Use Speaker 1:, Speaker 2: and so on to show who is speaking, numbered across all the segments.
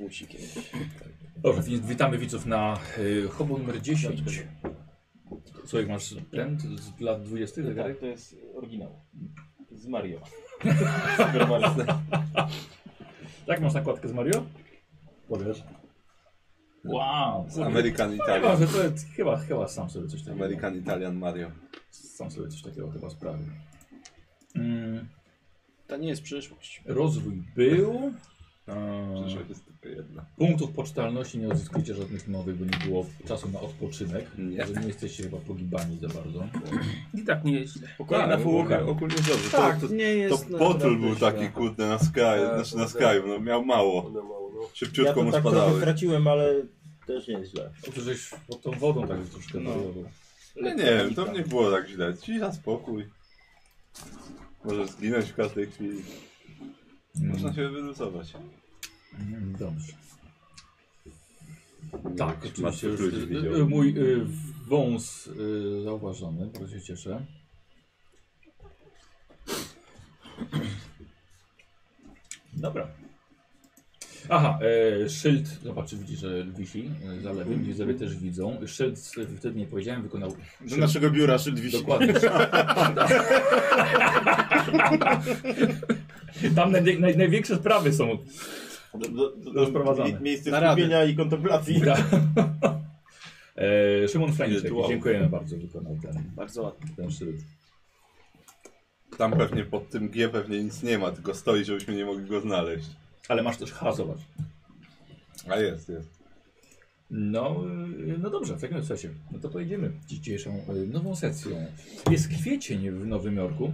Speaker 1: Musi kiedyś.
Speaker 2: Dobrze, więc witamy widzów na y, Hobo numer 10. Słuchaj, masz pręt z lat 20
Speaker 1: No
Speaker 2: zegarek?
Speaker 1: tak, to jest oryginał. Z Mario. Super Mario.
Speaker 2: Tak, masz nakładkę z Mario? Powiesz. Wow,
Speaker 3: Z
Speaker 2: kurde.
Speaker 3: American
Speaker 2: Chyba,
Speaker 3: Italian.
Speaker 2: że to jest, chyba, chyba sam sobie coś takiego.
Speaker 3: American Italian Mario.
Speaker 2: Sam sobie coś takiego chyba sprawił. Mm,
Speaker 1: To nie jest przyszłość.
Speaker 2: rozwój był. E,
Speaker 3: Przyszłość jest tylko jedna.
Speaker 2: Punktów poczytalności nie odzyskujecie żadnych nowych, bo nie było czasu na odpoczynek.
Speaker 3: Nie.
Speaker 2: Że nie jesteście chyba pogibani za bardzo.
Speaker 4: I tak nie jest źle.
Speaker 3: Spokojnie na połowę. Ogólnie dobrze.
Speaker 5: Tak,
Speaker 3: to, to,
Speaker 5: nie jest...
Speaker 3: to potul był
Speaker 5: naprawdę
Speaker 3: taki
Speaker 5: źle.
Speaker 3: kurde na skraju,
Speaker 5: Tak,
Speaker 3: znaczy na
Speaker 5: tak.
Speaker 3: skraju, no miał mało.
Speaker 5: Ja
Speaker 3: Szybciutko
Speaker 5: to
Speaker 3: mu
Speaker 5: tak trochę
Speaker 3: spadały.
Speaker 5: traciłem, ale też nie jest źle.
Speaker 2: Otóż żeś pod tą wodą tak troszkę
Speaker 5: No.
Speaker 2: wariował.
Speaker 3: Nie, nie wiem, to nie było tak źle. Cisza, spokój. Możesz zginąć w każdej chwili. Można się wyluzować.
Speaker 2: Mm, Dobrze.
Speaker 3: Nie wiem,
Speaker 2: Tak,
Speaker 3: czy
Speaker 2: oczywiście
Speaker 3: masz
Speaker 2: już
Speaker 3: tych
Speaker 2: y,
Speaker 3: ludzi
Speaker 2: y,
Speaker 3: widział.
Speaker 2: mój y, wąs y, zauważony, bardzo się cieszę. Dobra. Aha, e, szyld, zobacz, widzi, że wisi e, za lewym, widzowie też widzą. Szyld, e, wtedy nie powiedziałem, wykonał
Speaker 6: Do naszego biura szyld wisi.
Speaker 2: Dokładnie. Tam naj, naj, największe sprawy są.
Speaker 5: Do, do, do,
Speaker 2: Rozprowadzamy.
Speaker 5: mie- Miejsce
Speaker 6: Na radę.
Speaker 5: skupienia i kontemplacji.
Speaker 2: E, Szymon Frańczyk,
Speaker 3: Rytuał.
Speaker 2: dziękujemy bardzo, wykonał ten,
Speaker 1: Bardzo ładnie.
Speaker 2: ten szyld.
Speaker 3: Tam pewnie pod tym G pewnie nic nie ma, tylko stoi, żebyśmy nie mogli go znaleźć.
Speaker 2: Ale masz też H, zobacz.
Speaker 3: A jest, jest.
Speaker 2: No, y, no dobrze, w takim razie słuchajcie, no to pojedziemy dzisiejszą y, nową sesją. Jest kwiecień w Nowym Jorku.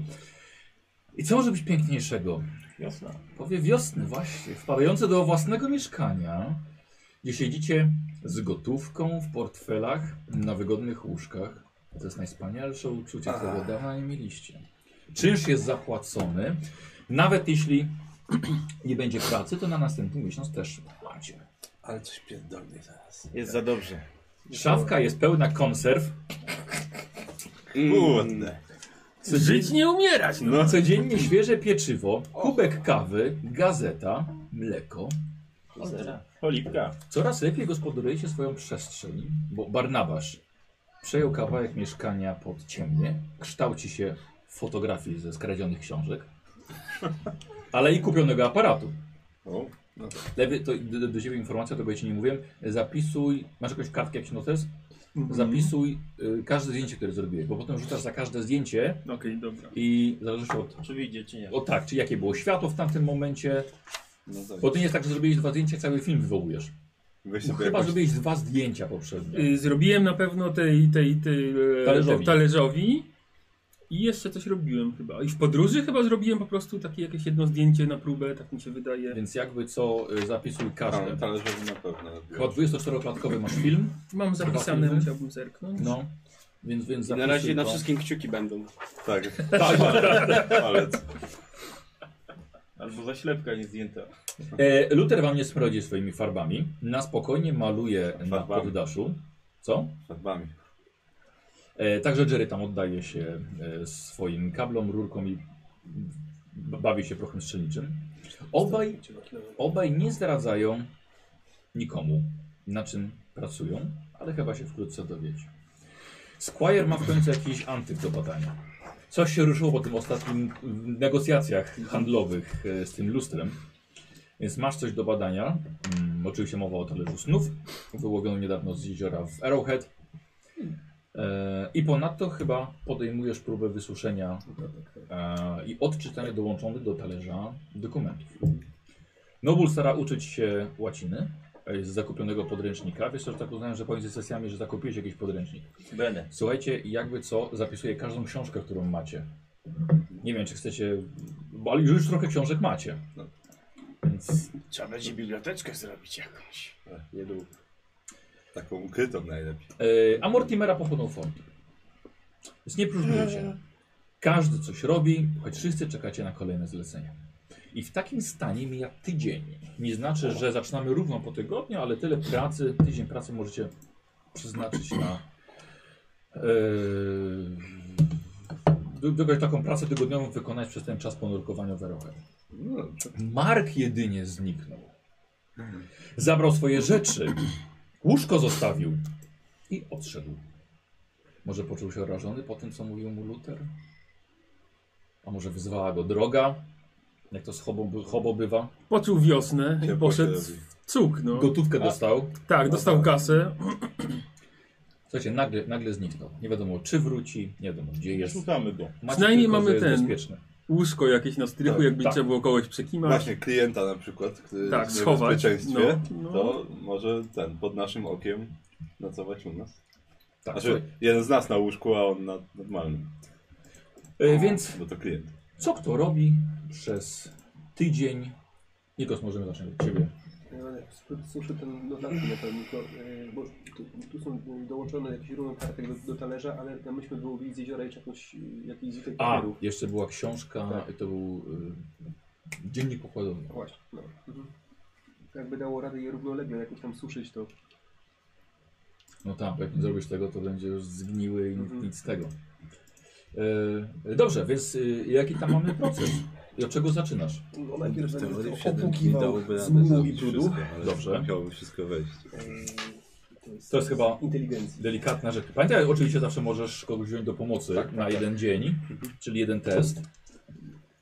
Speaker 2: I co może być piękniejszego?
Speaker 5: Jasne.
Speaker 2: Powie wiosny właśnie, wpadające do własnego mieszkania, gdzie siedzicie z gotówką w portfelach, na wygodnych łóżkach. To jest najwspanialsze uczucie, które od dawna nie mieliście. Czynsz jest zapłacony, nawet jeśli nie będzie pracy, to na następny miesiąc też macie.
Speaker 3: Ale coś pierdolnie zaraz.
Speaker 6: Jest za dobrze.
Speaker 2: Szafka jest pełna konserw,
Speaker 3: Kurde.
Speaker 4: Żyć nie umierać. No.
Speaker 3: No,
Speaker 2: codziennie świeże pieczywo, kubek kawy, gazeta, mleko.
Speaker 5: Oliwka.
Speaker 2: Coraz lepiej gospodarujecie swoją przestrzeń, bo Barnabasz przejął kawałek mieszkania pod ciemnie, kształci się w fotografii ze skradzionych książek, ale i kupionego aparatu.
Speaker 3: O,
Speaker 2: Lewy, to do, do, do ciebie informacja, tego ja ci nie mówiłem. Zapisuj, masz jakąś kartkę, jakiś notes? Mhm.
Speaker 4: Mhm.
Speaker 2: Zapisuj y, każde zdjęcie, które zrobiłeś, bo potem rzucasz za każde zdjęcie
Speaker 4: Okej, dobra.
Speaker 2: i zależy się od...
Speaker 5: Czy wyjdzie, czy nie?
Speaker 2: O tak, czy jakie było światło w tamtym momencie,
Speaker 3: no tak.
Speaker 2: bo to nie jest tak, że zrobiłeś dwa zdjęcia, cały film wywołujesz.
Speaker 3: Weź
Speaker 2: No,
Speaker 3: sobie
Speaker 2: chyba
Speaker 3: jakoś...
Speaker 2: zrobiłeś dwa zdjęcia poprzednio.
Speaker 4: Y, Zrobiłem na pewno tej, tej, tej e,
Speaker 2: Talerzowi.
Speaker 4: talerzowi. I jeszcze coś robiłem chyba. I w podróży chyba zrobiłem po prostu takie jakieś jedno zdjęcie na próbę, tak mi się wydaje.
Speaker 2: Więc jakby co, y, zapisuj
Speaker 6: Tak,
Speaker 2: każdy.
Speaker 3: Tam, talerzowi na pewno robiłem.
Speaker 2: Chyba 24-klatkowy masz film,
Speaker 4: Mam zapisane,
Speaker 2: filmy?
Speaker 4: musiałbym zerknąć.
Speaker 2: no. Więc, więc
Speaker 6: I na razie
Speaker 2: zapisuj
Speaker 6: na
Speaker 2: to.
Speaker 6: wszystkim kciuki będą.
Speaker 3: Tak,
Speaker 2: Tak, tak.
Speaker 3: ale
Speaker 5: Albo zaślepka nie zdjęta.
Speaker 2: E, Luther wam nie smrodzi swoimi farbami. Na spokojnie maluje na
Speaker 3: Farbami.
Speaker 2: poddaszu. Co?
Speaker 3: farbami.
Speaker 2: E, także Jerry tam oddaje się e, swoim kablom, rurkom i b- bawi się prochem strzelniczym. Obaj, obaj nie zdradzają nikomu, na czym pracują, ale chyba się wkrótce dowiecie. Squire ma w końcu jakiś antyk do badania. Coś się ruszyło po tym ostatnim w negocjacjach handlowych e, z tym lustrem. Więc masz coś do badania. Mm, oczywiście mowa o talerzu snów, wyłowionym niedawno z jeziora w Arrowhead. E, I ponadto chyba podejmujesz próbę wysuszenia e, i odczytania dołączonych do talerza dokumentów. Nobul stara uczyć się łaciny e, z zakupionego podręcznika. Wiesz, co, że tak uznałem, że pomiędzy sesjami, że zakupiłeś jakiś podręcznik.
Speaker 5: Bene.
Speaker 2: Słuchajcie, jakby co, zapisuję każdą książkę, którą macie. Nie wiem, czy chcecie, bo ale już trochę książek macie. Więc
Speaker 6: Trzeba będzie biblioteczkę zrobić jakąś.
Speaker 3: Ech, E, Niedługo. Taką ukrytą najlepiej.
Speaker 2: Yy, a Mortimera pochłonął fort. Więc nie próżnujcie. Każdy coś robi, choć wszyscy czekacie na kolejne zlecenia. I w takim stanie mija tydzień. Nie znaczy, że zaczynamy równo po tygodniu, ale tyle pracy, tydzień pracy możecie przeznaczyć na yy, wybrać taką pracę tygodniową wykonać przez ten czas ponurkowania w Arrowhead.
Speaker 3: No,
Speaker 2: Mark jedynie zniknął.
Speaker 4: Mhm.
Speaker 2: Zabrał swoje rzeczy, łóżko zostawił i odszedł. Może poczuł się orażony po tym, co mówił mu Luther? A może wyzwała go droga? Jak to z hobo, by- hobo bywa?
Speaker 4: Poczuł wiosnę i
Speaker 3: Ciepło się
Speaker 4: poszedł
Speaker 3: robi.
Speaker 4: w cuk, no.
Speaker 2: Gotówkę dostał.
Speaker 4: Tak, dostał kasę.
Speaker 2: Słuchajcie, nagle, nagle zniknął. Nie wiadomo, czy wróci, nie wiadomo, gdzie jest.
Speaker 5: Szukamy go.
Speaker 2: Macie
Speaker 4: Przynajmniej
Speaker 2: tylko,
Speaker 4: mamy
Speaker 2: że jest
Speaker 4: ten.
Speaker 2: bezpieczne.
Speaker 4: Łóżko jakieś na strychu,
Speaker 2: Tak,
Speaker 4: jakby
Speaker 2: tak.
Speaker 4: trzeba było kogoś
Speaker 7: No.
Speaker 4: przekimać.
Speaker 3: Właśnie klienta na przykład, który
Speaker 4: Tak,
Speaker 3: jest w
Speaker 4: schować,
Speaker 3: bezpieczeństwie,
Speaker 4: no, no.
Speaker 3: to może ten, pod naszym okiem nocować u nas.
Speaker 2: Tak,
Speaker 3: Znaczy,
Speaker 2: słuchaj.
Speaker 3: jeden z nas na łóżku, a on na normalnym,
Speaker 2: E, więc
Speaker 3: bo to klient.
Speaker 2: co kto robi przez tydzień? Nikos, możemy zacząć od ciebie.
Speaker 8: Ale s- Słyszę ten notatki na pewno, tylko, y, bo tu, tu są y, dołączone jakieś runy kartek do, do talerza, ale tam myśmy wyłowili z jeziora jeszcze jakąś, y, jakiś zwitek
Speaker 2: A,
Speaker 8: papierów.
Speaker 2: jeszcze była książka,
Speaker 8: Tak.
Speaker 2: i to był y, dziennik pokładowy.
Speaker 8: Właśnie, no. Mhm. Jakby dało radę je równolegle jakoś tam suszyć, to
Speaker 2: No tak, bo jak nie zrobisz tego, to będzie już zgniły i
Speaker 8: Mhm.
Speaker 2: nic z tego. E, dobrze, więc y, jaki tam mamy proces? I od czego zaczynasz?
Speaker 8: no, najpierw
Speaker 3: W
Speaker 8: będę
Speaker 3: teorii w siedem dni
Speaker 8: opłukiwał
Speaker 3: dałoby radę
Speaker 8: z mułu i E,
Speaker 3: zrobić
Speaker 8: brudu.
Speaker 3: wszystko, ale
Speaker 2: Dobrze.
Speaker 3: Musiałoby wszystko wejść.
Speaker 2: To jest chyba
Speaker 8: Inteligencji.
Speaker 2: delikatna rzecz. Pamiętaj, oczywiście zawsze możesz kogoś wziąć do pomocy
Speaker 8: Tak,
Speaker 2: na jeden dzień,
Speaker 8: Mhm.
Speaker 2: czyli jeden test.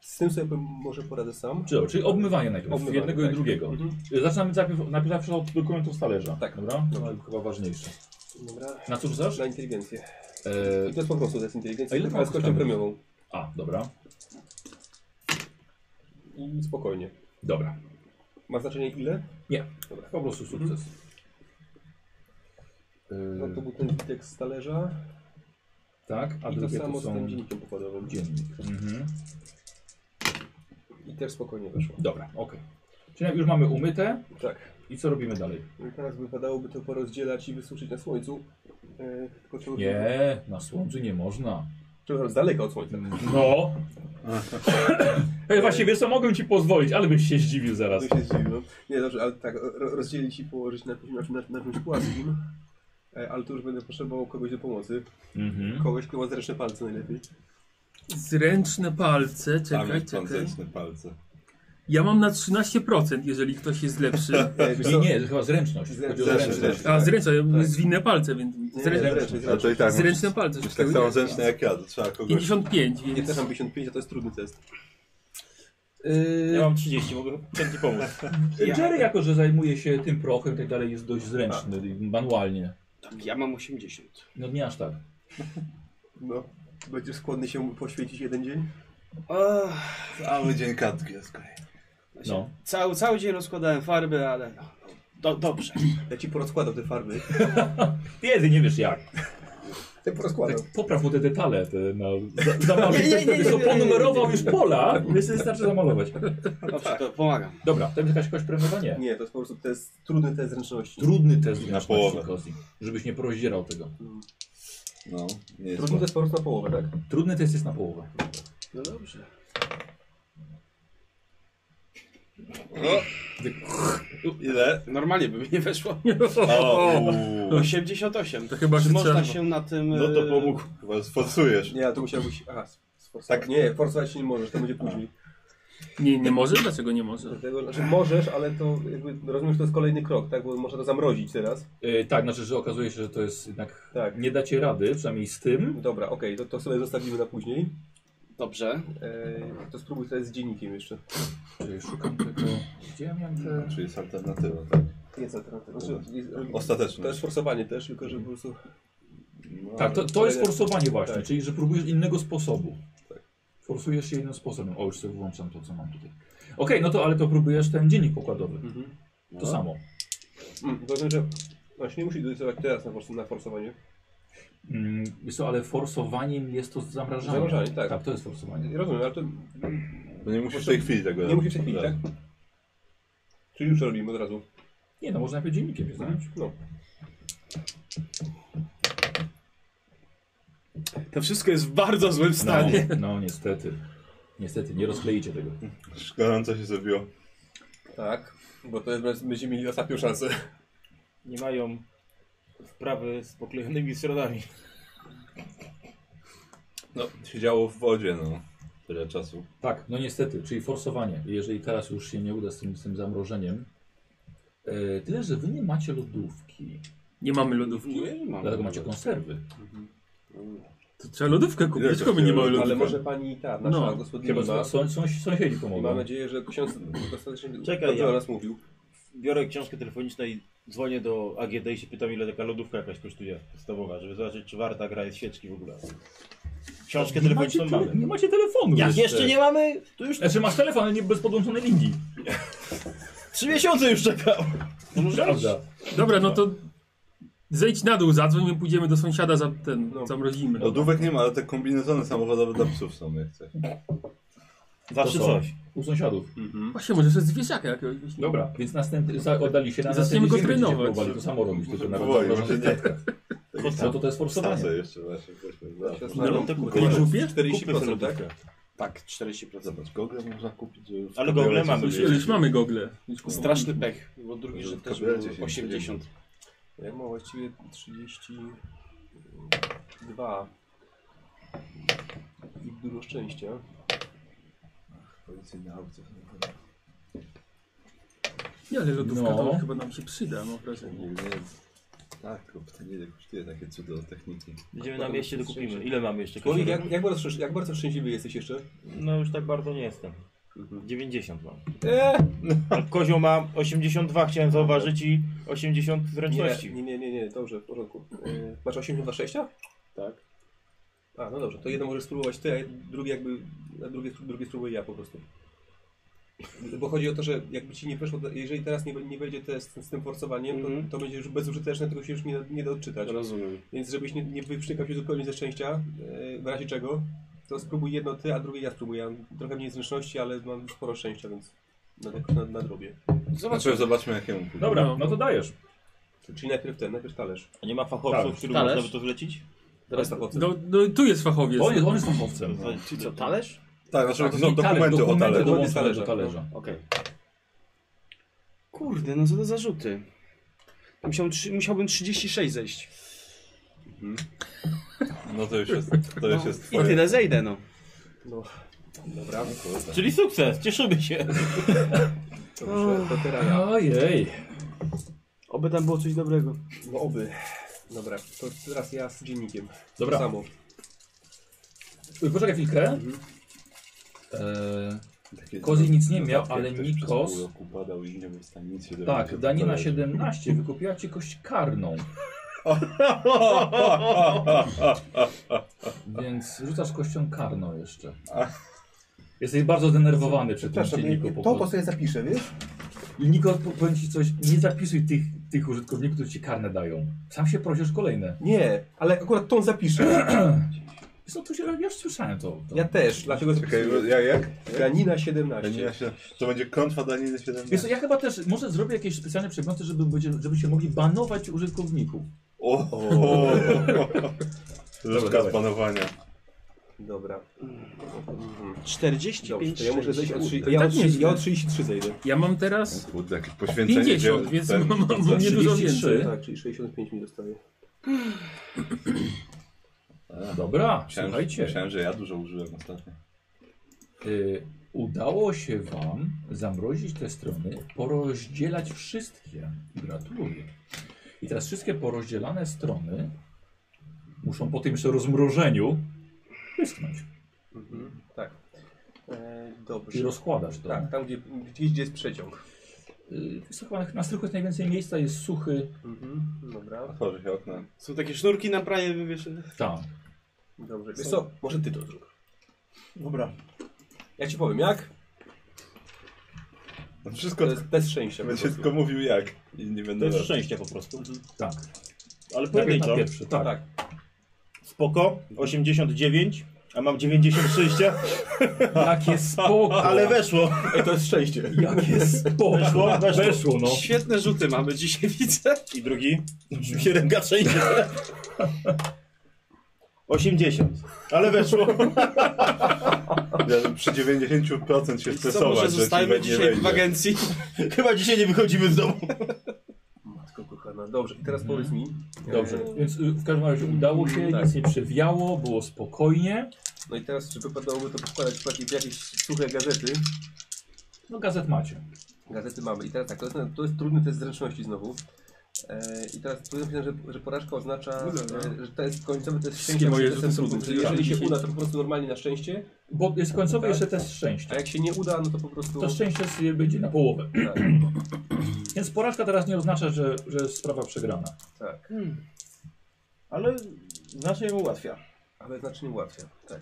Speaker 8: Z tym sobie powiem, może poradzę sam.
Speaker 2: Czyli, czyli obmywanie najpierw,
Speaker 8: Obmywanie,
Speaker 2: jednego i
Speaker 8: tak.
Speaker 2: drugiego. Y,
Speaker 8: Mhm.
Speaker 2: Zaczynamy najpierw, najpierw zawsze od dokumentów z talerza,
Speaker 8: Tak.
Speaker 2: dobra? To chyba ważniejsze.
Speaker 8: Dobra.
Speaker 2: Na cóż rzucasz?
Speaker 8: Na inteligencję.
Speaker 2: E,
Speaker 8: I to jest po prostu to jest inteligencja,
Speaker 2: A ile
Speaker 8: ale z
Speaker 2: mam
Speaker 8: kością
Speaker 2: tam?
Speaker 8: premiową.
Speaker 2: a, dobra.
Speaker 8: I spokojnie.
Speaker 2: Dobra.
Speaker 8: Ma znaczenie ile?
Speaker 2: Po prostu sukces.
Speaker 8: No to
Speaker 2: Yy,
Speaker 8: był ten witek z talerza
Speaker 2: tak, a
Speaker 8: i to
Speaker 2: drugie
Speaker 8: samo
Speaker 2: to
Speaker 8: z tym
Speaker 2: są
Speaker 8: dziennikiem pokładowym.
Speaker 2: dziennik. Mhm.
Speaker 8: I też spokojnie weszło.
Speaker 2: Dobra, okej. Czyli już mamy umyte
Speaker 8: Tak.
Speaker 2: i co robimy dalej?
Speaker 8: I Teraz wypadałoby to porozdzielać i wysuszyć na słońcu. Yy, tylko trzeba...
Speaker 2: Nie, na słońcu nie można.
Speaker 8: Przepraszam, z daleka od słońca.
Speaker 2: No. Ej, właśnie, wiesz co, mogę ci pozwolić, ale byś się zdziwił zaraz.
Speaker 8: To się zdziwiłem. Nie, dobrze, ale tak, ro- rozdzielić i położyć na, na, na, na czymś płaskim. E, Ale tu już będę potrzebował kogoś do pomocy.
Speaker 2: Mhm.
Speaker 8: Kogoś, kto ma zręczne palce najlepiej.
Speaker 4: Zręczne palce,
Speaker 3: Tam
Speaker 4: czekaj,
Speaker 3: jest
Speaker 4: czekaj.
Speaker 3: planteczne palce.
Speaker 4: Ja mam na 13%, jeżeli ktoś jest lepszy.
Speaker 8: E, wiesz
Speaker 2: Nie,
Speaker 8: co?
Speaker 2: nie, to chyba zręczność. Chodzi
Speaker 8: Zręczność.
Speaker 2: o zręczność.
Speaker 3: Zręczność.
Speaker 4: A
Speaker 8: Tak.
Speaker 4: zręczne, ja mam
Speaker 8: Tak.
Speaker 4: zwinne palce, więc
Speaker 8: Nie,
Speaker 4: zręczne,
Speaker 8: zręczne,
Speaker 3: A to i tak
Speaker 4: zręczne palce.
Speaker 3: Jest tak
Speaker 4: że-
Speaker 3: samo zręczne jak ja, to trzeba kogoś...
Speaker 4: 55,
Speaker 8: Nie,
Speaker 4: więc
Speaker 8: też mam 55, a to jest trudny test.
Speaker 2: Yy,
Speaker 5: Ja mam 30, mogę wszędzie pomóc.
Speaker 2: Jerry jako, że zajmuje się tym prochem i tak dalej jest dość zręczny, manualnie.
Speaker 6: Tak, ja mam 80.
Speaker 2: No nie aż tak.
Speaker 8: No. Będziesz skłonny się poświęcić jeden dzień?
Speaker 6: Ach,
Speaker 3: Cały dzień kartki rozkleję.
Speaker 2: No.
Speaker 6: cały, cały dzień rozkładałem farby, ale no, no, do, dobrze.
Speaker 8: Ja ci porozkładam te farby.
Speaker 2: Kiedy nie wiesz jak.
Speaker 8: Te porozkładam.
Speaker 2: Tak popraw mu te detale, te na za- zamarzyć.
Speaker 6: Nie, nie, nie,
Speaker 2: Wiesz co,
Speaker 6: nie, nie, nie,
Speaker 2: Ponumerował
Speaker 6: nie, nie,
Speaker 2: już pola, więc wystarczy zamalować.
Speaker 6: Dobrze, to pomagam.
Speaker 2: Dobra, to jest jakaś kość premiowa? Nie.
Speaker 8: Nie, to jest po prostu test, trudny test zręczności.
Speaker 2: Trudny test
Speaker 3: Na
Speaker 2: na
Speaker 3: połowę.
Speaker 2: połowę. Kozi, żebyś nie porozdzierał tego.
Speaker 8: Mm.
Speaker 3: No, nie jest
Speaker 8: Trudny test po prostu na połowę, tak?
Speaker 2: Trudny test jest na połowę.
Speaker 8: No dobrze.
Speaker 2: Ty-
Speaker 3: Ile?
Speaker 6: Normalnie by mi nie weszło.
Speaker 3: O,
Speaker 4: O,
Speaker 3: uuu.
Speaker 6: No 88.
Speaker 4: To chyba,
Speaker 6: Czy
Speaker 4: że
Speaker 6: można
Speaker 4: trzeba-
Speaker 6: się na tym...
Speaker 3: No to
Speaker 6: e,
Speaker 3: pomógł. Chyba sfocujesz.
Speaker 8: Nie, a to musiałbyś... Aha, sforsować.
Speaker 3: Tak.
Speaker 8: Nie, forsować się nie możesz, to będzie później.
Speaker 4: nie, nie może? Dlaczego nie może?
Speaker 8: Dlatego, znaczy możesz, ale to jakby, rozumiem, że to jest kolejny krok, tak? Bo można to zamrozić teraz.
Speaker 2: Yy, tak, znaczy, że okazuje się, że to jest jednak...
Speaker 8: Tak.
Speaker 2: Nie dacie rady, przynajmniej z tym.
Speaker 8: Dobra, okej, to, to sobie zostawimy na później.
Speaker 6: Dobrze.
Speaker 8: E, to spróbuj teraz z dziennikiem jeszcze.
Speaker 2: Czyli szukam tego... Gdzie ja miałem te...
Speaker 3: Czyli jest alternatywa, tak?
Speaker 8: Jest alternatywa. Znaczy, jest-
Speaker 3: Ostateczność.
Speaker 8: To jest forsowanie też, tylko że po prostu...
Speaker 3: No,
Speaker 2: Tak, to, to jest forsowanie właśnie,
Speaker 8: Tak.
Speaker 2: czyli że próbujesz innego sposobu. Forsujesz się innym sposobem. O, już sobie wyłączam to, co mam tutaj. Okej, no to ale to próbujesz ten dziennik pokładowy.
Speaker 8: Mhm.
Speaker 2: To samo.
Speaker 8: Mm, rozumiem, że... Właśnie nie musi docelować teraz na, fors- na forsowanie.
Speaker 2: Mm, wiesz co, ale forsowaniem jest to zamrażanie.
Speaker 8: Zamrażanie, tak.
Speaker 2: Tak, to jest forsowanie.
Speaker 8: Rozumiem, ale to
Speaker 3: Bo nie musisz w tej chwili tego
Speaker 8: nie
Speaker 3: robić.
Speaker 8: musi w tej chwili, tak? Czyli już robimy od razu.
Speaker 2: Nie no, można najpierw dziennikiem się zająć.
Speaker 8: No.
Speaker 6: To wszystko jest w bardzo złym
Speaker 2: No,
Speaker 6: stanie.
Speaker 2: no niestety. Niestety, nie rozkleicie tego.
Speaker 3: Szkoląco się zrobiło.
Speaker 8: Tak, bo to jest, będziemy mieli ostatnią szansę.
Speaker 5: Nie mają wprawy z poklejonymi środami.
Speaker 3: No, siedziało w wodzie, no. Tyle czasu.
Speaker 2: Tak, no niestety, czyli forsowanie. Jeżeli teraz już się nie uda z tym, z tym zamrożeniem, E, tyle, że wy nie macie lodówki.
Speaker 4: Nie mamy lodówki.
Speaker 9: Nie mam.
Speaker 2: Dlatego macie konserwy.
Speaker 4: To trzeba lodówkę kupić.
Speaker 3: Ile
Speaker 4: Dlaczego my nie
Speaker 3: kosztuje
Speaker 4: mamy
Speaker 3: lodówka?
Speaker 4: lodówki?
Speaker 8: no, Ale może pani ta, nasza
Speaker 4: No,
Speaker 8: gospodyni
Speaker 2: Chyba
Speaker 8: ma.
Speaker 2: że są, są, sąsiedzi
Speaker 8: I
Speaker 2: pomogą.
Speaker 8: mam nadzieję, że ksiądz dostatecznie
Speaker 5: Czekaj,
Speaker 8: dobrze
Speaker 5: ja-
Speaker 8: o nas mówił.
Speaker 5: Biorę książkę telefoniczną i dzwonię do AGD i się pytam, ile taka lodówka jakaś kosztuje podstawowa, żeby zobaczyć, czy warta gra jest sieczki w ogóle. Książkę
Speaker 2: nie, macie
Speaker 5: telefoniczną
Speaker 2: tele- nie
Speaker 5: mamy.
Speaker 2: macie telefonu.
Speaker 5: Jak jeszcze nie mamy, to już
Speaker 2: Znaczy masz telefon, ale nie bez podłączonej linii.
Speaker 5: trzy miesiące już czekał.
Speaker 2: Prawda.
Speaker 4: Dobra, no to zejdź na dół, zadzwoń, my pójdziemy do sąsiada za ten,
Speaker 8: No.
Speaker 4: zamrozimy.
Speaker 3: Lodówek nie ma, ale te kombinezony samochodowe dla psów są, jak chcesz.
Speaker 5: Zawsze
Speaker 2: To są.
Speaker 5: coś.
Speaker 2: U sąsiadów.
Speaker 4: Właśnie, może sobie zwierzaka jakiegoś. weźmiemy.
Speaker 2: Dobra, więc następny, za- oddali się na
Speaker 4: I zaczniemy
Speaker 2: następny
Speaker 4: go
Speaker 2: dzień będziecie
Speaker 4: trenować.
Speaker 2: próbowali To samo robić, tylko na
Speaker 3: Próbuj, może nie.
Speaker 2: rozgrywkach. No to to jest forsowanie.
Speaker 3: Stasę jeszcze właśnie. weźmy,
Speaker 8: Się
Speaker 3: zobacz.
Speaker 8: zna-
Speaker 5: No, to
Speaker 4: Nie
Speaker 5: kupujesz.
Speaker 4: głupie?
Speaker 8: 40% tak?
Speaker 9: Tak, 40%.
Speaker 3: Zobacz, gogle można kupić, że już...
Speaker 5: Ale gogle mamy
Speaker 4: Już, już mamy gogle. Już kupimy.
Speaker 9: Straszny pech, bo drugi
Speaker 3: Dobrze,
Speaker 9: Żyd też
Speaker 3: wkopujecie
Speaker 9: był
Speaker 3: się.
Speaker 9: 80.
Speaker 8: Ja mam właściwie mm, 32. I dużo szczęścia.
Speaker 3: Policyjne auto.
Speaker 4: Nie, ale lodówka
Speaker 2: No.
Speaker 4: to chyba nam się przyda, mam wrażenie.
Speaker 3: Nie wiem. Tak, tylko pytanie, ile kosztuje takie cudo techniki.
Speaker 5: Idziemy na mieście, dokupimy. Ile mamy jeszcze?
Speaker 8: Słowik,
Speaker 5: koszulek?
Speaker 8: jak, jak, bardzo, szczęś- jak bardzo szczęśliwy jesteś jeszcze?
Speaker 5: No już tak bardzo nie jestem. 90 mam.
Speaker 8: Eee,
Speaker 5: A kozioł ma 82, chciałem zauważyć, i 80 zręczności.
Speaker 8: Nie, nie, nie, nie, dobrze, w porządku. Yy, masz 86?
Speaker 9: Tak.
Speaker 8: A, no dobrze, to jedno możesz spróbować ty, a drugie jakby, a drugie, drugie spróbuję ja po prostu. Bo chodzi o to, że jakby ci nie weszło, jeżeli teraz nie, nie wejdzie test z tym forsowaniem,
Speaker 9: Mhm.
Speaker 8: to, to będzie już bezużyteczne, tego się już nie, da- nie da odczytać.
Speaker 6: No.
Speaker 9: Rozumiem.
Speaker 8: Więc żebyś nie, nie wykrzykał się zupełnie ze szczęścia, yy, w razie czego, to spróbuj jedno ty, a drugie ja spróbuję. Ja mam trochę mniej zręczności, ale mam sporo szczęścia, więc nad- nad- nadrobię.
Speaker 9: Znaczy,
Speaker 3: Zobaczmy, Znaczy, zobaczmy jakiemu pójdzie.
Speaker 2: Dobra, no to dajesz.
Speaker 8: Czyli najpierw ten, najpierw talerz.
Speaker 5: A nie ma fachowców,
Speaker 2: Tak.
Speaker 5: którym
Speaker 9: Talerz?
Speaker 5: można by to zlecić?
Speaker 8: Teraz tak
Speaker 4: No, no tu jest fachowiec.
Speaker 2: On jest, on jest fachowcem.
Speaker 5: To-
Speaker 9: Czyli co, talerz?
Speaker 3: Tak, znaczy
Speaker 2: Tak,
Speaker 3: to
Speaker 2: i
Speaker 3: są
Speaker 2: talerz,
Speaker 3: dokumenty o
Speaker 2: dokumenty
Speaker 3: talerzu.
Speaker 2: dołączone
Speaker 8: talerza.
Speaker 2: do talerza.
Speaker 9: Okej. Kurde, no co to za zarzuty. Musiał, trzy- musiałbym 36 zejść.
Speaker 3: No to już jest, to
Speaker 9: No,
Speaker 3: już jest
Speaker 9: I
Speaker 3: twoje.
Speaker 9: tyle zejdę, no.
Speaker 8: Dobra,
Speaker 3: Kurde.
Speaker 5: Czyli sukces, cieszymy się.
Speaker 8: dobrze, to teraz ja.
Speaker 2: Ojej.
Speaker 9: Oby tam było coś dobrego.
Speaker 8: No oby. Dobra, to teraz ja z dziennikiem.
Speaker 2: Dobra.
Speaker 8: To samo.
Speaker 2: Poczekaj chwilkę. Eee, Kozi nic nie miał, ale
Speaker 3: Ktoś
Speaker 2: Nikos-
Speaker 3: przez pół roku badał i nie był w stanie nic się
Speaker 2: tak,
Speaker 3: dowiedzieć o
Speaker 2: Danina
Speaker 3: talerzu.
Speaker 2: 17 wykupiła ci kość karną. Więc rzucasz kością karną jeszcze. Jesteś bardzo zdenerwowany przy tym dzienniku. po- po-
Speaker 6: sobie zapiszę, wiesz?
Speaker 2: Niko, po- powiem ci coś, nie zapisuj tych, tych użytkowników, którzy ci karne dają. Sam się prosisz kolejne.
Speaker 8: Nie, ale akurat tą zapiszę.
Speaker 2: Wiesz co, tu się, ja już słyszałem to. to.
Speaker 8: Ja też, dlatego
Speaker 3: Czekaj,
Speaker 8: zapisuję.
Speaker 3: ja jak?
Speaker 8: Danina 17.
Speaker 3: Danina się, to będzie klątwa Daniny
Speaker 2: Wiesz co,
Speaker 3: 17.
Speaker 2: ja chyba też, może zrobię jakieś specjalne przedmioty, żeby, będzie- żeby się mogli banować użytkowników.
Speaker 3: O, o, o, o. Różka
Speaker 2: dawaj.
Speaker 3: z panowania.
Speaker 8: Dobra.
Speaker 9: 45
Speaker 8: Dobrze, to ja muszę zejść od 3,
Speaker 4: Kurde,
Speaker 8: ja
Speaker 4: tak
Speaker 8: od, 3,
Speaker 4: nieźle.
Speaker 8: ja od 33 zejdę.
Speaker 4: Ja mam teraz
Speaker 3: Kurde, jakieś poświęcenie.
Speaker 4: 50,
Speaker 3: dzieł-
Speaker 4: więc
Speaker 3: ten-
Speaker 4: mam, mam,
Speaker 3: ten-
Speaker 4: mam niedużo
Speaker 2: 33.
Speaker 4: No, więcej.
Speaker 8: Tak, czyli 65 mi dostaje.
Speaker 3: A,
Speaker 2: Dobra,
Speaker 3: Myślałem, że,
Speaker 2: słuchajcie.
Speaker 3: myślałem, że ja dużo użyłem ostatnio.
Speaker 2: Y, udało się wam zamrozić te strony, porozdzielać wszystkie. Gratuluję. I teraz wszystkie porozdzielane strony muszą po tym jeszcze rozmrożeniu wyschnąć.
Speaker 8: Mhm. Tak. E,
Speaker 2: I
Speaker 8: dobrze.
Speaker 2: rozkładasz to.
Speaker 8: Tak, tam gdzie, gdzieś gdzie jest przeciąg.
Speaker 2: Y, wiesz co, chyba na- na strychu jest najwięcej miejsca, jest suchy.
Speaker 8: Mhm. Dobra.
Speaker 3: Otworzy się okno.
Speaker 9: Są takie sznurki na pranie wywieszone.
Speaker 2: Tam.
Speaker 8: Dobrze. Wiesz co, może ty to zrób.
Speaker 5: Dobra.
Speaker 8: Ja ci powiem jak?
Speaker 3: No
Speaker 8: To
Speaker 3: wszystko
Speaker 8: jest bez szczęścia. po
Speaker 3: będzie
Speaker 8: prostu.
Speaker 3: tylko mówił jak. I nie
Speaker 5: To
Speaker 3: będę
Speaker 5: jest
Speaker 3: robił.
Speaker 5: szczęście po prostu.
Speaker 2: Tak.
Speaker 5: Ale
Speaker 2: Najpierw na
Speaker 5: pojedynczo.
Speaker 2: pierwszy, tak.
Speaker 8: Tak.
Speaker 5: Spoko, 89, a mam 96,
Speaker 2: Jakie spoko.
Speaker 5: ale weszło.
Speaker 8: Ej, to jest szczęście.
Speaker 2: Jakie spoko.
Speaker 5: Weszło, weszło.
Speaker 2: Weszło, no.
Speaker 9: Świetne rzuty mamy dzisiaj, widzę.
Speaker 5: I drugi. Już mi się ręka trzęsie. 80, ale weszło.
Speaker 3: Ja przy 90% się
Speaker 9: I Co, może
Speaker 3: stresować, że ci
Speaker 9: zostajemy
Speaker 3: będzie
Speaker 9: dzisiaj w
Speaker 3: wejdzie.
Speaker 9: agencji?
Speaker 5: Chyba dzisiaj nie wychodzimy z domu.
Speaker 8: Matko kochana. Dobrze, i
Speaker 4: Mhm.
Speaker 8: teraz powiedz mi.
Speaker 2: Dobrze,
Speaker 8: e,
Speaker 2: więc y, w każdym razie udało się,
Speaker 8: Tak.
Speaker 2: nic nie przewiało, było spokojnie.
Speaker 8: No i teraz, czy wypadałoby to poskładać w jakieś, w jakieś suche gazety?
Speaker 2: No gazet macie.
Speaker 8: Gazety mamy. I teraz tak, to jest, to jest trudny test zręczności znowu. E, I teraz tu napisane, że, że porażka oznacza, e, że to jest końcowy test szczęścia.
Speaker 2: No moje
Speaker 8: przed
Speaker 2: rzuty
Speaker 8: testem
Speaker 2: są
Speaker 8: trudnym.
Speaker 2: trudne.
Speaker 8: Czyli jeżeli się
Speaker 2: Ja-
Speaker 8: uda, to po prostu normalnie na szczęście,
Speaker 2: Bo jest końcowy
Speaker 8: Tak.
Speaker 2: jeszcze test
Speaker 8: a
Speaker 2: szczęścia.
Speaker 8: jak się nie uda, no to po prostu...
Speaker 2: To szczęście sobie będzie na połowę.
Speaker 8: Tak,
Speaker 2: Więc porażka teraz nie oznacza, że, że jest sprawa przegrana.
Speaker 8: tak.
Speaker 3: Hmm,
Speaker 5: Ale znacznie mu ułatwia.
Speaker 8: Ale znacznie ułatwia, tak.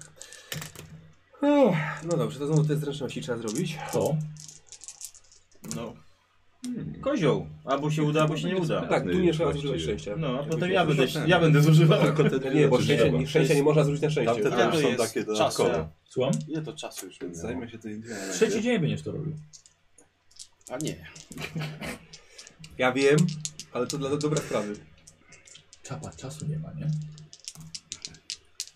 Speaker 8: Uff, No dobrze, to znowu test zręczności trzeba zrobić.
Speaker 2: To
Speaker 5: No. Kozioł. Albo się uda, albo się nie uda.
Speaker 8: Tak, tu nie trzeba
Speaker 3: właściwie.
Speaker 8: zużywać szczęścia.
Speaker 5: No, a potem ja będę, ja będę zużywał kontent.
Speaker 8: Nie, bo
Speaker 5: Znaczy,
Speaker 8: szczęścia
Speaker 5: nie ma.
Speaker 8: nie, szczęścia nie można zużyć na
Speaker 3: Tamte
Speaker 8: szczęście.
Speaker 5: A,
Speaker 3: też
Speaker 5: to
Speaker 3: są
Speaker 5: jest
Speaker 3: takie
Speaker 5: czas,
Speaker 3: dodatkowe.
Speaker 5: tak.
Speaker 2: słucham?
Speaker 6: Ile to czasu już
Speaker 3: Więc
Speaker 6: minęło?
Speaker 3: zajmę się tym Indianem.
Speaker 2: Trzeci dzień będziesz to robił.
Speaker 6: A nie.
Speaker 8: Ja wiem, ale to dla dobra sprawy.
Speaker 2: Czapa, czasu nie ma, nie?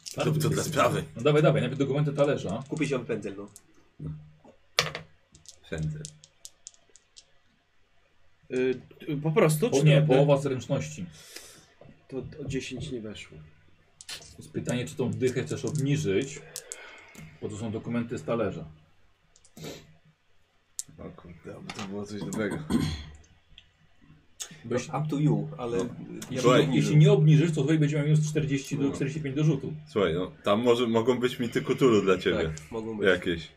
Speaker 5: Zrób to dla sprawy.
Speaker 2: No dawaj, dawaj, najpierw dokumenty talerza.
Speaker 8: Kupić ją pędzel, no.
Speaker 3: Wszędzie.
Speaker 6: Y, y, po prostu?
Speaker 2: O
Speaker 6: Czy
Speaker 2: nie,
Speaker 6: to-
Speaker 2: połowa zręczności.
Speaker 6: To o 10 nie weszło.
Speaker 2: Jest pytanie, czy tą dychę chcesz obniżyć, bo to są dokumenty z talerza.
Speaker 3: O kurde, aby to było coś dobrego.
Speaker 2: Boś,
Speaker 8: No, Up to you, ale...
Speaker 3: No.
Speaker 8: Ja
Speaker 3: Słuchaj, No.
Speaker 8: bym-
Speaker 2: jeśli nie obniżysz, to tutaj będziemy minus 40 do 45 do rzutu.
Speaker 3: Słuchaj, no, tam może, mogą być mity kutulu dla ciebie.
Speaker 8: Tak, mogą być.
Speaker 3: Jakieś.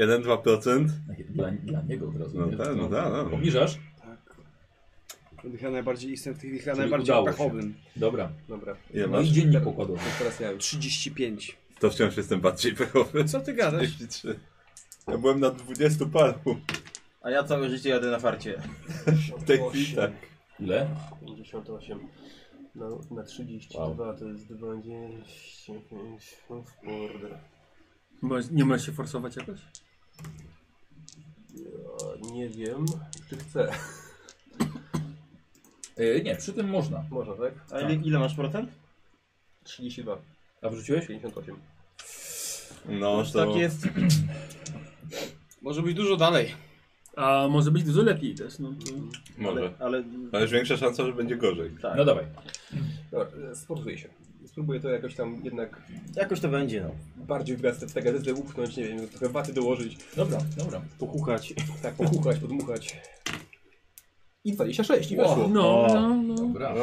Speaker 3: 1-2%?
Speaker 2: Dla, dla niego od razu.
Speaker 3: No
Speaker 2: nie?
Speaker 3: tak, no tak, no.
Speaker 2: Obniżasz?
Speaker 10: Tak. Chyba najbardziej jestem w tych chyba
Speaker 2: Czyli
Speaker 10: najbardziej
Speaker 2: udało się.
Speaker 10: pachowym.
Speaker 2: Dobra.
Speaker 8: Dobra.
Speaker 3: Ile
Speaker 2: No i
Speaker 3: masz?
Speaker 2: dziennik pokładowy.
Speaker 8: To teraz ja już.
Speaker 10: 35.
Speaker 3: To wciąż jestem bardziej pechowy.
Speaker 10: Co ty gadasz?
Speaker 3: 33. Ja byłem na 20 paru.
Speaker 5: A ja całe życie jadę na farcie.
Speaker 3: W tej chwili tak.
Speaker 2: Ile?
Speaker 8: 58. No, na 32 to jest 25. No, w border.
Speaker 7: Nie ma się forsować jakoś?
Speaker 8: Ja nie wiem, czy chcę.
Speaker 2: E, nie, przy tym można.
Speaker 8: Można, tak?
Speaker 5: A ile, ile masz procent?
Speaker 8: 32,
Speaker 2: A wrzuciłeś?
Speaker 8: 58.
Speaker 3: No to...
Speaker 5: Tak jest.
Speaker 6: Może być dużo dalej.
Speaker 7: A może być dużo lepiej też, no.
Speaker 3: Może.
Speaker 5: Ale, ale
Speaker 3: Ale już większa szansa, że będzie gorzej.
Speaker 5: tak.
Speaker 2: No dawaj.
Speaker 8: Dobra, e, sportuję się. Spróbuję to jakoś tam jednak
Speaker 5: Jakoś to będzie, no.
Speaker 8: bardziej w gazetę, w tę gazetę upchnąć, nie wiem, trochę waty dołożyć,
Speaker 2: Dobra, dobra.
Speaker 5: Pokuchać.
Speaker 8: tak pochuchać, podmuchać. I 26, i
Speaker 2: Wow.
Speaker 8: weszło.
Speaker 7: No, no, no.
Speaker 2: Dobra.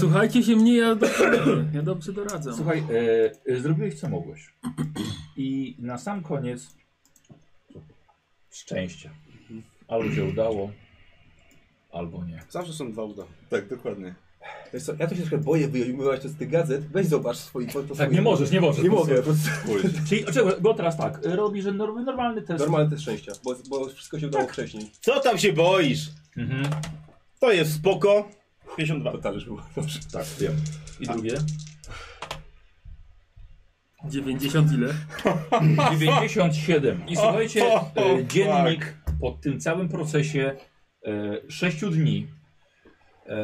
Speaker 7: Słuchajcie się mnie, ja dobrze, ja dobrze doradzam.
Speaker 2: Słuchaj, e, e, zrobiłeś co mogłeś. I na sam koniec szczęście. Albo się udało, albo nie.
Speaker 10: Zawsze są dwa uda.
Speaker 3: Tak, dokładnie.
Speaker 8: Wiesz co, ja to się trochę boję wyjmować to z tych gazet, weź zobacz swoich... po- po
Speaker 2: Tak,
Speaker 8: swoich-
Speaker 2: nie możesz, nie możesz.
Speaker 8: Nie mogę, po prostu.
Speaker 3: Chuj.
Speaker 2: Czyli, czego- bo teraz tak, e, robisz że norm- normalny test.
Speaker 8: Normalne te szczęścia, bo, bo wszystko się udało wcześniej.
Speaker 5: Co tam się boisz?
Speaker 2: Mhm.
Speaker 5: To jest spoko. 52.
Speaker 8: To talerz był, dobrze.
Speaker 2: Tak, wiem. I drugie?
Speaker 7: 90 ile?
Speaker 2: 97. I słuchajcie, e, dziennik po tym całym procesie e, 6 dni. E,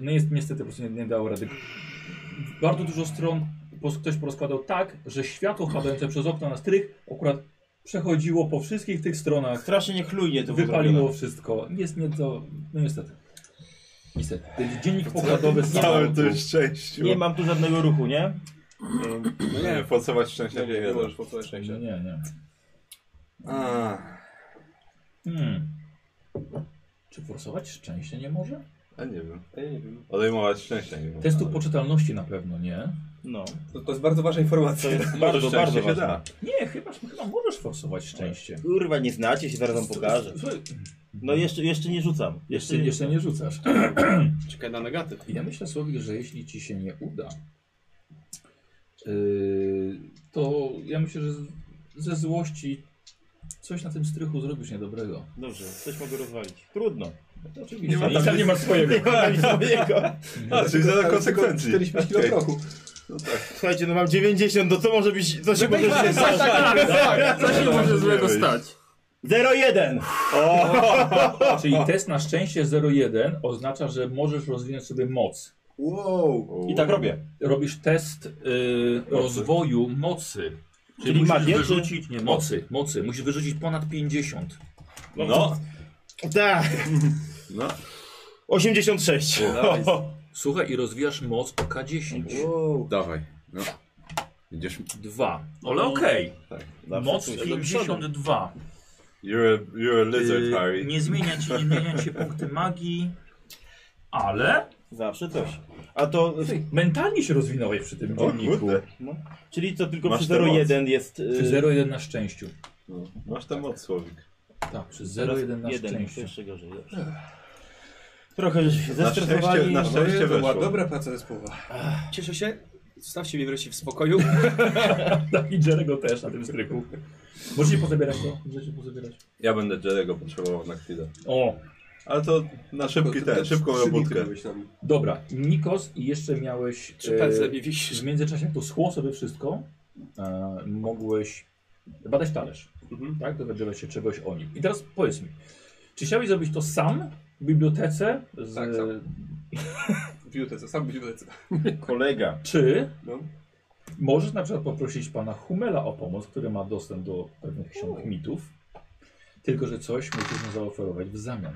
Speaker 2: no jest niestety po prostu nie, nie dało rady. Bardzo dużo stron po prostu ktoś porozkładał tak, że światło wpadające przez okno na strych akurat przechodziło po wszystkich tych stronach.
Speaker 5: Strasznie niechlujnie to było
Speaker 2: Wypaliło wszystko. Jest nie to. No niestety. Niestety. Dziennik pokładowy z
Speaker 3: Całe
Speaker 2: samolotu.
Speaker 3: to szczęście.
Speaker 5: zrobione. Nie mam tu żadnego ruchu, nie?
Speaker 3: No nie, forsować szczęścia No nie,
Speaker 8: Nie, nie, nie
Speaker 3: wiadomo.
Speaker 8: możesz po całe
Speaker 2: Nie,
Speaker 8: szczęście.
Speaker 2: nie.
Speaker 3: A,
Speaker 2: Hmm. Czy forsować szczęście nie może?
Speaker 3: a nie wiem.
Speaker 8: Ja nie wiem.
Speaker 3: Odejmować szczęścia nie można.
Speaker 2: Testu poczytalności na pewno nie.
Speaker 5: No.
Speaker 8: To, to jest bardzo ważna informacja.
Speaker 5: To jest
Speaker 3: Może
Speaker 5: bardzo,
Speaker 3: szczęście
Speaker 5: bardzo
Speaker 3: się
Speaker 5: ważne.
Speaker 3: da.
Speaker 2: Nie, chyba, chyba możesz forsować szczęście.
Speaker 5: Kurwa, nie znacie się, zaraz wam pokażę.
Speaker 2: Słuchaj,
Speaker 5: No jeszcze, jeszcze nie rzucam.
Speaker 2: Jeszcze, jeszcze nie rzucasz.
Speaker 6: Czekaj na negatyw.
Speaker 2: Ja myślę, Słowik, że jeśli ci się nie uda, yy, to ja myślę, że z- ze złości coś na tym strychu zrobisz niedobrego.
Speaker 5: Dobrze, coś mogę rozwalić. Trudno.
Speaker 2: Oczywiście.
Speaker 3: ma tam nic-
Speaker 2: masz swojego.
Speaker 3: A, Tak, czyli za konsekwencji.
Speaker 8: 45 kg
Speaker 3: Okej.
Speaker 8: prochu.
Speaker 5: Słuchajcie, no mam 90, to co może być, co się może źle stać?
Speaker 7: Co się może złego
Speaker 3: być.
Speaker 7: stać?
Speaker 5: 0,1!
Speaker 2: Czyli test na szczęście 01 oznacza, że możesz rozwinąć sobie moc.
Speaker 3: Wow.
Speaker 5: I tak robię.
Speaker 2: Robisz test yy, rozwoju mocy. Czyli
Speaker 5: Czyli
Speaker 2: musisz
Speaker 5: magię, czy-
Speaker 2: wyrzucić, nie, mocy, mocy, musisz wyrzucić ponad 50.
Speaker 5: No. Tak.
Speaker 3: No,
Speaker 5: 86.
Speaker 2: Słuchaj, i rozwijasz moc o K10.
Speaker 3: dawaj. No. Idziesz.
Speaker 2: Dwa. Ale okej.
Speaker 3: Tak.
Speaker 5: Zawsze
Speaker 2: Moc
Speaker 5: coś.
Speaker 2: 52.
Speaker 3: You're a, you're a lizard,
Speaker 5: Yy,
Speaker 2: Y,
Speaker 3: Harry.
Speaker 2: nie zmienia ci, nie zmienia się punkty magii, ale
Speaker 5: Zawsze coś. A to.
Speaker 2: mentalnie się rozwinąłeś przy tym
Speaker 3: O
Speaker 2: dzienniku.
Speaker 3: kurde,
Speaker 5: Czyli co tylko
Speaker 3: Masz
Speaker 5: przy
Speaker 3: tę moc.
Speaker 5: 01 jest. y,
Speaker 2: Przy 0,1 na szczęściu.
Speaker 3: no, masz tam moc, Słowik.
Speaker 2: Tak, przy
Speaker 5: teraz
Speaker 2: 0,1 na
Speaker 5: jeden,
Speaker 2: szczęściu.
Speaker 5: Jeszcze gorzej. dobrze. Trochę żeśmy się
Speaker 3: Na szczęście,
Speaker 5: zestresowali.
Speaker 3: na szczęście
Speaker 8: to była
Speaker 3: weszło.
Speaker 8: dobra praca zespołowa.
Speaker 6: Tak.
Speaker 9: Cieszę się. Zostawcie mnie wreszcie w spokoju.
Speaker 2: Tak, I Jerego też na tym stryku. Możecie pozabierać to? Możecie pozabierać.
Speaker 3: Ja będę Jerego potrzebował na chwilę.
Speaker 2: O,
Speaker 3: Ale to na szybki
Speaker 8: To- to-
Speaker 3: ten,
Speaker 8: to
Speaker 3: szybką
Speaker 8: trzy dni
Speaker 3: robótkę.
Speaker 8: byłeś nami.
Speaker 2: dobra. Nikos i jeszcze miałeś... e,
Speaker 9: Trzy pędzle mi wisisz.
Speaker 2: W międzyczasie, jak to schło sobie wszystko, e, mogłeś badać talerz.
Speaker 8: Mhm.
Speaker 2: Tak? Dowiedziałeś się czegoś o nim. I teraz powiedz mi, czy chciałbyś zrobić to sam w bibliotece? Z,
Speaker 8: Tak, sam. W bibliotece, sam w bibliotece.
Speaker 5: Kolega.
Speaker 2: Czy
Speaker 8: No.
Speaker 2: możesz na przykład poprosić pana Humela o pomoc, który ma dostęp do pewnych ksiąg mitów, tylko że coś musisz mu zaoferować w zamian.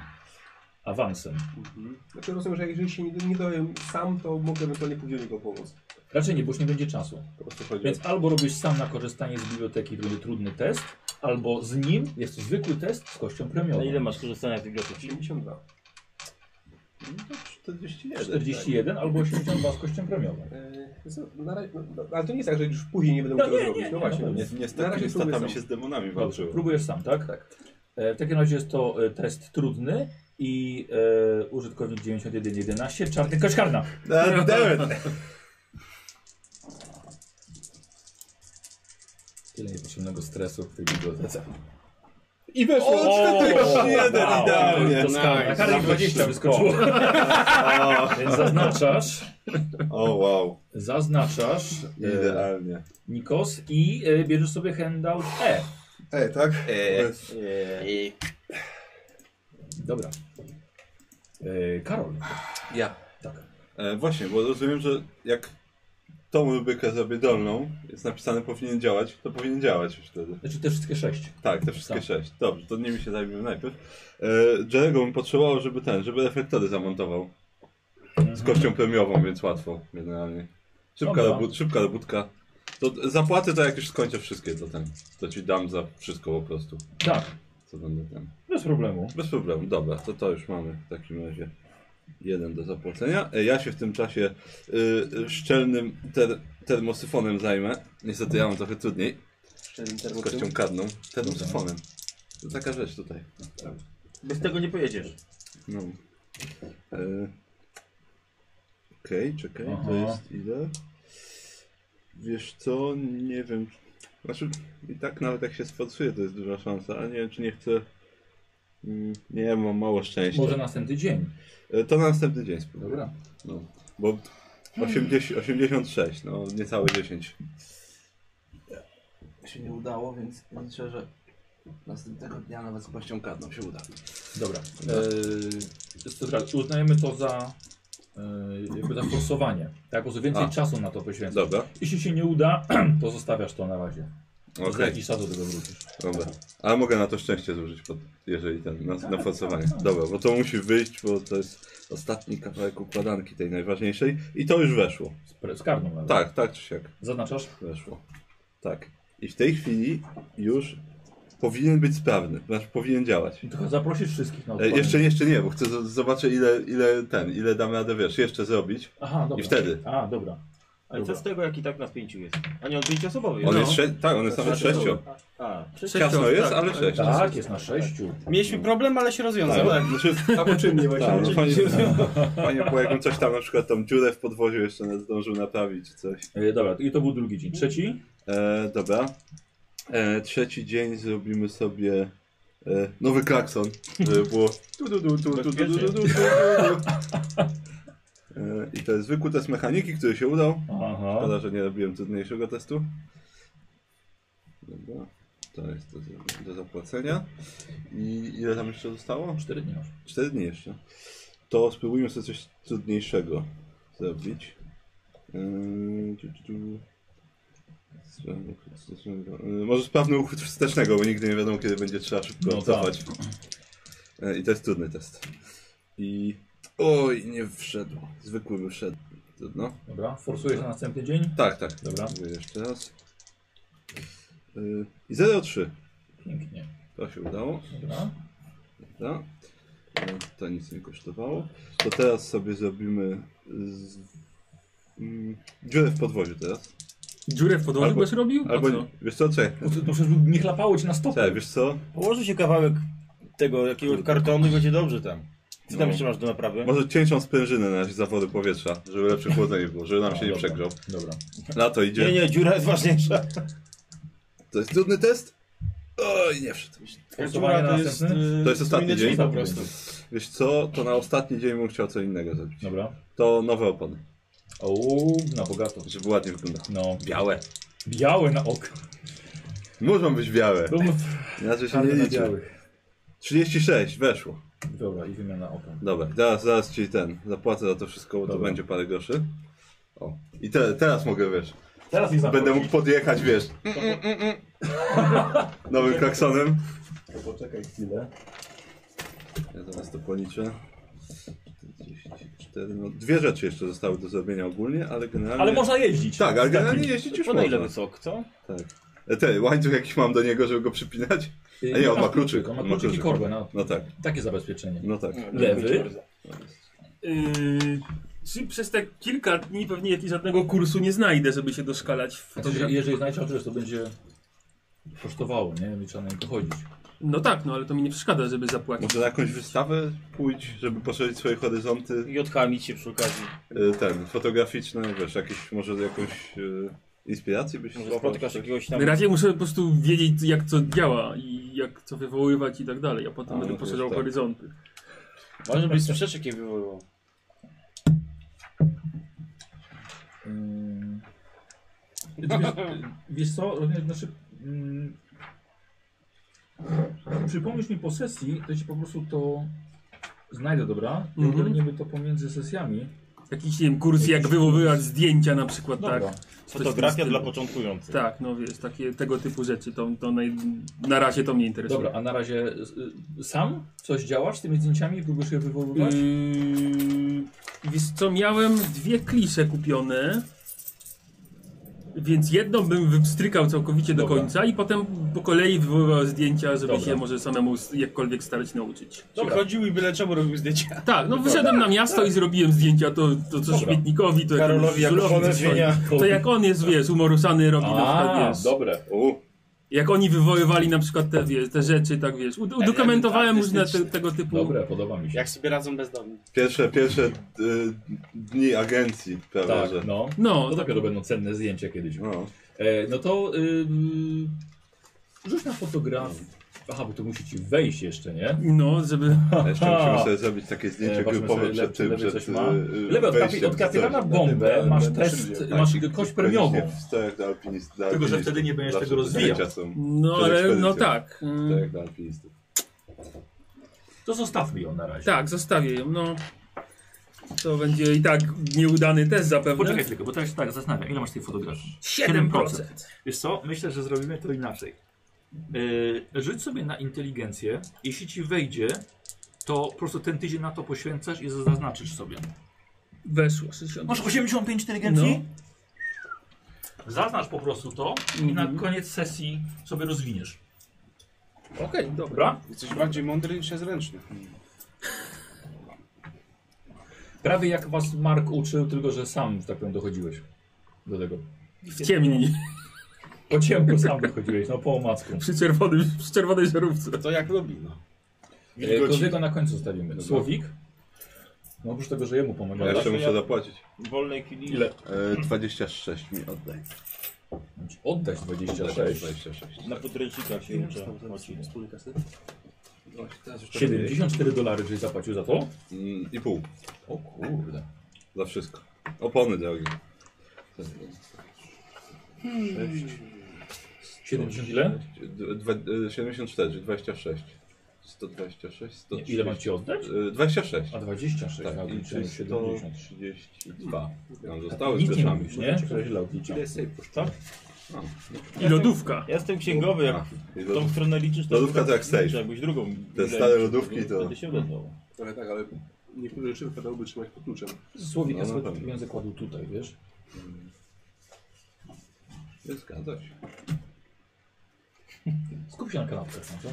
Speaker 2: Awansem.
Speaker 8: Mhm. Znaczy rozumiem, że jeżeli się nie, nie dowiem sam, to mogę ewentualnie pójść do niego pomóc.
Speaker 3: Mhm.
Speaker 2: Raczej nie, bo już nie będzie czasu.
Speaker 3: Po prostu chodzi o
Speaker 2: Więc albo robisz sam na korzystanie z biblioteki, to będzie trudny test, albo z nim jest to zwykły test z kością premiową.
Speaker 5: Na ile masz korzystania z biblioteki?
Speaker 8: 72.
Speaker 3: No to 41.
Speaker 2: 41 albo 82 z kością premiową.
Speaker 8: Yy, co, na razie, no, ale to nie jest tak, że już później nie będę
Speaker 2: No
Speaker 8: mógł tego
Speaker 2: nie,
Speaker 8: zrobić.
Speaker 2: nie,
Speaker 8: no
Speaker 2: nie,
Speaker 8: właśnie.
Speaker 2: no
Speaker 3: Nie, nie z
Speaker 8: Na razie
Speaker 3: takimi
Speaker 8: próbuję
Speaker 3: statami
Speaker 8: sam.
Speaker 3: się z demonami
Speaker 2: Dobrze,
Speaker 3: walczyło.
Speaker 2: próbujesz sam, tak?
Speaker 8: Tak.
Speaker 2: E, w takim razie jest to e, test trudny i e, użytkownik 9111, czarny koszkarna.
Speaker 8: No,
Speaker 3: Da- No, Damn it!
Speaker 2: Tyle niepotrzebnego stresu w tej bibliotece.
Speaker 3: I weszło! O, 41
Speaker 2: wow.
Speaker 3: idealnie!
Speaker 2: To skala. Karli 20 wyskoczyło.
Speaker 8: no.
Speaker 2: Więc zaznaczasz,
Speaker 3: O wow,
Speaker 2: zaznaczasz e,
Speaker 3: idealnie.
Speaker 2: Nikos i e, bierzesz sobie handout E.
Speaker 3: Ej, tak?
Speaker 2: Dobra. E, Karol.
Speaker 8: Ja.
Speaker 2: Tak.
Speaker 3: E, właśnie, bo rozumiem, że jak tą rubrykę zrobię dolną, jest napisane powinien działać, to powinien działać już wtedy.
Speaker 2: Znaczy te wszystkie sześć.
Speaker 3: Tak, te wszystkie
Speaker 2: Tak.
Speaker 3: sześć. Dobrze, to nimi się zajmiemy najpierw. E, Jerego bym potrzebował, żeby ten, żeby reflektory zamontował. Z kością premiową, więc łatwo generalnie. Szybka,
Speaker 2: Mhm. Dobra.
Speaker 3: robót, szybka robótka. To d- zapłacę to jak już skończę wszystkie, to ten. To ci dam za wszystko po prostu.
Speaker 2: Tak,
Speaker 3: Co będę ten.
Speaker 2: bez problemu.
Speaker 3: Bez problemu, dobra, to to już mamy w takim razie. Jeden do zapłacenia. E, Ja się w tym czasie y, y, szczelnym ter, termosyfonem zajmę. Niestety ja mam trochę trudniej. Z kością karną. Termosyfonem. To taka rzecz tutaj.
Speaker 5: Bez tego nie pojedziesz.
Speaker 3: No. E, Okej, czekaj,
Speaker 2: Aha.
Speaker 3: to jest ile? Wiesz co, nie wiem. Znaczy, i tak nawet jak się sfalsuje, to jest duża szansa, ale nie wiem, czy nie chcę. Mm, Nie, mam mało szczęścia.
Speaker 2: Może następny dzień.
Speaker 3: E, To na następny dzień spróbuję.
Speaker 2: Dobra.
Speaker 3: No, bo 80, 86, no niecałe 10.
Speaker 11: się nie udało, więc liczę, że następnego dnia nawet z kością karną się uda.
Speaker 2: Dobra.
Speaker 3: No.
Speaker 2: Eee, to teraz uznajemy to za eee, jakby za forsowanie. Tak, po prostu więcej
Speaker 3: A.
Speaker 2: czasu na to poświęcasz.
Speaker 3: Dobra,
Speaker 2: Jeśli się nie uda, to zostawiasz to na razie. Okay. Za
Speaker 3: okej,
Speaker 2: jakiś czas do tego wrócisz.
Speaker 3: dobra. Ale mogę na to szczęście zużyć, pod, jeżeli ten, na, na forsowanie. Dobra, bo to musi wyjść, bo to jest ostatni kawałek układanki tej najważniejszej i to już weszło.
Speaker 2: Z, pre- z karną nawet.
Speaker 3: Tak, tak czy siak,
Speaker 2: Zaznaczasz?
Speaker 3: weszło. Tak. I w tej chwili już powinien być sprawny, znaczy powinien działać.
Speaker 2: Tylko zaprosisz wszystkich na
Speaker 3: E,
Speaker 2: odpalenie.
Speaker 3: jeszcze, jeszcze nie, bo chcę z- zobaczę ile, ile ten, ile damy radę, wiesz, jeszcze zrobić.
Speaker 2: Aha, dobra.
Speaker 3: I wtedy.
Speaker 2: A, dobra.
Speaker 5: Ale co
Speaker 2: Dobra.
Speaker 5: z tego, jak i tak nas pięciu jest? A nie on pięcioosobowy
Speaker 3: On
Speaker 5: no.
Speaker 3: jest sze- tak, on jest nawet sześcio.
Speaker 5: A,
Speaker 3: Ciasno jest, ale sześć.
Speaker 2: Tak, jest na sześciu.
Speaker 9: Mieliśmy problem, ale się rozwiązał.
Speaker 5: Tak.
Speaker 3: Znaczy,
Speaker 8: Samoczynnie właśnie.
Speaker 3: tak, no, panie, panie, bo jakbym coś tam na przykład tą dziurę w podwoziu jeszcze nawet zdążył naprawić czy coś.
Speaker 2: E, dobra, i to był drugi dzień. Trzeci?
Speaker 3: E, dobra. E, trzeci dzień zrobimy sobie e, nowy klakson, żeby było tu tu tu tu tu tu tu tu tu tu tu. E, I to jest zwykły test mechaniki, który się udał.
Speaker 2: Aha.
Speaker 3: Szkoda, że nie robiłem trudniejszego testu. Dobra. To jest do, do zapłacenia. I ile tam jeszcze zostało?
Speaker 2: Cztery dni masz.
Speaker 3: 4 dni jeszcze. To spróbujmy sobie coś trudniejszego zrobić. Yy, tu, tu, tu. Sprawny uchwyt wstecznego. Yy, Może sprawny uchwyt wstecznego, bo nigdy nie wiadomo, kiedy będzie trzeba szybko
Speaker 2: No
Speaker 3: cofać. Yy, I to jest trudny test. I. Oj, nie wszedł. Zwykły by wszedł. Trudno.
Speaker 2: Dobra, forsujesz na następny dzień?
Speaker 3: Tak, tak.
Speaker 2: Dobra.
Speaker 3: Mówię jeszcze raz. Yy, I 0,3.
Speaker 2: Pięknie.
Speaker 3: To się udało.
Speaker 2: Dobra.
Speaker 3: Dobra. E, No. To nic nie kosztowało. To teraz sobie zrobimy z... mm, dziurę w podwoziu teraz.
Speaker 2: Dziurę w podłożu
Speaker 3: Albo-
Speaker 2: byś robił? Po
Speaker 3: Albo
Speaker 2: No co?
Speaker 3: nie. Wiesz co, czekaj.
Speaker 2: Bo to, to przecież nie chlapało ci na
Speaker 3: Czekaj,
Speaker 2: stopę.
Speaker 3: wiesz co?
Speaker 5: Położy się kawałek tego jakiegoś kartonu i będzie dobrze tam. Co tam
Speaker 3: No.
Speaker 5: jeszcze masz do naprawy?
Speaker 3: Może cięcią sprężynę na zawory powietrza, żeby lepsze chłodzenie było, żeby nam
Speaker 2: No,
Speaker 3: się nie
Speaker 2: dobra.
Speaker 3: przegrzał.
Speaker 2: Dobra.
Speaker 3: Na to idzie.
Speaker 5: Nie, nie, dziura jest ważniejsza.
Speaker 3: To jest trudny test? Oj, nie wszedł.
Speaker 2: Głosowanie na następny?
Speaker 3: To jest ostatni dzień?
Speaker 2: po prostu.
Speaker 3: Wiesz co, to na ostatni dzień bym chciał co innego zrobić.
Speaker 2: Dobra.
Speaker 3: To nowe opony,
Speaker 2: O, na bogato.
Speaker 3: żeby ładnie wyglądało.
Speaker 2: No.
Speaker 3: Białe.
Speaker 2: Białe na oko.
Speaker 3: Muszą być białe.
Speaker 2: No,
Speaker 3: Inaczej się nie
Speaker 2: Czarne na
Speaker 3: liczy.
Speaker 2: białych.
Speaker 3: 36, weszło.
Speaker 2: Dobra, i wymiana oka.
Speaker 3: Dobra, zaraz, zaraz ci ten, zapłacę za to wszystko, bo to
Speaker 2: Dobra.
Speaker 3: będzie parę groszy. O, i te, teraz mogę, wiesz,
Speaker 1: Teraz ich
Speaker 3: będę mógł podjechać, wiesz, nowym klaksonem.
Speaker 1: Poczekaj chwilę.
Speaker 3: Ja zaraz to policzę. 44, no dwie rzeczy jeszcze zostały do zrobienia ogólnie, ale generalnie...
Speaker 2: Ale można jeździć.
Speaker 3: Tak, ale
Speaker 2: Z
Speaker 3: generalnie
Speaker 2: takim.
Speaker 3: jeździć już
Speaker 5: Po na ile
Speaker 3: można.
Speaker 5: wysok, co?
Speaker 3: Tak. E, Te, łańcuch jakiś mam do niego, żeby go przypinać? A nie, on ma kluczyk.
Speaker 2: On ma kluczyk i korbę. No,
Speaker 3: No tak,
Speaker 2: takie zabezpieczenie.
Speaker 3: no tak.
Speaker 2: Lewy.
Speaker 7: Yy, czy przez te kilka dni pewnie żadnego kursu nie znajdę, żeby się doszkalać
Speaker 2: To, że-
Speaker 7: w fotografii?
Speaker 2: Znaczy, jeżeli znajdziesz adres, to będzie kosztowało, nie? I trzeba na niego chodzić.
Speaker 7: No tak, no ale to mi nie przeszkadza, żeby zapłacić.
Speaker 3: Może na jakąś wystawę pójdź, żeby poszerzyć swoje horyzonty.
Speaker 5: I odchamić się przy okazji.
Speaker 3: E, Ten, fotograficzne, wiesz, jakieś, może jakąś e, inspirację byś
Speaker 5: Może
Speaker 3: złapał,
Speaker 5: spotkasz
Speaker 3: coś?
Speaker 5: jakiegoś tam...
Speaker 7: Na razie muszę po prostu wiedzieć, jak co działa i jak co wywoływać i tak dalej, a
Speaker 3: A,
Speaker 7: potem
Speaker 3: no
Speaker 7: będę
Speaker 3: to
Speaker 7: poszerzał
Speaker 3: jest tak.
Speaker 7: horyzonty.
Speaker 6: Może byś słyszeczek je wywoływał.
Speaker 2: Mm. Ty Wiesz, Yy, wiesz co, również znaczy. Mm, przypomnisz mi po sesji, to ci po prostu to znajdę, dobra? I
Speaker 7: Mhm.
Speaker 2: ogarniemy to pomiędzy sesjami.
Speaker 7: Jakiś, nie wiem, kurs jak
Speaker 2: Jakiś
Speaker 7: wywoływać zdjęcia na przykład,
Speaker 2: Dobra.
Speaker 7: tak? Coś w tym
Speaker 5: Fotografia
Speaker 7: stylu.
Speaker 5: dla początkujących.
Speaker 7: Tak, no wiesz, takie, tego typu rzeczy, to, to naj... na razie to mnie interesuje.
Speaker 2: Dobra, a na razie y, sam coś działasz z tymi zdjęciami i próbujesz je wywoływać?
Speaker 7: Y, Yy, Mm, wiesz co, miałem dwie klisze kupione. Więc jedną bym wypstrykał całkowicie
Speaker 2: Dobra.
Speaker 7: do końca i potem po kolei wywoływał zdjęcia, żeby
Speaker 2: Dobra.
Speaker 7: się może samemu s- jakkolwiek starać nauczyć.
Speaker 2: Dobra.
Speaker 6: Chodził i byle czemu robił zdjęcia.
Speaker 7: Tak, no wyszedłem na miasto i zrobiłem zdjęcia to, to co
Speaker 2: Dobra.
Speaker 7: śmietnikowi, to
Speaker 5: Karolowi
Speaker 7: jakiemuś
Speaker 5: jako
Speaker 7: żulowi,
Speaker 5: żonę
Speaker 7: coś.
Speaker 5: zmienia.
Speaker 7: To jak on jest, wiesz, umorusany robi na
Speaker 2: A,
Speaker 7: przykład, wiesz,
Speaker 2: dobre.
Speaker 3: U,
Speaker 7: jak oni wywoływali na przykład te, wiesz, te rzeczy, tak wiesz, ud- udokumentowałem różne te, tego typu...
Speaker 2: Dobre, podoba mi się.
Speaker 6: Jak sobie radzą bezdomni.
Speaker 3: pierwsze, pierwsze y, dni agencji, prawda,
Speaker 2: Tak,
Speaker 3: że...
Speaker 2: no.
Speaker 7: No,
Speaker 2: To
Speaker 7: tak,
Speaker 2: dopiero będą cenne zdjęcia kiedyś.
Speaker 3: No,
Speaker 2: E, no to y, rzuć na fotografię. Aha, bo to musi ci wejść jeszcze, nie?
Speaker 7: no, żeby...
Speaker 3: a jeszcze musimy sobie zrobić takie zdjęcie
Speaker 2: E, patrzmy
Speaker 3: grupowe
Speaker 2: sobie,
Speaker 3: przed
Speaker 2: lewy-
Speaker 3: tym,
Speaker 2: lewy
Speaker 3: przed
Speaker 2: coś
Speaker 3: y,
Speaker 2: ma.
Speaker 3: y,
Speaker 2: Lewy, od, kapi,
Speaker 3: wejściem
Speaker 2: od
Speaker 3: w coś.
Speaker 2: kapitana
Speaker 1: Na
Speaker 2: bombę
Speaker 1: tym, na-
Speaker 2: masz
Speaker 1: na
Speaker 2: test,
Speaker 1: szyldzie, tak.
Speaker 2: masz kość premiową.
Speaker 3: Koniecznie w stojach dla alpinist- dla
Speaker 1: Tylko, że
Speaker 3: alpinistów.
Speaker 1: wtedy nie będziesz
Speaker 3: Zawsze
Speaker 1: tego
Speaker 3: te zdjęcia są
Speaker 7: No,
Speaker 3: przed
Speaker 7: ale
Speaker 3: ekspedycją.
Speaker 7: no tak.
Speaker 3: w
Speaker 7: mm,
Speaker 3: stojach dla alpinistów.
Speaker 2: To zostawmy ją na razie.
Speaker 7: Tak, zostawię ją, no. To będzie i tak nieudany test zapewne.
Speaker 1: Poczekaj tylko, bo teraz się tak zastanawiam, ile masz tej fotografii? 7%. Wiesz co, myślę, że zrobimy to inaczej. Yy, rzuć sobie na inteligencję. Jeśli ci wejdzie, to po prostu ten tydzień na to poświęcasz i zaznaczysz sobie.
Speaker 7: Weszło No, 60.
Speaker 1: Masz 85 inteligencji? No. Zaznacz po prostu to i na koniec sesji sobie rozwiniesz.
Speaker 7: Okej, dobra.
Speaker 2: Dobra?
Speaker 6: Jesteś bardziej mądry niż jest ręczny.
Speaker 2: Prawie jak was Mark uczył, tylko że sam, że tak powiem, dochodziłeś do tego.
Speaker 7: W ciemni,
Speaker 2: Po ciemku sam dochodziłeś, no po omacku.
Speaker 7: przy, czerwonym, przy czerwonej żarówce.
Speaker 6: To jak lubi, no.
Speaker 2: E, Kozłego na końcu zostawimy. Słowik? No oprócz tego, że jemu
Speaker 3: Ja
Speaker 2: pomagałeś.
Speaker 3: jeszcze
Speaker 5: to
Speaker 3: muszę
Speaker 5: ja-
Speaker 3: zapłacić.
Speaker 5: W wolnej chwili...
Speaker 2: Ile?
Speaker 3: E, 26 mi oddaj.
Speaker 2: Oddać 26.
Speaker 3: 26.
Speaker 5: Na podręcznikach się uczę. Łaciny.
Speaker 2: 74 dolary, żeś zapłacił za to?
Speaker 3: Mm, I pół.
Speaker 2: O kurde.
Speaker 3: Za wszystko. Opony drogi.
Speaker 2: 70 ile?
Speaker 3: Dwa, e, 74, czyli 26. 126,
Speaker 2: Nie,
Speaker 3: 130.
Speaker 2: ile mam ci oddać?
Speaker 3: E, 26.
Speaker 2: A 26,
Speaker 3: Tak,
Speaker 2: tak,
Speaker 3: i
Speaker 2: odliczyłem 70.
Speaker 3: 132. Nam zostały z
Speaker 2: Nic nie
Speaker 3: groszami.
Speaker 2: mówisz, nie? Że źle odliczam.
Speaker 7: I lodówka.
Speaker 5: Ja jestem księgowy, jak
Speaker 3: A, i
Speaker 5: w tą
Speaker 3: lodów-
Speaker 5: stronę liczysz,
Speaker 3: Lodówka to jak
Speaker 5: liczę
Speaker 3: safe.
Speaker 5: jakbyś drugą.
Speaker 3: Te
Speaker 5: ile
Speaker 3: stare
Speaker 5: liczysz,
Speaker 3: lodówki to-
Speaker 5: Wtedy się odezwał.
Speaker 8: Trochę tak, ale niektóre rzeczy wypadałoby trzymać pod kluczem.
Speaker 2: Słowik, ja
Speaker 3: No, na
Speaker 2: sobie
Speaker 3: pewno.
Speaker 2: pieniądze kładł tutaj, wiesz?
Speaker 3: Zgadza się.
Speaker 2: Skup się na kanapce, co?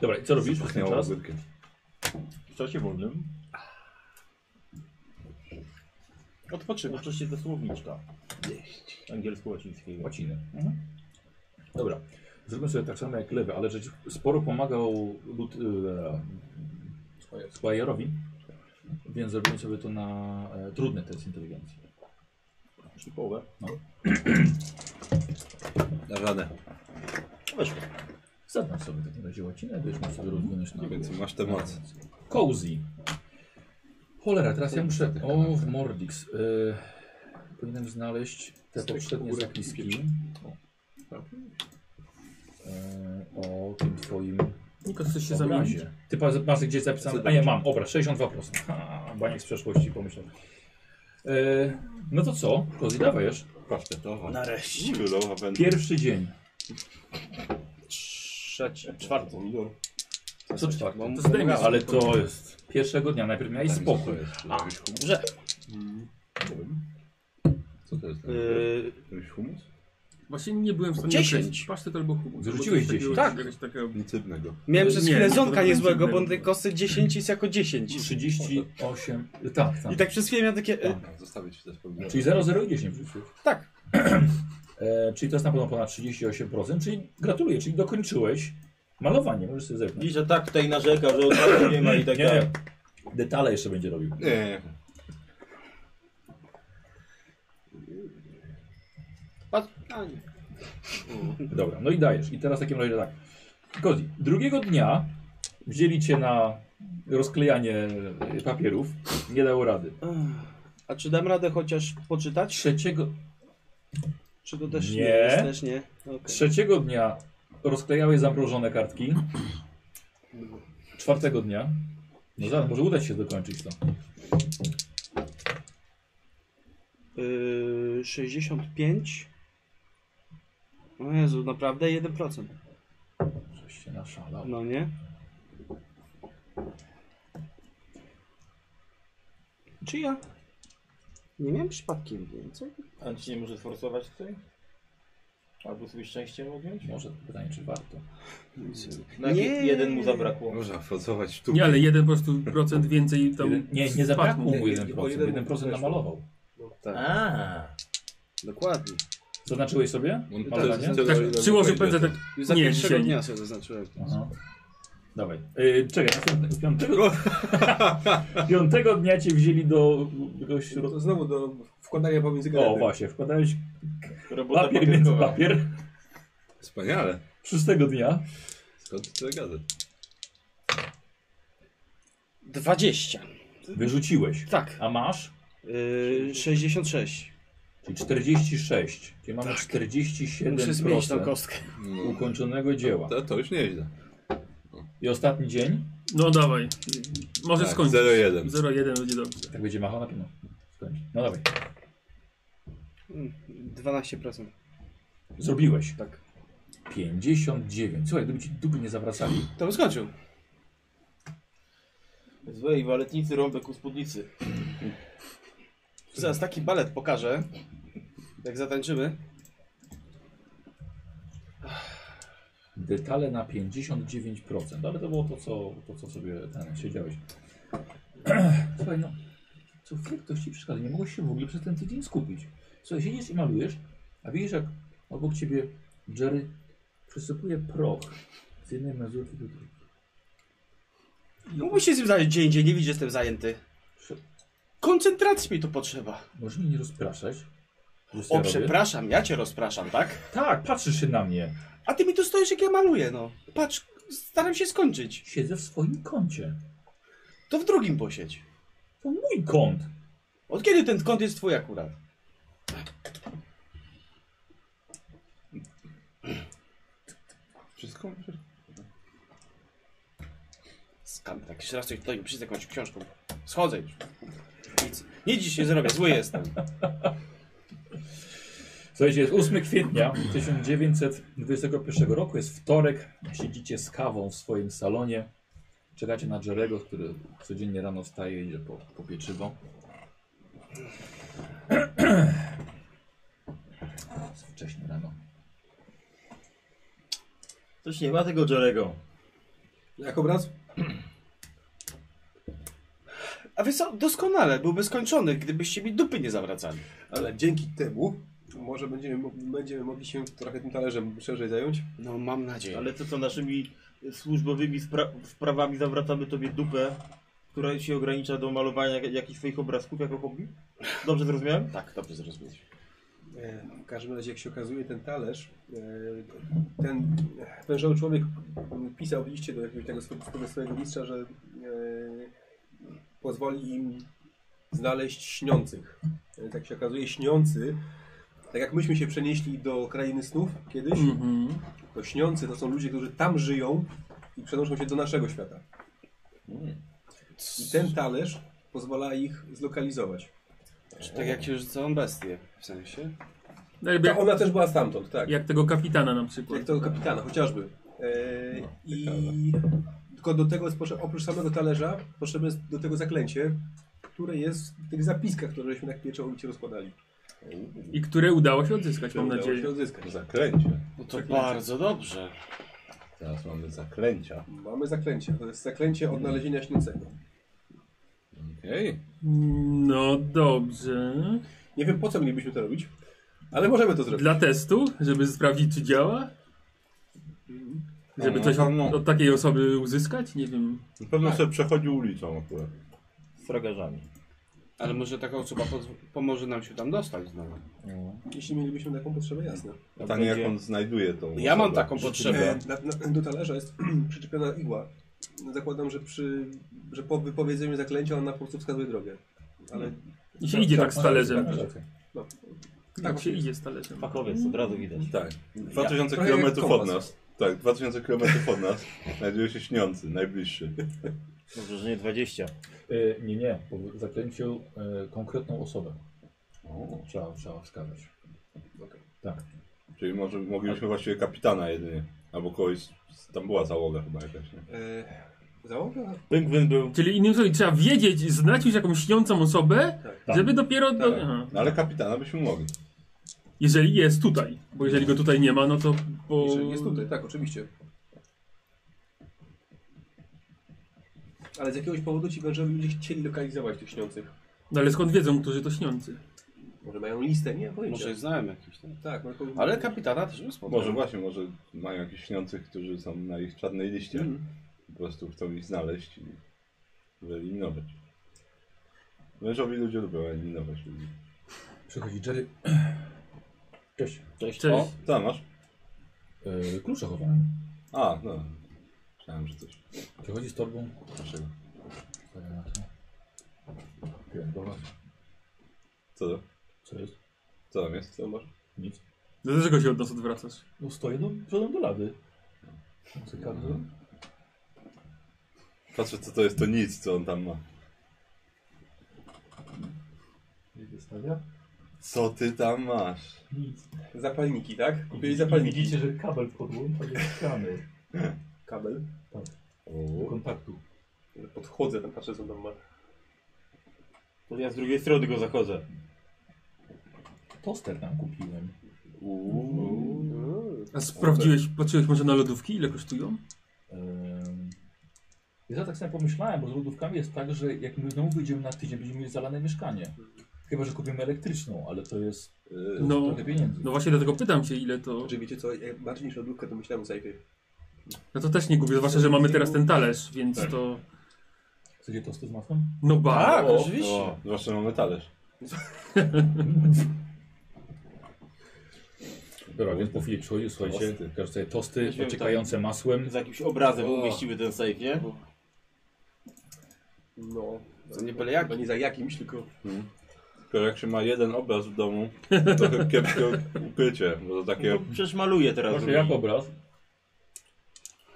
Speaker 2: Dobra, i co robisz przez ten
Speaker 3: Pachniało
Speaker 2: czas?
Speaker 3: ogórkiem.
Speaker 5: W czasie wolnym odpoczywam. Oczywiście do słowniczka angielsko-łacińskiego.
Speaker 2: Łaciny. Mhm. Dobra. Zrobię sobie tak samo jak lewy, ale że ci sporo pomagał Lut... e, Squire'owi, więc zrobimy sobie to na e, trudny test inteligencji. No.
Speaker 5: Czyli połowę.
Speaker 3: Na żadę.
Speaker 5: Weszło.
Speaker 2: Zadam sobie w takim razie łacinę, gdyż mam sobie rozwinąć na...
Speaker 3: Nie wiem, co No masz te moce.
Speaker 2: Cozy. Cholera, teraz ja muszę... O, w Mordix. Y, powinienem znaleźć te poprzednie zapiski. E, o tym twoim
Speaker 7: Nikos coś się zamienić.
Speaker 2: obrazie. Ty pa- masz gdzieś zapisane... A ja mam, obraz, 62%. Ha, baniek z przeszłości, pomyślałem. E, no to co? Cozy, dawajesz.
Speaker 3: Pasztetowa.
Speaker 6: Nareszcie.
Speaker 3: Królowa wędrówka.
Speaker 2: Pierwszy dzień.
Speaker 6: Trzeci.
Speaker 5: Czwarty milion.
Speaker 2: Co czwarty?
Speaker 7: To zdejmij sobie
Speaker 2: Ale
Speaker 7: to.
Speaker 2: to jest pierwszego dnia. Najpierw miałeś spokój.
Speaker 3: A,
Speaker 6: Dobrze.
Speaker 3: Co to jest? tam?
Speaker 6: Y-
Speaker 5: Yy,
Speaker 3: Jakiś humus?
Speaker 7: Właśnie nie byłem w stanie
Speaker 6: Dziesięć.
Speaker 7: określić, pasztet albo humus.
Speaker 2: Zrzuciłeś dziesięć.
Speaker 7: Tak.
Speaker 3: Nic innego.
Speaker 6: Y-
Speaker 9: Miałem przez
Speaker 7: Nie,
Speaker 9: chwilę
Speaker 7: to
Speaker 9: zonka
Speaker 7: zrobiłem
Speaker 9: niezłego, bo
Speaker 7: dziwnego.
Speaker 9: on ten kostek 10 jest jako
Speaker 6: tak.
Speaker 9: 10.
Speaker 2: 38. Tak, tak.
Speaker 9: I tak przez chwilę miałem takie...
Speaker 6: yy,
Speaker 9: e,
Speaker 3: Tak, zostawię ci te wspomnienia.
Speaker 2: Czyli 0,0 i 10 wrzuciłeś.
Speaker 9: Tak.
Speaker 2: E, czyli to jest na pewno ponad 38%, czyli gratuluję, czyli dokończyłeś malowanie, możesz sobie zerknąć.
Speaker 5: I że tak tutaj narzeka, że odwagi nie ma i tak
Speaker 2: Nie, nie.
Speaker 5: dalej.
Speaker 2: Detale jeszcze będzie robił.
Speaker 3: Nie, nie, nie.
Speaker 2: Dobra, no i dajesz. I teraz w takim razie tak. Kozi, drugiego dnia wzięli cię na rozklejanie e, papierów. Nie dało rady.
Speaker 6: A czy dam radę chociaż poczytać?
Speaker 2: Trzeciego,
Speaker 6: Czy to też
Speaker 2: Nie.
Speaker 6: nie, jest też nie? Okej.
Speaker 2: Trzeciego dnia rozklejałeś zamrożone kartki. Czwartego dnia. No zaraz, może uda ci się dokończyć to.
Speaker 6: Yy, 65. O Jezu, naprawdę 1%.
Speaker 2: Coś się naszalał.
Speaker 6: No nie? Czy ja? Nie miałem przypadkiem więcej?
Speaker 5: A ci nie może sforsować tutaj? Albo sobie szczęściem odjąć?
Speaker 2: Może pytanie, czy warto.
Speaker 5: Na nie. No, jeden mu zabrakło.
Speaker 3: Można forsować tu.
Speaker 7: Nie, ale jeden po prostu procent więcej tam
Speaker 2: Jeden, nie, nie
Speaker 7: spadł
Speaker 2: zabrakło
Speaker 7: mu.
Speaker 2: mu
Speaker 4: jeden- o
Speaker 2: 1%.
Speaker 4: jeden
Speaker 2: 1% namalował.
Speaker 5: A.
Speaker 6: Dokładnie.
Speaker 2: Zaznaczyłeś sobie?
Speaker 3: On
Speaker 2: Malowanie?
Speaker 3: No to jest-
Speaker 7: Tak,
Speaker 3: to jest-
Speaker 7: przyłożę pędzę tak.
Speaker 6: Już za
Speaker 7: Nie,
Speaker 6: pierwszego
Speaker 7: dzisiaj nie.
Speaker 6: dnia sobie zaznaczyłem.
Speaker 2: Aha. Dawaj. Yy, czekaj, następnego. Piątego... piątego dnia cię wzięli do... do środ...
Speaker 4: To znowu do wkładania pomiędzy
Speaker 2: O
Speaker 4: gadami.
Speaker 2: właśnie, wkładałeś
Speaker 5: Robota
Speaker 2: papier między
Speaker 5: papierkowa.
Speaker 2: papier.
Speaker 3: Wspaniale.
Speaker 2: Szóstego dnia.
Speaker 3: Skąd ty tyle gazet?
Speaker 6: 20.
Speaker 2: Wyrzuciłeś.
Speaker 6: Tak.
Speaker 2: A masz?
Speaker 6: Yy, 66.
Speaker 2: Czyli 46. Czyli mamy
Speaker 6: Muszę zmienić tą
Speaker 2: 47%
Speaker 6: kostkę.
Speaker 3: No,
Speaker 2: ukończonego dzieła.
Speaker 3: to, to już nieźle.
Speaker 2: I ostatni dzień,
Speaker 7: No dawaj. Może
Speaker 3: Tak,
Speaker 7: skończyć.
Speaker 3: 0,1.
Speaker 7: 0,1 będzie dobrze.
Speaker 2: tak będzie machał na pewno. Skończ. No dawaj.
Speaker 6: Mm, 12%.
Speaker 2: Zrobiłeś.
Speaker 6: Tak.
Speaker 2: 59. Słuchaj, gdyby ci dupy nie zawracali.
Speaker 6: To bym skończył.
Speaker 5: Złej waletnicy, rąbek u spódnicy.
Speaker 6: Zaraz taki balet pokażę. Jak zatańczymy.
Speaker 2: Detale na 59%. Ale to było to, co, to, co sobie ten, siedziałeś. Słuchaj, no. Co chwilę ktoś ci przeszkadza. Nie mogłeś się w ogóle przez ten tydzień skupić. Słuchaj, siedzisz i malujesz, a widzisz jak obok ciebie Jerry przysypuje proch z jednej mezurki do drugiej.
Speaker 6: Mógłby się z tym zająć gdzie indziej, nie widzę, że jestem zajęty. Koncentracji mi tu potrzeba.
Speaker 2: Możesz mnie nie rozpraszać. Wiesz, co
Speaker 6: O,
Speaker 2: ja robię?
Speaker 6: przepraszam, ja cię rozpraszam, tak?
Speaker 2: Tak, patrzysz się na mnie.
Speaker 6: A ty mi tu stoisz, jak ja maluję, no. Patrz, staram się skończyć.
Speaker 2: Siedzę w swoim kącie.
Speaker 6: To w drugim posiedź.
Speaker 2: To mój kąt.
Speaker 6: Od kiedy ten kąt jest twój akurat?
Speaker 3: Wszystko?
Speaker 6: Skam, tak jeszcze raz coś tutaj przyjdę z jakąś książką. Schodzę już. Nic, nic dziś nie zrobię, zły jestem.
Speaker 2: Słuchajcie, jest 8 kwietnia 1921 roku, jest wtorek. Siedzicie z kawą w swoim salonie. Czekacie na Jerego, który codziennie rano wstaje i idzie po, po pieczywo. Jest Wcześnie rano.
Speaker 5: Coś nie ma tego Jerego.
Speaker 8: Jak obraz?
Speaker 6: A wiesz co, doskonale, byłby skończony, gdybyście mi dupy nie zawracali.
Speaker 8: Ale dzięki temu może będziemy, mo- będziemy mogli się trochę tym talerzem szerzej zająć.
Speaker 6: No mam nadzieję.
Speaker 5: Ale co, co naszymi służbowymi spra- sprawami zawracamy tobie dupę, która się ogranicza do malowania jak- jakichś swoich obrazków jako hobby? Dobrze zrozumiałem?
Speaker 6: Tak, dobrze zrozumieć.
Speaker 8: E, W każdym razie, jak się okazuje, ten talerz, e, ten wężowy człowiek pisał w liście do jakiegoś tego swo- tego swojego mistrza, że e, pozwoli im znaleźć śniących. E, Tak się okazuje, śniący, tak jak myśmy się przenieśli do krainy snów kiedyś,
Speaker 7: Mm. Mhm.
Speaker 8: to śniący to są ludzie, którzy tam żyją i przenoszą się do naszego świata. I ten talerz pozwala ich zlokalizować.
Speaker 6: Tak jak się rzucają bestie, w sensie.
Speaker 7: No, jakby
Speaker 8: Ta, ona też była stamtąd, tak.
Speaker 7: Jak tego kapitana na przykład.
Speaker 8: Jak tego kapitana, chociażby. Eee, I tylko do tego, jest potrze- oprócz samego talerza, potrzebne jest do tego zaklęcie, które jest w tych zapiskach, które żeśmy tak pieczołowicie rozkładali.
Speaker 7: I które udało się odzyskać, mam
Speaker 8: Udało
Speaker 7: nadzieję.
Speaker 8: się odzyskać.
Speaker 3: Zaklęcie.
Speaker 6: No to
Speaker 8: Przeklęcie.
Speaker 6: bardzo dobrze.
Speaker 3: Teraz mamy zaklęcia.
Speaker 8: Mamy zaklęcie. To jest zaklęcie odnalezienia śniącego.
Speaker 3: Okej.
Speaker 7: No dobrze.
Speaker 8: Nie wiem, po co mielibyśmy to robić, ale możemy to zrobić.
Speaker 7: Dla testu, żeby sprawdzić, czy działa? Żeby coś od, od takiej osoby uzyskać? Nie wiem.
Speaker 3: Na pewno sobie przechodził ulicą akurat.
Speaker 5: Z fragarzami.
Speaker 6: Ale może taka osoba poz- pomoże nam się tam dostać znowu.
Speaker 8: Jeśli mielibyśmy taką potrzebę, jasne.
Speaker 3: Pytanie, jak on znajduje tą
Speaker 6: Ja mam
Speaker 3: osobę.
Speaker 6: taką
Speaker 8: E,
Speaker 6: potrzebę.
Speaker 8: na, na, do talerza jest przyczepiona igła. Zakładam, że, przy, że po wypowiedzeniu zaklęcia ona po prostu wskazuje drogę. Ale
Speaker 7: I się idzie tak z talerzem.
Speaker 8: no,
Speaker 7: Tak się idzie z talerzem.
Speaker 5: Fakowiec, od razu widać.
Speaker 3: Tak. 2000
Speaker 8: Trochę
Speaker 3: km
Speaker 8: jak
Speaker 3: od
Speaker 8: kompas.
Speaker 3: nas. Tak, 2000 km od nas znajduje się śniący, najbliższy.
Speaker 5: Dobrze, że nie 20.
Speaker 2: E, nie, nie. Po zaklęciu e, konkretną osobę. Trzeba, trzeba wskazać. Tak.
Speaker 3: Czyli może moglibyśmy właściwie kapitana jedynie. Albo kogoś, z- tam była załoga chyba jakaś, nie?
Speaker 8: E, załoga?
Speaker 5: Pingwin był.
Speaker 7: Czyli innym słowem, trzeba wiedzieć, znać już jakąś śniącą osobę,
Speaker 3: Tak.
Speaker 7: żeby dopiero. Do...
Speaker 3: Tak.
Speaker 7: Aha.
Speaker 3: No ale kapitana byśmy mogli.
Speaker 7: Jeżeli jest tutaj. Bo jeżeli go tutaj nie ma, no to. Bo...
Speaker 8: Jeżeli jest tutaj, tak, oczywiście. Ale z jakiegoś powodu ci wężowi ludzie chcieli lokalizować tych śniących.
Speaker 7: No ale skąd wiedzą, którzy to śniący?
Speaker 8: Może mają listę? Nie, pojęcia.
Speaker 6: Może znałem jakiś tam.
Speaker 8: Tak, no, to-
Speaker 6: Ale kapitana też bym spotkał.
Speaker 3: Może właśnie, może mają jakichś śniących, którzy są na ich czarnej liście.
Speaker 8: Mhm.
Speaker 3: Po prostu chcą ich znaleźć i wyeliminować. Mężowi ludzie lubią eliminować ludzi.
Speaker 2: Przychodzi Jerry. Cześć.
Speaker 5: Cześć.
Speaker 7: Cześć.
Speaker 5: O,
Speaker 3: Co masz?
Speaker 2: E, klucze chowałem.
Speaker 3: A, no. Myślałem, że coś
Speaker 2: Przychodzi z tobą.
Speaker 3: naszego.
Speaker 2: Staję na to. Pierdolę.
Speaker 3: Co to?
Speaker 2: Co jest?
Speaker 3: Co tam jest? Co masz?
Speaker 2: Nic.
Speaker 7: No dlaczego się od nas odwracasz?
Speaker 2: No stoję do, przodem do lady. no. Co każdy?
Speaker 3: Patrzę, co to jest, to nic, co on tam ma.
Speaker 2: Nie wystawia?
Speaker 3: Co ty tam masz?
Speaker 2: Nic.
Speaker 8: Zapalniki, tak? Kupili zapalniki.
Speaker 2: Widzicie, że kabel podłącza do ściany.
Speaker 8: Kabel.
Speaker 2: Do
Speaker 3: O,
Speaker 2: kontaktu.
Speaker 8: Podchodzę, tam patrzę, co tam ma.
Speaker 5: To ja z drugiej strony go zachodzę.
Speaker 2: Toster tam kupiłem.
Speaker 7: A sprawdziłeś, patrzyłeś może na lodówki, ile kosztują?
Speaker 2: Ym, Ja tak sobie pomyślałem, bo z lodówkami jest tak, że jak my znowu wyjdziemy na tydzień, będziemy mieli zalane mieszkanie. Chyba, że kupimy elektryczną, ale to jest
Speaker 3: Yy,
Speaker 2: no,
Speaker 7: No,
Speaker 2: trochę pieniędzy.
Speaker 7: no właśnie dlatego pytam cię, ile to.
Speaker 8: Znaczy, wiecie co, jak bardziej niż lodówkę, to myślałem o sejfie.
Speaker 7: No to też nie gubię, zwłaszcza, że mamy teraz ten talerz, więc to.
Speaker 2: Chcecie tosty z masłem?
Speaker 7: No ba.
Speaker 6: Tak, oczywiście.
Speaker 3: O, zwłaszcza mamy talerz.
Speaker 2: Dobra, więc po chwili przychodzi, słuchajcie,
Speaker 3: Tosty.
Speaker 2: każdy sobie tosty
Speaker 5: Weźmiemy
Speaker 2: ociekające masłem.
Speaker 5: Z jakimś obrazem umieściły ten safe, nie?
Speaker 8: No.
Speaker 6: To nie byle jaki.
Speaker 8: To nie za jakimś, tylko...
Speaker 3: Tylko jak się ma jeden obraz w domu, to trochę kiepskie ukrycie, bo to
Speaker 5: No,
Speaker 3: takie...
Speaker 5: to przecież maluję teraz.
Speaker 2: Proszę,
Speaker 5: drugi.
Speaker 2: jak obraz?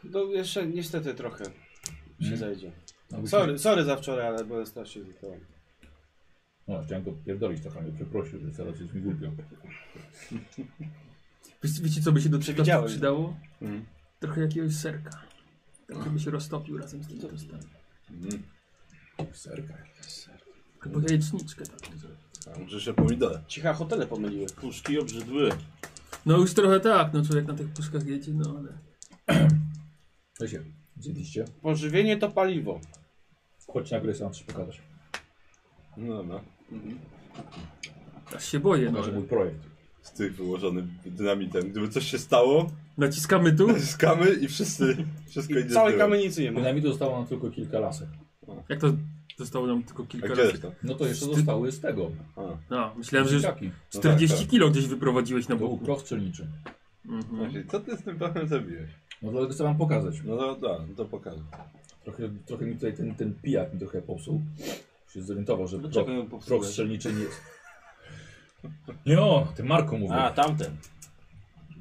Speaker 6: No jeszcze niestety trochę Hmm. się zajdzie.
Speaker 2: No,
Speaker 6: Sorry, sorry za wczoraj, ale byłem strasznie zirytowany.
Speaker 2: No, chciałem go pierdolić, trochę mnie przeprosił, że teraz jest mi głupio.
Speaker 7: Wiecie, wiecie co by się do tego
Speaker 6: Przewidziałem.
Speaker 7: przydało?
Speaker 3: Mm.
Speaker 7: Trochę jakiegoś serka. Tak by się roztopił razem z tym tostem.
Speaker 3: Mm,
Speaker 2: Serka.
Speaker 7: Albo jajeczniczkę tak.
Speaker 3: tam grzesze pomidora.
Speaker 6: Cicha hotele pomyliły.
Speaker 5: Puszki obrzydły.
Speaker 7: No już trochę tak, no człowiek na tych puszkach jedzie, no ale.
Speaker 2: Słuchajcie, Zjedliście?
Speaker 6: Pożywienie to paliwo.
Speaker 2: Chodź na górę, sam coś pokażesz.
Speaker 3: No dobra.
Speaker 7: Aż się boję. no.
Speaker 2: Pokażę mój projekt.
Speaker 3: Z tych wyłożonym dynamitem. Gdyby coś się stało,
Speaker 7: Naciskamy tu?
Speaker 3: naciskamy i wszyscy, wszystko idzie z tyłu.
Speaker 6: kamienicy nie
Speaker 2: Dynamitu zostało nam tylko kilka lasek.
Speaker 7: Jak to zostało nam tylko
Speaker 3: A
Speaker 7: kilka
Speaker 3: gdzie
Speaker 7: razy?
Speaker 3: jest to?
Speaker 2: No to jeszcze
Speaker 7: Sty-
Speaker 2: zostały z tego.
Speaker 3: A,
Speaker 7: A, myślałem, że już
Speaker 2: Dzieciaki.
Speaker 7: 40
Speaker 3: No tak.
Speaker 7: kilo gdzieś wyprowadziłeś na
Speaker 2: To był
Speaker 7: boku.
Speaker 2: krok strzelniczy.
Speaker 7: Mhm.
Speaker 3: właśnie, co ty z tym pachem zabiłeś?
Speaker 2: No dlatego chcę wam pokazać.
Speaker 3: No to, da, to pokażę.
Speaker 2: Trochę, trochę mi tutaj ten, ten pijak mi trochę popsuł. Się zorientował, że krok,
Speaker 5: Dlaczego ją
Speaker 2: krok
Speaker 5: popsułeś?
Speaker 2: strzelniczy nie jest. Nie o, ty Marko mówię.
Speaker 5: A, tamten.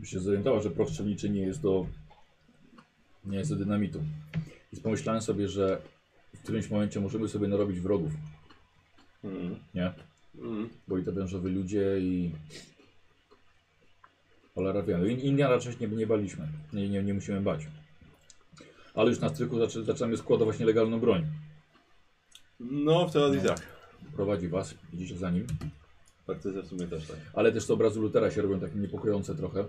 Speaker 2: się zorientował, że proch strzelniczy nie jest do, nie jest do dynamitu. I pomyślałem sobie, że w którymś momencie możemy sobie narobić wrogów,
Speaker 3: Mhm.
Speaker 2: nie?
Speaker 4: Mm.
Speaker 2: Bo i te wężowi ludzie i cholera wie. No In, Indian raczej się nie, nie baliśmy, nie, nie, nie musimy bać. Ale już na stryku zaczę, zaczynamy składować nielegalną broń.
Speaker 3: No, wtedy tak.
Speaker 2: Prowadzi was, idziecie za nim.
Speaker 3: Praktyce w sumie też tak.
Speaker 2: Ale też te obrazy Lutera się robią takie niepokojące trochę.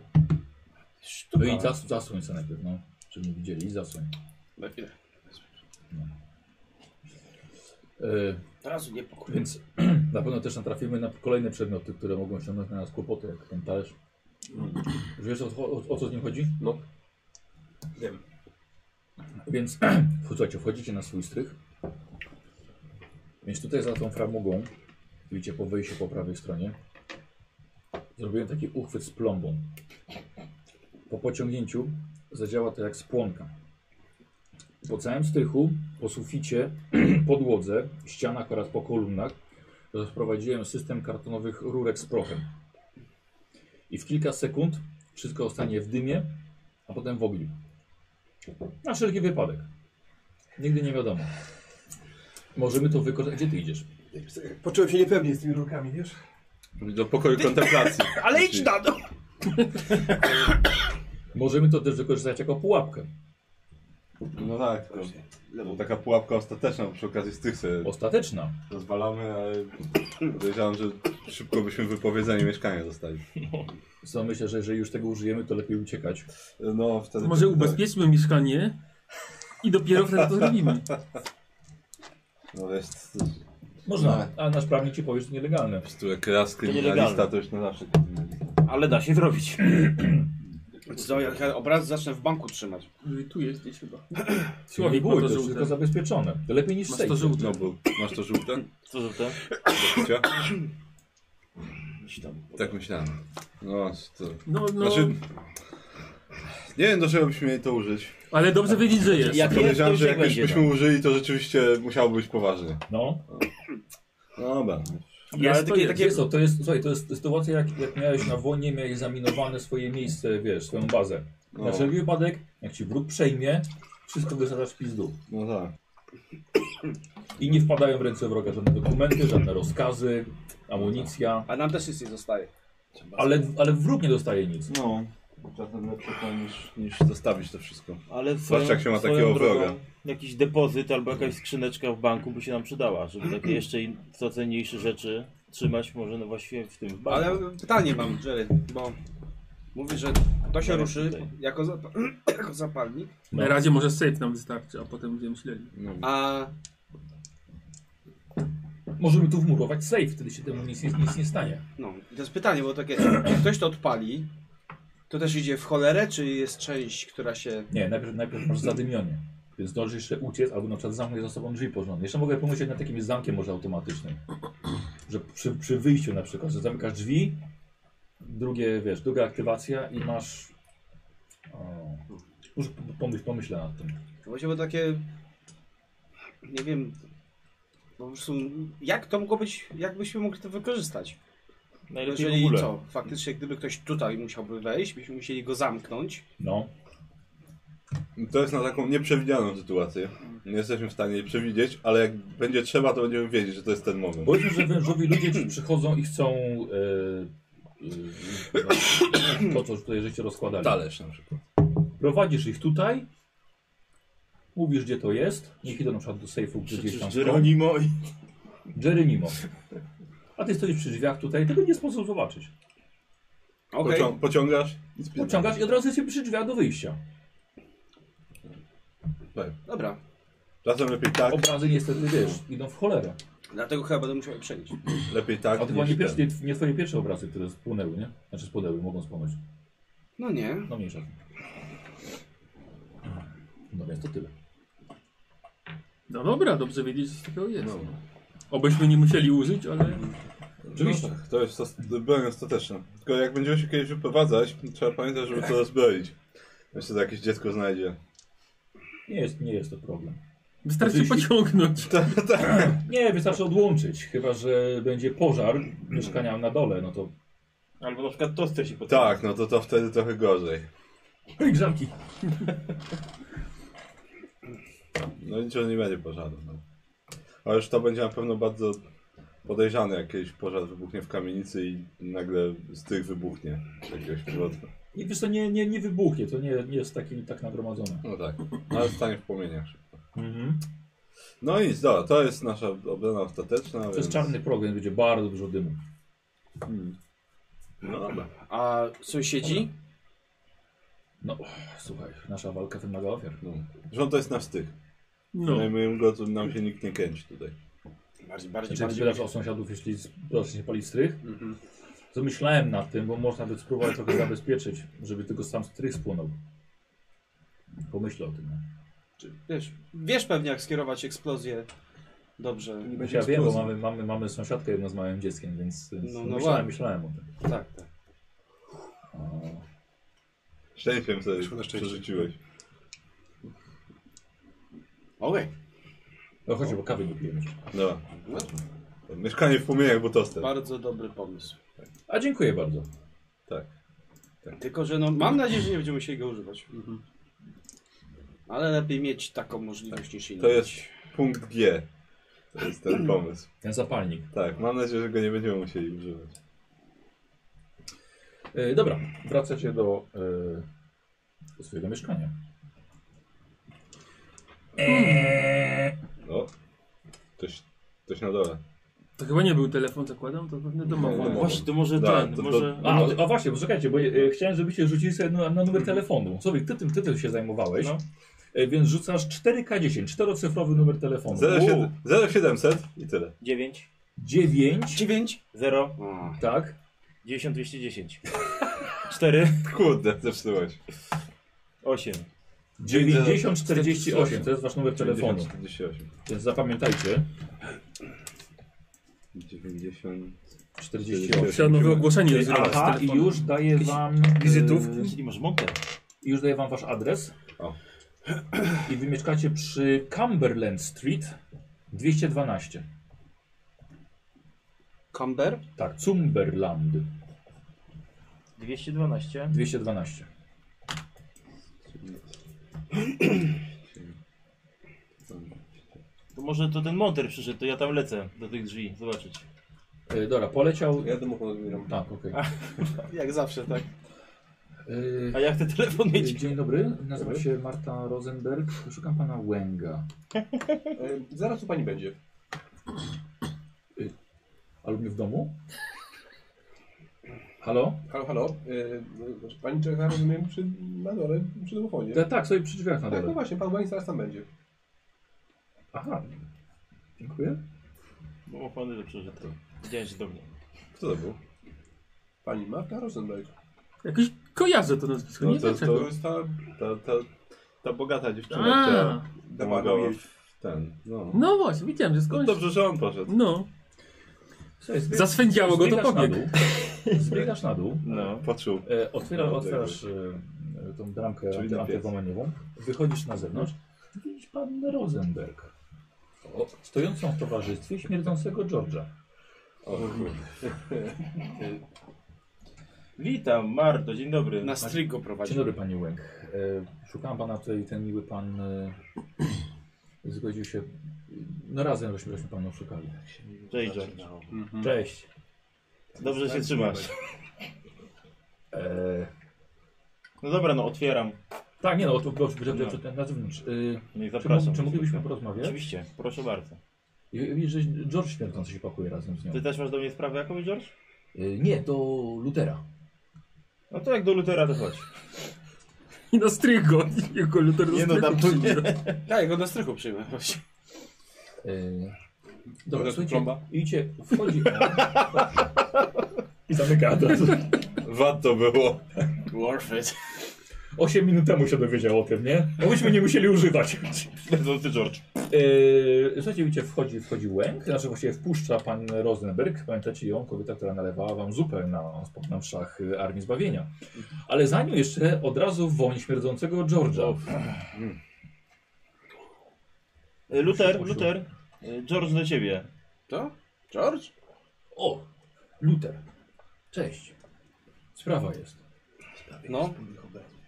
Speaker 2: No i zas, zasłoń sobie najpierw, no. Żeby nie widzieli, i zasłoń. E,
Speaker 6: Razu nie pokój.
Speaker 2: Więc na pewno też natrafimy na kolejne przedmioty, które mogą ciągnąć na nas kłopoty, jak ten talerz. Już wiesz o, o, o co z nim chodzi?
Speaker 8: No. Wiem.
Speaker 2: Więc słuchajcie, wchodzicie na swój strych. Więc tutaj za tą framugą, widzicie po wejściu po prawej stronie, zrobiłem taki uchwyt z plombą. Po pociągnięciu zadziała to jak spłonka. Po całym strychu, po suficie, podłodze, ścianach oraz po kolumnach rozprowadziłem system kartonowych rurek z prochem. I w kilka sekund wszystko ostanie w dymie, a potem w ogniu. Na wszelki wypadek. Nigdy nie wiadomo. Możemy to wykorzystać. Gdzie ty idziesz?
Speaker 8: Poczułem się niepewnie z tymi rurkami, wiesz?
Speaker 3: Do pokoju kontemplacji.
Speaker 6: Ale idź na dół!
Speaker 2: Możemy to też wykorzystać jako pułapkę.
Speaker 3: No tak, tylko, to taka pułapka ostateczna, bo przy okazji z tych sobie
Speaker 2: Ostateczna.
Speaker 3: rozwalamy, ale podejrzewam, że szybko byśmy wypowiedzenie mieszkania dostali.
Speaker 2: Co myślę, że jeżeli już tego użyjemy, to lepiej uciekać.
Speaker 3: No, wtedy...
Speaker 7: Może ubezpieczmy mieszkanie i dopiero wtedy to zrobimy.
Speaker 3: No wiesz,
Speaker 2: Można. A nasz prawnik ci powie, że to nielegalne.
Speaker 3: tu jak raz kryminalista, to już na zawsze kryminalista.
Speaker 5: Ale da się zrobić.
Speaker 6: Co, jak ja obraz zacznę w banku trzymać.
Speaker 7: Tu jesteś chyba.
Speaker 2: Nie
Speaker 7: Człowiek ma
Speaker 2: były,
Speaker 7: to
Speaker 2: to jest tylko
Speaker 7: żółte.
Speaker 2: zabezpieczone. To lepiej niż
Speaker 7: Masz
Speaker 2: sejf.
Speaker 7: to żółte.
Speaker 3: No bo masz to żółte?
Speaker 5: Co za to?
Speaker 3: Picia?
Speaker 5: Gdzieś tam.
Speaker 3: Tak myślałem. No, to...
Speaker 7: No, no,
Speaker 3: Znaczy... Nie wiem, do czego byśmy mieli to użyć.
Speaker 7: ale dobrze wiedzieć, że jest.
Speaker 5: Jak jest, to
Speaker 3: Podejrzewam,
Speaker 5: już
Speaker 3: że
Speaker 5: jak
Speaker 3: jak już
Speaker 5: będzie. no.
Speaker 3: byśmy użyli, to rzeczywiście musiało być poważnie.
Speaker 2: No.
Speaker 3: No dobra.
Speaker 7: Jest, to jest.
Speaker 2: Wiesz co, to jest, słuchaj, to jest sytuacja jak, jak miałeś na wojnie, miałeś zaminowane swoje miejsce, wiesz, swoją bazę.
Speaker 3: No.
Speaker 2: Na
Speaker 5: Znaczy-
Speaker 2: wszelki wypadek, jak ci wróg przejmie, wszystko wysadzasz w pizdu.
Speaker 3: No tak.
Speaker 2: I nie wpadają w ręce wroga żadne dokumenty, żadne rozkazy, amunicja.
Speaker 6: A nam też nic nie zostaje.
Speaker 2: Ale, ale wróg nie dostaje nic.
Speaker 3: No, czasem lepsze to niż, niż zostawić to wszystko.
Speaker 5: Ale
Speaker 3: Zwłaszcza
Speaker 5: swoją-
Speaker 3: jak się ma
Speaker 5: swoją
Speaker 3: takiego
Speaker 5: drogą
Speaker 3: wroga.
Speaker 5: Jakiś depozyt albo jakaś skrzyneczka w banku by się nam przydała, żeby takie jeszcze in- co cenniejsze rzeczy trzymać może no właściwie w tym banku.
Speaker 6: Ale pytanie mam, Jerry, bo mówisz, że to się
Speaker 5: No,
Speaker 6: ruszy
Speaker 5: tutaj.
Speaker 6: jako, zapa jako zapalnik,
Speaker 7: Na
Speaker 3: no.
Speaker 7: razie może safe nam wystarczy, a potem będziemy myśleli.
Speaker 5: No.
Speaker 6: a
Speaker 2: Możemy tu wmurować safe, wtedy się temu nic, nic nie stanie.
Speaker 6: no, i to jest pytanie, bo takie, jak ktoś to odpali, to też idzie w cholerę, czy jest część, która się...
Speaker 2: Nie, najpierw, najpierw masz zadymienie. Więc zdążysz jeszcze uciec, albo na przykład zamknąć za sobą drzwi porządne. Jeszcze mogę pomyśleć nad takim zamkiem może automatycznym. Że przy, przy wyjściu na przykład, że zamykasz drzwi, drugie, wiesz, druga aktywacja i masz... O, już p- pomyśl, pomyślę nad tym.
Speaker 6: Właśnie, bo takie, nie wiem, po prostu, jak to mogło być, jak byśmy mogli to wykorzystać?
Speaker 5: Najlepiej w
Speaker 6: Jeżeli
Speaker 5: ogóle.
Speaker 6: co, faktycznie gdyby ktoś tutaj musiałby wejść, byśmy musieli go zamknąć,
Speaker 2: No,
Speaker 3: To jest na taką nieprzewidzianą sytuację. Nie jesteśmy w stanie jej przewidzieć, ale jak będzie trzeba, to będziemy wiedzieć, że to jest ten moment.
Speaker 2: Powiedzmy, że wężowi ludzie ci przychodzą i chcą e, e, no, to, co tutaj żeście rozkładali.
Speaker 3: Talerz na przykład.
Speaker 2: Prowadzisz ich tutaj, mówisz gdzie to jest, niech idą na przykład do sejfu, gdzie gdzieś tam
Speaker 5: Przecież
Speaker 2: są.
Speaker 5: Jeronimo i...
Speaker 2: Jeronimo. A ty stoisz przy drzwiach tutaj, tego nie sposób zobaczyć.
Speaker 6: okej,
Speaker 3: Pocią- pociągasz i spinasz.
Speaker 2: Pociągasz i od razu jesteś przy drzwiach do wyjścia.
Speaker 3: Super.
Speaker 6: Dobra.
Speaker 3: Czasem lepiej tak.
Speaker 2: Obrazy niestety, wiesz, idą w cholerę.
Speaker 6: Dlatego chyba będę musiał je przenieść.
Speaker 3: Lepiej tak.
Speaker 2: A to
Speaker 3: niż
Speaker 2: były nie,
Speaker 3: ten.
Speaker 2: pierwsze, nie, nie twoje pierwsze obrazy, które spłynęły, nie? Znaczy spłynęły, mogą spłynąć.
Speaker 6: No nie.
Speaker 2: No mniejsza. No więc to tyle.
Speaker 7: No dobra, dobrze wiedzieć, że takiego jest.
Speaker 3: No.
Speaker 7: Obyśmy nie musieli użyć, ale... No,
Speaker 3: Oczywiście. tak, to jest ostat- broń ostateczna. Tylko jak będziemy się kiedyś wyprowadzać, trzeba pamiętać, żeby to rozbroić. Myślę, że jakieś dziecko znajdzie.
Speaker 2: Nie jest, nie jest to problem.
Speaker 7: Wystarczy
Speaker 2: Jeśli-
Speaker 7: pociągnąć.
Speaker 2: Nie, wystarczy odłączyć, chyba że będzie pożar mieszkania na dole, no to...
Speaker 5: Albo na przykład toster się pod...
Speaker 3: Tak, no to to wtedy trochę gorzej.
Speaker 2: Hej, grzanki!
Speaker 3: No niczego nie będzie pożaru. No. Ale już to będzie na pewno bardzo podejrzane, jak kiedyś pożar wybuchnie w kamienicy i nagle z tych wybuchnie z jakiegoś powodu.
Speaker 2: I wiesz co, nie, nie, nie wybuchnie, to nie, nie jest taki, tak nagromadzone.
Speaker 3: No tak, ale stanie w płomieniach szybko.
Speaker 2: Mhm.
Speaker 3: No i dobra, to jest nasza obrona ostateczna.
Speaker 2: To
Speaker 3: więc...
Speaker 2: jest czarny program, więc będzie bardzo dużo dymu.
Speaker 3: No dobra.
Speaker 6: A sąsiedzi?
Speaker 2: No, słuchaj, nasza walka wymaga ofiar.
Speaker 3: No. Rząd to jest nasz styk.
Speaker 7: No.
Speaker 3: No i moim go, nam się nikt nie kręci tutaj.
Speaker 6: Bardziej, bardziej,
Speaker 2: Jeżeli
Speaker 6: bardziej. Mhm.
Speaker 5: Znaczy,
Speaker 2: wydasz Znaczy, o sąsiadów, jeśli z- zacznie palić strych, to myślałem nad tym, bo można by spróbować trochę zabezpieczyć, żeby tylko sam strych spłonął. Pomyślę o tym. no.
Speaker 6: Czy- Wiesz, wiesz pewnie jak skierować eksplozję dobrze.
Speaker 2: No. Ja wiem, bo mamy, mamy, mamy sąsiadkę jedną z małym dzieckiem, więc więc
Speaker 6: No, no
Speaker 2: myślałem,
Speaker 6: ładnie.
Speaker 2: myślałem o tym.
Speaker 6: Tak, tak.
Speaker 3: Szczęściem
Speaker 8: Wyszło
Speaker 3: sobie
Speaker 8: na szczęście.
Speaker 3: przerzuciłeś.
Speaker 6: Okej.
Speaker 2: No chodź, bo kawy nie pijemy jeszcze.
Speaker 3: Dobra. No. Mieszkanie w płomieniach, bo toster.
Speaker 6: Bardzo dobry pomysł.
Speaker 2: A dziękuję bardzo.
Speaker 3: Tak.
Speaker 6: Tylko, że no, mam nadzieję, że nie będziemy musieli go używać.
Speaker 5: Mhm.
Speaker 6: Ale lepiej mieć taką możliwość niż inną.
Speaker 3: To jest punkt G. To jest ten pomysł.
Speaker 2: Ten zapalnik.
Speaker 3: Tak, mam nadzieję, że go nie będziemy musieli używać.
Speaker 2: E, dobra, wracacie do, e, do swojego mieszkania.
Speaker 3: No. Ktoś, ktoś na dole.
Speaker 7: To chyba nie był telefon, zakładam, to pewnie domowa.
Speaker 3: No,
Speaker 5: Właśnie, to może
Speaker 3: Da,
Speaker 5: ten,
Speaker 3: to-
Speaker 5: może...
Speaker 2: A, a właśnie, poczekajcie, bo e, chciałem, żebyście rzucili sobie na, na numer telefonu. Sobie ty tym tytuł się zajmowałeś,
Speaker 5: No.
Speaker 2: e, więc rzucasz 4K10, czterocyfrowy numer telefonu.
Speaker 3: Zero
Speaker 2: U,
Speaker 3: siedem- zero 700 i tyle.
Speaker 5: 9,
Speaker 2: 9,
Speaker 6: 9?
Speaker 5: 0,
Speaker 2: tak.
Speaker 5: 10, 210. 4,
Speaker 3: Kurde, zepsułeś.
Speaker 5: 8.
Speaker 2: 90 48, to jest wasz numer telefonu.
Speaker 3: 48.
Speaker 2: Więc zapamiętajcie,
Speaker 3: 90. no,
Speaker 2: 48.
Speaker 7: Trzeba nowe ogłoszenie
Speaker 2: Czyli,
Speaker 7: zrobić z
Speaker 2: aha, i
Speaker 7: telefonu.
Speaker 2: już daję wam... e,
Speaker 5: Wizytówki? Nie Yy, masz monter.
Speaker 2: I już daję wam wasz adres.
Speaker 3: O.
Speaker 2: I wy mieszkacie przy Cumberland Street 212.
Speaker 6: Camber?
Speaker 2: Tak, Cumberland
Speaker 5: 212.
Speaker 2: 212.
Speaker 5: To może to ten monter przyszedł, to ja tam lecę do tych drzwi, zobaczyć.
Speaker 2: E, dobra, poleciał.
Speaker 8: Ja domofon odbieram.
Speaker 2: Tak, okej.
Speaker 6: Jak zawsze, tak.
Speaker 2: E,
Speaker 5: A ja chcę telefon
Speaker 2: e,
Speaker 5: mieć.
Speaker 2: Dzień dobry, nazywam się Marta Rosenberg. Szukam pana Łęga.
Speaker 8: E, zaraz u pani będzie.
Speaker 2: A lubię w domu? Halo?
Speaker 8: Halo, halo. E, znaczy pani czeka, rozumiem, przy, na dole, przy domofonie.
Speaker 2: E, tak, sobie przy drzwiach na
Speaker 8: Tak, no
Speaker 2: dole.
Speaker 8: właśnie, pan Bani zaraz tam będzie.
Speaker 2: Aha. Dziękuję.
Speaker 5: Bo ochłony dobrze, No, że to. Widziałem, że do mnie.
Speaker 3: Kto to był?
Speaker 8: Pani Marta Rosenberg.
Speaker 7: Jakoś kojarzę to nazwisko,
Speaker 3: No
Speaker 7: nie
Speaker 3: to-
Speaker 7: wiem
Speaker 8: To
Speaker 7: czego.
Speaker 8: jest ta...
Speaker 3: Ta, ta, ta bogata dziewczyna,
Speaker 7: A,
Speaker 3: która
Speaker 8: Dawano
Speaker 3: pomagała
Speaker 8: jej.
Speaker 3: w ten. No.
Speaker 7: no właśnie, widziałem, że
Speaker 3: No
Speaker 7: skądś...
Speaker 3: dobrze, że on poszedł.
Speaker 7: No,
Speaker 2: Słuchaj, zbie-
Speaker 7: zaswędziało go, to
Speaker 2: zbiegasz na
Speaker 7: pobiegł.
Speaker 2: dół. Zbiegasz na dół.
Speaker 5: No.
Speaker 3: Poczuł.
Speaker 2: E, otwiera, otwierasz e, e, tą bramkę
Speaker 3: Czyli
Speaker 2: anty-
Speaker 3: na piec.
Speaker 2: antywomeniową, wychodzisz na zewnątrz, widzisz pan Rosenberg. O, stojącą w towarzystwie śmierdzącego George'a.
Speaker 3: O, kurde.
Speaker 5: Witam, Marto, dzień dobry. tak.
Speaker 6: Na stryk go
Speaker 2: Dzień
Speaker 6: prowadzi.
Speaker 2: dobry panie Łęk. E, szukałem pana tutaj, ten miły pan e, zgodził się. No razem żeśmy, żeśmy panu szukali.
Speaker 5: Cześć,
Speaker 3: Znaczy,
Speaker 5: George.
Speaker 3: no.
Speaker 8: Mhm.
Speaker 2: Cześć.
Speaker 5: Dobrze się trzymasz.
Speaker 2: E,
Speaker 5: No dobra, no otwieram.
Speaker 2: tak, nie no, to proszę, że
Speaker 5: No.
Speaker 2: że ten na zewnątrz. E,
Speaker 5: No i
Speaker 2: czy, mo-
Speaker 5: zapraszam.
Speaker 2: czy moglibyśmy porozmawiać?
Speaker 5: Oczywiście, proszę bardzo.
Speaker 2: I- i Widzisz, że George śmierdzący się pakuje razem z nią.
Speaker 5: Ty też masz do mnie sprawę jakąś, George?
Speaker 2: E, nie, do Lutera.
Speaker 5: No to jak do Lutera to chodź.
Speaker 7: I na strychu. Jego Luther do
Speaker 6: Nie, no,
Speaker 7: strychu
Speaker 6: tam to nie.
Speaker 7: przybiera.
Speaker 6: Ja jego do strychu przyjmę właśnie.
Speaker 2: Yy, dobra,
Speaker 6: tu
Speaker 2: słuchajcie,
Speaker 6: plomba.
Speaker 2: idźcie, wchodzi. I zamyka od razu.
Speaker 3: Wad to było.
Speaker 6: Worth it.
Speaker 2: 8 minut temu się dowiedział o tym, nie? Bo myśmy nie musieli używać.
Speaker 5: No ty George.
Speaker 2: Yy, słuchajcie, widzicie, wchodzi, wchodzi łęk, znaczy właściwie wpuszcza pan Rosenberg, pamiętacie ją, kobieta, która nalewała wam zupę na, na mszach y, Armii Zbawienia. Ale za nią jeszcze od razu woń śmierdzącego George'a.
Speaker 5: E, Luther, Luther. e, George do ciebie.
Speaker 2: Co? George? O, Luther. Cześć. Sprawa jest.
Speaker 6: No.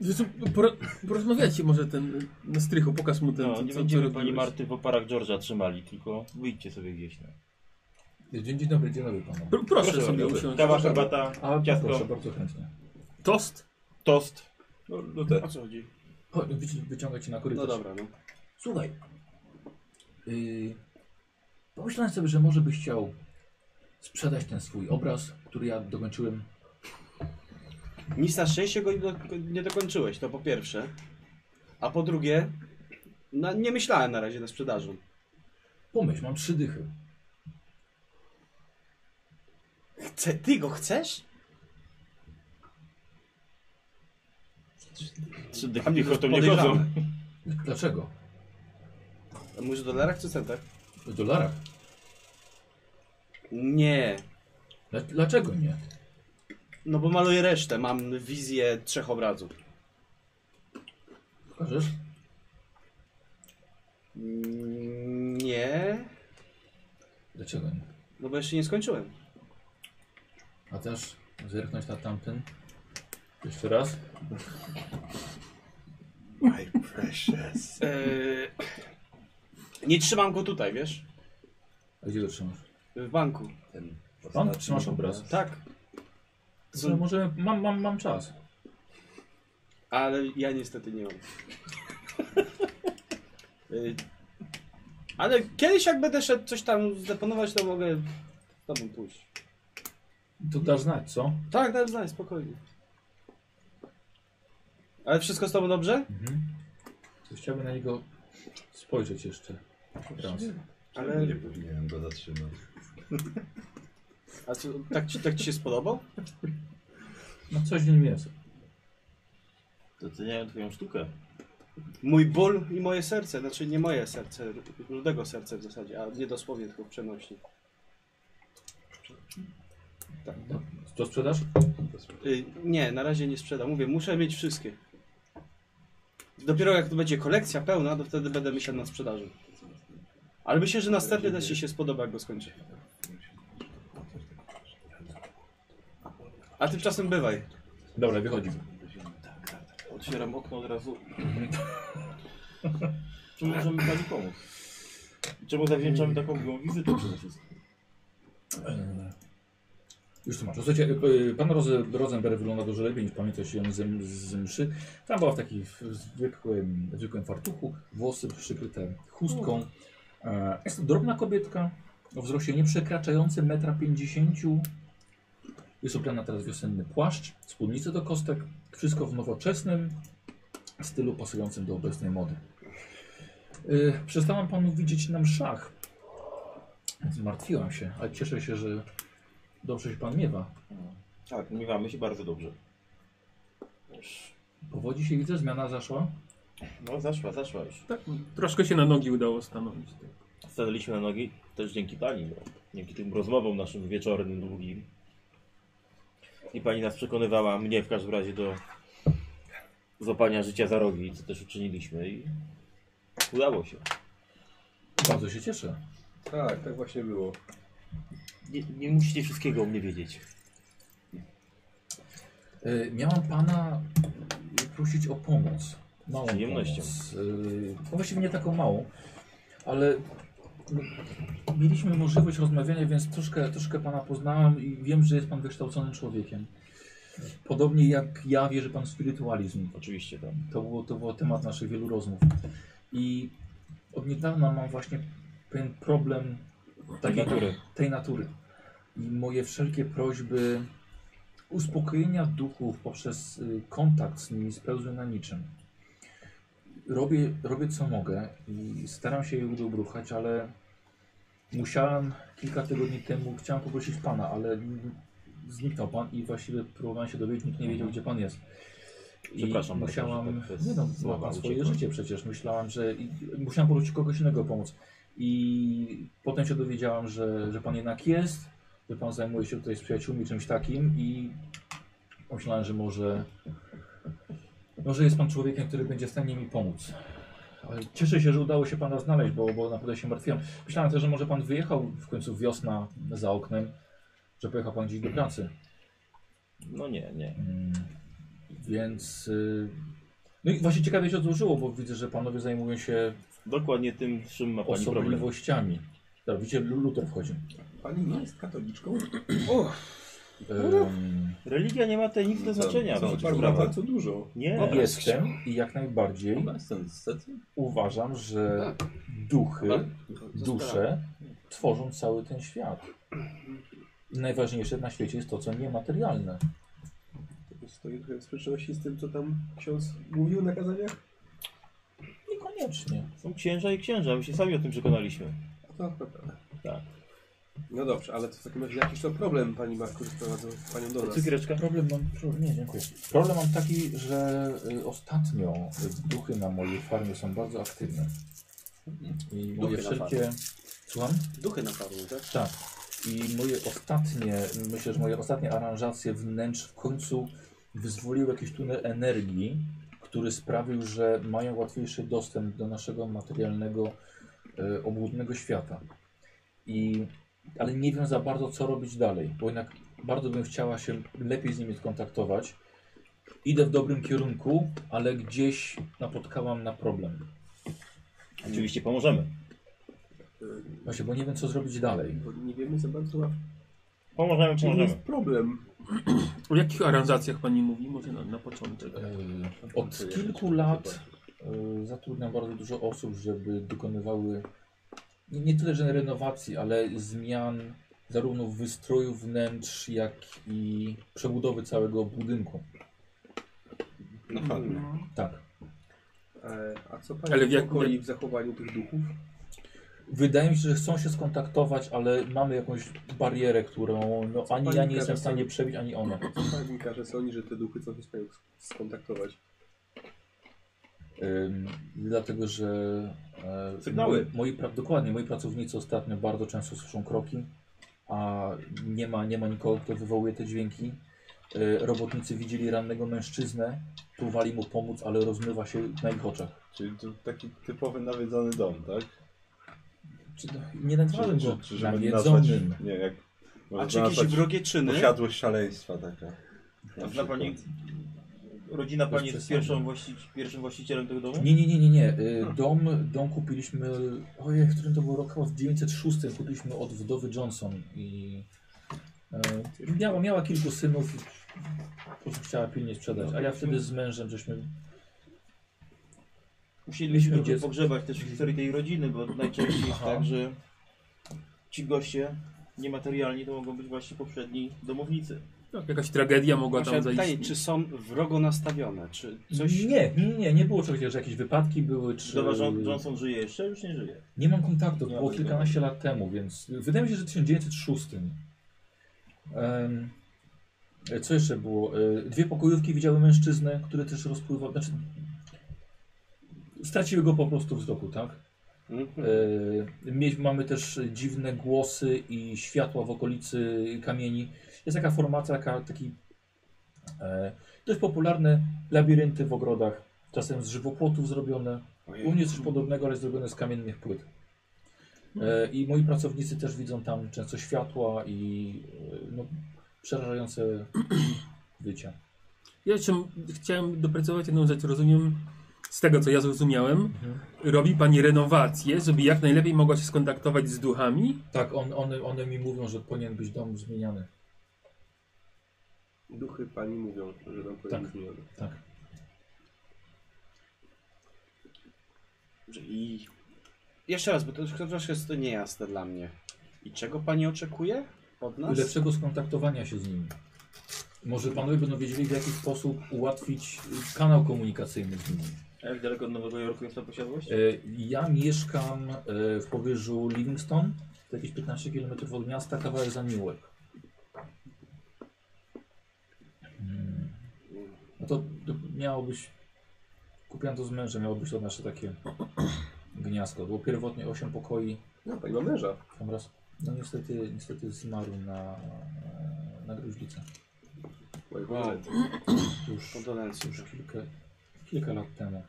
Speaker 7: Wiesz co, pora- porozmawiajcie może ten na strychu, pokaż mu ten,
Speaker 5: No,
Speaker 7: co,
Speaker 5: nie
Speaker 7: co, co
Speaker 5: będziemy pani
Speaker 7: robiłeś.
Speaker 5: Marty w oparach George'a trzymali, tylko wyjdźcie sobie gdzieś. No.
Speaker 2: Dzień, dzień dobry, dzień dobry panu.
Speaker 7: Pro- proszę,
Speaker 5: Proszę
Speaker 7: sobie
Speaker 5: bardzo.
Speaker 7: usiąść.
Speaker 5: Kawa, herbata,
Speaker 2: A,
Speaker 5: ciastko.
Speaker 2: proszę, bardzo chętnie.
Speaker 7: Tost?
Speaker 5: Tost.
Speaker 3: No, Luther.
Speaker 6: O co chodzi?
Speaker 2: Chodź, no wyci- wyciągaj cię na korytarz.
Speaker 6: No dobra, no.
Speaker 2: Słuchaj. Yy, pomyślałem sobie, że może byś chciał sprzedać ten swój obraz, który ja dokończyłem.
Speaker 6: Misa 6 się go nie dok- nie dokończyłeś, to po pierwsze. A po drugie, no, nie myślałem na razie na sprzedaży.
Speaker 2: Pomyśl, mam trzy dychy.
Speaker 6: Chce, ty go chcesz?
Speaker 5: Trzy
Speaker 6: A
Speaker 5: dychy
Speaker 6: mnie
Speaker 5: piechotą to nie
Speaker 6: podejrzane.
Speaker 5: chodzą.
Speaker 2: Dlaczego?
Speaker 6: A mówisz o dolarach czy centach?
Speaker 2: W dolarach.
Speaker 6: Nie.
Speaker 2: Dla- Dlaczego nie?
Speaker 6: No bo maluję resztę, mam wizję trzech obrazów.
Speaker 2: Pokażesz?
Speaker 6: Mm, Nie,
Speaker 2: Dlaczego nie?
Speaker 6: no bo jeszcze nie skończyłem.
Speaker 2: A też zerknąć na tamten. Jeszcze raz.
Speaker 3: My precious.
Speaker 6: Eee, nie trzymam go tutaj, wiesz?
Speaker 2: A gdzie to trzymasz?
Speaker 6: W banku.
Speaker 3: Ten Znaczy,
Speaker 2: Pan trzymasz obraz.
Speaker 6: Tak,
Speaker 2: Co, może mam, mam, mam czas.
Speaker 6: ale ja niestety nie mam. Eee, ale kiedyś jak będę szedł coś tam zdeponować, to mogę z tobą pójść.
Speaker 2: To dasz znać, co?
Speaker 6: Tak, daj znać, spokojnie. Ale wszystko z tobą dobrze?
Speaker 2: Mhm. To chciałbym na niego spojrzeć jeszcze raz.
Speaker 6: Ale
Speaker 3: Nie powinienem go zatrzymać.
Speaker 6: a co, tak, ci, tak ci się spodobał?
Speaker 2: No coś w nim jest.
Speaker 5: Doceniają twoją sztukę.
Speaker 6: Mój ból i moje serce, znaczy nie moje serce, rudego serce w zasadzie, a nie dosłownie tylko w przenośni.
Speaker 2: No, To sprzedasz?
Speaker 6: Y, nie, na razie nie sprzedam. Mówię, muszę mieć wszystkie. Dopiero jak to będzie kolekcja pełna, to wtedy będę myślał na sprzedaży. Ale myślę, że następny też ci się spodoba, jak go skończę. A tymczasem bywaj.
Speaker 2: Dobra, wychodzi.
Speaker 5: Otwieram okno od razu. Czy możemy pani pomóc? Czemu zawdzięczamy taką długą wizytę przede wszystkim?
Speaker 2: Już to masz. Słuchajcie, y, pan Roze, Rosenberg wygląda dużo lepiej niż pamięta się z, z mszy. Tam była w takim w- zwykłym, zwykłym fartuchu, włosy przykryte chustką. E, Jest to drobna kobietka o wzroście nieprzekraczającym 1,50 m. Jest ubrana teraz w wiosenny płaszcz, spódnicę do kostek. Wszystko w nowoczesnym stylu pasującym do obecnej mody. Y, Przestałam panu widzieć na mszach. Zmartwiłam się, ale cieszę się, że dobrze się pan miewa.
Speaker 5: Tak, miewamy się bardzo dobrze.
Speaker 2: Powodzi się widzę, zmiana zaszła.
Speaker 5: No zaszła, zaszła już.
Speaker 7: Tak, troszkę się na nogi udało stanąć.
Speaker 5: Stanęliśmy na nogi też dzięki pani, bo dzięki tym rozmowom naszym wieczornym, długim. I pani nas przekonywała, mnie w każdym razie, do złapania życia za rogi, co też uczyniliśmy i udało się.
Speaker 2: Bardzo się cieszę.
Speaker 8: Tak, tak właśnie było.
Speaker 5: Nie, nie musicie wszystkiego o mnie wiedzieć.
Speaker 2: Y, Miałam pana e, prosić o pomoc. Małą
Speaker 5: Z przyjemnością.
Speaker 2: Pomoc. Y, No właściwie nie taką małą, ale no, mieliśmy możliwość rozmawiania, więc troszkę, troszkę pana poznałem i wiem, że jest pan wykształconym człowiekiem. Podobnie jak ja wierzę pan w spirytualizm.
Speaker 5: Oczywiście tam.
Speaker 2: To było, to było temat naszych wielu rozmów. I od niedawna mam właśnie pewien problem
Speaker 5: Tej
Speaker 2: takiej-
Speaker 5: natury.
Speaker 2: tej natury. I moje wszelkie prośby uspokojenia duchów poprzez y, kontakt z nimi spełzłem na niczym. Robię, robię co mogę i staram się je udobruchać, ale musiałem kilka tygodni temu, chciałem poprosić Pana, ale n- zniknął Pan i właściwie próbowałem się dowiedzieć, nikt nie wiedział gdzie Pan jest. I
Speaker 5: Mhm. Przepraszam bardzo, że
Speaker 2: musiałam,
Speaker 5: tak bez
Speaker 2: nie no, ma
Speaker 5: słowa
Speaker 2: Pan swoje
Speaker 5: uciekłem.
Speaker 2: życie przecież, myślałam, że i, musiałem porzucić kogoś innego pomóc. I potem się dowiedziałam, że, że Pan jednak jest, że pan zajmuje się tutaj z przyjaciółmi czymś takim i myślałem, że może, może No, jest pan człowiekiem, który będzie w stanie mi pomóc. Ale cieszę się, że udało się pana znaleźć, bo, bo naprawdę się martwiłem. Myślałem też, że może pan wyjechał w końcu wiosna za oknem, że pojechał pan gdzieś do pracy.
Speaker 5: No nie, nie.
Speaker 2: Mm, Więc. y, No i właśnie ciekawie się odłożyło, bo widzę, że panowie zajmują się
Speaker 5: Dokładnie tym, z czym ma pani problem.
Speaker 2: osobliwościami. Tak, widzicie, Luther wchodzi.
Speaker 8: Pani nie jest katoliczką?
Speaker 2: Ym,
Speaker 5: Religia nie ma tutaj nic do znaczenia.
Speaker 3: co,
Speaker 5: no,
Speaker 3: co,
Speaker 5: to
Speaker 8: Paru
Speaker 5: sprawa.
Speaker 8: bardzo dużo.
Speaker 5: Nie,
Speaker 2: Dobra, Jestem i jak najbardziej
Speaker 3: Chyba jestem niestety.
Speaker 2: uważam, że duchy, dusze tworzą cały ten świat. Najważniejsze na świecie jest to, co niematerialne.
Speaker 8: To Stoi trochę w sprzeczności z tym, co tam ksiądz mówił na kazaniach?
Speaker 2: Niekoniecznie.
Speaker 5: są księża i księża, my się sami o tym przekonaliśmy.
Speaker 8: A to prawda.
Speaker 5: Tak.
Speaker 8: No dobrze, ale to w takim razie jakiś to problem pani ma, który wprowadzą panią do nas.
Speaker 5: Cukiereczka?
Speaker 2: Problem mam, pro- nie, dziękuję. Problem mam taki, że y, ostatnio y, duchy na mojej farmie są bardzo aktywne. I moje
Speaker 6: Duchy na
Speaker 2: wszelkie... Słucham?
Speaker 6: Duchy na farmę, tak?
Speaker 2: Tak. I moje ostatnie, myślę, że moje ostatnie aranżacje wnętrz w końcu wyzwoliły jakiś tunel energii, który sprawił, że mają łatwiejszy dostęp do naszego materialnego, e, obłudnego świata. I, ale nie wiem za bardzo, co robić dalej, bo jednak bardzo bym chciała się lepiej z nimi skontaktować. Idę w dobrym kierunku, ale gdzieś napotkałam na problem.
Speaker 5: Oczywiście pomożemy.
Speaker 2: Właśnie, bo nie wiem, co zrobić dalej.
Speaker 8: Bo nie wiemy za bardzo,
Speaker 5: Pomożemy,
Speaker 8: czym jest
Speaker 5: pomożemy.
Speaker 8: problem.
Speaker 7: O jakich aranżacjach pani mówi? Może na, na początek.
Speaker 2: Yy, Od kilku lat yy, zatrudniam bardzo dużo osób, żeby dokonywały nie, nie tyle że renowacji, ale zmian zarówno w wystroju wnętrz, jak i przebudowy całego budynku.
Speaker 3: Na farmie.
Speaker 2: Tak.
Speaker 8: E, A co
Speaker 7: Ale
Speaker 8: pani ale
Speaker 7: w
Speaker 8: w
Speaker 7: jakim-
Speaker 8: niepokoi w zachowaniu tych duchów?
Speaker 2: Wydaje mi się, że chcą się skontaktować, ale mamy jakąś barierę, którą no,
Speaker 8: Co
Speaker 2: ani
Speaker 8: pani
Speaker 2: ja nie jestem
Speaker 8: teraz
Speaker 2: w stanie przebić, ani one.
Speaker 8: Co pani każe sądzi, że te duchy chcą się z panią skontaktować?
Speaker 2: Ym, dlatego, że e,
Speaker 5: Sygnały.
Speaker 2: Moi, moi, pra- dokładnie, moi pracownicy ostatnio bardzo często słyszą kroki, a nie ma, nie ma nikogo, kto wywołuje te dźwięki. E, robotnicy widzieli rannego mężczyznę, próbowali mu pomóc, ale rozmywa się na ich oczach.
Speaker 3: Czyli to taki typowy nawiedzony dom, tak?
Speaker 2: Czy, nie nazwałem go
Speaker 3: żeby
Speaker 2: nawiedzonym.
Speaker 3: Nazwać, nie, jak...
Speaker 6: A czy
Speaker 3: tak.
Speaker 6: jakieś wrogie czyny?
Speaker 3: Posiadłość szaleństwa taka.
Speaker 5: A
Speaker 3: Na
Speaker 5: zna pani,
Speaker 3: przykład.
Speaker 5: rodzina pani
Speaker 2: Bez
Speaker 5: jest
Speaker 2: przesady.
Speaker 5: pierwszą właści- pierwszym właścicielem tego domu?
Speaker 2: Nie, nie, nie, nie, nie. E, Dom, dom kupiliśmy, ojej, w którym to był rok, chyba w 906 kupiliśmy od wdowy Johnson i e, miała, miała kilku synów i po prostu chciała pilnie sprzedać, a ja wtedy z mężem żeśmy
Speaker 5: Musieliśmy
Speaker 2: Gdzie-
Speaker 5: trochę pogrzebać też historię tej rodziny, bo najczęściej jest
Speaker 2: Aha.
Speaker 5: tak, że ci goście niematerialni to mogą być właśnie poprzedni domownicy.
Speaker 7: Tak, jakaś tragedia mogła
Speaker 6: Właśnie
Speaker 7: tam
Speaker 6: pytanie,
Speaker 7: zaistnieć.
Speaker 6: czy są wrogo nastawione, czy coś...
Speaker 2: Nie, nie, nie, nie było czegoś, że jakieś wypadki były,
Speaker 5: Czy
Speaker 2: czy...
Speaker 5: Dowa John- Johnson żyje jeszcze? Już nie żyje.
Speaker 2: Nie mam kontaktu,
Speaker 5: Nie
Speaker 2: było
Speaker 5: ma
Speaker 2: kilkanaście lat temu, więc wydaje mi się, że 1906. Em, co jeszcze było? E, Dwie pokojówki widziały mężczyznę, który też rozpływał, znaczy straciły go po prostu wzroku, tak?
Speaker 6: Mhm.
Speaker 2: E, mie- mamy też dziwne głosy i światła w okolicy kamieni. Jest taka formacja, taka, taki e, dość popularne labirynty w ogrodach, czasem z żywopłotów zrobione. U mnie coś podobnego, ale zrobione z kamiennych płyt. E, I moi pracownicy też widzą tam często światła i e, no, przerażające bycia.
Speaker 7: Ja jeszcze chciałem doprecyzować jedną rzecz. Rozumiem, z tego co ja zrozumiałem, robi pani renowację, żeby jak najlepiej mogła się skontaktować z duchami.
Speaker 2: Tak, on, one, one mi mówią, że powinien być dom zmieniany.
Speaker 8: Duchy pani mówią, że tam powinien
Speaker 2: Tak.
Speaker 8: zmieniony.
Speaker 2: Tak.
Speaker 6: Dobrze, I jeszcze raz, bo to troszkę- troszkę jest to niejasne dla mnie. I czego pani oczekuje od nas?
Speaker 2: Lepszego skontaktowania się z nimi. Może panowie będą wiedzieli, w jaki sposób ułatwić y, kanał komunikacyjny z nimi.
Speaker 5: A jak daleko od Nowego Jorku jest ta posiadłość?
Speaker 2: Y, Ja mieszkam y, w pobliżu Livingston, to jakieś 15 km od miasta, kawałek za Newark. Mm. No to, to miałobyś, kupiłem to z mężem, miałobyś to nasze takie gniazdko. Było pierwotnie 8 pokoi,
Speaker 8: No, pani ma męża.
Speaker 2: tam raz, no niestety, niestety zmarł na, na gruźlicę.
Speaker 8: Mojego
Speaker 6: Wow.
Speaker 8: męża.
Speaker 2: Już,
Speaker 6: Kondolencje.
Speaker 2: już kilka, kilka lat temu.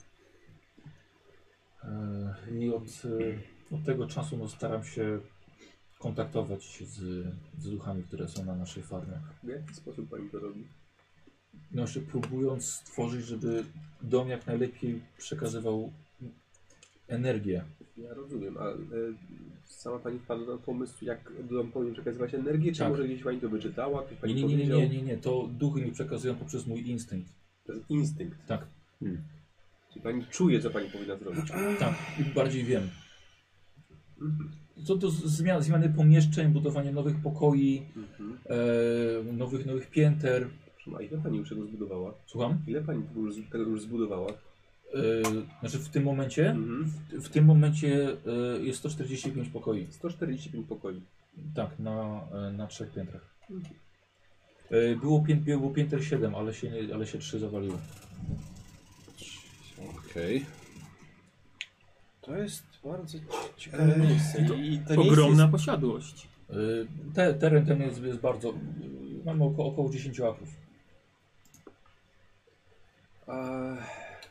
Speaker 2: E, I od, e, od tego czasu no, staram się kontaktować się z, z duchami, które są na naszej farmie.
Speaker 8: W jaki sposób pani to robi?
Speaker 2: No jeszcze próbując stworzyć, żeby dom jak najlepiej przekazywał energię.
Speaker 8: Ja rozumiem, a e, sama pani wpadła na pomysł, jak dom powinien przekazywać energię, czy
Speaker 2: Tak.
Speaker 8: może gdzieś pani to wyczytała, ktoś
Speaker 2: Nie,
Speaker 8: pani
Speaker 2: nie, nie, nie,
Speaker 8: Tak powiedział?
Speaker 2: nie, nie, nie. To duchy mi przekazują poprzez mój instynkt.
Speaker 8: To jest instynkt.
Speaker 2: Tak,
Speaker 8: Czyli pani czuje, co pani powinna zrobić.
Speaker 2: tak. I bardziej wiem. Co to z- zmian, zmiany pomieszczeń, budowanie nowych pokoi,
Speaker 8: Mhm.
Speaker 2: e, nowych, nowych pięter.
Speaker 8: A ile pani już tego zbudowała?
Speaker 2: Słucham?
Speaker 8: Ile pani tego już, tego już zbudowała?
Speaker 2: E, znaczy w tym momencie?
Speaker 8: Mhm.
Speaker 2: W tym momencie e, jest 145 pokoi.
Speaker 8: 145 pokoi.
Speaker 2: Tak, na, e, na trzech piętrach. E, Było, pię, było pięter 7, ale się, nie, ale się 3 zawaliło.
Speaker 3: Okej.
Speaker 6: To jest bardzo cie- ciekawe miejsce. I to nie
Speaker 7: Ogromna posiadłość.
Speaker 2: E, Te, teren ten jest, jest bardzo... Mamy około, około 10 akrów.
Speaker 6: Jest,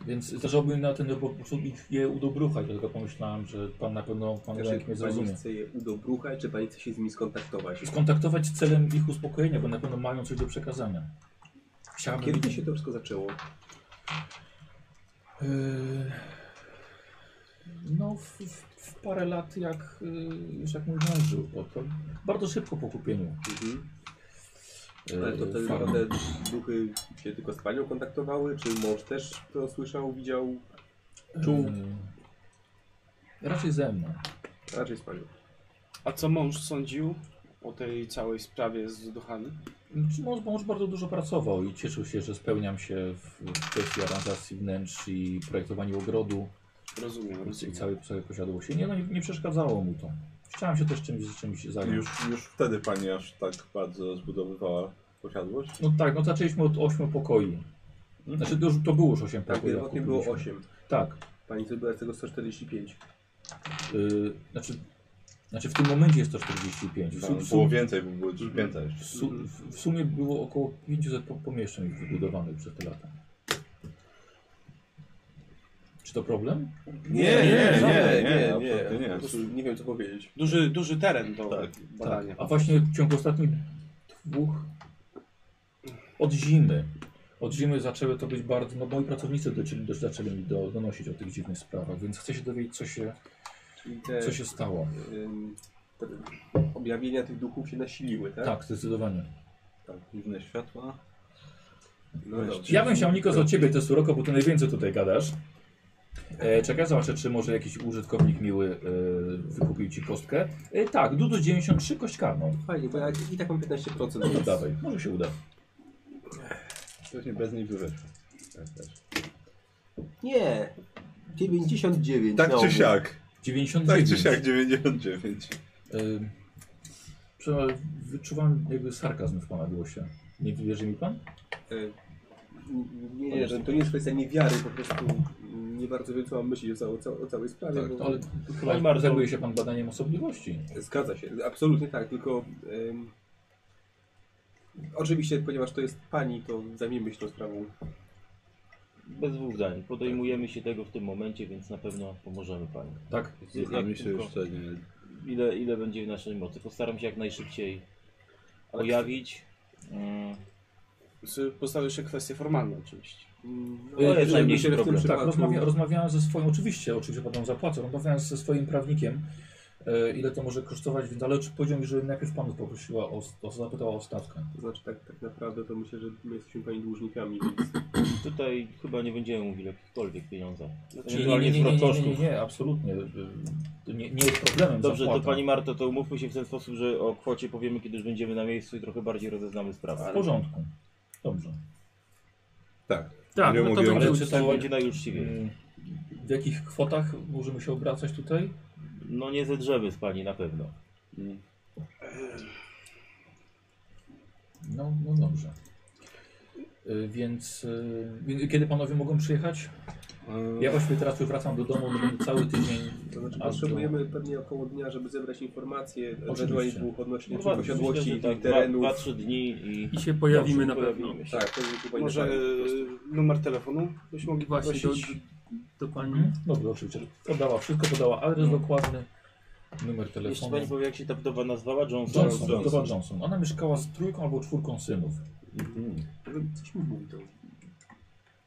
Speaker 6: a,
Speaker 2: Więc zdarzyłbym na ten po prostu ich je udobruchać, dlatego pomyślałem, że pan na pewno pan
Speaker 8: Znaczy,
Speaker 2: Janek mnie
Speaker 8: pani
Speaker 2: zrozumie.
Speaker 8: chce je udobruchać, czy pani chce się z nimi skontaktować?
Speaker 2: Skontaktować z celem ich uspokojenia, bo na pewno mają coś do przekazania. Chciałbym...
Speaker 8: Kiedy się to wszystko zaczęło?
Speaker 2: E, No, w, w, w parę lat jak, y, już jak mój mąż żył, bo to bardzo szybko po kupieniu.
Speaker 8: Mhm.
Speaker 2: e,
Speaker 8: Ale to te,
Speaker 2: farmy.
Speaker 8: te duchy się tylko z panią kontaktowały, czy mąż też to słyszał, widział? czuł?
Speaker 2: E, Yy, Raczej ze mną.
Speaker 8: Raczej z panią. Tak,
Speaker 6: a co mąż sądził o tej całej sprawie z duchami?
Speaker 2: Znaczy, Mąż, mąż bardzo dużo pracował i cieszył się, że spełniam się w w kwestii aranżacji wnętrz i projektowaniu ogrodu
Speaker 6: Rozumiem,
Speaker 2: i
Speaker 6: rozumiem.
Speaker 2: całej, całej posiadłości. Nie, no, nie, nie przeszkadzało mu to. Chciałem się też czymś, czymś zająć.
Speaker 3: Tak, Już, już wtedy pani aż tak bardzo zbudowywała posiadłość?
Speaker 2: No tak, no zaczęliśmy od 8 pokoi. Znaczy to, już- to było już 8
Speaker 8: Tak,
Speaker 2: pokoi. jak
Speaker 8: pierwotnie było
Speaker 2: kupiliśmy.
Speaker 8: 8.
Speaker 2: Tak.
Speaker 8: Pani zrobiła z tego 145.
Speaker 2: Yy, znaczy, znaczy w tym momencie jest to 45. W, su,
Speaker 3: Tam
Speaker 2: w,
Speaker 3: było
Speaker 2: sumie,
Speaker 3: więcej, bo były trzy pięta jeszcze.
Speaker 2: w, su, w sumie było około 500 po- pomieszczeń już wybudowanych przez te lata. Czy to problem?
Speaker 3: Nie, nie, nie, nie, absolutnie
Speaker 8: nie, nie,
Speaker 3: nie.
Speaker 8: Po prostu nie wiem co powiedzieć.
Speaker 6: Duży, duży teren do
Speaker 3: Tak,
Speaker 2: Tak.
Speaker 6: badania.
Speaker 2: A właśnie w ciągu ostatnich dwóch od zimy. Od zimy zaczęły to być bardzo. No moi pracownicy zaczęli, do- zaczęli mi do, donosić o tych dziwnych sprawach, więc chcę się dowiedzieć, co się,
Speaker 8: Czyli te,
Speaker 2: co się stało.
Speaker 8: ym, te objawienia tych duchów się nasiliły, tak?
Speaker 2: Tak, zdecydowanie.
Speaker 3: Tak, dziwne światła.
Speaker 8: No dobrze.
Speaker 2: Ja bym chciał, Nikos, od ciebie te suroko, bo ty najwięcej tutaj gadasz. E, czekaj, zobaczę, czy może jakiś użytkownik miły e, wykupił ci kostkę. E, tak, Dudu 93, kość karną.
Speaker 8: Fajnie, bo ja i tak mam 15%.
Speaker 2: No to
Speaker 8: więc-
Speaker 2: dawaj, może się uda.
Speaker 3: Pewnie bez niej wyrzeczę. Tak,
Speaker 4: Nie. 99.
Speaker 3: Tak
Speaker 4: na
Speaker 3: czy
Speaker 4: ogół.
Speaker 3: siak. Tak
Speaker 2: 99.
Speaker 3: czy siak, 99.
Speaker 2: E, prze- wyczuwam jakby sarkazm w pana głosie. Nie wierzy mi pan?
Speaker 8: Y, Nie, nie, że to nie jest kwestia niewiary, po prostu nie bardzo wiem co mam myśleć o, cał, cał, o całej sprawie.
Speaker 2: Tak,
Speaker 8: bo...
Speaker 2: to, ale
Speaker 5: Pani
Speaker 2: chyba
Speaker 5: Marto.
Speaker 2: zajmuje się pan badaniem osobliwości.
Speaker 8: Zgadza się, absolutnie tak, tylko ym, oczywiście, ponieważ to jest pani, to zajmiemy się tą sprawą.
Speaker 5: Bez dwóch zdań. Podejmujemy się tego w tym momencie, więc na pewno pomożemy pani.
Speaker 2: Tak?
Speaker 3: Znamy się
Speaker 5: tylko-
Speaker 3: już to nie.
Speaker 5: Ile, ile będzie w naszej mocy? Postaram się jak najszybciej pojawić. Mm,
Speaker 6: Z- Pozostały jeszcze kwestie formalne oczywiście.
Speaker 8: Ym,
Speaker 5: To jest
Speaker 8: zajmiemy
Speaker 5: najmniejszy
Speaker 8: się w tym
Speaker 5: problem.
Speaker 2: Tak,
Speaker 8: przypadku.
Speaker 2: rozmawia, rozmawiałem ze swoim, oczywiście, oczywiście panu zapłacę, rozmawiałem ze swoim prawnikiem, e, ile to może kosztować, więc ale czy powiedział mi, że najpierw panu poprosiła o, o zapytała o stawkę.
Speaker 8: To znaczy tak, tak naprawdę to myślę, że my jesteśmy pani dłużnikami, więc
Speaker 5: Tutaj chyba nie będziemy mówili o jakichkolwiek pieniądzach.
Speaker 2: nie, nie, Znaczy, nie,
Speaker 5: Ewentualnie
Speaker 2: nie, nie,
Speaker 5: zwrot
Speaker 2: nie, nie,
Speaker 5: kosztów.
Speaker 2: nie, absolutnie. y, To nie, nie jest problemem
Speaker 5: Dobrze, to
Speaker 2: zapłata.
Speaker 5: Pani Marto, to umówmy się w ten sposób, że o kwocie powiemy, kiedy już będziemy na miejscu i trochę bardziej rozeznamy sprawę.
Speaker 2: W porządku. Dobrze.
Speaker 3: Tak.
Speaker 7: Tak,
Speaker 3: Nie
Speaker 7: no to
Speaker 3: mówiłem.
Speaker 5: Ale
Speaker 7: będzie
Speaker 5: czy to
Speaker 7: uczciwie.
Speaker 5: będzie najuczciwiej?
Speaker 2: Mm, W jakich kwotach możemy się obracać tutaj?
Speaker 5: No nie ze drzewy z pani na pewno.
Speaker 2: No, no dobrze. Y, Więc y, więc kiedy panowie mogą przyjechać? Ja właściwie teraz już wracam do domu, no będę cały tydzień.
Speaker 8: To znaczy
Speaker 2: aż do-
Speaker 8: potrzebujemy pewnie około dnia, żeby zebrać informacje ewentualnie dwóch odnośnie
Speaker 2: Znaczy,
Speaker 5: Dwa- myślę,
Speaker 8: posiadłości
Speaker 5: No, że tak,
Speaker 8: tych
Speaker 5: dwa,
Speaker 8: terenów.
Speaker 5: dwa, trzy dni i
Speaker 7: I się pojawimy na pewno.
Speaker 5: pojawimy się.
Speaker 8: Tak, to będzie chyba
Speaker 6: Może
Speaker 8: inaczej.
Speaker 6: e, numer telefonu byśmy mogli
Speaker 7: Tak, Właśnie do,
Speaker 6: prosić.
Speaker 7: do pani.
Speaker 2: Mhm. Dobrze, oczywiście. Podała wszystko, podała adres dokładny, numer
Speaker 5: Jeszcze
Speaker 2: telefonu.
Speaker 5: pani powie, jak się ta wdowa nazwała? Johnson.
Speaker 2: Johnson,
Speaker 3: Johnson.
Speaker 2: Johnson. Johnson. Ona mieszkała z trójką albo czwórką synów.
Speaker 8: Coś mi mówi to.
Speaker 3: Mhm.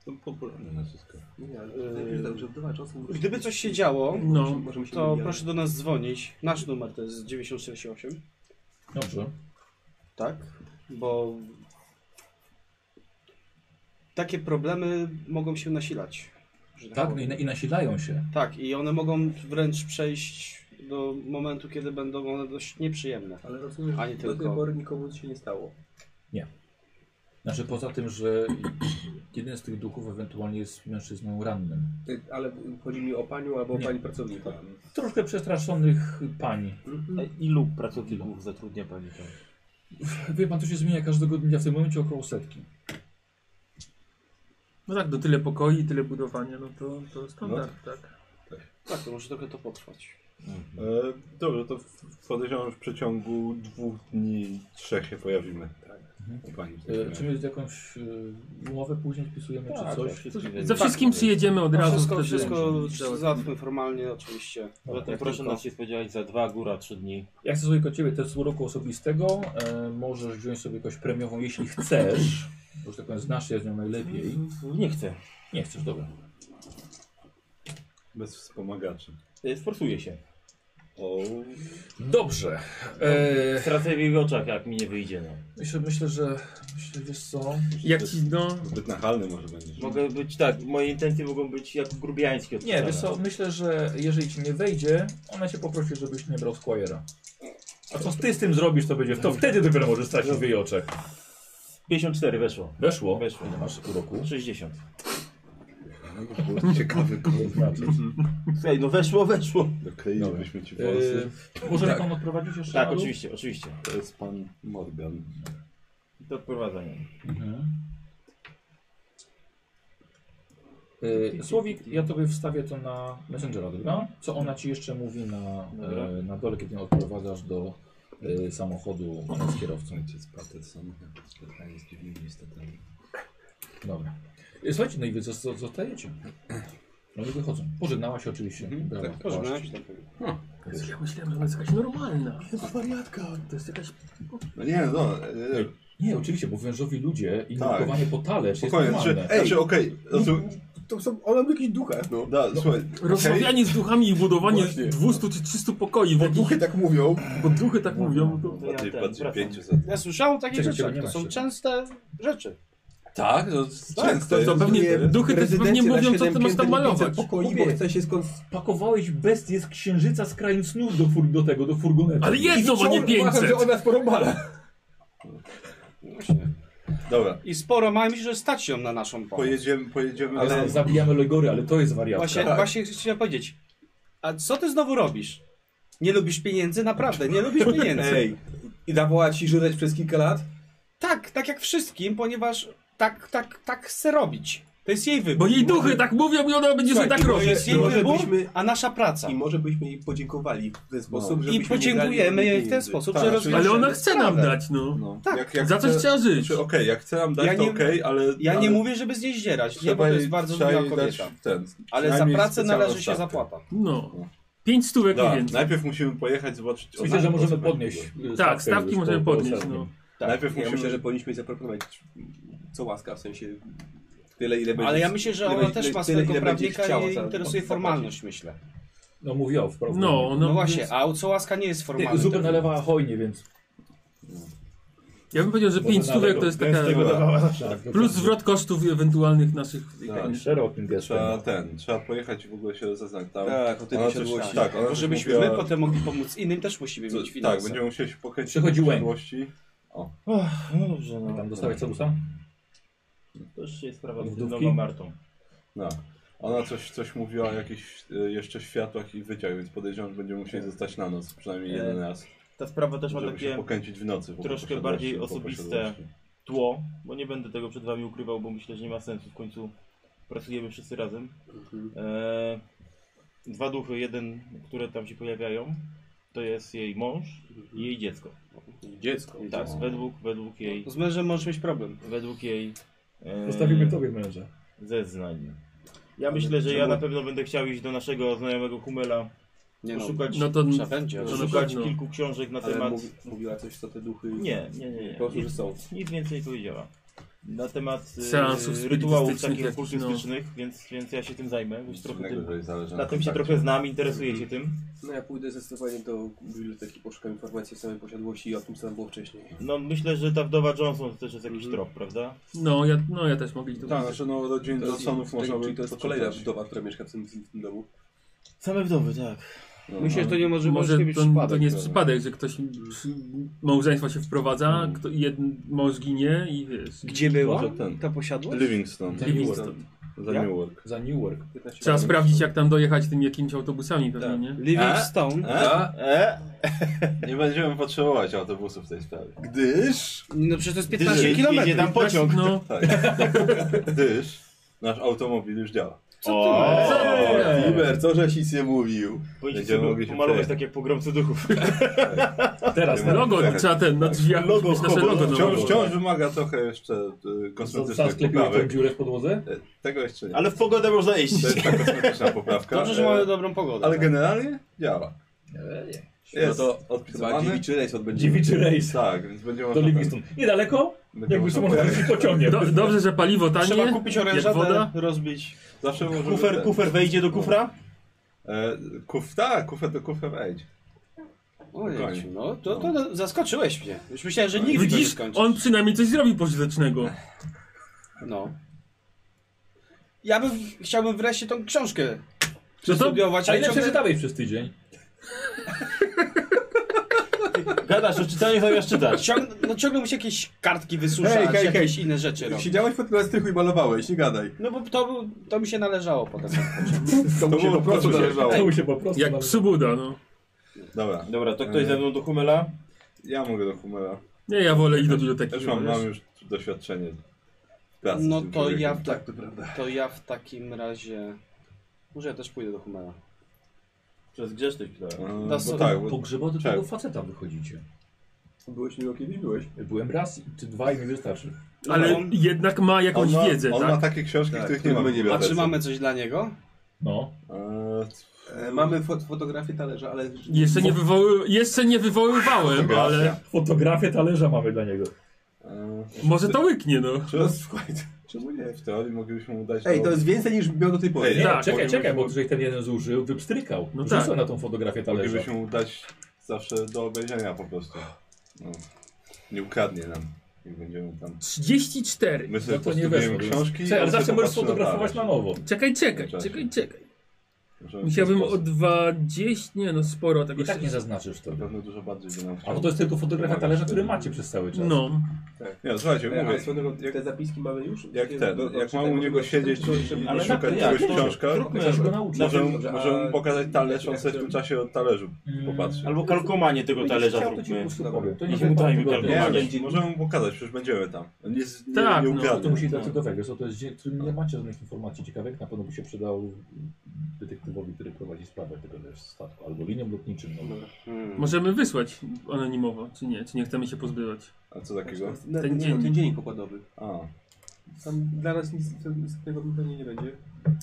Speaker 3: To popularne na wszystko.
Speaker 8: Nie, ale
Speaker 6: Yy,
Speaker 8: dobrze wdowa czasem.
Speaker 6: Gdyby coś się działo,
Speaker 7: No,
Speaker 8: możemy się
Speaker 6: to
Speaker 8: wybijać.
Speaker 6: proszę do nas dzwonić. Nasz numer to jest 948.
Speaker 2: Dobrze.
Speaker 6: Tak, bo takie problemy mogą się nasilać. że
Speaker 2: Tak, no
Speaker 6: powiem.
Speaker 2: i, na- i nasilają się.
Speaker 6: tak, i one mogą wręcz przejść do momentu, kiedy będą one dość nieprzyjemne.
Speaker 8: Ale rozumiem,
Speaker 6: A nie
Speaker 8: że do tej
Speaker 6: tylko.
Speaker 8: pory nikomu nic się nie stało.
Speaker 2: Znaczy poza tym, że jeden z tych duchów ewentualnie jest mężczyzną rannym.
Speaker 8: Ty- E, Ale chodzi mi o panią albo o
Speaker 2: Nie.
Speaker 8: pani pracownika.
Speaker 2: Troszkę przestraszonych pań.
Speaker 7: Mhm.
Speaker 5: A E, Ilu pracowników zatrudnia pani tam?
Speaker 2: Wie pan, to się zmienia każdego dnia, w tym momencie około setki.
Speaker 7: No tak, do tyle pokoi, tyle budowania, no to, to standard, tak.
Speaker 6: Tak, to może trochę to potrwać.
Speaker 3: E, dobrze, to w- podejrzewam, że w przeciągu dwóch dni, trzech się pojawimy. Tak. U pani. w takim
Speaker 2: E, Czy
Speaker 3: razie.
Speaker 2: my jakąś e, umowę później wpisujemy,
Speaker 5: Tak,
Speaker 2: czy coś?
Speaker 6: tak,
Speaker 7: Ze wszystkim przyjedziemy od
Speaker 6: No,
Speaker 7: razu.
Speaker 6: wszystko
Speaker 7: wtedy.
Speaker 6: wszystko
Speaker 7: Załatwimy.
Speaker 6: załatwmy formalnie, oczywiście.
Speaker 5: Zatem tak, proszę nas się spodziewać za dwa, góra trzy dni.
Speaker 2: Ja chcę sobie od ciebie test uroku osobistego. E, możesz wziąć sobie jakąś premiową, jeśli chcesz. Bo że tak powiem, znasz się z nią najlepiej.
Speaker 5: Nie chcę.
Speaker 2: Nie chcesz, dobra.
Speaker 3: Bez wspomagaczy.
Speaker 5: Y, Sforsuję się.
Speaker 3: O,
Speaker 2: Dobrze. E,
Speaker 5: Stracę w jej oczach, jak mi nie wyjdzie. No.
Speaker 2: myślę, myślę, że myślę, wiesz co?
Speaker 7: Jak ci, no,
Speaker 3: zbyt nachalny może będziesz.
Speaker 5: Mogę być tak, moje intencje mogą być jak grubiańskie.
Speaker 2: Nie,
Speaker 5: odczytane.
Speaker 2: wiesz co, myślę, że jeżeli ci nie wejdzie, ona cię poprosi, żebyś nie brał Squire'a. A co ty z tym zrobisz, to będzie. To wtedy dopiero możesz stracić w jej oczach.
Speaker 5: 54 weszło.
Speaker 2: Weszło?
Speaker 5: Weszło.
Speaker 2: Ile masz uroku?
Speaker 5: 60.
Speaker 3: Było ciekawy kurs.
Speaker 5: Słuchaj, no weszło, weszło.
Speaker 3: Dokleibyśmy ci włosy.
Speaker 2: Yy, możemy
Speaker 3: Tak.
Speaker 2: pan odprowadzić jeszcze?
Speaker 5: Tak,
Speaker 2: na dół?
Speaker 5: oczywiście, oczywiście.
Speaker 3: To jest pan Morgan.
Speaker 5: Do odprowadzenia.
Speaker 2: Mhm. Y, Słowik, ja tobie wstawię to na Messengera, dobra? Co ona ci jeszcze mówi na,
Speaker 5: Dobra.
Speaker 2: e, na dole, kiedy ją odprowadzasz do e, samochodu z kierowcą?
Speaker 3: Ojciec Patterson, spotkanie z dziwnymi istotami.
Speaker 2: Dobra. Y, Słuchajcie, no i wy zosta- zostajecie. No i wychodzą. Pożegnała się oczywiście.
Speaker 3: Mhm,
Speaker 2: Brawa.
Speaker 3: tak.
Speaker 6: Pożegnałem się
Speaker 7: Jezu, ja myślałem, że ona jest jakaś normalna. Jest wariatka. To jest jakaś...
Speaker 3: No nie, no. E,
Speaker 2: Nie, oczywiście, bo wężowi ludzie i
Speaker 3: Tak.
Speaker 2: nukowanie po talerz jest
Speaker 3: spokojnie,
Speaker 2: normalne.
Speaker 3: znaczy, znaczy okej. znaczy,
Speaker 8: To są, ona ma jakiś ducha.
Speaker 3: no, da, słuchaj. okej.
Speaker 7: Rozmawianie z duchami i budowanie
Speaker 8: Właśnie.
Speaker 7: 200 czy 300 pokoi, bo, duchy,
Speaker 8: tak mówią.
Speaker 7: bo duchy tak mówią. To...
Speaker 5: To ja
Speaker 3: Bardziej,
Speaker 5: ten,
Speaker 3: bardziej
Speaker 5: wracam.
Speaker 3: 500.
Speaker 6: Ja słyszałem o takich
Speaker 2: Czego
Speaker 6: rzeczach.
Speaker 2: ciebie nie
Speaker 6: To
Speaker 2: ma
Speaker 6: są
Speaker 2: jeszcze?
Speaker 6: częste rzeczy.
Speaker 3: Tak, to często
Speaker 7: to
Speaker 3: jest.
Speaker 7: pewnie
Speaker 8: Pewnie
Speaker 7: duchy też pewnie mówią, co ty masz tam malować.
Speaker 8: Pokoi, bo
Speaker 2: Mówię.
Speaker 8: chce się skąd...
Speaker 2: Pakowałeś bestię z księżyca z krain snu do, fur- do tego, do furgonetki.
Speaker 7: Ale jedno, bo nie
Speaker 8: Wciąż uważam,
Speaker 7: 500.
Speaker 8: że ona porąbala.
Speaker 6: Właśnie.
Speaker 3: Dobra,
Speaker 6: I sporo ma myślę, że stać ją na naszą pomoc.
Speaker 3: pojedziemy, pojedziemy
Speaker 2: Ale
Speaker 3: ale
Speaker 2: zabijamy Legory, ale to jest wariatka.
Speaker 6: Właśnie, właśnie chciałem powiedzieć. A co ty znowu robisz? Nie lubisz pieniędzy? Naprawdę, nie lubisz pieniędzy.
Speaker 8: Ej, i dawała ci żreć przez kilka lat?
Speaker 6: Tak, tak jak wszystkim, ponieważ tak, tak, tak chce robić. To jest jej wybór.
Speaker 7: Bo jej duchy tak mówią i ona będzie sobie
Speaker 8: Słuchaj,
Speaker 7: tak
Speaker 8: i
Speaker 6: To
Speaker 7: robić.
Speaker 6: jest jej
Speaker 8: No,
Speaker 6: wybór,
Speaker 8: żebyśmy-
Speaker 6: a nasza praca.
Speaker 8: Tak. I może byśmy jej podziękowali w ten sposób,
Speaker 3: No.
Speaker 8: żebyśmy
Speaker 6: I
Speaker 8: nie
Speaker 6: podziękujemy
Speaker 8: dali
Speaker 6: jej
Speaker 8: jej
Speaker 6: w ten
Speaker 8: pieniędzy.
Speaker 6: sposób,
Speaker 3: Tak,
Speaker 6: że
Speaker 3: czyli-
Speaker 6: rozwiązaliśmy
Speaker 7: Ale ona chce nam
Speaker 6: sprawę.
Speaker 7: dać, no.
Speaker 3: no,
Speaker 6: tak,
Speaker 3: jak, jak
Speaker 7: Za coś
Speaker 3: chce-
Speaker 7: chciała żyć.
Speaker 3: Znaczy, okej, jak chce nam dać,
Speaker 6: Ja
Speaker 3: to
Speaker 6: nie-
Speaker 3: okej, ale.
Speaker 6: Ja nie
Speaker 3: ale
Speaker 6: mówię, żeby z niej zdzierać, nie, bo
Speaker 3: trzeba
Speaker 6: to
Speaker 3: jej-
Speaker 6: jest bardzo
Speaker 3: trzeba
Speaker 6: miła
Speaker 3: jej
Speaker 6: kobieta.
Speaker 3: dać ten,
Speaker 6: Ale za
Speaker 3: przynajmniej
Speaker 6: pracę
Speaker 3: specjalną
Speaker 6: należy się
Speaker 3: stawkę.
Speaker 6: zapłata.
Speaker 7: No. Pięć stówek
Speaker 3: Da,
Speaker 7: mniej więcej.
Speaker 3: najpierw musimy pojechać, zobaczyć.
Speaker 2: Myślę, że
Speaker 3: o-
Speaker 2: możemy
Speaker 3: o-
Speaker 2: podnieść. y,
Speaker 7: Tak,
Speaker 2: stawkę
Speaker 7: stawki
Speaker 2: już
Speaker 7: możemy
Speaker 2: po- po
Speaker 7: podnieść,
Speaker 2: ostatnim.
Speaker 7: no.
Speaker 8: Tak,
Speaker 3: Najpierw
Speaker 8: ja
Speaker 3: musimy-
Speaker 8: myślę, że powinniśmy jej zaproponować co łaska, w sensie tyle, ile będzie.
Speaker 6: Ale ja myślę, że
Speaker 8: tyle,
Speaker 6: ona
Speaker 8: ile-
Speaker 6: też ma
Speaker 8: tyle,
Speaker 6: swojego
Speaker 8: ile będzie
Speaker 6: prawnika
Speaker 8: chciała
Speaker 6: i jej
Speaker 8: za-
Speaker 6: interesuje
Speaker 8: zapłacić.
Speaker 6: formalność, myślę.
Speaker 2: No mówię o wprost.
Speaker 7: No,
Speaker 6: No,
Speaker 7: no
Speaker 6: właśnie,
Speaker 7: więc-
Speaker 6: a u co łaska nie jest
Speaker 2: Ty,
Speaker 6: formalna.
Speaker 2: zupę nalewała hojnie, więc.
Speaker 7: Ja bym powiedział, że
Speaker 2: może
Speaker 7: 5 stówek to jest taka...
Speaker 3: Dobra.
Speaker 2: Tak,
Speaker 7: Plus zwrot kosztów ewentualnych naszych...
Speaker 3: Tak.
Speaker 2: Szerokim gestem.
Speaker 3: Trzeba ten, trzeba pojechać i w ogóle się rozeznać tam.
Speaker 8: Tak, o tej
Speaker 3: Ona
Speaker 8: posiadłości.
Speaker 3: Coś, tak, ona
Speaker 6: To
Speaker 3: coś
Speaker 6: żebyśmy
Speaker 3: mówiła,
Speaker 6: my potem mogli pomóc innym, też musimy
Speaker 3: co,
Speaker 6: mieć
Speaker 3: Tak,
Speaker 6: finanse.
Speaker 3: będziemy musieli się pokręcić
Speaker 2: Przychodzi
Speaker 3: w
Speaker 2: Łęk.
Speaker 3: posiadłości.
Speaker 2: tak.
Speaker 5: No dobrze, no.
Speaker 3: Tak.
Speaker 2: Tam dostawać cebusa?
Speaker 5: To już jest sprawa z
Speaker 3: Wdówki?
Speaker 5: nogą Martą.
Speaker 3: No. Ona coś, coś mówiła o jakichś y, jeszcze światłach i wyciach, więc podejrzewam, że będziemy musieli zostać na noc przynajmniej
Speaker 5: E,
Speaker 3: jeden raz.
Speaker 5: Ta sprawa też ma
Speaker 3: żeby się
Speaker 5: takie
Speaker 3: pokręcić w nocy. po
Speaker 5: troszkę
Speaker 3: poszedłeś-
Speaker 5: bardziej
Speaker 3: po
Speaker 5: osobiste
Speaker 3: poszedłeś.
Speaker 5: tło, bo nie będę tego przed wami ukrywał, bo myślę, że nie ma sensu. W końcu pracujemy wszyscy razem. E, dwa duchy, jeden, które tam się pojawiają, to jest jej mąż i jej dziecko.
Speaker 8: Dziecko.
Speaker 5: Tak, według, według jej,
Speaker 6: Z mężem możesz mieć problem.
Speaker 5: według jej e,
Speaker 2: Postawimy tobie męża.
Speaker 5: zeznań. Ja myślę, że ja na pewno będę chciał iść do naszego znajomego Humela,
Speaker 6: Nie no,
Speaker 5: poszukać,
Speaker 7: No to
Speaker 6: trzeba będzie.
Speaker 7: to na
Speaker 5: poszukać
Speaker 7: pewno.
Speaker 5: kilku książek na
Speaker 8: Ale
Speaker 5: temat...
Speaker 8: mówi, mówiła coś, co te duchy...
Speaker 5: Nie, nie, nie. nie.
Speaker 8: Po prostu, że
Speaker 5: Nic-
Speaker 8: są.
Speaker 5: Nic więcej nie powiedziała. Na temat e,
Speaker 7: Seansów
Speaker 5: rytuałów
Speaker 7: spirytystycznych
Speaker 5: takich
Speaker 7: jakichś,
Speaker 5: okultystycznych, więc, więc ja się tym zajmę. Już trochę
Speaker 3: Innego,
Speaker 5: tym,
Speaker 3: że jej zależy
Speaker 5: na tym się
Speaker 3: kontakcie.
Speaker 5: trochę znam, interesuję się tym.
Speaker 8: No ja pójdę zdecydowanie do biblioteki, poszukam informacji o samej posiadłości i o tym, co tam było wcześniej.
Speaker 5: No myślę, że ta wdowa Johnson to też jest jakiś trop, prawda?
Speaker 7: No ja, no, ja też mogę iść do
Speaker 3: Tak, znaczy no rodzin
Speaker 8: To jest-
Speaker 3: Johnsonów
Speaker 8: to-
Speaker 3: można by
Speaker 8: Czyli to jest
Speaker 3: podczytać.
Speaker 8: kolejna wdowa, która mieszka w tym, w tym domu.
Speaker 5: Same wdowy, tak.
Speaker 3: No,
Speaker 6: Myślę, że to nie może,
Speaker 7: Może
Speaker 6: może być
Speaker 7: to,
Speaker 6: przypadek.
Speaker 7: to nie jest
Speaker 3: prawda?
Speaker 7: przypadek, że ktoś małżeństwo się wprowadza, kto, jeden mąż ginie i wiesz.
Speaker 6: Gdzie była
Speaker 3: Może ten.
Speaker 6: ta posiadłość?
Speaker 3: Livingston.
Speaker 2: Za
Speaker 7: Livingston.
Speaker 2: Newark.
Speaker 3: Za
Speaker 2: Ja?
Speaker 3: Newark.
Speaker 2: Za Newark.
Speaker 3: Tak,
Speaker 8: 15
Speaker 7: Trzeba
Speaker 8: lat.
Speaker 7: sprawdzić jak tam dojechać tym jakimiś autobusami pewnie,
Speaker 8: Tak.
Speaker 7: nie?
Speaker 6: Livingstone.
Speaker 3: E?
Speaker 5: E?
Speaker 3: Nie będziemy potrzebować autobusu w tej sprawie. Gdyż...
Speaker 6: No przecież to jest
Speaker 5: Gdzie-
Speaker 6: 15
Speaker 5: jedzie
Speaker 6: km.
Speaker 5: tam pociąg.
Speaker 7: No,
Speaker 3: Tak. Gdyż nasz automobil już działa.
Speaker 5: Co
Speaker 7: Eee.
Speaker 3: Liber, co żeś nic nie mówił?
Speaker 5: Powinniście
Speaker 3: Będziemy mogli
Speaker 5: sobie
Speaker 3: się
Speaker 5: pomalować
Speaker 3: przejechać.
Speaker 5: tak jak pogromcy duchów.
Speaker 2: Teraz,
Speaker 3: Będziemy
Speaker 2: teraz.
Speaker 7: logo
Speaker 3: mogli
Speaker 7: trzeba ten na drzwiach
Speaker 2: Logo,
Speaker 7: logo, nasze
Speaker 2: hobo,
Speaker 7: logo no.
Speaker 3: Wciąż, wciąż wymaga trochę jeszcze y,
Speaker 2: Został
Speaker 3: kosmetycznych
Speaker 2: sklepiony tą
Speaker 3: poprawek.
Speaker 2: dziurę w podłodze?
Speaker 3: E, Tego jeszcze nie.
Speaker 5: Ale w pogodę można iść.
Speaker 3: To jest ta kosmetyczna poprawka.
Speaker 6: Dobrze, że
Speaker 3: e,
Speaker 6: mamy dobrą pogodę.
Speaker 3: Ale generalnie działa. Jest
Speaker 8: No
Speaker 3: no
Speaker 8: to
Speaker 3: to
Speaker 8: Chyba
Speaker 3: odpisane.
Speaker 8: dziewiczy rejs odbędziemy.
Speaker 2: Dziewiczy rejs
Speaker 3: Tak, więc będzie
Speaker 2: do
Speaker 3: można...
Speaker 2: Livingston. Niedaleko?
Speaker 3: będzie
Speaker 2: Jakby
Speaker 3: można
Speaker 2: się można
Speaker 3: pojechać.
Speaker 2: jechać pociągiem.
Speaker 7: Do, dobrze, że paliwo
Speaker 6: Trzeba
Speaker 7: tanie,
Speaker 6: kupić
Speaker 7: jak woda.
Speaker 6: orężatę, rozbić.
Speaker 3: Zawsze możemy
Speaker 5: Kufer,
Speaker 3: ten-
Speaker 5: kufer wejdzie do kufra?
Speaker 3: E, kuf, tak, kufer do kufra wejdź.
Speaker 6: Ojej, no to, to zaskoczyłeś mnie. Już myślałem,
Speaker 3: No.
Speaker 6: że nigdy tego nie
Speaker 7: Widzisz,
Speaker 6: skończysz.
Speaker 7: on przynajmniej coś zrobił pożytecznego.
Speaker 6: No. Ja bym chciałbym wreszcie tą książkę
Speaker 7: No to
Speaker 6: studiować,
Speaker 2: A
Speaker 6: ale
Speaker 2: ile
Speaker 6: ciągle...
Speaker 2: przeczytałeś przez tydzień?
Speaker 5: Gadasz o czytaniu zamiast czytać.
Speaker 6: Ciąg... No ciągle muszę jakieś kartki wysuszać,
Speaker 8: Hej, hej,
Speaker 6: jakieś inne rzeczy robić.
Speaker 8: Siedziałeś pod na strychu i malowałeś, nie gadaj.
Speaker 6: No bo to, był- to mi się należało potem.
Speaker 8: To mu się po prostu należało.
Speaker 3: Tak.
Speaker 2: To mu się po prostu
Speaker 7: jak
Speaker 2: należy.
Speaker 7: przybuda, no.
Speaker 3: Dobra,
Speaker 5: Dobra, to ktoś ze mną do Humela?
Speaker 3: ja mogę do humora.
Speaker 7: Nie, ja wolę iść do biblioteki.
Speaker 3: Też mam,
Speaker 7: chyba,
Speaker 3: mam
Speaker 7: wiesz.
Speaker 3: już doświadczenie w pracy.
Speaker 6: No
Speaker 3: z tym
Speaker 6: to ja,
Speaker 3: człowiekiem.
Speaker 6: w ta...
Speaker 8: Tak, to prawda.
Speaker 6: to ja w takim razie... Może ja też pójdę do Humela.
Speaker 5: Przez grzeszność pytałem.
Speaker 3: E,
Speaker 6: Das-
Speaker 3: Bo tak,
Speaker 2: Po
Speaker 3: bo
Speaker 2: grzybo do tego
Speaker 3: Czekaj.
Speaker 2: faceta wychodzicie.
Speaker 8: Byłeś miło kiedyś, byłeś.
Speaker 2: Byłem raz czy dwa i mi wystarczy.
Speaker 7: Ale
Speaker 6: on-
Speaker 7: jednak ma jakąś
Speaker 3: on ma,
Speaker 7: wiedzę,
Speaker 3: on ma
Speaker 7: tak?
Speaker 3: takie książki,
Speaker 8: Tak,
Speaker 3: których nie
Speaker 8: których
Speaker 3: mamy.
Speaker 8: my nie
Speaker 6: A czy mamy coś dla niego?
Speaker 2: No.
Speaker 8: E, mamy fot fotografię talerza, ale...
Speaker 7: Jeszcze nie, wywoły, jeszcze nie wywoływałem, ale
Speaker 2: Fotografię talerza mamy dla niego.
Speaker 7: może to łyknie, no.
Speaker 3: Czy
Speaker 8: No słuchaj, czemu nie?
Speaker 3: w teorii moglibyśmy mu dać...
Speaker 8: Ej, to jest więcej niż miał do tej pory.
Speaker 3: Ej,
Speaker 2: Nie,
Speaker 7: Tak,
Speaker 2: czekaj,
Speaker 7: powiem,
Speaker 2: czekaj, bo żeś ten jeden zużył, wypstrykał.
Speaker 7: No
Speaker 2: No
Speaker 7: tak.
Speaker 2: na tą fotografię talerza.
Speaker 3: Moglibyśmy mu dać zawsze do obejrzenia po prostu. No. Nie ukradnie nam. Nie będziemy tam...
Speaker 7: 34.
Speaker 3: My sobie
Speaker 2: No to
Speaker 3: po prostu
Speaker 2: nie wezmę.
Speaker 3: bierzemy
Speaker 2: więc-
Speaker 3: książki...
Speaker 2: Czekaj,
Speaker 3: i on
Speaker 2: ale zawsze
Speaker 3: sobie
Speaker 2: możesz
Speaker 3: popatrzy
Speaker 2: sfotografować na
Speaker 3: talerz.
Speaker 2: nowo.
Speaker 7: Czekaj, czekaj,
Speaker 3: Cześć.
Speaker 7: czekaj, czekaj.
Speaker 3: Możemy w
Speaker 7: Musiałbym
Speaker 3: ten
Speaker 7: o
Speaker 3: sposób.
Speaker 7: 20, nie no, sporo tego
Speaker 2: I tak
Speaker 7: się-
Speaker 2: nie zaznaczysz
Speaker 3: Na
Speaker 2: tego.
Speaker 3: pewno dużo bardziej by nam
Speaker 2: A bo to jest tylko fotografia
Speaker 3: Pomaga
Speaker 2: talerza,
Speaker 3: się.
Speaker 2: który macie przez cały czas.
Speaker 7: No,
Speaker 3: Nie, słuchajcie,
Speaker 8: Ej,
Speaker 3: mówię,
Speaker 8: ale E, swoją drogą, te zapiski mamy już? no,
Speaker 3: jak
Speaker 8: Takie
Speaker 3: ten,
Speaker 8: do- do-
Speaker 3: jak mam
Speaker 8: czytania
Speaker 3: u niego
Speaker 8: tego-
Speaker 3: siedzieć
Speaker 8: to- to-
Speaker 3: i,
Speaker 8: to-
Speaker 3: i
Speaker 5: Ale
Speaker 3: szukać
Speaker 5: na- jak?
Speaker 3: czegoś w książkach,
Speaker 2: Chcesz go nauczyć.
Speaker 3: może,
Speaker 8: Dobrze,
Speaker 3: może
Speaker 8: a-
Speaker 3: mu pokazać talerz, on sobie w tym czasie od talerzu
Speaker 2: Mm.
Speaker 3: popatrzy.
Speaker 5: Albo kalkomanie tego talerza
Speaker 2: Chciał, to ci po
Speaker 5: zróbmy.
Speaker 2: prostu powiem. To
Speaker 5: No
Speaker 2: nie
Speaker 5: to
Speaker 2: się
Speaker 5: dajmy
Speaker 3: Nie,
Speaker 5: kalkomanie.
Speaker 2: kalkomanie.
Speaker 3: ale możemy mu pokazać, przecież będziemy tam. On jest, nie,
Speaker 7: Tak,
Speaker 3: nie
Speaker 7: no.
Speaker 2: To
Speaker 3: ukradnie.
Speaker 2: musi dać do Vegas, to jest dzień, w którym nie macie żadnych informacji ciekawych, na pewno by się przydał detektywowi, który prowadzi sprawę tego też statku, albo linią lotniczym. No.
Speaker 6: Hmm.
Speaker 7: możemy wysłać anonimowo, czy nie, czy nie chcemy się pozbywać.
Speaker 3: A co takiego?
Speaker 8: Na-
Speaker 7: Ten
Speaker 8: nie,
Speaker 7: dziennik.
Speaker 8: Ten dziennik pokładowy.
Speaker 3: A,
Speaker 8: Tam dla nas nic z tego pewnie nie będzie.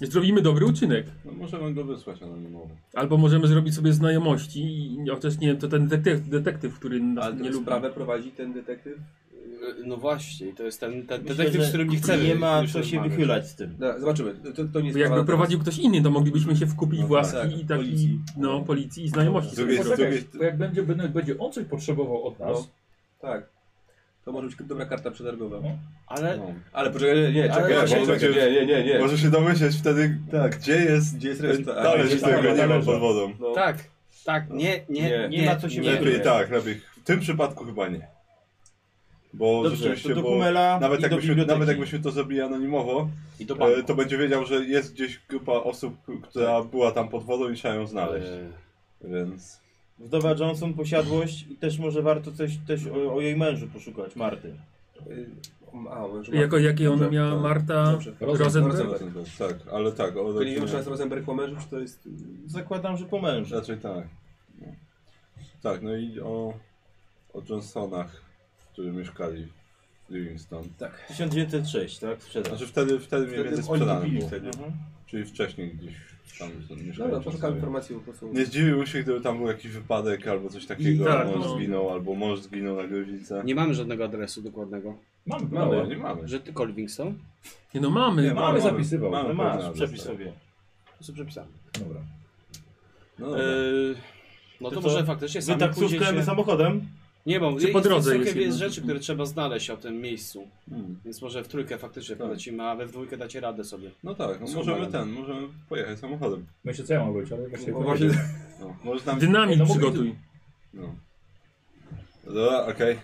Speaker 7: Zrobimy dobry uczynek.
Speaker 3: no możemy go wysłać anonimowo.
Speaker 7: Albo możemy zrobić sobie znajomości, i- chociaż nie wiem, to ten detektyw, detektyw który
Speaker 3: No,
Speaker 7: nas
Speaker 8: Ale
Speaker 7: nie
Speaker 8: tę
Speaker 7: lubi.
Speaker 8: sprawę prowadzi ten detektyw.
Speaker 6: No właśnie, i to jest ten, ten
Speaker 5: Myślę,
Speaker 6: detektyw,
Speaker 5: że
Speaker 6: z którym nie chcemy.
Speaker 5: Nie ma
Speaker 6: już
Speaker 5: co się
Speaker 6: rozmawiać.
Speaker 5: wychylać z tym.
Speaker 8: No, zobaczymy. To, to nie jest
Speaker 7: Bo jakby
Speaker 8: sprawa-
Speaker 7: prowadził ktoś inny, to moglibyśmy się wkupić
Speaker 3: No
Speaker 7: w łaski
Speaker 8: tak,
Speaker 7: i tak,
Speaker 8: policji.
Speaker 7: no, policji i znajomości.
Speaker 3: Z
Speaker 7: sobie
Speaker 3: drugiej-
Speaker 7: zrobić.
Speaker 2: Poczekaj,
Speaker 3: drugiej-
Speaker 2: bo jak będzie, będę- będzie on coś potrzebował od nas,
Speaker 8: Tak. To może być dobra karta przetargowa.
Speaker 6: Ale
Speaker 3: No.
Speaker 8: Ale poczekaj, nie, nie,
Speaker 6: Ale
Speaker 8: czekaj,
Speaker 6: właśnie-
Speaker 8: bo będzie- nie, nie, nie, nie.
Speaker 3: tak Może się domyśleć wtedy,
Speaker 8: Tak.
Speaker 3: gdzie jest
Speaker 8: Gdzie jest
Speaker 3: ten
Speaker 8: reszta? A,
Speaker 3: talerz,
Speaker 8: gdzie jest
Speaker 3: którego
Speaker 8: talerz?
Speaker 3: nie ma pod wodą.
Speaker 8: No.
Speaker 6: tak, tak, nie, nie, nie.
Speaker 8: Nie.
Speaker 5: Nie ma co się
Speaker 6: nie.
Speaker 5: wychylać.
Speaker 3: Lepiej tak, lepiej. W tym przypadku chyba nie. Bo
Speaker 5: Dobrze,
Speaker 3: rzeczywiście,
Speaker 5: to do
Speaker 3: bo
Speaker 5: Kumela
Speaker 3: nawet
Speaker 5: i do
Speaker 3: jakbyśmy,
Speaker 5: biblioteki.
Speaker 3: nawet jakbyśmy to zrobili anonimowo,
Speaker 5: I do banku.
Speaker 3: e, to będzie wiedział, że jest gdzieś grupa osób, która
Speaker 8: Tak.
Speaker 3: była tam pod wodą i trzeba ją znaleźć.
Speaker 8: E,
Speaker 6: E,
Speaker 3: Więc
Speaker 5: Wdowa Johnson posiadłość i też może warto coś też o, o jej mężu poszukać, Marty.
Speaker 8: y, A, może
Speaker 7: Jako jakie ona
Speaker 8: Tak,
Speaker 7: miała
Speaker 8: tak.
Speaker 7: Marta
Speaker 8: Dobrze.
Speaker 7: Rosenberg?
Speaker 3: Rosenberg, tak, ale tak, o
Speaker 8: To nie wiem, czy
Speaker 3: rodzinie-
Speaker 8: nas Rosenberg po mężu, czy to jest...
Speaker 5: Zakładam, że po mężu.
Speaker 3: Raczej tak. No. Tak, no i o, o Johnsonach, którzy mieszkali w Livingston.
Speaker 8: Tak.
Speaker 5: 1906, tak? Sprzedał.
Speaker 3: Znaczy wtedy, wtedy mniej
Speaker 8: Wtedy
Speaker 3: więcej
Speaker 8: oni
Speaker 3: sprzedane
Speaker 8: kupili
Speaker 3: było.
Speaker 8: wtedy.
Speaker 5: Mhm.
Speaker 3: Czyli wcześniej gdzieś tam mieszkali.
Speaker 8: Dobra, poszukam
Speaker 3: Johnsonowie.
Speaker 8: informacji po prostu.
Speaker 3: Nie zdziwiłbym się, gdyby tam był jakiś wypadek albo coś takiego,
Speaker 7: tak,
Speaker 3: mąż
Speaker 7: no.
Speaker 3: zginął, albo mąż zginął na gruźlicę.
Speaker 6: Nie mamy żadnego adresu dokładnego.
Speaker 3: mamy,
Speaker 2: mamy.
Speaker 3: nie mamy.
Speaker 6: Że ty Colvingstone?
Speaker 7: Nie no mamy.
Speaker 3: Nie,
Speaker 2: mamy, zapisywał.
Speaker 3: Mamy,
Speaker 5: No
Speaker 3: mamy
Speaker 5: masz,
Speaker 3: adres,
Speaker 5: przepis
Speaker 3: tak.
Speaker 5: sobie.
Speaker 6: To sobie przepisałem.
Speaker 2: Dobra.
Speaker 3: No,
Speaker 6: No,
Speaker 3: dobra.
Speaker 6: no
Speaker 5: Ty
Speaker 6: to,
Speaker 5: co?
Speaker 6: może faktycznie
Speaker 5: Wy
Speaker 6: sami pójdziecie-
Speaker 5: taksówkę, my samochodem?
Speaker 6: Nie, bo
Speaker 7: Czy po drodze
Speaker 6: jest,
Speaker 7: jest
Speaker 6: jest
Speaker 7: jedno?
Speaker 6: rzeczy, które trzeba znaleźć o tym miejscu.
Speaker 3: Hmm.
Speaker 6: Więc może w trójkę faktycznie
Speaker 3: Tak.
Speaker 6: polecimy, a we w dwójkę dacie radę sobie.
Speaker 3: no tak, no
Speaker 2: Z
Speaker 3: możemy
Speaker 2: Humanem.
Speaker 3: ten, możemy pojechać samochodem.
Speaker 2: Myślę, co ja mam robić, ale właśnie...
Speaker 8: No właśnie,
Speaker 3: No, może tam...
Speaker 7: Dynamit
Speaker 2: No, mówię-
Speaker 7: przygotuj.
Speaker 3: No. Dobra, okej.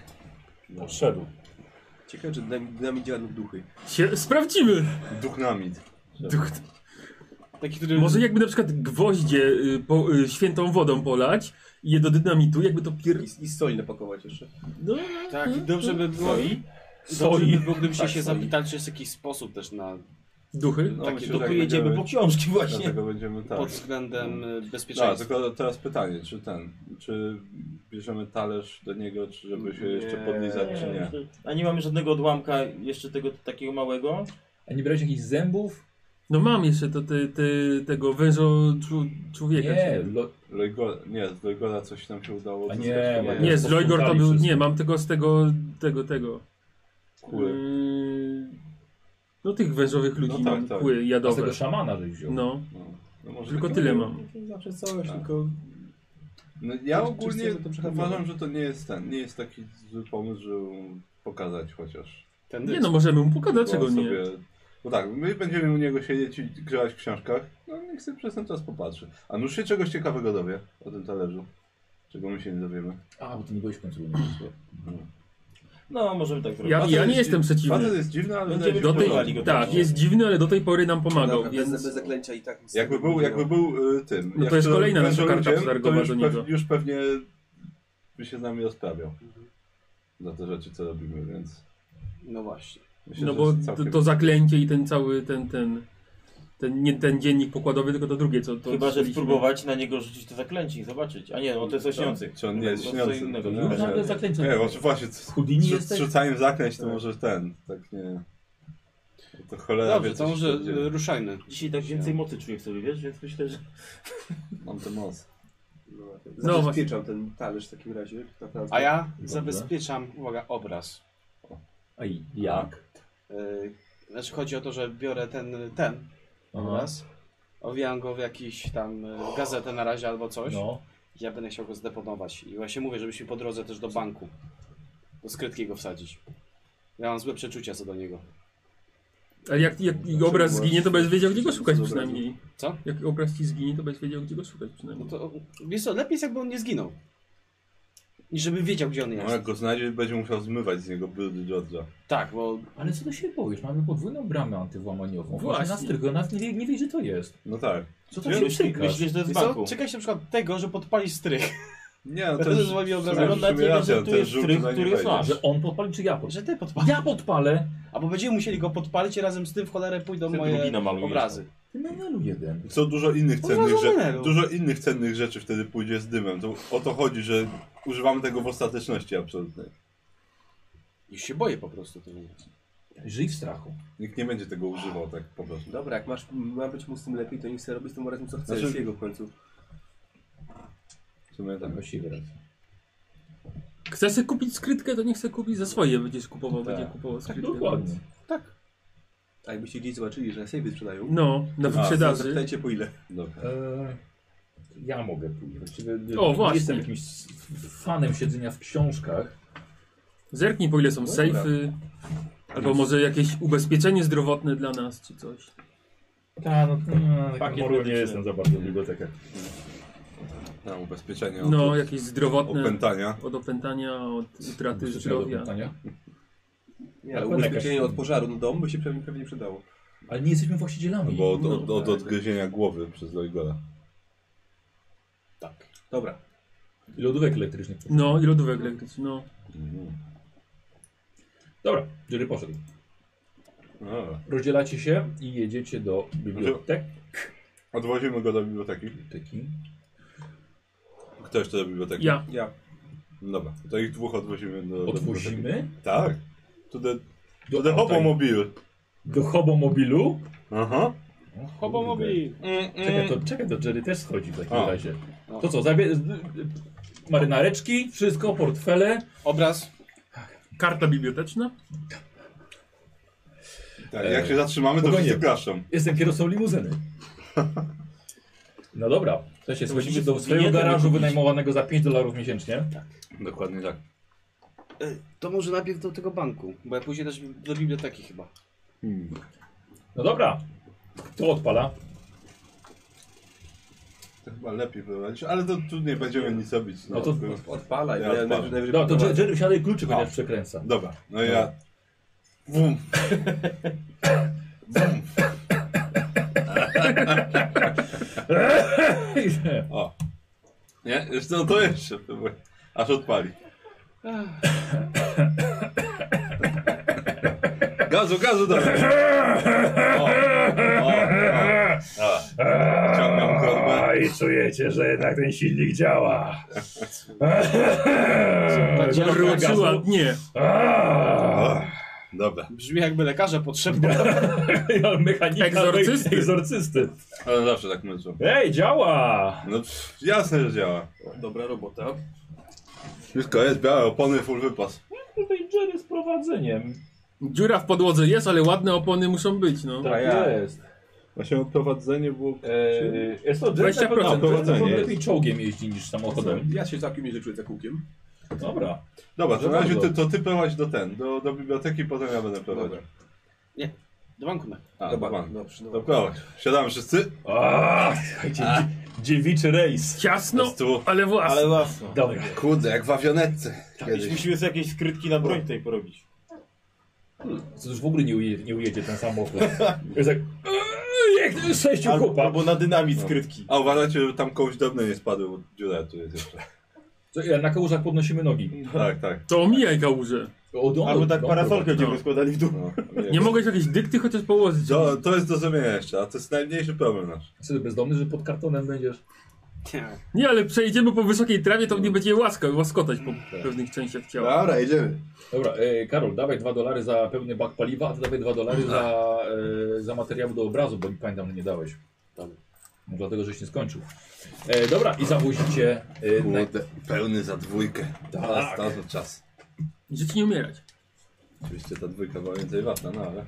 Speaker 2: Poszedł.
Speaker 8: ciekawe, czy dynamit, dynamit działa lub duchy.
Speaker 7: Sie- sprawdzimy.
Speaker 3: Duchnamit.
Speaker 7: Duch,
Speaker 6: Taki, który...
Speaker 7: Y, Może jakby na przykład gwoździe y, po, y, świętą wodą polać i je do dynamitu, jakby to pier...
Speaker 8: I, I soli napakować jeszcze.
Speaker 7: No,
Speaker 6: Tak, i dobrze by było... Soi? Dobrze
Speaker 7: Soi.
Speaker 6: by było, gdybyście
Speaker 8: Tak,
Speaker 6: się
Speaker 8: soi.
Speaker 6: zapytali, czy jest jakiś sposób też na...
Speaker 7: duchy.
Speaker 3: No,
Speaker 8: Tak
Speaker 6: takie
Speaker 3: myślę, że
Speaker 6: dopóki
Speaker 3: jak
Speaker 6: jedziemy
Speaker 3: będziemy-
Speaker 5: Bo książki właśnie.
Speaker 3: Dlatego będziemy tak.
Speaker 6: pod względem y,
Speaker 3: No,
Speaker 6: bezpieczeństwa.
Speaker 3: tylko teraz pytanie, czy ten, czy bierzemy talerz do niego, czy żeby się jeszcze podlizać, czy nie?
Speaker 5: A nie mamy żadnego odłamka jeszcze tego takiego małego?
Speaker 2: A nie brałeś jakichś zębów?
Speaker 7: No mam jeszcze to, te, te, tego wężo czu, człowieka.
Speaker 2: Nie, lo...
Speaker 3: Lojgo, nie, z Lojgora coś nam się udało.
Speaker 2: A
Speaker 3: odzyskać,
Speaker 2: nie,
Speaker 3: chyba
Speaker 2: bo-
Speaker 7: Nie, z Lojgor to
Speaker 2: Posprzątali
Speaker 7: był...
Speaker 2: wszystko.
Speaker 7: Nie, mam tego z tego, tego, tego.
Speaker 3: Kły.
Speaker 7: Yy, No tych wężowych ludzi
Speaker 3: No tak,
Speaker 7: mam,
Speaker 3: tak.
Speaker 7: kły
Speaker 2: A z
Speaker 7: jadowe.
Speaker 2: tego szamana żeś wziął.
Speaker 7: No,
Speaker 3: No, no może
Speaker 7: tylko
Speaker 3: tak-
Speaker 7: tyle mam.
Speaker 8: Zawsze coś,
Speaker 3: Tak.
Speaker 8: tylko...
Speaker 3: No, ja
Speaker 8: Czy- czy
Speaker 3: ogólnie
Speaker 8: chcemy to przehandlować?
Speaker 3: uważam, że to nie jest ten, nie jest taki zły pomysł, żeby mu pokazać chociaż.
Speaker 6: Tędy.
Speaker 7: Nie no, możemy mu pokazać,
Speaker 3: Bo
Speaker 7: dlaczego
Speaker 3: on
Speaker 7: nie.
Speaker 3: sobie- Bo tak, my będziemy u niego siedzieć i grać w książkach, no niech sobie przez ten czas popatrzy. A nuż się czegoś ciekawego dowie o tym talerzu, czego my się nie dowiemy.
Speaker 2: A, bo ty nie byłeś w końcu
Speaker 5: No, możemy tak zrobić.
Speaker 7: Ja,
Speaker 3: Facet
Speaker 7: ja nie
Speaker 3: jest-
Speaker 7: jestem
Speaker 3: Facet
Speaker 7: przeciwny.
Speaker 3: jest dziwny, ale wydaje
Speaker 5: Będziemy
Speaker 3: mi się,
Speaker 7: Do
Speaker 3: że
Speaker 7: tej,
Speaker 3: porządny.
Speaker 5: go
Speaker 7: tak, jest dziwny, ale do tej pory nam pomagał.
Speaker 8: Dobra,
Speaker 7: więc-
Speaker 8: bez, bez zaklęcia i tak.
Speaker 3: Jakby był, jakby był y, tym.
Speaker 7: No to
Speaker 3: jak
Speaker 7: jest kolejna nasza
Speaker 3: wężołędziem,
Speaker 7: karta przetargowa
Speaker 3: to już
Speaker 7: do
Speaker 3: pew-
Speaker 7: niego.
Speaker 3: Już pewnie by się z nami rozprawiał. Za te rzeczy, co robimy, więc.
Speaker 6: No właśnie.
Speaker 3: Myślę,
Speaker 7: No
Speaker 3: że
Speaker 7: bo
Speaker 3: jest
Speaker 7: to,
Speaker 3: całkiem-
Speaker 7: to zaklęcie i ten cały ten, ten, ten, nie ten dziennik pokładowy, tylko to drugie, co to
Speaker 5: Chyba, że
Speaker 7: odkryliśmy.
Speaker 5: spróbować na niego rzucić to zaklęcie i zobaczyć. A nie, no to jest o śniących.
Speaker 3: Czy on nie jest
Speaker 5: To co
Speaker 3: śniący?
Speaker 5: innego.
Speaker 3: Nie,
Speaker 5: No,
Speaker 3: nie.
Speaker 2: nagle zaklęcie.
Speaker 3: Nie, może właśnie, z
Speaker 2: Houdini jesteś?
Speaker 3: rzucaniem zaklęć to może ten, tak nie. To cholera
Speaker 6: Dobrze,
Speaker 3: wie,
Speaker 6: to
Speaker 3: co
Speaker 6: może
Speaker 3: się dzieje.
Speaker 6: y, ruszajmy.
Speaker 5: Dzisiaj tak więcej mocy czuję w sobie, wiesz, więc myślę, że...
Speaker 3: Mam tę moc.
Speaker 7: No
Speaker 8: No, Zabezpieczam ten talerz w takim razie. tak naprawdę.
Speaker 6: A ja zabezpieczam, uwaga, obraz.
Speaker 2: A i jak?
Speaker 6: Y, Znaczy chodzi o to, że biorę ten, ten
Speaker 2: No,
Speaker 6: obraz, owijam go w jakiś tam y, gazetę na razie albo coś.
Speaker 2: No.
Speaker 6: Ja będę chciał go zdeponować. I właśnie mówię, żebyśmy po drodze też do banku. Do skrytki go wsadzić. Ja mam złe przeczucia co do niego.
Speaker 7: Ale jak, jak obraz zginie, to będziesz wiedział, gdzie go szukać przynajmniej.
Speaker 6: Co?
Speaker 7: Jak obraz ci zginie, to będziesz wiedział, gdzie go szukać
Speaker 6: No
Speaker 7: przynajmniej.
Speaker 6: to, wiesz co, lepiej jest jakby on nie zginął. I żeby wiedział gdzie on
Speaker 3: No
Speaker 6: jest.
Speaker 3: jak go znajdzie, będzie musiał zmywać z niego brudy George'a.
Speaker 6: Tak, bo
Speaker 2: Ale co ty się boisz? Mamy podwójną bramę antywłamaniową. Właśnie
Speaker 7: Właśnie.
Speaker 2: nas tylko, nas nie, wie- nie wie, że to jest.
Speaker 3: No tak.
Speaker 2: Co tam
Speaker 5: Myślisz,
Speaker 2: się
Speaker 5: myślisz,
Speaker 2: przykasz?
Speaker 5: że to jest
Speaker 6: wiesz
Speaker 5: z
Speaker 6: co,
Speaker 5: banku.
Speaker 6: czekaj się na przykład tego, że podpali strych.
Speaker 3: Nie, no
Speaker 6: To
Speaker 3: to
Speaker 6: jest
Speaker 3: już-
Speaker 6: zły obraz.
Speaker 3: w sumie- w
Speaker 5: Oglądacie
Speaker 3: sumie
Speaker 5: jego,
Speaker 3: racja,
Speaker 5: że tu
Speaker 3: ten
Speaker 5: jest
Speaker 3: żółty
Speaker 5: tryb,
Speaker 3: na nie
Speaker 5: który jest
Speaker 3: wejdzie.
Speaker 5: nasz.
Speaker 2: Że on podpali, czy ja podpalę?
Speaker 6: Że ty podpalisz.
Speaker 2: Ja podpalę!
Speaker 6: Albo będziemy musieli go podpalić i razem z tym w cholerę pójdą
Speaker 5: Ty
Speaker 6: moje
Speaker 5: drugi namalujesz.
Speaker 6: obrazy.
Speaker 2: Ty menelu jeden.
Speaker 3: Co dużo innych
Speaker 6: Od razu
Speaker 3: cennych,
Speaker 6: menelu.
Speaker 3: rzeczy, dużo innych cennych rzeczy wtedy pójdzie z dymem. To o to chodzi, że używamy tego w ostateczności absolutnej.
Speaker 6: Już się boję po prostu tego.
Speaker 2: Żyj w strachu.
Speaker 3: Nikt nie będzie tego używał tak po prostu.
Speaker 8: Dobra, jak masz, ma być mu z tym lepiej, to niech sobie robi z tym razem co chce.
Speaker 3: Znaczy-
Speaker 8: Znaczy... jego w końcu.
Speaker 3: W sumie tak.
Speaker 2: Tak, właściwie racja.
Speaker 7: Chcesz sobie kupić skrytkę, to nie chcę kupić za swoje, będziesz kupował,
Speaker 3: Tak.
Speaker 7: będzie kupował skrytkę.
Speaker 2: Dokładnie.
Speaker 8: A jakbyście gdzieś zobaczyli, że sobie sprzedają.
Speaker 7: No, na wyprzedaży.
Speaker 8: Zapytajcie po ile.
Speaker 3: Dobra.
Speaker 2: Eee, Ja mogę pójść. Właściwie
Speaker 7: O,
Speaker 2: nie
Speaker 7: właśnie.
Speaker 2: jestem jakimś s- fanem siedzenia w książkach.
Speaker 7: Zerknij, po ile
Speaker 3: No
Speaker 7: są sejfy. Albo może jakieś ubezpieczenie zdrowotne dla nas, czy coś.
Speaker 2: Tak, no, no
Speaker 5: Pakiet
Speaker 2: morą nie
Speaker 5: medyczny.
Speaker 2: jestem za bardzo w bibliotekach.
Speaker 3: Tam ubezpieczenie od
Speaker 7: No, jakieś zdrowotne.
Speaker 3: opętania.
Speaker 7: Od opętania, od utraty
Speaker 2: Życzenia do
Speaker 7: zdrowia.
Speaker 2: pytania.
Speaker 8: Nie, ale
Speaker 2: pewno jakaś-
Speaker 8: ubezpieczenie od pożaru na dom by się pewnie, pewnie przydało.
Speaker 2: Ale nie jesteśmy
Speaker 3: No
Speaker 2: właścicielami.
Speaker 3: bo od, od,
Speaker 8: No,
Speaker 3: od
Speaker 8: tak.
Speaker 3: odgryzienia głowy przez Loigola.
Speaker 6: Tak.
Speaker 8: Dobra.
Speaker 2: I lodówek elektrycznych.
Speaker 7: No i lodówek elektrycznych, no.
Speaker 2: Dobra, Jerry poszedł.
Speaker 3: No.
Speaker 2: Rozdzielacie się i jedziecie do biblioteki.
Speaker 3: Odwozimy go do biblioteki. Ktoś to do biblioteki?
Speaker 7: Ja.
Speaker 8: Ja.
Speaker 3: Dobra, to ich dwóch odwozimy do, do
Speaker 2: Odwozimy
Speaker 3: biblioteki. Tak. To the,
Speaker 2: Do
Speaker 3: to the hobomobil.
Speaker 2: do Hobomobilu.
Speaker 3: Aha.
Speaker 6: Hobomobil.
Speaker 2: Czekaj, to, czekaj, to Jerry też schodzi w takim
Speaker 3: A.
Speaker 2: razie. To co, zabie... z- y, marynareczki, wszystko, portfele.
Speaker 6: Obraz.
Speaker 7: Karta biblioteczna?
Speaker 3: Tak,
Speaker 2: E,
Speaker 3: jak się zatrzymamy, to
Speaker 2: Kogo
Speaker 3: wszyscy
Speaker 2: nie?
Speaker 3: klaszczą.
Speaker 2: Jestem kierowcą limuzyny. No dobra, to się schodzimy
Speaker 5: musisz
Speaker 2: do swojego
Speaker 5: winietem
Speaker 2: garażu
Speaker 5: kupić.
Speaker 2: wynajmowanego za 5 dolarów miesięcznie.
Speaker 3: Dokładnie tak.
Speaker 6: Y, To może najpierw do tego banku, bo ja później też do biblioteki chyba.
Speaker 2: No dobra, kto odpala?
Speaker 3: To chyba lepiej prowadzić, ale to tu nie będziemy nic robić.
Speaker 2: No to-
Speaker 8: Odpalaj.
Speaker 3: Ja
Speaker 8: Ja
Speaker 3: odpalam.
Speaker 8: najwyżej- najwyżej
Speaker 2: No to
Speaker 8: podprowadzę.
Speaker 2: Jer- Jerry wsiadaj kluczyk,
Speaker 3: A.
Speaker 2: chociaż przekręca.
Speaker 3: Dobra, no i ja.
Speaker 2: No.
Speaker 3: Wum. Wum. O. Nie, jeszcze no to jeszcze. próbuję. Aż odpali. gazu, gazu dalej. O, o, o. Ciągam korbę.
Speaker 2: i czujecie, że jednak ten silnik działa.
Speaker 6: Tak,
Speaker 7: no Rucy ładnie.
Speaker 3: O, Dobra.
Speaker 6: Brzmi jakby lekarza potrzebna.
Speaker 2: No, Mechanika
Speaker 7: Egzorcysty.
Speaker 2: egzorcysty.
Speaker 3: Ale zawsze tak męczą.
Speaker 2: Ej, działa!
Speaker 3: No pff, jasne, że działa.
Speaker 8: Dobra robota.
Speaker 3: Wszystko jest białe, opony, full wypas.
Speaker 2: Tutaj Jerry z prowadzeniem.
Speaker 7: Dziura w podłodze jest, ale ładne opony muszą być, no.
Speaker 2: Tak
Speaker 8: ja.
Speaker 2: jest.
Speaker 3: Właśnie prowadzenie było...
Speaker 2: Eee, jest to
Speaker 7: 20%
Speaker 2: Jerry na pewno
Speaker 3: prowadzenie No, jest.
Speaker 2: lepiej czołgiem jeździ niż
Speaker 3: No,
Speaker 2: samochodem.
Speaker 8: Ja się całkiem nieźle czuję za kółkiem.
Speaker 2: Dobra.
Speaker 3: Dobra, to
Speaker 2: Proszę
Speaker 3: na razie
Speaker 2: bardzo.
Speaker 3: ty, to ty prowadź do ten, do, do biblioteki, potem ja będę prowadził.
Speaker 8: Dobra.
Speaker 6: Do banku na.
Speaker 3: A,
Speaker 8: Dobra, no,
Speaker 3: dobra.
Speaker 8: dobrze.
Speaker 3: To
Speaker 8: Dobra.
Speaker 3: prowadź. Siadamy wszyscy.
Speaker 2: A, słuchajcie, dzie- dziewiczy rejs.
Speaker 7: Ciasno,
Speaker 3: Jest tu.
Speaker 7: ale własne.
Speaker 5: Ale łasno.
Speaker 2: Dobra.
Speaker 3: Kurde, jak w awionetce.
Speaker 5: Kiedyś musimy sobie jakieś skrytki na broń tutaj porobić.
Speaker 2: To już w ogóle nie ujedzie, nie ujedzie ten samochód. Jest tak... eee, Jak sześciu
Speaker 5: Albo,
Speaker 2: kupa.
Speaker 5: albo na dynamit skrytki.
Speaker 3: A uważajcie, żeby tam komuś drobne nie spadły, bo dziura tu jest jeszcze.
Speaker 2: Co, ja Na kałużach podnosimy nogi.
Speaker 3: Tak, tak.
Speaker 7: To omijaj kałuże.
Speaker 2: O, do-
Speaker 5: Albo tak
Speaker 2: do-
Speaker 5: parasolkę
Speaker 7: no.
Speaker 5: będziemy składali w dół.
Speaker 3: No,
Speaker 7: Nie mogę jakieś dykty chociaż położyć.
Speaker 3: to, to jest do zrobienia jeszcze, a to jest najmniejszy problem nasz.
Speaker 2: Co ty bezdomny, że pod kartonem będziesz?
Speaker 7: Nie, ale przejdziemy po wysokiej trawie, to mnie będzie łaska, łaskotać po pewnych częściach ciała.
Speaker 3: Dobra, idziemy.
Speaker 2: Dobra, e, Karol, dawaj 2 dolary za pełny bak paliwa, a ty dawaj 2 dolary za, e, za materiał do obrazu, bo mi pamiętam, że nie dałeś. No, dlatego, żeś nie skończył. E, dobra, i zawozicie. E, na...
Speaker 3: Kurde, pełny za dwójkę. Teraz, teraz od czas.
Speaker 7: Żyć nie umierać.
Speaker 3: Oczywiście ta dwójka była więcej ważna, no ale...
Speaker 2: Ale,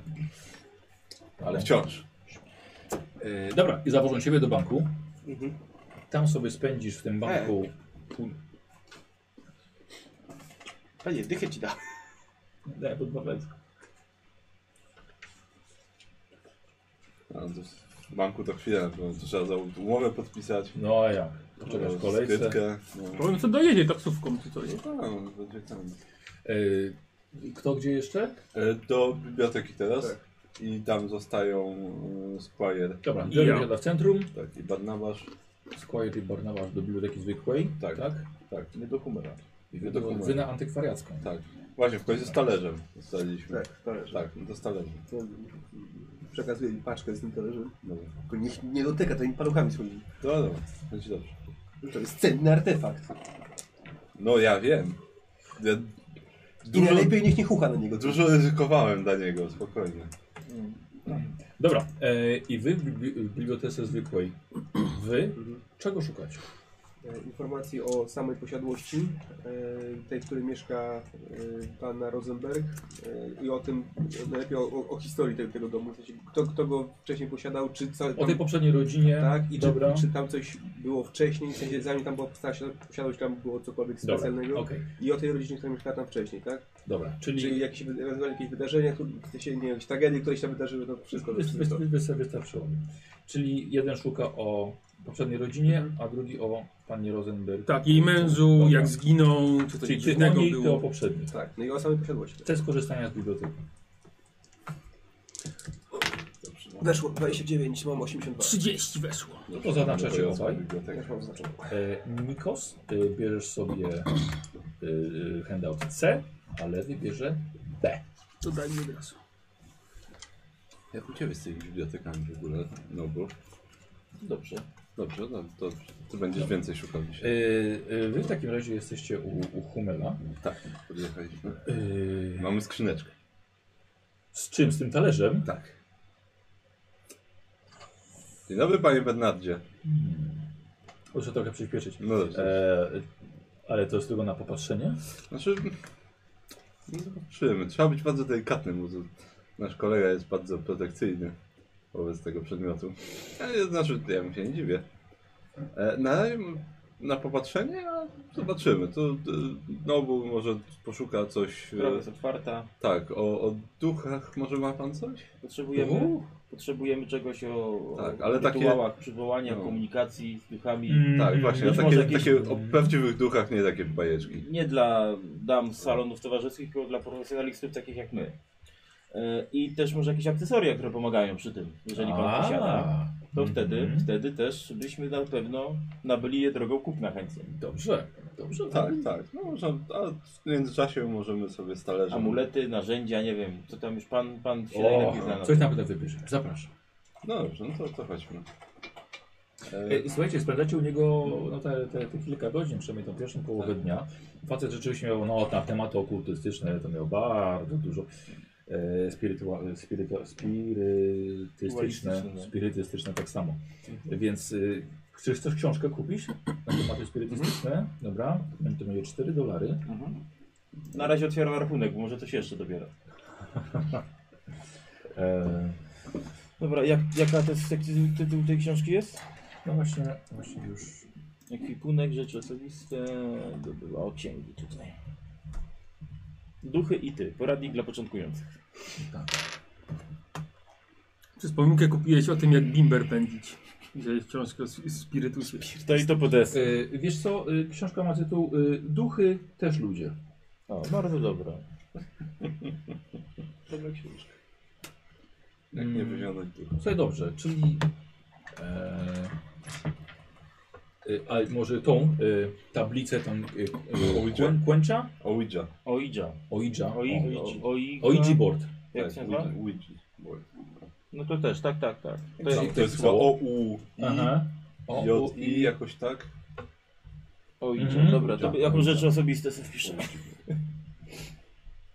Speaker 3: Ale wciąż.
Speaker 2: e, dobra, i zawożą ciebie do banku.
Speaker 6: Mhm.
Speaker 2: Tam sobie spędzisz w tym banku. pół-
Speaker 6: Panie, dychę ci da.
Speaker 2: Daj, po dwa wejść.
Speaker 3: A, no, to w banku to chwilę, bo to trzeba za umowę podpisać.
Speaker 2: No a ja. Poczekasz w kolejce.
Speaker 3: Skrytkę, no.
Speaker 7: Powiem, co dojedzie taksówką czy coś.
Speaker 3: A, no, będzie ten.
Speaker 2: E, kto gdzie jeszcze?
Speaker 3: E, Do biblioteki teraz. I tam zostają e, Squire.
Speaker 2: Dobra,
Speaker 7: I
Speaker 2: Jerry
Speaker 7: ja.
Speaker 2: wysiada w centrum.
Speaker 3: Tak, i Barnabasz.
Speaker 2: Squire i Barnabasz do biblioteki zwykłej.
Speaker 3: Tak.
Speaker 2: tak?
Speaker 3: Tak, nie do Humera.
Speaker 2: I
Speaker 3: Nie do Humera.
Speaker 2: wy na antykwariacką.
Speaker 3: Tak. Właśnie, w końcu z talerzem zostaliśmy.
Speaker 8: Tak, talerz.
Speaker 3: Tak, no to z talerzem.
Speaker 8: To Przekazuję im paczkę z tym talerzem.
Speaker 3: Dobra.
Speaker 8: Tylko niech nie dotyka, to im paluchami swoimi.
Speaker 3: No dobra, będzie dobrze.
Speaker 8: To jest cenny artefakt.
Speaker 3: No ja wiem. Ja
Speaker 8: I
Speaker 3: dużo,
Speaker 8: najlepiej niech nie hucha na niego.
Speaker 3: dużo ryzykowałem dla niego, spokojnie.
Speaker 2: Dobra, e, i wy w bibli- w bibliotece zwykłej. Wy czego szukacie?
Speaker 8: E, informacji o samej posiadłości, e, tej, w której mieszka pana Rosenberg e, i o tym, e, najlepiej o, o, o historii tego, tego domu, w sensie, kto, kto go wcześniej posiadał, czy co
Speaker 2: O
Speaker 8: tam,
Speaker 2: tej poprzedniej rodzinie.
Speaker 8: tak, i czy,
Speaker 2: Dobra.
Speaker 8: czy tam coś było wcześniej, w sensie zanim tam była posta- posiadłość, tam było cokolwiek
Speaker 2: Dobra,
Speaker 8: specjalnego
Speaker 2: Okej,
Speaker 8: i o tej rodzinie, która mieszkała tam wcześniej, tak?
Speaker 2: dobra, czyli,
Speaker 8: Czyli jakieś, wy- ewentualnie jakieś wydarzenia, tu- w sensie, nie wiem, jakieś tragedie, które się tam wydarzyły, to wszystko.
Speaker 2: wy, wy, wy, wy, wystarczyło mi. Czyli jeden szuka o poprzedniej rodzinie,
Speaker 8: Mhm.
Speaker 2: a drugi o pannie Rosenberg.
Speaker 7: Tak, jej mężu,
Speaker 2: Dobra.
Speaker 7: jak zginął, czy coś
Speaker 2: Czyli ty o
Speaker 7: dziwnego
Speaker 2: niej, ty o
Speaker 7: było.
Speaker 2: poprzedniej.
Speaker 8: Tak, no i o samej posiadłości.
Speaker 2: Te skorzystania z biblioteki.
Speaker 8: Weszło 29, mam 82.
Speaker 7: 30 weszło.
Speaker 2: No to zaznaczacie obaj.
Speaker 8: Też mam zaznaczone.
Speaker 2: E, Nikos, e, bierzesz sobie e, handout C, a lewy bierze B.
Speaker 7: To daj mi od razu.
Speaker 3: Jak u Ciebie z tymi bibliotekami w ogóle, no bo...
Speaker 5: Dobrze.
Speaker 3: Dobrze, no to ty będziesz więcej szukał
Speaker 2: E,
Speaker 3: dzisiaj.
Speaker 2: e, wy w takim razie jesteście u, u Humela.
Speaker 3: Tak, podjechaliśmy.
Speaker 2: E,
Speaker 3: Mamy skrzyneczkę.
Speaker 2: z czym? Z tym talerzem?
Speaker 3: Tak. Dzień dobry panie Bernardzie.
Speaker 2: Muszę trochę przyspieszyć.
Speaker 3: No dobrze.
Speaker 2: E, ale to jest tylko na popatrzenie.
Speaker 3: Znaczy, no zobaczymy. Trzeba być bardzo delikatnym, bo to nasz kolega jest bardzo protekcyjny wobec tego przedmiotu. E, Znaczy, ja mu się nie dziwię. E, Na, razie m- na popatrzenie a zobaczymy. To e, Nobu może poszuka coś. e,
Speaker 5: Sprawa jest otwarta.
Speaker 3: Tak, o, o duchach może ma pan coś?
Speaker 5: Potrzebujemy, potrzebujemy czegoś o,
Speaker 3: Tak,
Speaker 5: o
Speaker 3: ale takie-
Speaker 5: rytuałach przywołania,
Speaker 3: no.
Speaker 5: komunikacji z duchami.
Speaker 2: Mm.
Speaker 3: Tak, właśnie.
Speaker 5: Być
Speaker 3: Takie,
Speaker 5: Mm, może jakieś-
Speaker 3: takie o prawdziwych duchach, nie takie bajeczki.
Speaker 5: Nie dla dam z salonów towarzyskich, tylko dla profesjonalistów takich jak my. E, I też może jakieś akcesoria, które pomagają przy tym, jeżeli pan posiada. To wtedy, wtedy też byśmy na pewno nabyli je drogą kupna chętnie.
Speaker 2: Dobrze, dobrze.
Speaker 3: Tak, tak. No można, a w międzyczasie możemy sobie z talerzem.
Speaker 5: Amulety, narzędzia, nie wiem, co tam już pan, pan się
Speaker 2: O,
Speaker 5: najlepiej zna.
Speaker 2: coś na pewno wybierze. Zapraszam.
Speaker 3: No dobrze, no to, to chodźmy. E,
Speaker 2: E, Słuchajcie, spędzacie u niego no, te, te, te kilka godzin, przynajmniej tą pierwszą połowę dnia. Facet rzeczywiście miał no, na tematy okultystyczne, to miał bardzo dużo e, spirytua, spirytu, spirytystyczne,
Speaker 5: Dualistyczne, nie?
Speaker 2: spirytystyczne tak samo. Więc y, chcesz, chcesz książkę kupić na tematy spirytystyczne? Dobra, to będzie 4 dolary.
Speaker 5: Mhm. Na razie otwieram rachunek, bo może coś jeszcze dobiera.
Speaker 2: E,
Speaker 5: Dobra, jak, jaka to jest, jaki tytuł tej książki jest?
Speaker 2: no właśnie, właśnie już.
Speaker 5: Ekwipunek, rzeczy osobiste, dobyła o księgi tutaj. Duchy i ty, poradnik dla początkujących.
Speaker 7: Przez pominkę kupiłeś o tym, jak bimber pędzić. Wziąłeś książkę o s- spirytusie.
Speaker 5: To i to podes.
Speaker 2: E, wiesz co, y, książka ma tytuł y, Duchy też ludzie.
Speaker 5: O, bardzo dobra.
Speaker 3: Jak nie
Speaker 2: Mm.
Speaker 3: wywiązać ducha.
Speaker 2: Słuchaj, dobrze, czyli. E, e, a może tą e, tablicę tam e, e,
Speaker 3: Ouija?
Speaker 2: kłę, kłęcza?
Speaker 3: Ouija.
Speaker 5: Oidża.
Speaker 2: Oidża.
Speaker 5: Oi,
Speaker 2: O,
Speaker 5: oi,
Speaker 2: o-
Speaker 5: oi,
Speaker 2: Ouija board.
Speaker 5: Jak
Speaker 3: Tak,
Speaker 5: się nazywa?
Speaker 3: Ouija. Ouija. Board.
Speaker 5: No to też, tak, tak, tak. To
Speaker 2: Czyli
Speaker 5: jest
Speaker 3: Tam to jest chyba
Speaker 2: pisało?
Speaker 3: O, U, I,
Speaker 2: Aha. O,
Speaker 3: J,
Speaker 2: o,
Speaker 3: I jakoś tak.
Speaker 5: Oidża.
Speaker 2: Mhm.
Speaker 5: Dobra, to
Speaker 2: Tak,
Speaker 5: jako
Speaker 2: Ouija.
Speaker 5: rzeczy osobiste sobie wpiszemy.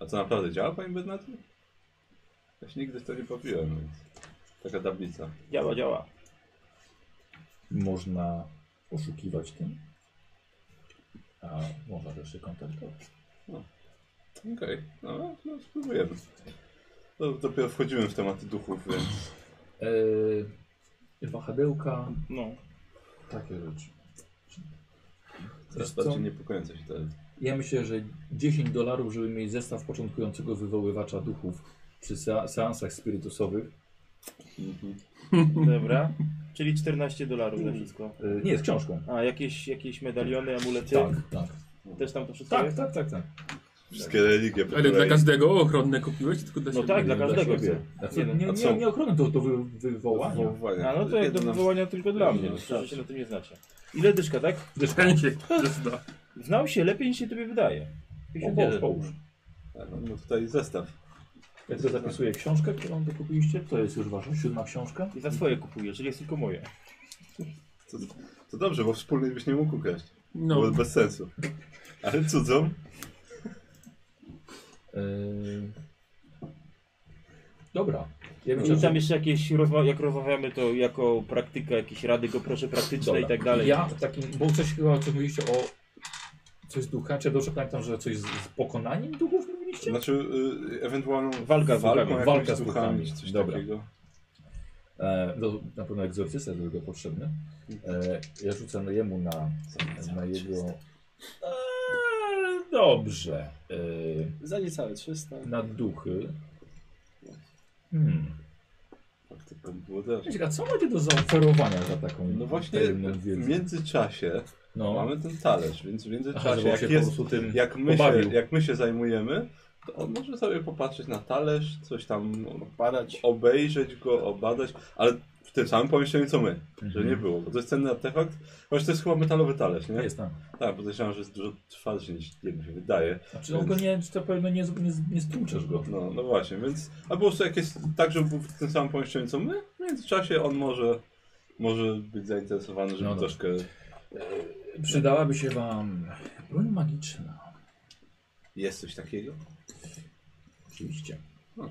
Speaker 3: A co naprawdę działa, panie Bernardy? Ja się nigdy w to nie bawiłem, więc... Taka tablica.
Speaker 5: Działa, działa.
Speaker 2: Można oszukiwać tym. A można też się kontaktować.
Speaker 3: Okej, no, no spróbujemy. To dopiero wchodziłem w tematy duchów, więc...
Speaker 2: E, wahadełka,
Speaker 5: No.
Speaker 2: takie rzeczy.
Speaker 3: Coraz
Speaker 2: co?
Speaker 3: bardziej niepokojące się teraz.
Speaker 2: Ja myślę, że 10 dolarów, żeby mieć zestaw początkującego wywoływacza duchów przy sea- seansach spirytusowych.
Speaker 3: Mhm.
Speaker 5: Dobra, czyli 14 dolarów za wszystko.
Speaker 2: E, nie, z książką.
Speaker 5: A jakieś, jakieś medaliony, amulety?
Speaker 2: Tak, tak.
Speaker 5: Też tam to wszystko
Speaker 2: Tak,
Speaker 5: jest?
Speaker 2: tak, tak, tak.
Speaker 3: Wszystkie
Speaker 5: Tak.
Speaker 3: religie po
Speaker 7: Ale dla
Speaker 3: kolei.
Speaker 7: każdego ochronne kupiłeś, czy tylko dla
Speaker 5: No
Speaker 7: siebie.
Speaker 5: tak, dla
Speaker 2: Dla
Speaker 5: każdego
Speaker 2: siebie.
Speaker 5: chcę.
Speaker 2: Znaczy,
Speaker 5: Nie,
Speaker 2: nie,
Speaker 3: a
Speaker 2: nie,
Speaker 3: co?
Speaker 2: nie ochronę to, to wy, wywołania.
Speaker 3: Wywoływanie.
Speaker 5: A no to jak do
Speaker 3: Jedna-
Speaker 5: wywołania tylko dla mnie,
Speaker 3: No,
Speaker 5: no, szczerze się na tym nie znacie. Ile dyszka, tak?
Speaker 7: Zresztą się zda.
Speaker 5: Znał się lepiej niż się tobie wydaje.
Speaker 2: O, połóż,
Speaker 5: 51.
Speaker 2: połóż.
Speaker 3: Tak, no tutaj zestaw.
Speaker 2: Ja tylko zapisuję książkę, którą dokupiliście. To jest już wasza siódma książka.
Speaker 5: I za swoje kupuję, czyli jest tylko moje.
Speaker 3: To, to dobrze, bo wspólnie byś nie mógł ukraść.
Speaker 7: No,
Speaker 3: Było bez sensu. Ale cudzą?
Speaker 2: E, Dobra. Ja myślę,
Speaker 5: I
Speaker 2: że-
Speaker 5: tam jeszcze jakieś, rozma- jak rozmawiamy, to jako praktyka, jakieś rady go proszę praktyczne
Speaker 2: Dobra.
Speaker 5: i tak dalej.
Speaker 2: Ja w takim, bo coś chyba coś mówiliście o coś z ducha, czy ja dobrze pamiętam, że coś z, z pokonaniem duchów mówiliście?
Speaker 3: Znaczy, y, ewentualną
Speaker 5: Walka z duchami.
Speaker 3: jakąś
Speaker 2: Walka z
Speaker 3: duchami,
Speaker 2: duchami.
Speaker 3: czy coś
Speaker 2: Dobra.
Speaker 3: takiego.
Speaker 2: E, do, na pewno egzorcysta jest do tego potrzebny. E, ja rzucę na jemu na, na jego... E, dobrze. Eee,
Speaker 6: Za niecałe 300.
Speaker 2: E, na duchy. Hmm.
Speaker 3: Okej, to tam było też.
Speaker 2: Ciekawe, co macie do zaoferowania za taką
Speaker 3: No właśnie
Speaker 2: tajemną
Speaker 3: w
Speaker 2: wiedzę?
Speaker 3: międzyczasie
Speaker 2: No,
Speaker 3: mamy ten talerz, więc w
Speaker 2: Aha,
Speaker 3: międzyczasie
Speaker 2: że on
Speaker 3: jak,
Speaker 2: się po
Speaker 3: jest,
Speaker 2: prostu tym
Speaker 3: jak, my się,
Speaker 2: pobawił.
Speaker 3: jak my się zajmujemy, to on może sobie popatrzeć na talerz, coś tam
Speaker 5: Padać.
Speaker 3: obejrzeć go, obadać, ale w tym samym pomieszczeniu co my,
Speaker 2: Mhm.
Speaker 3: że nie było, bo to jest cenny artefakt, chociaż to jest chyba metalowy talerz, nie?
Speaker 2: jest tam.
Speaker 3: Tak, podejrzewam, że jest dużo twardszy niż jemu się wydaje.
Speaker 2: Znaczy, on go nie, czy to pewno nie, z- nie, z- nie stłuczesz go.
Speaker 3: No, no właśnie, więc a po prostu jak jest tak, że był w tym samym pomieszczeniu co my, no w międzyczasie on może, może być zainteresowany, żeby
Speaker 2: No, no.
Speaker 3: troszkę...
Speaker 2: Przydałaby się wam broń magiczna.
Speaker 3: Jest coś takiego?
Speaker 2: Oczywiście.
Speaker 3: Jak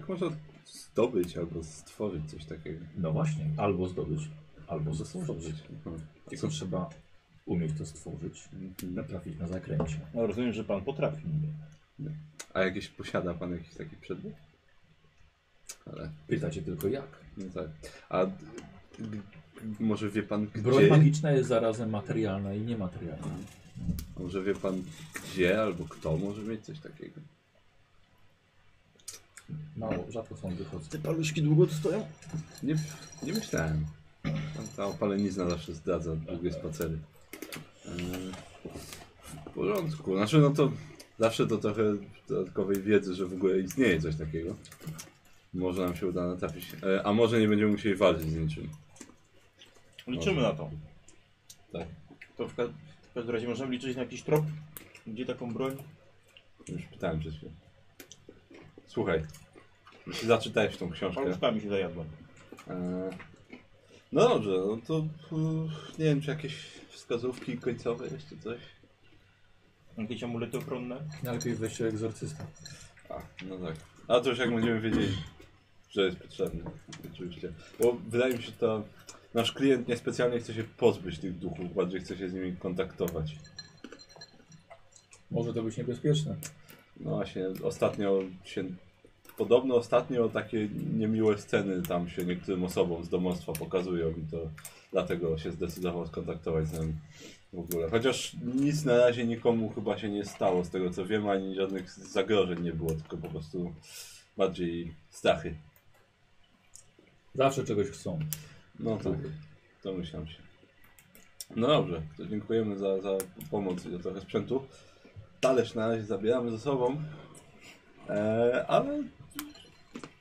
Speaker 3: Tak, można zdobyć albo stworzyć coś takiego?
Speaker 2: No właśnie, albo zdobyć, albo stworzyć. Tylko trzeba umieć to stworzyć, natrafić na zakręcie.
Speaker 5: No, rozumiem, że pan potrafi.
Speaker 3: A jakieś posiada pan jakiś taki przedmiot? Ale
Speaker 2: Pytacie tylko jak.
Speaker 3: no tak. A d- g- może wie pan
Speaker 2: Broń
Speaker 3: gdzie?
Speaker 2: magiczna jest zarazem materialna i niematerialna.
Speaker 3: A Może wie pan gdzie albo kto może mieć coś takiego?
Speaker 2: Mało, rzadko są wychodzące.
Speaker 6: Te paluszki długo tu stoją?
Speaker 3: Nie, nie myślałem. Ta- Ta opalenizna zawsze zdradza długie spacery. Yy, W porządku. Znaczy no to zawsze to trochę dodatkowej wiedzy, że w ogóle istnieje coś takiego. Może nam się uda natrafić. E, A może nie będziemy musieli walczyć z niczym.
Speaker 5: Liczymy na to.
Speaker 3: Tak.
Speaker 5: To w, ka- w każdym razie możemy liczyć na jakiś trop, gdzie taką broń.
Speaker 3: Już pytałem przed chwilą. Słuchaj, jeśli zaczytałeś tą książkę.
Speaker 5: Paluszkami się zajadłem.
Speaker 3: e, No dobrze, no to e, nie wiem, czy jakieś wskazówki końcowe jeszcze coś?
Speaker 5: Jakieś amulety ochronne.
Speaker 2: Najlepiej wejście egzorcysta.
Speaker 3: A, no tak. A to już jak będziemy wiedzieć, że jest potrzebny. Oczywiście. Bo wydaje mi się, że to nasz klient niespecjalnie chce się pozbyć tych duchów, bardziej chce się z nimi kontaktować.
Speaker 2: Może to być niebezpieczne.
Speaker 3: No właśnie, ostatnio się. Podobno ostatnio takie niemiłe sceny tam się niektórym osobom z domostwa pokazują i to dlatego się zdecydował skontaktować z nami w ogóle. Chociaż nic na razie nikomu chyba się nie stało z tego co wiem, ani żadnych zagrożeń nie było, tylko po prostu bardziej strachy.
Speaker 2: Zawsze czegoś chcą.
Speaker 3: No tak, to myślałem się. No dobrze, to dziękujemy za, za pomoc i za trochę sprzętu. Talerz na razie zabieramy ze sobą, e, ale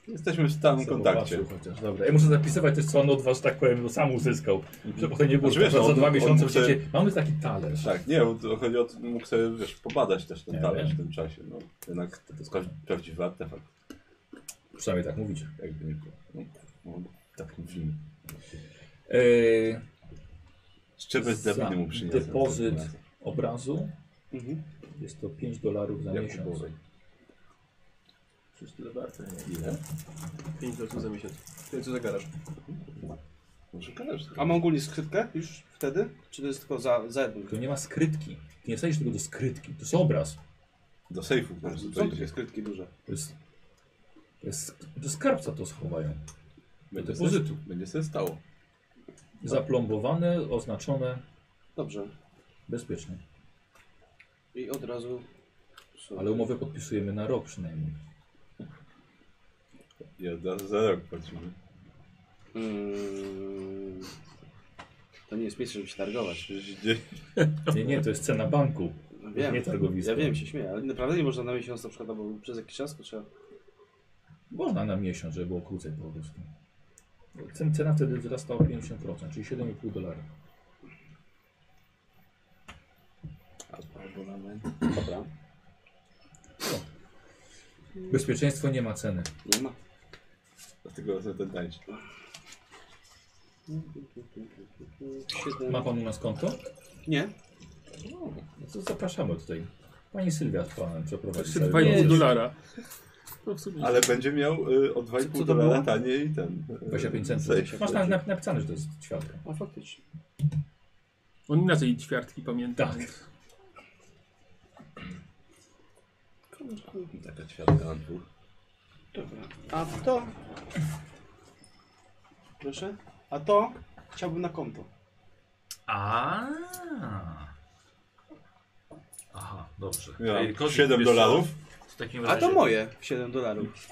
Speaker 3: jesteśmy w stałym kontakcie.
Speaker 2: Zobaczył Chociaż. Dobra. Ja muszę zapisywać też, co on od was, tak powiem, sam uzyskał. Że potem nie było,
Speaker 3: Znaczy, wiesz,
Speaker 2: że za
Speaker 3: on-
Speaker 2: dwa
Speaker 3: on
Speaker 2: miesiące
Speaker 3: musi-
Speaker 2: będziecie, mamy taki talerz.
Speaker 3: Tak, nie, bo to chodzi o to, mógł sobie wiesz, pobadać też ten
Speaker 2: Nie
Speaker 3: talerz
Speaker 2: wiem.
Speaker 3: w tym czasie. No, jednak to jest prawdziwy artefakt,
Speaker 2: Przynajmniej tak mówicie.
Speaker 3: jakby nie było. No, no, tak mówimy.
Speaker 2: Eee,
Speaker 3: Szczepę z
Speaker 2: za
Speaker 3: Dawidem mu tak. Mhm. przyniosłem.
Speaker 2: depozyt obrazu jest to 5 dolarów za miesiąc.
Speaker 3: Jakubowej.
Speaker 8: Przecież tyle warte.
Speaker 3: Ile?
Speaker 8: 5 dolarów za miesiąc. Tyle co za garaż.
Speaker 3: Może talerz.
Speaker 6: A mam ogólnie skrytkę już wtedy? Czy to jest tylko za, za jednym?
Speaker 2: To nie ma skrytki. Ty nie wsadzisz tego do skrytki. To jest obraz.
Speaker 3: Do sejfu po
Speaker 2: No,
Speaker 3: prostu
Speaker 8: Są
Speaker 3: wejdzie.
Speaker 8: takie skrytki duże.
Speaker 2: To jest, to jest do skarbca to schowają.
Speaker 3: Będzie sobie,
Speaker 2: depozytu.
Speaker 3: będzie sobie stało.
Speaker 2: Zaplombowane, oznaczone,
Speaker 6: Dobrze.
Speaker 2: bezpieczne.
Speaker 6: I od razu...
Speaker 2: Ale umowę podpisujemy na rok przynajmniej.
Speaker 3: Ja za, za rok płacimy.
Speaker 6: Yy... To nie jest miejsce, żeby się targować.
Speaker 3: 30.
Speaker 2: Nie, nie, to jest cena banku.
Speaker 6: No Wiem,
Speaker 2: Nie targowisko.
Speaker 6: Ja wiem, się śmieję, ale naprawdę nie można na miesiąc na przykład, bo przez jakiś czas to trzeba...
Speaker 2: Można na miesiąc, żeby było krócej po prostu. Cen- Cena wtedy wzrasta o 50%, czyli 7,5 dolara.
Speaker 11: Abonament.
Speaker 6: Dobra,
Speaker 2: Bezpieczeństwo nie ma ceny.
Speaker 6: nie ma.
Speaker 3: Dlatego sobie ten tańczy.
Speaker 6: Siedem.
Speaker 2: Ma pan u nas konto?
Speaker 6: Nie,
Speaker 2: No to zapraszamy tutaj. Pani Sylwia z panem przeprowadzi.
Speaker 7: Jeszcze
Speaker 2: cały
Speaker 7: 2,5
Speaker 2: proces.
Speaker 7: dolara. No w sumie.
Speaker 3: Ale będzie miał y, o 2,5
Speaker 6: Co to
Speaker 3: dolara
Speaker 6: było?
Speaker 3: taniej i ten. y,
Speaker 2: 25
Speaker 3: sejf.
Speaker 2: centów. Masz tam nap- napisane, że to jest ćwiartka.
Speaker 6: a faktycznie.
Speaker 7: On inaczej ćwiartki pamięta.
Speaker 2: Tak.
Speaker 7: więc-
Speaker 3: Taka ćwiartka na dwóch.
Speaker 6: Dobra. A to... Proszę? A to chciałbym na konto.
Speaker 2: A. Aha, dobrze.
Speaker 3: Ja,
Speaker 1: Ej, Kozik,
Speaker 3: 7
Speaker 1: wiesz co?
Speaker 3: dolarów.
Speaker 1: W takim
Speaker 6: A
Speaker 1: razie,
Speaker 6: to moje 7 dolarów.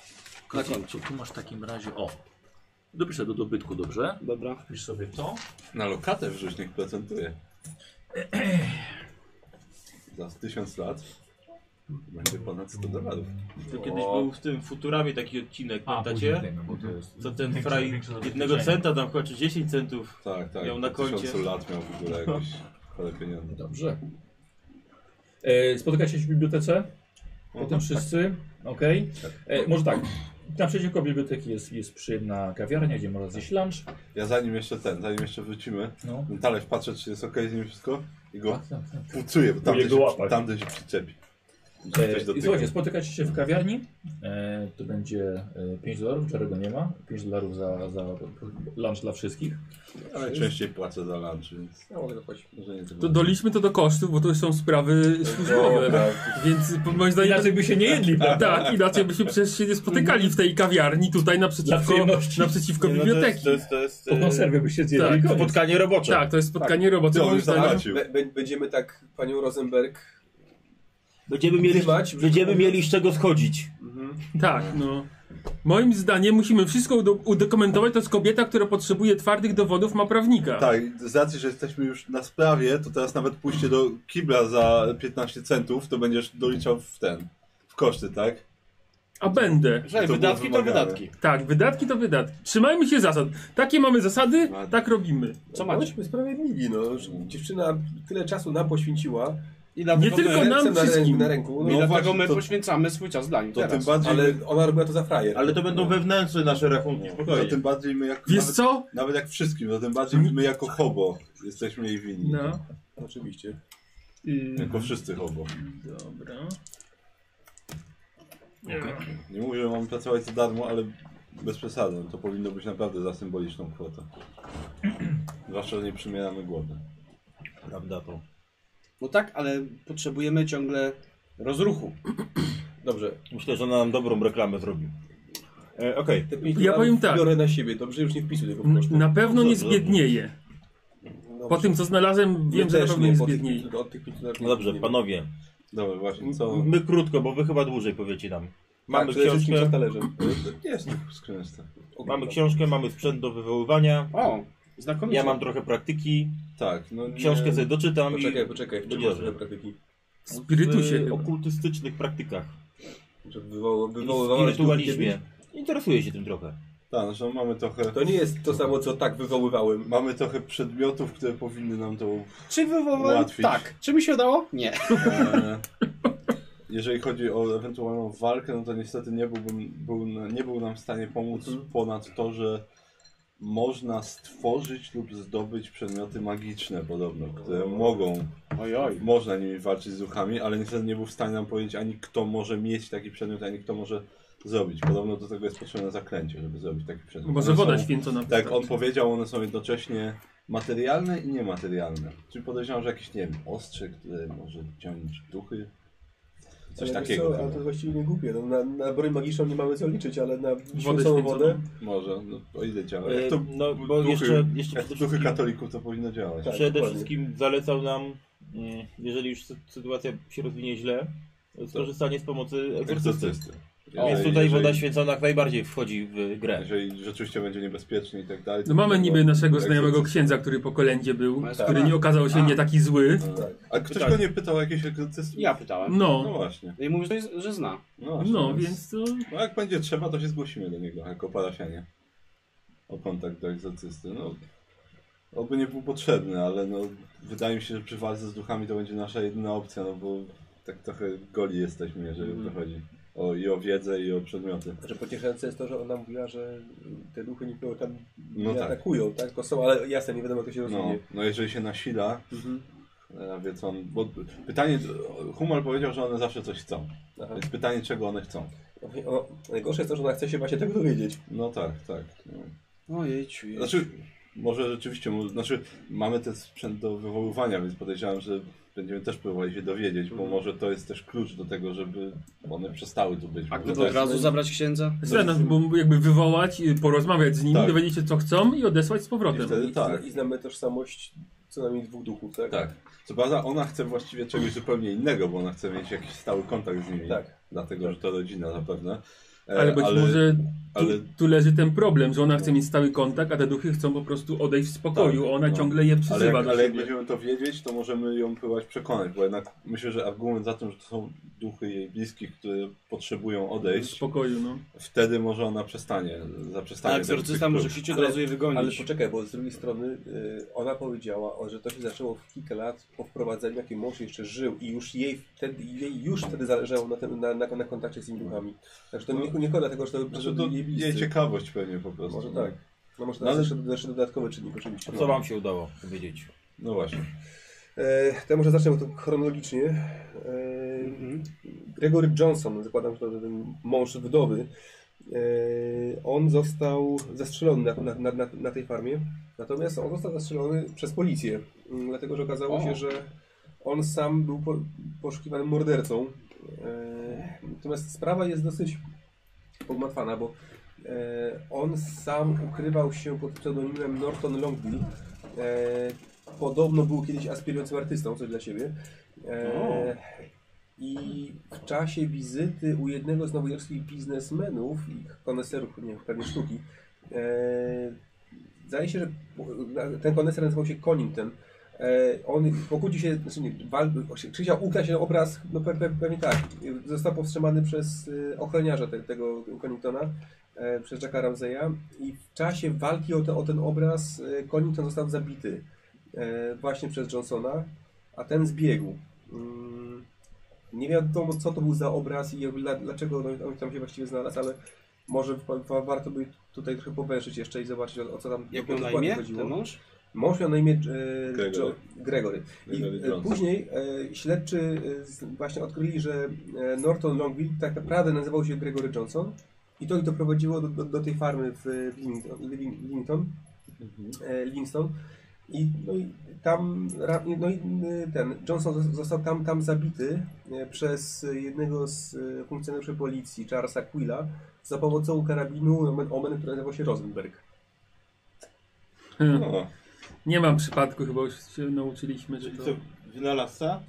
Speaker 1: Kozik, co tu masz w takim razie? O, Dopiszę do dobytku, dobrze?
Speaker 6: Dobra.
Speaker 1: Pisz sobie to.
Speaker 3: Na lokatę wrzuć, niech procentuje. Za 1000 lat będzie ponad 100 dolarów.
Speaker 5: To kiedyś był w tym Futurami taki odcinek,
Speaker 2: później
Speaker 5: pamiętacie?
Speaker 2: zdejmę, bo to jest...
Speaker 5: Co ten
Speaker 1: Większe-
Speaker 5: fraj
Speaker 1: większe
Speaker 5: jednego
Speaker 1: zabezpieczenie.
Speaker 5: centa tam chyba czy 10 centów.
Speaker 3: Tak, tak.
Speaker 5: Miał na
Speaker 3: po 1000
Speaker 5: koncie.
Speaker 3: lat miał w ogóle jakieś parę pieniędzy.
Speaker 2: Dobrze. E, spotykacie się w bibliotece? Potem wszyscy? Okej. E, Może Mhm, tak. Naprzeciwko biblioteki jest, jest przyjemna kawiarnia, gdzie można zjeść lunch.
Speaker 3: Ja zanim jeszcze ten, zanim jeszcze wrócimy,
Speaker 2: No.
Speaker 3: ten talerz patrzę, czy jest okej z nim wszystko i go
Speaker 2: Tak, tak, tak.
Speaker 3: płucuję, bo tamten
Speaker 2: Jego
Speaker 3: się,
Speaker 2: łapać.
Speaker 3: tamten się przyczepi.
Speaker 2: E,
Speaker 3: Ktoś
Speaker 2: I
Speaker 3: dotyka.
Speaker 2: słuchajcie, spotykacie się w kawiarni. E, to będzie e, 5 dolarów, czarego nie ma. 5 dolarów za, za lunch dla wszystkich.
Speaker 3: Ale częściej płacę za lunch, więc
Speaker 8: Ja mogę zapłacić.
Speaker 3: może nie to
Speaker 7: To doliczmy to do kosztów, bo to są sprawy służbowe. Więc po- moim zdaniem...
Speaker 2: Inaczej by się nie jedli, prawda?
Speaker 7: Tak, inaczej byśmy przecież się nie spotykali w tej kawiarni tutaj
Speaker 2: Dla
Speaker 7: naprzeciwko,
Speaker 2: przyjemności.
Speaker 7: naprzeciwko
Speaker 5: Nie, no, to jest,
Speaker 7: biblioteki.
Speaker 5: to jest, to jest
Speaker 2: Po
Speaker 5: e,
Speaker 2: konserwie by się zjedli.
Speaker 7: tak.
Speaker 2: Koniec.
Speaker 5: spotkanie robocze.
Speaker 7: Tak, to jest spotkanie roboty.
Speaker 3: Ty on
Speaker 7: moim
Speaker 3: już
Speaker 8: tak.
Speaker 7: zdaniem.
Speaker 3: zapłacił.
Speaker 8: Be- be- będziemy tak panią Rosenberg.
Speaker 5: Będziemy mieli,
Speaker 8: Dywać,
Speaker 5: będziemy mieli z czego schodzić.
Speaker 7: Tak, no. Moim zdaniem musimy wszystko udo- udokumentować. To jest kobieta, która potrzebuje twardych dowodów, ma prawnika.
Speaker 3: Tak, z racji, że jesteśmy już na sprawie, to teraz nawet pójście do kibla za 15 centów, to będziesz doliczał w ten, w koszty, tak?
Speaker 7: A będę.
Speaker 5: Słuchaj,
Speaker 3: To
Speaker 5: wydatki
Speaker 3: było
Speaker 5: to
Speaker 3: wymagane.
Speaker 5: wydatki.
Speaker 7: Tak, wydatki to wydatki. Trzymajmy się zasad. Takie mamy zasady,
Speaker 3: Ładnie.
Speaker 7: tak robimy.
Speaker 6: Co macie?
Speaker 8: Bądźmy sprawiedliwi, no. Już Dziewczyna tyle czasu nam poświęciła.
Speaker 6: I dlatego
Speaker 7: Nie tylko
Speaker 6: my,
Speaker 7: nam
Speaker 8: Ręce na, rę-
Speaker 7: wszystkim.
Speaker 8: na ręku.
Speaker 6: I
Speaker 8: No,
Speaker 3: No
Speaker 6: dlatego
Speaker 3: właśnie,
Speaker 6: my
Speaker 3: to-
Speaker 6: poświęcamy swój czas dla nich
Speaker 3: To tym
Speaker 6: teraz.
Speaker 3: bardziej,
Speaker 8: ale ona robiła to za frajer.
Speaker 5: Ale to będą wewnętrzne nasze rachunki,
Speaker 3: to
Speaker 5: spokojnie.
Speaker 3: tym bardziej my jako,
Speaker 7: Wiesz
Speaker 3: nawet,
Speaker 7: co?
Speaker 3: nawet jak wszystkim, to tym bardziej my jako hobo jesteśmy jej winni.
Speaker 7: No.
Speaker 8: Oczywiście.
Speaker 7: Yy,
Speaker 3: Jako wszyscy hobo.
Speaker 7: dobra.
Speaker 3: Nie mówię, że mamy pracować za darmo, ale bez przesady. no To powinno być naprawdę za symboliczną kwotę. Zwłaszcza, że nie przymieramy głowy.
Speaker 5: Prawda to.
Speaker 6: No tak, ale potrzebujemy ciągle rozruchu.
Speaker 8: Dobrze.
Speaker 5: Myślę, że ona nam dobrą reklamę zrobi. E, Okej.
Speaker 8: Te pięć
Speaker 7: Ja
Speaker 8: dolarów
Speaker 7: powiem tak.
Speaker 8: Biorę na siebie, dobrze? Już nie wpisuję tego po
Speaker 7: N-
Speaker 8: prostu.
Speaker 7: Na pewno nie
Speaker 5: Dobrze.
Speaker 7: zbiednieje.
Speaker 8: Dobrze.
Speaker 7: Po tym, co znalazłem,
Speaker 8: My
Speaker 7: wiem, że na
Speaker 8: No, też
Speaker 7: pewno nie
Speaker 8: po tych
Speaker 7: zbiednieje.
Speaker 8: pięciu- Od tych pięciu dolarów
Speaker 5: No
Speaker 8: nie
Speaker 5: dobrze,
Speaker 8: zbiedniemy.
Speaker 5: panowie.
Speaker 3: Dobra, właśnie, co?
Speaker 5: My krótko, bo wy chyba dłużej powiecie nam. Mamy
Speaker 8: Tak, przede wszystkim
Speaker 5: książkę.
Speaker 8: przed talerzem.
Speaker 3: Jest w skrzynce.
Speaker 5: Mamy książkę, mamy sprzęt do wywoływania.
Speaker 6: O, znakomicie.
Speaker 5: Ja mam trochę praktyki.
Speaker 3: Tak, no nie...
Speaker 5: Książkę sobie doczytam
Speaker 8: Poczekaj,
Speaker 5: i
Speaker 8: poczekaj. W czym
Speaker 5: Będzie
Speaker 8: masz
Speaker 5: dobrze.
Speaker 8: trochę praktyki?
Speaker 7: Spirytusie
Speaker 5: w
Speaker 7: chyba.
Speaker 5: okultystycznych praktykach.
Speaker 8: Że wywoła-
Speaker 5: I
Speaker 8: wywoływałeś duchy
Speaker 5: Spirytualizmie.
Speaker 8: kiedyś?
Speaker 5: Interesuję się tym trochę.
Speaker 3: Tak, znaczy mamy trochę...
Speaker 8: To nie jest to samo, co tak wywoływałem.
Speaker 3: Mamy trochę przedmiotów, które powinny nam to...
Speaker 6: Czy wywołałem?
Speaker 3: Ułatwić.
Speaker 6: Tak. Czy mi się udało? Nie.
Speaker 3: E, jeżeli chodzi o ewentualną walkę, no to niestety nie, byłbym, był, nie był nam w stanie pomóc
Speaker 7: Mhm.
Speaker 3: ponad to, że można stworzyć lub zdobyć przedmioty magiczne podobno, które mogą,
Speaker 6: Ojoj.
Speaker 3: można nimi walczyć z duchami, ale niestety nie był w stanie nam powiedzieć ani kto może mieć taki przedmiot, ani kto może zrobić. Podobno do tego jest potrzebne zaklęcie, żeby zrobić taki przedmiot.
Speaker 7: Może
Speaker 3: One
Speaker 7: woda
Speaker 3: są-
Speaker 7: święcona.
Speaker 3: tak, on powiedział, one są jednocześnie materialne i niematerialne. Czyli podejrzewam, że jakieś, nie wiem, ostrze, które może ciąć duchy. Coś
Speaker 8: Ale wiesz
Speaker 3: takiego.
Speaker 8: Co, ale
Speaker 3: chyba.
Speaker 8: to właściwie nie głupie. No, na, na broń magiczną nie mamy co liczyć, ale na
Speaker 7: święconą.
Speaker 8: święconą wodę...
Speaker 3: Może, no o ile działa.
Speaker 5: E,
Speaker 3: Jak to,
Speaker 5: no, bo
Speaker 3: duchy-
Speaker 5: jeszcze, jeszcze
Speaker 3: jak
Speaker 5: przede
Speaker 3: to duchy
Speaker 5: wszystkim,
Speaker 3: katolików to powinno działać.
Speaker 8: Tak.
Speaker 5: przede
Speaker 8: dokładnie.
Speaker 5: wszystkim zalecał nam, mm, jeżeli już sy- sytuacja się rozwinie źle, skorzystanie z pomocy egzorcysty.
Speaker 3: Egzorcysty.
Speaker 5: Więc
Speaker 3: Jeżeli-
Speaker 5: tutaj woda
Speaker 3: jeżeli-
Speaker 5: święcona jak najbardziej wchodzi w grę.
Speaker 3: Jeżeli rzeczywiście będzie niebezpiecznie i tak dalej.
Speaker 7: No mamy
Speaker 3: to-
Speaker 7: niby naszego
Speaker 3: egzorcyst-
Speaker 7: znajomego księdza, który po kolędzie był,
Speaker 6: Ale
Speaker 7: który
Speaker 6: tak.
Speaker 7: nie okazał się
Speaker 6: A.
Speaker 7: nie taki zły.
Speaker 3: tak. A ktoś
Speaker 6: Pytanie.
Speaker 3: go nie pytał o jakieś egzorcystów?
Speaker 6: Ja pytałem.
Speaker 3: No
Speaker 7: No,
Speaker 3: właśnie.
Speaker 6: No i mówisz, że, jest- że zna.
Speaker 3: No, właśnie,
Speaker 7: no, więc to...
Speaker 3: No jak będzie trzeba, to się zgłosimy do niego jako parafianie. O kontakt do egzorcysty. No, oby nie był potrzebny, ale no, wydaje mi się, że przy walce z duchami to będzie nasza jedyna opcja, no bo tak trochę goli jesteśmy, jeżeli o to chodzi. O, I o wiedzę, i o przedmioty.
Speaker 8: Że pocieszające jest to, że ona mówiła, że te duchy nikogo tam nie
Speaker 3: No tak.
Speaker 8: atakują, tak? Tylko są, ale jasne, nie wiadomo jak to się
Speaker 3: No,
Speaker 8: rozwinie.
Speaker 3: no jeżeli się nasila,
Speaker 8: Mhm.
Speaker 3: a wie co on, bo pytanie, Humal powiedział, że one zawsze coś chcą.
Speaker 8: Aha.
Speaker 3: Więc pytanie, czego one chcą.
Speaker 8: Ono, najgorsze jest to, że ona chce się właśnie tego dowiedzieć.
Speaker 3: No tak, tak. No.
Speaker 6: Ojej, czuję.
Speaker 3: Znaczy, może rzeczywiście, mo- znaczy mamy ten sprzęt do wywoływania, więc podejrzewam, że będziemy też próbowali się dowiedzieć, bo może to jest też klucz do tego, żeby one przestały tu być.
Speaker 6: A
Speaker 3: Bo
Speaker 6: gdyby
Speaker 3: tak-
Speaker 6: od razu zabrać księdza?
Speaker 7: Zamiast bo jakby wywołać, y, porozmawiać z nimi,
Speaker 3: Tak.
Speaker 7: dowiedzieć się co chcą i odesłać z powrotem.
Speaker 3: Wtedy
Speaker 8: I,
Speaker 3: tak.
Speaker 8: I znamy tożsamość co najmniej dwóch duchów, tak?
Speaker 3: Tak. Co prawda ona chce właściwie czegoś zupełnie innego, bo ona chce mieć jakiś stały kontakt z nimi.
Speaker 8: Tak.
Speaker 3: Dlatego, że to rodzina zapewne. E,
Speaker 7: Ale być może tu,
Speaker 3: ale-
Speaker 7: tu leży ten problem, że ona chce mieć stały kontakt, a te duchy chcą po prostu odejść w spokoju.
Speaker 3: Tak,
Speaker 7: ona
Speaker 3: no.
Speaker 7: ciągle je
Speaker 3: Ale
Speaker 7: przyzywa
Speaker 3: jak,
Speaker 7: do
Speaker 3: ale jak
Speaker 7: siebie.
Speaker 3: będziemy to wiedzieć, to możemy ją próbować przekonać, bo jednak myślę, że argument za tym, że to są duchy jej bliskich, które potrzebują
Speaker 7: W
Speaker 3: odejść,
Speaker 7: spokoju, no.
Speaker 3: wtedy może ona przestanie, zaprzestanie.
Speaker 5: Tak, egzorcysta może chcieć od
Speaker 8: Ale-
Speaker 5: razu je
Speaker 8: Ale
Speaker 5: wygonić.
Speaker 8: poczekaj, bo z drugiej strony y, ona powiedziała, o, że to się zaczęło w kilka lat po wprowadzeniu, jakim mąż jeszcze żył i już jej wtedy, jej już wtedy zależało na, tym, na, na, na kontakcie z tymi duchami. Także to nie, nie kłada tego, że to, że
Speaker 3: Znaczy,
Speaker 8: to
Speaker 3: to
Speaker 8: jej
Speaker 3: jej
Speaker 8: bliscy.
Speaker 3: ciekawość pewnie po prostu.
Speaker 8: Może tak. No może
Speaker 3: No, ale-
Speaker 8: teraz jeszcze, jeszcze dodatkowy czynnik oczywiście.
Speaker 5: Co wam się udało powiedzieć?
Speaker 3: No właśnie.
Speaker 8: E, to ja może zacznę bo to chronologicznie. E, Gregory Johnson, zakładam, że to ten mąż wdowy, e, on został zastrzelony na, na, na, na tej farmie. Natomiast on został zastrzelony przez policję, m, dlatego że okazało się, że on sam był po, poszukiwanym mordercą. E, natomiast sprawa jest dosyć pogmatwana, bo e, on sam ukrywał się pod pseudonimem Norton Longbill. E, podobno był kiedyś aspirującym artystą, coś dla siebie. E, I w czasie wizyty u jednego z nowojorskich biznesmenów i koneserów, nie wiem, pewnie sztuki, e, zdaje się, że e, ten koneser nazywał się Connington. E, on pokłócił się, znaczy nie, wal, się- Krzysia ukra się na obraz, no pe, pe, pewnie tak. E, Został powstrzymany przez e, ochroniarza te, tego Conningtona, e, przez Jacka Ramseya i w czasie walki o, te, o ten obraz e, Connington został zabity e, właśnie przez Johnsona, a ten zbiegł. Mm, nie wiadomo, co to był za obraz i jakby dla, dlaczego no, on, on tam się właściwie znalazł, ale może wa- wa- warto by tutaj trochę powęszyć jeszcze i zobaczyć, o, o co tam
Speaker 6: Jak miał na
Speaker 8: dokładnie
Speaker 6: imię
Speaker 8: chodziło.
Speaker 6: ten mąż?
Speaker 8: Mąż miał na imię e,
Speaker 3: Gregory.
Speaker 8: Jo- Gregory. I
Speaker 3: Gregory
Speaker 8: e,
Speaker 3: Johnson.
Speaker 8: później e, śledczy e, z, właśnie odkryli, że e, Norton Longville tak naprawdę nazywał się Gregory Johnson i to ich doprowadziło do, do, do tej farmy w e, Livingston. Living- Livington. E, Livingston. I, no i tam, ra- no i e, ten Johnson zos- został tam, tam zabity e, przez e, jednego z e, funkcjonariuszy policji, Charlesa Quilla, za pomocą karabinu omen, omen który nazywał się Rosenberg.
Speaker 7: Hmm.
Speaker 3: No,
Speaker 7: Nie mam przypadku, chyba już się nauczyliśmy, że to...
Speaker 5: Wynalazca?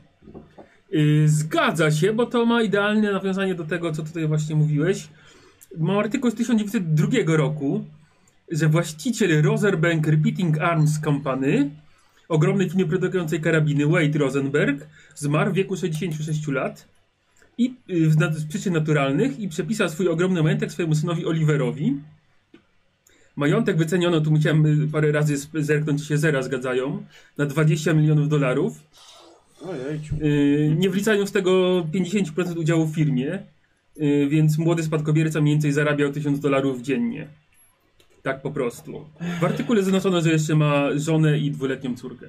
Speaker 7: Yy, Zgadza się, bo to ma idealne nawiązanie do tego, co tutaj właśnie mówiłeś. Mam artykuł z 1902 roku, że właściciel Rosenberg Repeating Arms Company, ogromnej firmy produkującej karabiny Wade Rosenberg, zmarł w wieku 66 lat i yy, z nat- z przyczyn naturalnych i przepisał swój ogromny majątek swojemu synowi Oliverowi. Majątek wyceniono, tu musiałem yy, parę razy sp- zerknąć, czy się zera zgadzają, na 20 milionów dolarów. Yy, nie wliczając tego 50% udziału w firmie, yy, więc młody spadkobierca mniej więcej zarabiał 1000 dolarów dziennie. Tak po prostu. W artykule zaznaczono, że jeszcze ma żonę i dwuletnią córkę.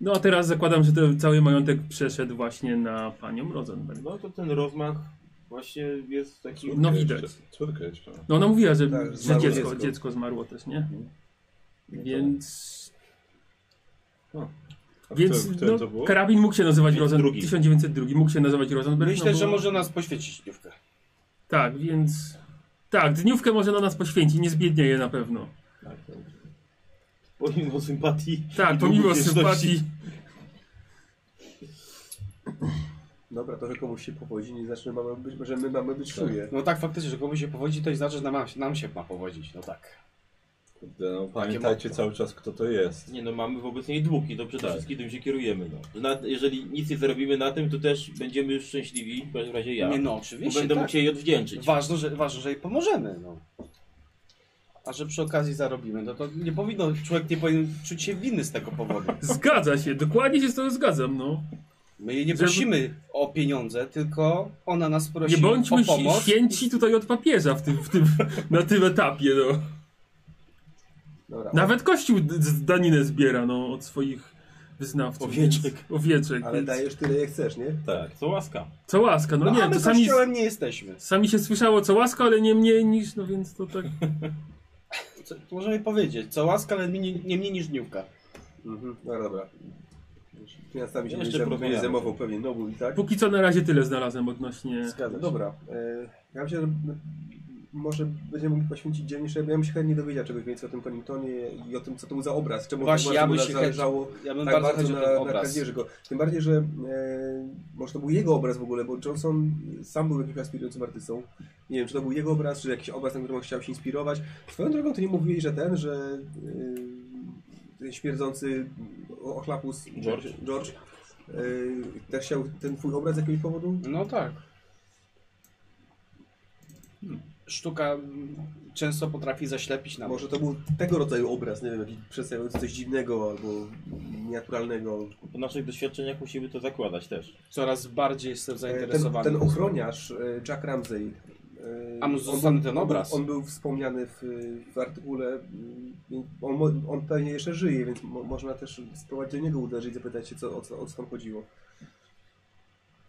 Speaker 7: No a teraz zakładam, że ten cały majątek przeszedł właśnie na panią Rosenberg.
Speaker 5: No to ten rozmach właśnie jest taki...
Speaker 7: No widać.
Speaker 3: jeszcze, córkę jeszcze.
Speaker 7: No ona mówiła, że,
Speaker 8: Tak,
Speaker 7: że
Speaker 8: zmarło
Speaker 7: dziecko,
Speaker 8: dziecko.
Speaker 7: dziecko zmarło też, nie?
Speaker 3: Mhm. No
Speaker 7: Więc
Speaker 3: A w
Speaker 7: Więc
Speaker 3: którym, w którym
Speaker 7: no,
Speaker 3: to było?
Speaker 7: karabin mógł się nazywać Rosenberg.
Speaker 5: 1902.
Speaker 7: 1902 mógł się nazywać Rosenberg.
Speaker 6: Myślę,
Speaker 7: no
Speaker 6: że
Speaker 7: bo-
Speaker 6: może nas poświecić dniówkę.
Speaker 7: Tak, więc. Tak, dniówkę może na nas poświęci, nie zbiednieje na pewno.
Speaker 3: Tak,
Speaker 5: Pomimo sympatii.
Speaker 7: Tak,
Speaker 5: i
Speaker 7: pomimo
Speaker 5: długowieczności.
Speaker 7: sympatii.
Speaker 8: Dobra, to że komuś się powodzi, nie znaczy, że, mamy być, że my mamy być czuje.
Speaker 6: No tak, faktycznie, że komuś się powodzi, to i znaczy, że nam, nam się ma powodzić. No tak.
Speaker 3: Kurde, no, pamiętajcie cały czas, kto to jest.
Speaker 5: Nie no, mamy wobec niej długi, to przede wszystkim tym się kierujemy. No. Że Na, jeżeli nic nie zrobimy na tym, to też będziemy już szczęśliwi, w każdym razie ja.
Speaker 6: Nie no,
Speaker 5: bo
Speaker 6: oczywiście.
Speaker 5: będę
Speaker 6: tak.
Speaker 5: mógł się jej odwdzięczyć.
Speaker 6: Ważne, że, ważne, że jej pomożemy. No. A że przy okazji zarobimy, no to nie powinno, człowiek nie powinien czuć się winny z tego powodu.
Speaker 7: Zgadza się, dokładnie się z tobą zgadzam, no.
Speaker 6: My jej nie
Speaker 7: Żeby-
Speaker 6: prosimy o pieniądze, tylko ona nas prosi
Speaker 7: Nie bądźmy
Speaker 6: o
Speaker 7: si-
Speaker 6: pomoc.
Speaker 7: święci tutaj od papieża w tym, w tym, na tym etapie, no.
Speaker 8: Dobra,
Speaker 7: Nawet Kościół d- z daninę zbiera, no, od swoich wyznawców.
Speaker 5: Owieczek.
Speaker 7: więc- Owieczek,
Speaker 8: ale
Speaker 7: więc...
Speaker 8: dajesz tyle, jak chcesz, nie?
Speaker 5: Tak, co łaska.
Speaker 7: Co łaska, no,
Speaker 6: No,
Speaker 7: nie,
Speaker 6: a my
Speaker 7: to sami,
Speaker 6: kościołem nie jesteśmy.
Speaker 7: sami się słyszało co łaska, ale nie mniej niż, no więc to tak...
Speaker 6: Co, to możemy powiedzieć, co łaska, ale nie, nie mniej niż dniówka.
Speaker 8: Mhm. Dobra, dobra. Finansami się
Speaker 5: Ja
Speaker 8: nie
Speaker 5: jeszcze
Speaker 8: zajm- nie
Speaker 5: próbowałem.
Speaker 8: zajmował pewnie Nobu i tak.
Speaker 7: Póki co na razie tyle znalazłem odnośnie...
Speaker 6: Zgadzam się.
Speaker 8: Dobra, e, ja myślę, że może będziemy mogli poświęcić dzień, jeszcze, bo ja bym się chętnie dowiedział czegoś więcej o tym Conningtonie i o tym, co to był za obraz, czemu
Speaker 6: Właśnie,
Speaker 8: tak
Speaker 6: ja bym
Speaker 8: mu
Speaker 6: się
Speaker 8: zależało
Speaker 6: Ja bym
Speaker 8: tak bardzo,
Speaker 6: No bardzo chodził o ten
Speaker 8: na, na
Speaker 6: obraz.
Speaker 8: karierze go. Tym bardziej, że e, może to był jego obraz w ogóle, bo Johnson sam był jakimś aspirującym artystą. Nie wiem, czy to był jego obraz, czy jakiś obraz, na którym on chciał się inspirować. Swoją drogą, ty nie mówiłeś, że ten, że e, ten śmierdzący ochlapus
Speaker 5: George.
Speaker 8: George e, też chciał ten twój obraz z jakiegoś powodu?
Speaker 6: No tak. Hmm. Sztuka mm, często potrafi zaślepić
Speaker 8: A
Speaker 6: nam.
Speaker 8: Może to był tego rodzaju obraz, nie wiem, jakiś przedstawiający coś dziwnego albo nienaturalnego.
Speaker 5: Po naszych doświadczeniach musimy to zakładać też.
Speaker 6: Coraz bardziej jestem
Speaker 8: Ten,
Speaker 6: zainteresowany.
Speaker 8: E, ten ochroniarz, e, Jack Ramsey. e,
Speaker 6: A mu
Speaker 8: on
Speaker 6: zostanie
Speaker 8: był-
Speaker 6: ten
Speaker 8: on był-
Speaker 6: obraz?
Speaker 8: On był wspomniany w, w artykule. m, On, mo- on pewnie jeszcze żyje, więc mo, można też spróbować do niego uderzyć, zapytać się, co, o, co, o co tam chodziło.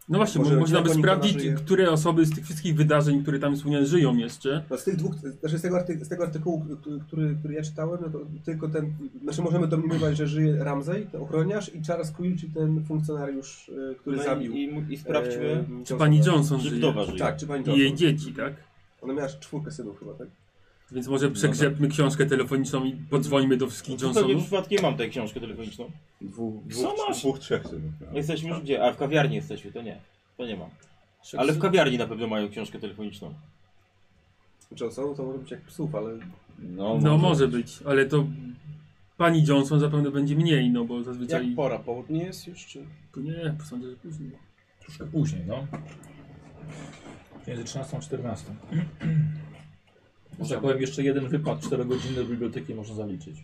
Speaker 7: No właśnie,
Speaker 8: Może
Speaker 7: bo można by
Speaker 8: jak oni to
Speaker 7: sprawdzić,
Speaker 8: nażyje.
Speaker 7: które osoby z tych wszystkich wydarzeń, które tam wspomniane, żyją jeszcze.
Speaker 8: No z tych dwóch, znaczy z tego, arty, z tego artykułu, który, który, który ja czytałem, no to tylko ten, znaczy możemy domniemywać, że żyje Ramsey, ten ochroniarz i Charles Quill, czyli ten funkcjonariusz, e, który
Speaker 5: No
Speaker 8: zabił.
Speaker 5: i, i, i sprawdźmy,
Speaker 8: e,
Speaker 7: Czy pani Johnson
Speaker 5: czy
Speaker 7: żyje?
Speaker 5: wdowa żyje.
Speaker 8: Tak, czy pani
Speaker 7: I jej
Speaker 8: Johnson.
Speaker 7: dzieci, tak?
Speaker 8: Ona miała czwórkę synów chyba, tak?
Speaker 7: Więc może przegrzebmy książkę telefoniczną i podzwońmy do wszystkich
Speaker 5: Zupełnie
Speaker 7: Johnsonów.
Speaker 5: No przypadkiem mam tę książkę telefoniczną.
Speaker 3: Dwóch,
Speaker 5: Co
Speaker 3: dwóch,
Speaker 5: masz?
Speaker 3: dwóch trzech synów. miałem.
Speaker 5: Jesteśmy już gdzie? A w kawiarni jesteśmy, to nie. To nie mam. Ale w kawiarni na pewno mają książkę telefoniczną.
Speaker 8: Johnsonu to może być jak psów, ale
Speaker 3: No,
Speaker 7: No może być, ale to pani Johnson zapewne będzie mniej, no bo zazwyczaj...
Speaker 6: Jak pora? Południe jest już? Czy...
Speaker 7: Nie, sądzę, że później.
Speaker 2: Troszkę później, no. Między 13 a 14. Może tak powiem, jeszcze jeden wypad 4-godzinny do biblioteki można zaliczyć.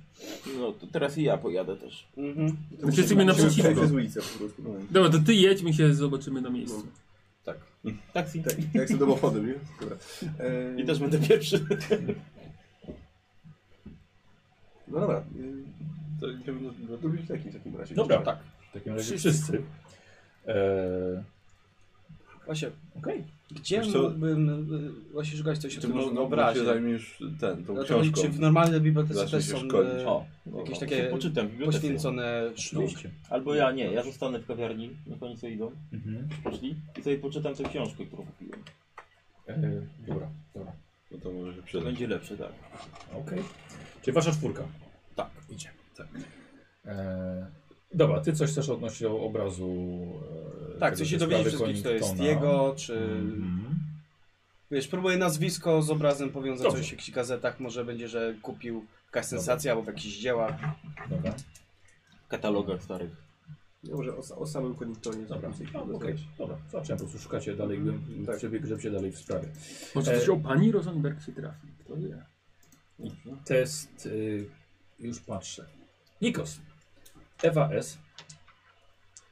Speaker 5: No to teraz i ja pojadę też.
Speaker 6: Mhm.
Speaker 7: Znaczy, jesteśmy
Speaker 8: Przejść
Speaker 7: naprzeciwko.
Speaker 8: przez ulicę po prostu. No.
Speaker 7: Dobra, to ty jedź, my się zobaczymy na miejscu.
Speaker 5: Taksi.
Speaker 8: Tak, tak jak sobie domochodem, nie? Dobra. E,
Speaker 5: I też będę pierwszy.
Speaker 8: No dobra. E, to idziemy do,
Speaker 3: no-
Speaker 8: do, do biblioteki w takim razie.
Speaker 6: No
Speaker 2: Dobra, tak. W takim razie wszyscy. Eee,
Speaker 6: Właśnie,
Speaker 2: Okej.
Speaker 6: gdzie
Speaker 3: Wiesz co?
Speaker 6: mógłbym y, właśnie szukać coś o
Speaker 3: Czy
Speaker 6: tym
Speaker 3: może no,
Speaker 6: obrazie?
Speaker 3: się zajmiesz ten, tą
Speaker 6: Dlatego
Speaker 3: książką?
Speaker 6: czy w normalnej bibliotece
Speaker 3: Zacznie
Speaker 6: też
Speaker 3: się
Speaker 6: są y,
Speaker 3: szkolić.
Speaker 2: O,
Speaker 6: jakieś
Speaker 5: No,
Speaker 6: takie
Speaker 5: się poczytam w bibliotece.
Speaker 6: poświęcone sztuki?
Speaker 2: oczywiście.
Speaker 5: Albo ja nie, ja zostanę w kawiarni, niech oni sobie idą,
Speaker 2: Mhm.
Speaker 5: poszli i sobie poczytam tę książkę, którą kupiłem.
Speaker 2: Eee, dobra, dobra.
Speaker 3: No to może się
Speaker 5: To
Speaker 3: przydać.
Speaker 5: będzie lepsze, tak.
Speaker 2: Okej. Czyli wasza czwórka.
Speaker 5: Tak.
Speaker 2: Idzie. Tak. Eee, dobra, ty coś też odnosi do obrazu. Eee,
Speaker 6: Tak,
Speaker 2: tego,
Speaker 6: chcę się
Speaker 2: tej
Speaker 6: dowiedzieć
Speaker 2: sprawy
Speaker 6: wszystkim, czy to jest
Speaker 2: Conningtona.
Speaker 6: jego, e, czy...
Speaker 2: Mhm.
Speaker 6: Wiesz, próbuję nazwisko z obrazem powiązać
Speaker 2: Dobrze.
Speaker 6: coś w jakichś gazetach, może będzie, że kupił jakaś sensacja albo w jakichś dziełach.
Speaker 2: Dobra.
Speaker 5: W katalogach starych.
Speaker 8: Ja może o, o samym Conningtonie
Speaker 2: Dobra,
Speaker 8: zapomnę.
Speaker 2: no, okej, dobra. Zacząłem po prostu szukacie dalej,
Speaker 8: Tak.
Speaker 2: tak. grzebcie dalej w sprawie.
Speaker 7: Może coś o pani Rosenberg się trafi, kto wie.
Speaker 2: Test, y, już patrzę. Nikos, Ewa S.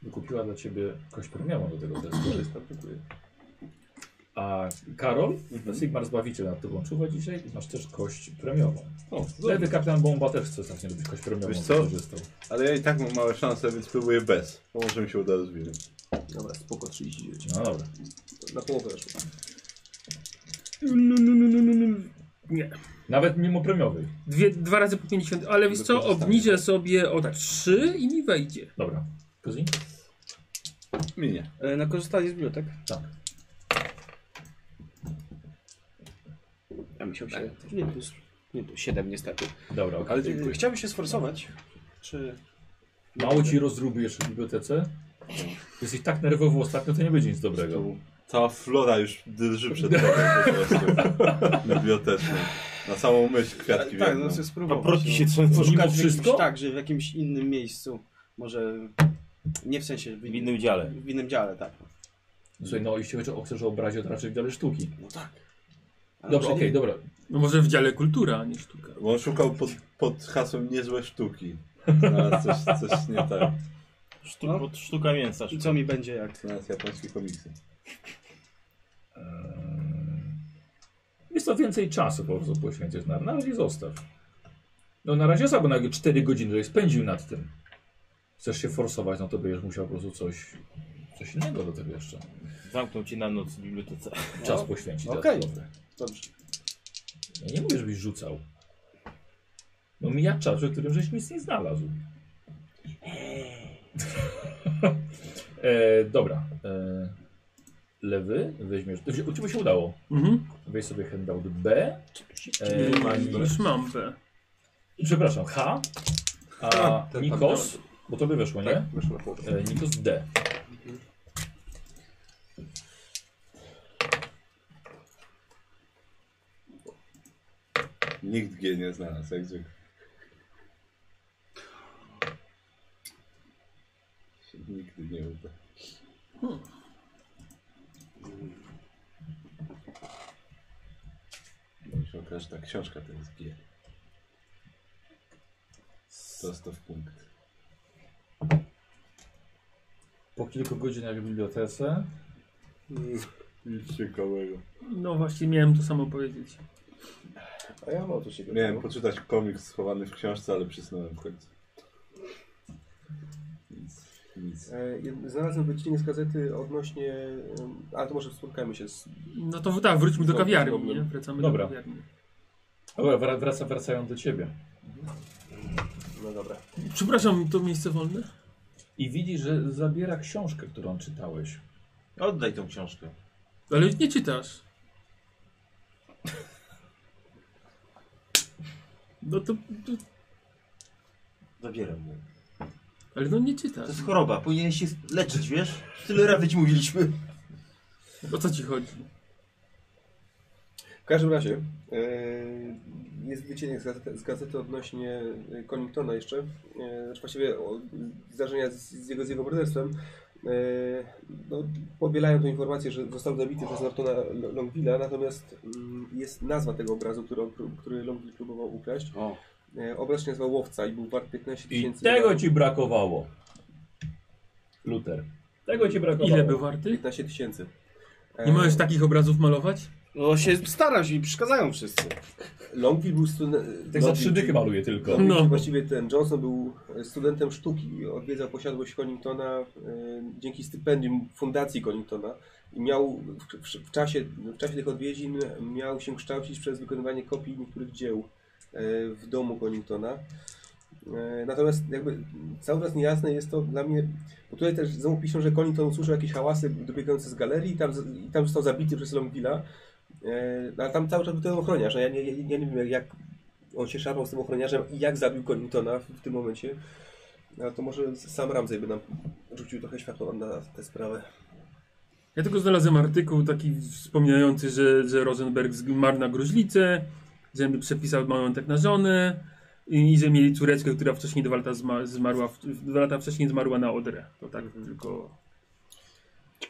Speaker 2: wykupiła dla Ciebie kość premiową do tego testu. A Karol,
Speaker 3: Mhm.
Speaker 2: Sigmar Zbawiciel nad Tobą czuwa dzisiaj, masz też kość premiową.
Speaker 3: O,
Speaker 2: Lewy kapitan Bomba też chce ostatnio robić kość premiową.
Speaker 3: Wiesz co?
Speaker 2: wykorzystał.
Speaker 3: Ale ja i tak mam małe szanse, więc spróbuję bez. Bo może mi się uda rozwinąć.
Speaker 8: Dobra, spoko 39.
Speaker 2: No dobra.
Speaker 8: Na połowę weszło.
Speaker 2: Nawet mimo premiowej.
Speaker 7: Dwie, dwa razy po 50, ale wiesz co, obniżę sobie o 3 i mi wejdzie.
Speaker 2: Dobra. Kuzi?
Speaker 3: Minie.
Speaker 6: E, Na korzystanie z bibliotek?
Speaker 2: Tak.
Speaker 6: Ja musiał się... Tak, Nie plus, nie plus 7 niestety.
Speaker 2: Dobra, okej.
Speaker 3: Ale
Speaker 6: E,
Speaker 3: dziękuję.
Speaker 6: Chciałbym się sforsować, czy...
Speaker 2: Mało Ci rozróbujesz w bibliotece? Jesteś tak nerwowo ostatnio, to nie będzie nic dobrego.
Speaker 3: Cała flora już drży przed tobą po prostu. Biblioteczną. Na samą myśl kwiatki
Speaker 6: tak,
Speaker 3: wiodną.
Speaker 6: no chcę spróbować.
Speaker 5: Paprotki się
Speaker 6: no.
Speaker 5: trzęsą.
Speaker 2: Mimo
Speaker 6: Szukać w jakimś-
Speaker 2: wszystko?
Speaker 6: Tak, że w jakimś innym miejscu, może... Nie w sensie...
Speaker 5: W innym dziale.
Speaker 6: W innym dziale, tak.
Speaker 2: Słuchaj, no jeśli chodzi o chcesz o obrazie, to raczej w dziale sztuki.
Speaker 6: No tak. Ale
Speaker 2: Dobra,
Speaker 6: może
Speaker 2: okej,
Speaker 6: nie-
Speaker 2: dobra.
Speaker 7: No może w dziale kultura, a nie sztuka.
Speaker 3: Bo on szukał pod, pod hasłem niezłe sztuki. Znalazł coś, coś nie tak.
Speaker 5: Sztu,
Speaker 6: No.
Speaker 5: pod sztuka mięsa.
Speaker 6: I co mi będzie jak...
Speaker 3: Znalazł japońskie komiksy.
Speaker 2: Jest to więcej czasu po prostu poświęcić na, na razie zostaw. No na razie sobie na 4 godziny tutaj spędził nad tym. Chcesz się forsować, no to będziesz musiał po prostu coś, coś innego do tego jeszcze.
Speaker 5: Zamknął cię na noc w bibliotece.
Speaker 2: Czas poświęcić.
Speaker 6: No. okej.
Speaker 2: dodatkowy.
Speaker 6: Dobrze.
Speaker 2: Ja nie mówię, żebyś rzucał. No mija czas, w którym żeś nic nie znalazł.
Speaker 6: Eee.
Speaker 2: e, dobra. E, Eee, lewy, weźmiesz. to się- U ciebie się udało.
Speaker 7: Mhm.
Speaker 2: Weź sobie handout B. E,
Speaker 7: Yy, Już mam B.
Speaker 2: i, przepraszam, H. A Nikos, bo to by weszło, nie?
Speaker 8: Wyszła połowa.
Speaker 2: E, Nikos D.
Speaker 3: Nikt G nie znalazł, jak zwykle. Się Nigdy nie uda. Hmm. No i się okaże, że ta książka to jest G. Prosto w punkt.
Speaker 2: Po kilku godzinach w bibliotece.
Speaker 3: Nic ciekawego.
Speaker 7: No właśnie miałem to samo powiedzieć.
Speaker 8: A ja mam no. to się
Speaker 3: Miałem poczytać komiks schowany w książce, ale przysnąłem w końcu. Nic, nic.
Speaker 8: E, jed- Znalazłem wycinek z gazety odnośnie. em, Ale to może spotkajmy się z.
Speaker 7: No to tak, wróćmy do
Speaker 8: Dobra,
Speaker 7: kawiarni,
Speaker 8: dobra.
Speaker 7: nie? Wracamy
Speaker 2: Dobra.
Speaker 7: do kawiarni.
Speaker 2: Dobra, wra- wraca, wracają do ciebie.
Speaker 8: No dobra.
Speaker 7: Przepraszam, to miejsce wolne?
Speaker 2: I widzi, że zabiera książkę, którą czytałeś.
Speaker 5: Oddaj tą książkę.
Speaker 7: Ale nie czytasz. No to, to...
Speaker 5: Zabieram mu.
Speaker 7: Ale no nie czytasz.
Speaker 5: To jest choroba, powinien się leczyć, wiesz? Tyle razy ci mówiliśmy.
Speaker 7: O co ci chodzi?
Speaker 8: W każdym razie e, jest wycinek z gazety, z gazety odnośnie e, Conningtona jeszcze. E, znaczy właściwie o, zdarzenia z, z jego, z jego morderstwem. E, no, powielają tą informację, że został zabity przez Nortona L- Longvilla, natomiast mm, jest nazwa tego obrazu, który, on pró- który Longville próbował ukraść.
Speaker 6: O.
Speaker 8: E, obraz się nazywał Łowca i był wart 15
Speaker 2: I
Speaker 8: tysięcy
Speaker 2: tego
Speaker 8: dolarów.
Speaker 2: ci brakowało. Luther. Tego ci brakowało.
Speaker 7: Ile był warty?
Speaker 8: 15 tysięcy. E,
Speaker 7: Nie możesz takich obrazów malować?
Speaker 6: No się staram się i przeszkadzają wszyscy.
Speaker 8: Longville był studen-
Speaker 2: Tak za
Speaker 8: Longville-
Speaker 2: trzy dychy maluje tylko.
Speaker 8: Longville,
Speaker 7: No.
Speaker 8: Właściwie ten Johnson był e, studentem sztuki. i Odwiedzał posiadłość Conningtona e, dzięki stypendium Fundacji Conningtona. I miał w, w, w, czasie, w czasie tych odwiedzin miał się kształcić przez wykonywanie kopii niektórych dzieł e, w domu Conningtona. E, Natomiast jakby cały czas niejasne jest to dla mnie, bo tutaj też znowu piszą, że Connington usłyszał jakieś hałasy dobiegające z galerii i tam, z- i tam został zabity przez Longvilla. E, no, Ale tam cały czas był ten ochroniarz, a ja nie, ja, ja nie wiem jak, jak on się szarpał z tym ochroniarzem i jak zabił Conningtona w, w tym momencie. Ale to może sam Ramsey by nam rzucił trochę światła na tę sprawę.
Speaker 7: Ja tylko znalazłem artykuł taki wspominający, że, że Rosenberg zmarł na gruźlicę, że mi przepisał majątek na żonę i, i że mieli córeczkę, która wcześniej dwa lata, zma, zmarła, w, dwa lata wcześniej zmarła na Odrę. To tak
Speaker 6: Mhm.
Speaker 7: tylko...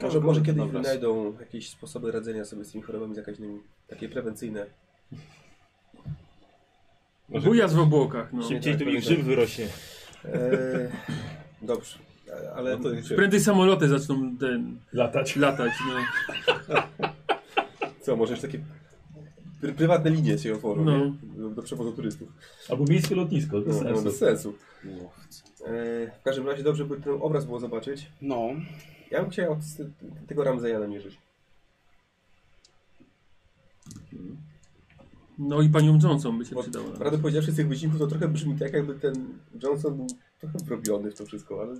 Speaker 8: Może, może kiedyś
Speaker 6: obraz.
Speaker 8: wynajdą jakieś sposoby radzenia sobie z tymi chorobami zakaźnymi. Takie prewencyjne.
Speaker 3: Może-
Speaker 7: Buja w obłokach, no.
Speaker 5: Szybciej
Speaker 8: tak,
Speaker 5: tu mi
Speaker 8: tak,
Speaker 5: grzyb
Speaker 8: tak.
Speaker 5: wyrośnie.
Speaker 8: E, dobrze, ale
Speaker 3: No to nie się...
Speaker 7: Prędzej samoloty zaczną ten,
Speaker 2: Latać.
Speaker 7: latać, no.
Speaker 8: co, może jeszcze takie pr prywatne linie się otworzą
Speaker 7: No.
Speaker 8: nie? do, do przewozu turystów.
Speaker 2: Albo miejskie lotnisko, bez
Speaker 8: No, no, bez
Speaker 2: sensu.
Speaker 8: sensu. E, w każdym razie dobrze by ten obraz było zobaczyć.
Speaker 6: No.
Speaker 8: Ja bym chciał od z- tego Ramzeja namierzyć.
Speaker 7: No i panią Johnson by się
Speaker 8: Bo
Speaker 7: przydało. nawet.
Speaker 8: prawdę powiedziawszy z tych wycinków to trochę brzmi tak jakby ten Johnson był trochę wrobiony w to wszystko, ale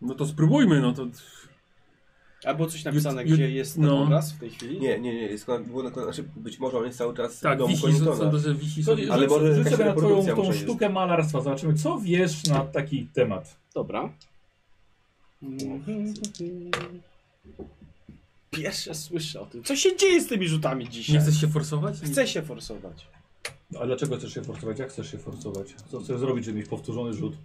Speaker 7: No to spróbujmy, no to...
Speaker 6: Albo coś napisane,
Speaker 7: Jut-
Speaker 6: gdzie
Speaker 7: jut-
Speaker 6: jest ten
Speaker 7: no.
Speaker 6: obraz w tej chwili?
Speaker 8: nie, nie, nie, jest, kon- było na, kon- znaczy być może on jest cały czas w
Speaker 7: Tak,
Speaker 8: domu
Speaker 7: wisi,
Speaker 8: Conningtona.
Speaker 7: sądzę, że wisi
Speaker 2: Co,
Speaker 7: sobie.
Speaker 8: Ale
Speaker 2: ale
Speaker 8: może
Speaker 2: może
Speaker 8: jakaś
Speaker 2: rzucę na twoją
Speaker 8: reprodukcja
Speaker 2: tą
Speaker 8: może
Speaker 2: sztukę malarstwa, zobaczymy co wiesz na taki temat.
Speaker 6: Dobra. Pierwsze słyszę o tym. Co się dzieje z tymi rzutami dzisiaj?
Speaker 7: Nie chcesz się forsować?
Speaker 6: Chcę się forsować.
Speaker 2: No, a dlaczego chcesz się forsować? Jak chcesz się forsować? Co chcesz zrobić, żeby mieć powtórzony rzut?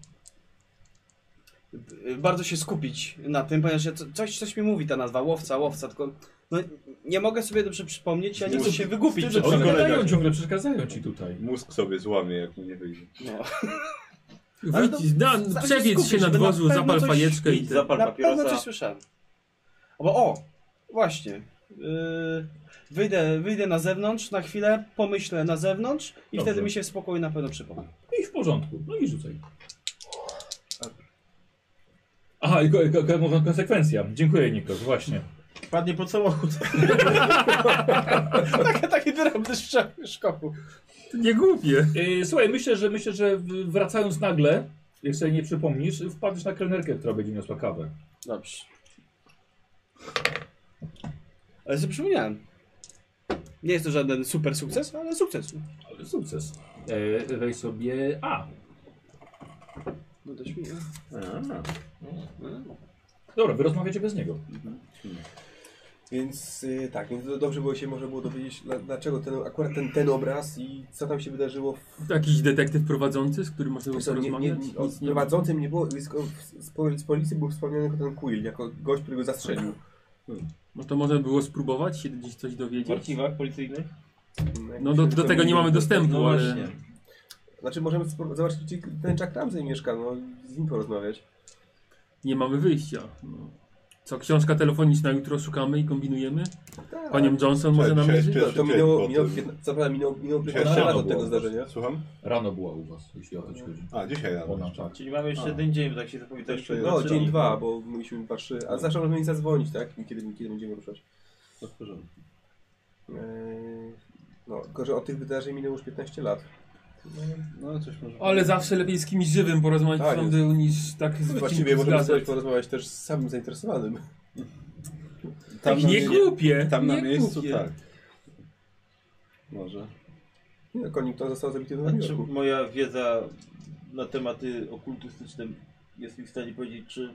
Speaker 6: Y, Bardzo się skupić na tym, ponieważ ja co, coś, coś mi mówi ta nazwa, łowca, łowca, tylko no, nie mogę sobie dobrze przypomnieć, ja nie chcę się wygupić przed
Speaker 2: Oni
Speaker 6: sobą.
Speaker 2: gadają ciągle, przeszkadzają ci tutaj.
Speaker 3: Mózg sobie złamie, jak mu nie wyjdzie.
Speaker 6: No. Ale to-
Speaker 7: Wyjdź, da,
Speaker 6: zaraz się
Speaker 7: przewiedź się
Speaker 6: skupić,
Speaker 7: na
Speaker 6: żeby na
Speaker 7: dworzu,
Speaker 6: pewno
Speaker 7: zapal
Speaker 6: coś-
Speaker 7: fajeczkę i
Speaker 5: Idź,
Speaker 7: ten.
Speaker 5: zapal
Speaker 6: Na pewno
Speaker 5: papierosa.
Speaker 6: coś słyszałem. O, Bo o, właśnie. Yy, wyjdę, wyjdę na zewnątrz na chwilę, pomyślę na zewnątrz i
Speaker 2: Dobrze.
Speaker 6: wtedy mi się w spokoju na pewno przypomni.
Speaker 2: I w porządku. No i rzucaj. Aha, i ko- ko- ko- konsekwencja. Dziękuję Nikos, właśnie.
Speaker 5: Padnie pod samochód.
Speaker 6: Takie, takie drobne strzały szkopu.
Speaker 7: To Nie głupie.
Speaker 2: Yy, słuchaj, myślę, że myślę, że w- wracając nagle, jak sobie nie przypomnisz, wpadniesz na kelnerkę, która będzie niosła kawę.
Speaker 6: Dobrze. Ale sobie przypomniałem. Nie jest to żaden super sukces, ale sukces.
Speaker 2: Ale sukces. E, weź sobie A.
Speaker 6: No też mi.
Speaker 2: no. Dobra, wy rozmawiacie bez niego.
Speaker 8: Więc y, tak, więc do- dobrze było się może było dowiedzieć, dla- dlaczego ten, akurat ten, ten obraz i co tam się wydarzyło w
Speaker 7: Jakiś detektyw prowadzący, z którym można było
Speaker 8: Wiesz co, nie, nie,
Speaker 7: porozmawiać?
Speaker 8: o
Speaker 7: Nic nie ma.
Speaker 8: prowadzącym nie było, tylko w- z, po- z policji był wspomniany jako ten Quill, jako gość, którego zastrzelił.
Speaker 7: No to można było spróbować się gdzieś coś
Speaker 5: W
Speaker 7: dowiedzieć.
Speaker 5: archiwach policyjnych? No
Speaker 7: No do, do tego nie mamy
Speaker 8: No
Speaker 7: dostępu, ale...
Speaker 11: właśnie.
Speaker 8: Znaczy możemy spro- zobaczyć, gdzie ten Jack Ramsey mieszka, no z nim porozmawiać.
Speaker 7: Nie mamy wyjścia. No. Co, książka telefoniczna jutro szukamy i kombinujemy? Panią Johnson może
Speaker 3: Cześć,
Speaker 7: nam
Speaker 3: cześć,
Speaker 7: użyć?
Speaker 3: cześć.
Speaker 8: No, To, to
Speaker 3: Dzień
Speaker 8: minęło,
Speaker 3: po
Speaker 8: minęło,
Speaker 3: tym.
Speaker 8: piętna- co prawda minęło, minęło
Speaker 3: Dzisiaj
Speaker 8: 15 lat
Speaker 3: rano
Speaker 8: od
Speaker 3: było.
Speaker 8: tego zdarzenia.
Speaker 3: Słucham?
Speaker 2: Rano była u was, jeśli o to ci chodzi.
Speaker 3: A, dzisiaj
Speaker 2: Ona,
Speaker 3: rano.
Speaker 2: tak.
Speaker 5: Czyli mamy jeszcze jeden dzień, bo tak się zapowiedzieliśmy.
Speaker 8: No, dzień dwa, bo mogliśmy patrzy. A zawsze możemy im zadzwonić, tak? Kiedy, kiedy będziemy ruszać.
Speaker 3: No, w porządku.
Speaker 8: Eee, No, tylko że od tych wydarzeń minęło już 15 lat.
Speaker 6: No coś może.
Speaker 7: Ale zawsze lepiej z kimś żywym porozmawiać
Speaker 8: Tak,
Speaker 7: w sądu niż tak z
Speaker 8: Właściwie
Speaker 7: wycinkiem z
Speaker 8: możemy
Speaker 7: gazet.
Speaker 8: sobie porozmawiać też z samym zainteresowanym.
Speaker 3: Tam na
Speaker 7: Tak, Nie
Speaker 3: mie-
Speaker 7: głupie!
Speaker 3: Tam na
Speaker 7: nie
Speaker 3: miejscu,
Speaker 7: głupie.
Speaker 3: tak. Może.
Speaker 8: Nie, no, Connington został zabity w Nowym
Speaker 5: Znaczy,
Speaker 8: Jorku.
Speaker 5: moja wiedza na tematy okultystyczne jest mi w stanie powiedzieć, czy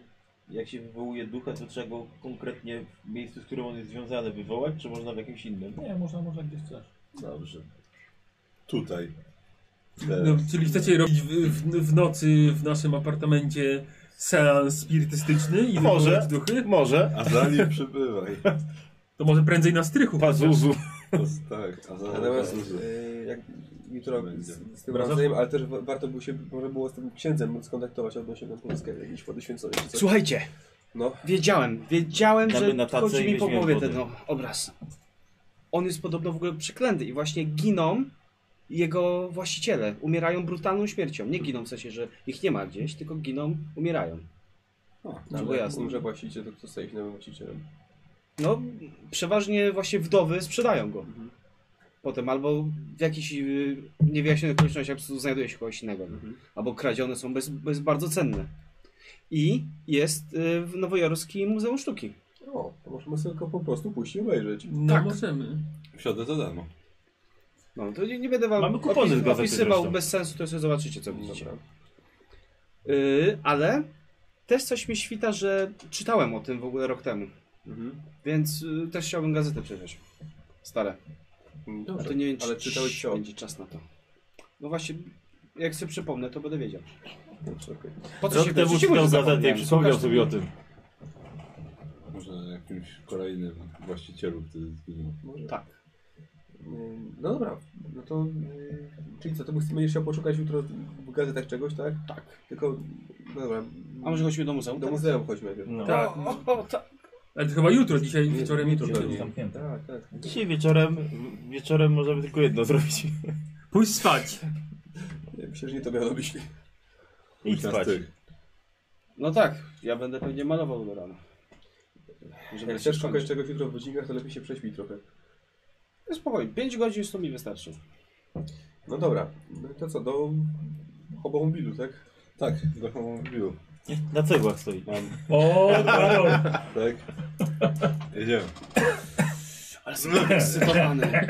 Speaker 5: jak się wywołuje ducha, to trzeba go konkretnie w miejscu, z którym on jest związany wywołać, czy można w jakimś innym?
Speaker 2: Nie, można, można gdzieś chcesz.
Speaker 3: Dobrze. Tutaj.
Speaker 7: No, czyli chcecie robić w, w, w nocy w naszym apartamencie seans spirytystyczny i
Speaker 5: Może.
Speaker 7: wywoływać duchy?
Speaker 5: Może.
Speaker 3: A za nie przybywaj.
Speaker 7: To może prędzej na strychu.
Speaker 5: Pazuzu.
Speaker 3: To z- tak, a za
Speaker 8: Natomiast
Speaker 3: za- za-
Speaker 8: e, jak jutro z, z tym
Speaker 7: Będzie.
Speaker 8: Ramsejem, ale też wa- warto było się, może było z tym księdzem skontaktować odnośnie na Polskę, jakiejś wody święconej czy coś.
Speaker 6: Słuchajcie,
Speaker 8: No,
Speaker 6: wiedziałem, wiedziałem,
Speaker 5: Damy
Speaker 6: że
Speaker 5: na tacę
Speaker 6: chodzi
Speaker 5: i
Speaker 6: mi po
Speaker 5: weźmiemy
Speaker 6: głowie
Speaker 5: wodę.
Speaker 6: ten no, obraz. On jest podobno w ogóle przeklęty i właśnie giną jego właściciele. Umierają brutalną śmiercią. Nie giną w sensie, że ich nie ma gdzieś, tylko giną, umierają.
Speaker 8: no
Speaker 6: było
Speaker 8: ale jak
Speaker 6: jasne.
Speaker 8: umrze właściciel, to kto staje się nowym właścicielem?
Speaker 6: No, przeważnie właśnie wdowy sprzedają go.
Speaker 5: Mhm.
Speaker 6: Potem albo w jakichś y, niewyjaśnionych okolicznościach po prostu znajduje się kogoś innego. no.
Speaker 5: Mhm.
Speaker 6: Albo kradzione są, bo jest, bo jest bardzo cenne. I jest y, w Nowojorskim Muzeum Sztuki.
Speaker 8: O, No, to możemy sobie tylko po prostu pójść i obejrzeć.
Speaker 7: No możemy.
Speaker 3: Wsiadę za darmo.
Speaker 6: No, to nie, nie będę wam
Speaker 5: Mamy kupony z gazety
Speaker 6: opisywał
Speaker 5: zresztą.
Speaker 6: bez sensu, to sobie zobaczycie, co widzicie.
Speaker 8: Dobra.
Speaker 6: Y, ale też coś mi świta, że czytałem o tym w ogóle rok temu.
Speaker 8: Mhm.
Speaker 6: Więc y, też chciałbym gazetę przeczytać. Stare. A
Speaker 8: Dobrze,
Speaker 6: to nie wiem, czy
Speaker 8: Mhm. ale czytałeś się o...
Speaker 6: będzie czas na to. No właśnie, jak sobie przypomnę, to będę wiedział.
Speaker 8: Dobrze, okej.
Speaker 6: Po co
Speaker 5: Rok temu
Speaker 6: kręcić?
Speaker 5: czytał
Speaker 6: Może
Speaker 5: gazetę i
Speaker 6: zapomniałem.
Speaker 5: przypomniał
Speaker 6: Pokaż
Speaker 5: sobie o tym.
Speaker 3: Może jakimś kolejnym właścicielu wtedy zginął.
Speaker 8: Może.
Speaker 6: Tak.
Speaker 8: Ym, No dobra, no to... yy, Czyli co, to będziesz chciał poszukać jutro w gazetach czegoś, tak? Tak. Tylko, no dobra.
Speaker 6: A może chodźmy do muzeum?
Speaker 8: Do muzeum chodźmy najpierw.
Speaker 5: No.
Speaker 7: Tak. Ale to chyba jutro, dzisiaj wieczorem jutro.
Speaker 2: To
Speaker 7: będzie.
Speaker 2: jest zamknięte.
Speaker 8: Tak, tak.
Speaker 5: Dzisiaj wieczorem, wieczorem możemy tylko jedno zrobić.
Speaker 7: Pójdź spać.
Speaker 8: Nie, Myślę, że nie to miało na myśli.
Speaker 5: I spać.
Speaker 6: No tak, ja będę pewnie malował do rana. Żeby
Speaker 8: Jak
Speaker 6: się
Speaker 8: chcesz szukać
Speaker 6: skończyć.
Speaker 8: czegoś jutro w godzinach, to lepiej się prześpij trochę.
Speaker 6: Spokojnie, 5 godzin to mi wystarczy.
Speaker 8: No dobra, no i to co, do Hobomobilu, tak?
Speaker 3: Tak, do homobilu.
Speaker 5: Na cegłach stoi.
Speaker 2: O, Karol!
Speaker 3: Tak. Jedziemy.
Speaker 6: Ale są tak ekscytowane.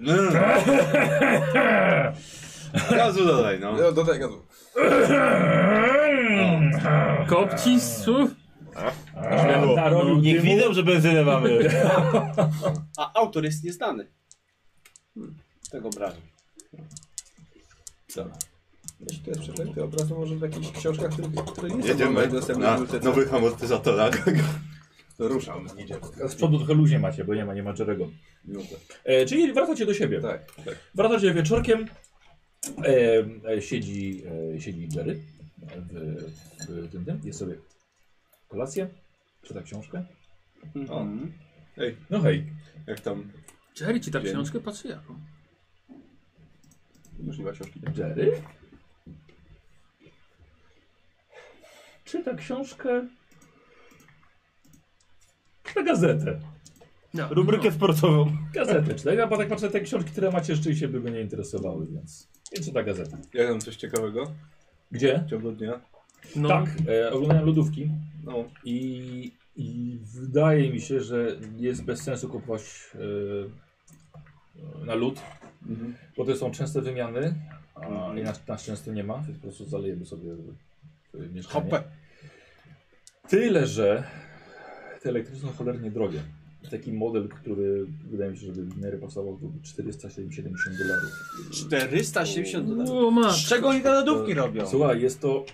Speaker 3: No. Gazu dodaj, no.
Speaker 8: No do tego. no.
Speaker 7: Kopci z słów?
Speaker 2: Karol,
Speaker 5: Niech
Speaker 2: dymu.
Speaker 5: widzą, że benzynę mamy.
Speaker 6: A autor jest nieznany. Hmm. Tego brałem.
Speaker 3: Dobra.
Speaker 8: Jeśli to jest przeklęty obraz, to może w jakichś książkach, które, które nie są
Speaker 3: Jedziemy
Speaker 8: online dostępne
Speaker 3: na
Speaker 8: w bibliotece.
Speaker 3: nowych amortyzatorach.
Speaker 8: To ruszam, idziemy.
Speaker 2: Z przodu trochę luźnie macie, bo nie ma, nie ma Jerego. E, czyli wracacie do siebie.
Speaker 8: Tak.
Speaker 2: Wracacie wieczorkiem. E, e, siedzi, e, siedzi Jerry w, w tym, tym. Jest sobie kolację, czyta książkę.
Speaker 6: Mhm.
Speaker 2: No hej,
Speaker 3: Jak tam?
Speaker 7: Jerry czyta
Speaker 3: Dzień.
Speaker 7: tak książkę, patrzę jaką.
Speaker 8: Już nie ma książki.
Speaker 2: Jerry. Czyta książkę. Czyta gazetę.
Speaker 7: No.
Speaker 5: Rubrykę sportową.
Speaker 2: Gazetę czyta. Ja tak patrzę, te książki, które macie, rzeczywiście by go nie interesowały, więc. Więc czyta gazetę.
Speaker 3: Jak tam coś ciekawego?
Speaker 2: Gdzie?
Speaker 3: W ciągu dnia?
Speaker 7: No.
Speaker 2: Tak, e, oglądałem lodówki
Speaker 8: No.
Speaker 2: i, i wydaje mi się, że jest bez sensu kupować e, na lód, bo to są częste wymiany, a i nas, nas często nie ma, więc po prostu zalejemy sobie e, mieszkanie.
Speaker 8: Hopę.
Speaker 2: Tyle, że te elektryki są cholernie drogie. Taki model, który wydaje mi się, żeby w miarę pasował, byłby 470 dolarów.
Speaker 6: 470 dolarów.
Speaker 7: O,
Speaker 6: Z czego oni te lodówki robią?
Speaker 2: Słuchaj, jest to.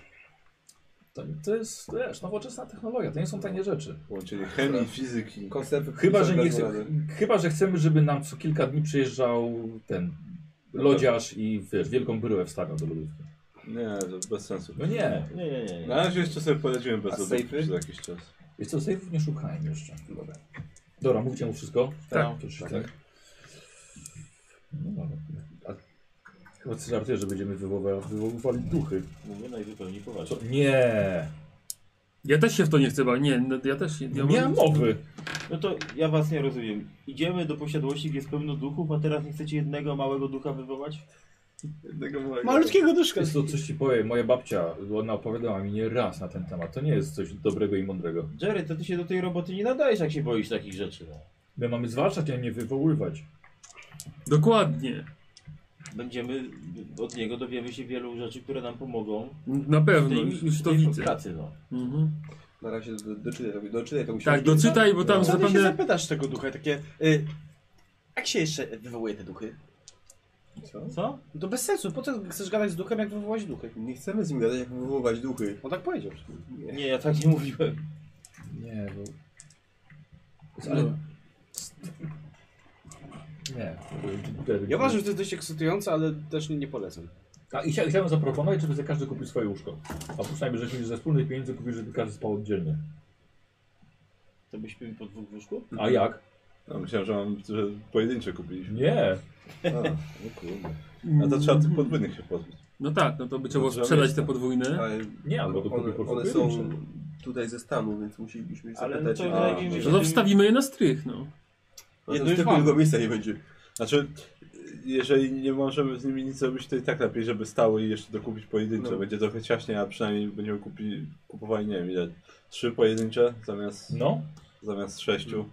Speaker 2: To, to jest wiesz, nowoczesna technologia, to nie są tanie rzeczy.
Speaker 3: Połączenie chemii, fizyki.
Speaker 8: Konserwy
Speaker 2: Chyba, że, nie chce,
Speaker 8: konserwowane.
Speaker 2: chyba, że chcemy, żeby nam co kilka dni przyjeżdżał ten lodziarz i wiesz, wielką bryłę wstawiał do lodówki.
Speaker 3: Nie, to bez sensu.
Speaker 2: No nie,
Speaker 5: Nie, nie, nie.
Speaker 3: Na razie jeszcze sobie polecimy
Speaker 8: A
Speaker 3: bez lodówki
Speaker 8: sejfy?
Speaker 3: przez jakiś czas.
Speaker 2: Jest co, sejfów nie szukajmy jeszcze. Dobra. Dobra, mówicie mu wszystko?
Speaker 7: Tak.
Speaker 2: To już tak. No dobra. A, chyba ty żartujesz, że będziemy wywoływa- wywoływali duchy.
Speaker 5: Mówię najzupełniej
Speaker 2: Co?
Speaker 5: poważnie.
Speaker 2: Nie!
Speaker 7: Ja też się w to nie chcę bawić. Nie, no, ja też nie.
Speaker 2: Nie miałem mowy.
Speaker 5: No to ja was nie rozumiem. Idziemy do posiadłości, gdzie jest pełno duchów, a teraz nie chcecie jednego małego ducha wywołać?
Speaker 3: Jednego małego.
Speaker 6: Malutkiego duszka.
Speaker 2: Jest to coś ci powiem, moja babcia, ona opowiadała mi nie raz na ten temat. To nie jest coś dobrego i mądrego.
Speaker 5: Jerry, to ty się do tej roboty nie nadajesz, jak się boisz takich rzeczy. No.
Speaker 2: My mamy zwalczać, a nie wywoływać.
Speaker 7: Dokładnie.
Speaker 5: Będziemy, od niego dowiemy się wielu rzeczy, które nam pomogą.
Speaker 7: Na
Speaker 5: w
Speaker 7: pewno,
Speaker 5: tej-
Speaker 7: już, już
Speaker 5: w
Speaker 7: to
Speaker 5: tej
Speaker 7: widzę.
Speaker 5: Pracy, no.
Speaker 7: Mhm.
Speaker 8: Na razie do- doczytaj, to- doczytaj tą książkę.
Speaker 7: Tak, doczytaj, bo
Speaker 3: No.
Speaker 7: tam
Speaker 6: Co ty się
Speaker 7: zapewne.
Speaker 6: zapytasz tego ducha, takie... Y, jak się jeszcze wywołuje te duchy?
Speaker 5: Co?
Speaker 6: No To bez sensu, po co chcesz gadać z duchem, jak wywołać duchy?
Speaker 8: Nie chcemy z nim gadać, jak wywoływać duchy.
Speaker 6: On tak powiedział.
Speaker 5: Nie, ja tak nie mówiłem.
Speaker 2: Nie, bo...
Speaker 3: No.
Speaker 2: Ale... Nie.
Speaker 6: Ja uważam, że to jest dość ekscytujące, ale też nie, nie polecam.
Speaker 2: A, i chcia- chciałem zaproponować, żeby za każdy kupił swoje łóżko. A przynajmniej, że ze wspólnych pieniędzy kupił, żeby każdy spał oddzielnie.
Speaker 5: To byśmy po dwóch łóżku?
Speaker 2: A jak?
Speaker 3: No, myślałem, że, mam, że pojedyncze kupiliśmy.
Speaker 2: Nie.
Speaker 3: A, no kurde. A to trzeba tych podwójnych się pozbyć.
Speaker 7: No tak, no to by trzeba
Speaker 3: No, trzeba
Speaker 7: sprzedać
Speaker 3: mieć,
Speaker 7: te
Speaker 3: tak.
Speaker 7: podwójne.
Speaker 8: Ale
Speaker 2: Nie, albo to
Speaker 8: one,
Speaker 2: kupił po
Speaker 8: one
Speaker 2: prostu
Speaker 8: są
Speaker 2: pojedyncze.
Speaker 8: tutaj ze Stanów, więc musielibyśmy się
Speaker 5: Ale
Speaker 8: zapytać.
Speaker 5: no to
Speaker 8: jak-
Speaker 5: wydaje mi się,
Speaker 7: No to wstawimy je na strych, no.
Speaker 8: No
Speaker 6: Jedno
Speaker 8: to
Speaker 6: już
Speaker 8: tylko
Speaker 6: mamy.
Speaker 8: jego miejsca nie będzie.
Speaker 3: Znaczy, jeżeli nie możemy z nimi nic zrobić, to i tak lepiej, żeby stały i jeszcze dokupić pojedyncze.
Speaker 8: No.
Speaker 3: Będzie trochę ciaśnie, a przynajmniej będziemy kupi, kupowali, nie wiem, ile. Trzy pojedyncze zamiast,
Speaker 2: No,
Speaker 3: zamiast sześciu.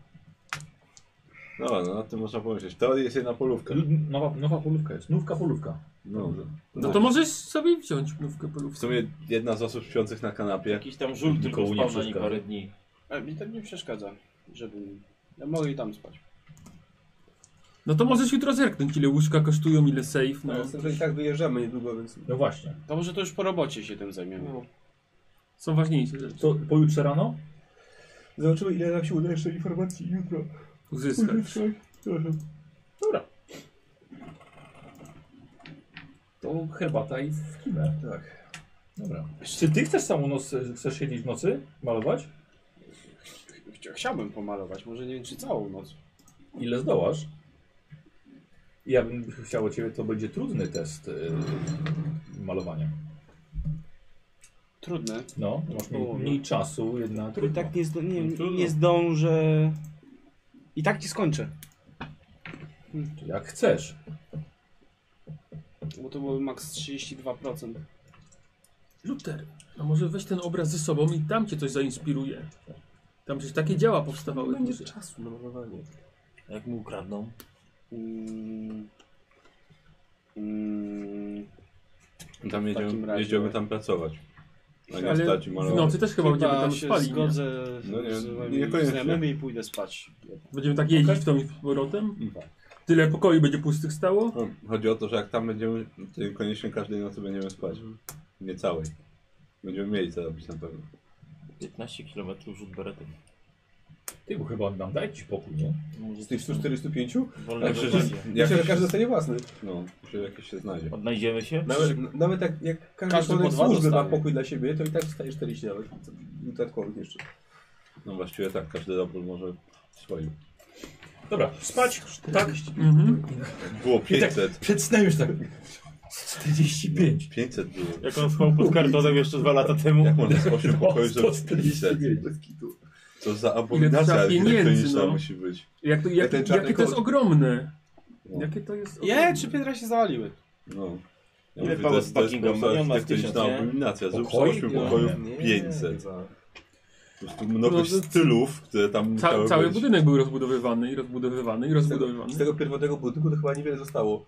Speaker 3: No ładno, nad tym można pomyśleć. W teorii jest jedna polówka.
Speaker 2: lu- nowa, nowa polówka jest. Nówka polówka.
Speaker 3: No,
Speaker 7: No to możesz sobie wziąć nówkę
Speaker 3: W
Speaker 7: polówkę.
Speaker 3: sumie jedna z osób śpiących na kanapie.
Speaker 5: Jakiś tam żul tylko
Speaker 2: Nikomu nie
Speaker 5: spał na nim
Speaker 2: przeszkadza.
Speaker 5: parę dni.
Speaker 6: Ale mi tak nie przeszkadza, żebym... Ja mogę i tam spać.
Speaker 7: No to możesz jutro zerknąć, ile łóżka kosztują, ile safe, no.
Speaker 8: No, z tym, że i tak wyjeżdżamy niedługo, więc...
Speaker 2: No właśnie.
Speaker 6: To może to już po robocie się tym zajmiemy.
Speaker 8: No.
Speaker 7: Są ważniejsze rzeczy.
Speaker 2: To pojutrze rano?
Speaker 8: Zobaczymy, ile nam się uda jeszcze informacji jutro. Tak.
Speaker 7: Uzyskać.
Speaker 2: Dobra. To herbata i w kimę.
Speaker 8: Tak.
Speaker 2: Dobra. Czy ty chcesz samą noc, e, chcesz siedzieć w nocy, malować?
Speaker 6: Chcia- Chciałbym pomalować, może nie wiem czy całą noc.
Speaker 2: Ile zdołasz? Ja bym chciał od ciebie, to będzie trudny test y, malowania.
Speaker 6: Trudne.
Speaker 2: No, masz mniej, mniej czasu, jednak.
Speaker 6: Który tak nie, zdo,
Speaker 1: No
Speaker 6: nie,
Speaker 2: Trudno.
Speaker 6: nie zdążę... I tak nie skończę.
Speaker 2: Jak chcesz.
Speaker 6: Bo to byłoby maks 32%.
Speaker 7: Luther, a może weź ten obraz ze sobą i tam cię coś zainspiruje. Tam przecież takie dzieła powstawały.
Speaker 8: Będzie
Speaker 7: duże.
Speaker 8: czasu na malowanie.
Speaker 5: Jak mu ukradną?
Speaker 6: Mm. Mm.
Speaker 3: Tam
Speaker 6: takim
Speaker 3: jedziemy,
Speaker 6: razie-
Speaker 3: jedziemy tam pracować. A nie Tak,
Speaker 7: Ale no,
Speaker 3: stać i
Speaker 7: w
Speaker 3: malować.
Speaker 7: nocy też chyba, będziemy tam
Speaker 6: się
Speaker 7: spali, nie?
Speaker 6: zgodzę
Speaker 3: No nie,
Speaker 6: z moimi
Speaker 3: niekoniecznie.
Speaker 6: znajomymi i pójdę spać.
Speaker 7: Będziemy tak jeździć w tą i z powrotem?
Speaker 3: Mhm.
Speaker 7: Tyle pokoi będzie pustych stało?
Speaker 3: No, chodzi o to, że jak tam będziemy, to niekoniecznie każdej nocy będziemy spać.
Speaker 7: Mhm.
Speaker 3: Nie całej. Będziemy mieli co robić na pewno.
Speaker 5: 15 km rzut beretem.
Speaker 2: Ty, bo chyba nam daj ci pokój, nie?
Speaker 5: Może
Speaker 8: Z tych
Speaker 5: coś tam
Speaker 8: 145?
Speaker 5: wolnego
Speaker 3: Także,
Speaker 5: zdania.
Speaker 3: że-
Speaker 8: Myślę, że
Speaker 3: jak-
Speaker 8: każdy dostanie własny.
Speaker 3: No, że jakiś się znajdzie.
Speaker 5: Odnajdziemy się?
Speaker 3: No.
Speaker 8: Nawet, nawet jak, jak każdy,
Speaker 6: Każdy
Speaker 8: członek
Speaker 6: po dwa
Speaker 8: służby ma
Speaker 6: dostanie.
Speaker 8: pokój dla siebie, to i tak dostaje 40 nawet. Dodatkowych jeszcze.
Speaker 3: No właściwie tak, każdy dobór może swoim.
Speaker 2: Dobra, spać. Tak.
Speaker 7: Mhm.
Speaker 3: Było 500.
Speaker 2: Przed snem już tak. 45.
Speaker 3: 500 było.
Speaker 5: Jak on spał pod kartonem jeszcze dwa lata temu.
Speaker 3: Jak można z 8 pokoi zrobić 500?
Speaker 2: 145.
Speaker 3: To za
Speaker 7: trzeba
Speaker 3: abominacja
Speaker 7: pieniędzy,
Speaker 3: elektroniczna
Speaker 7: no.
Speaker 3: musi być.
Speaker 7: Jak to, jak,
Speaker 8: ten czarny
Speaker 7: jakie to jest
Speaker 8: kot.
Speaker 7: ogromne.
Speaker 3: No.
Speaker 7: Jakie to jest
Speaker 6: Je, czy piętra się zawaliły?
Speaker 3: No. Ja
Speaker 5: Ile
Speaker 3: mówię,
Speaker 5: Paweł
Speaker 3: to jest, to jest po
Speaker 5: Buckingham?
Speaker 3: prostu
Speaker 5: Milion ma z
Speaker 3: architektoniczna
Speaker 5: tysiąc, nie?
Speaker 3: abominacja. Zrób
Speaker 2: Pokoi?
Speaker 3: 8
Speaker 2: Nie,
Speaker 3: pokojów
Speaker 2: nie,
Speaker 3: 500.
Speaker 2: za-
Speaker 3: Po prostu mnogość
Speaker 7: No, to-
Speaker 3: stylów, które tam
Speaker 7: Ca
Speaker 3: musiały
Speaker 7: cały
Speaker 3: być.
Speaker 7: budynek był rozbudowywany i rozbudowywany i
Speaker 8: Z tego,
Speaker 7: rozbudowywany.
Speaker 8: z tego pierwotnego budynku to chyba niewiele zostało.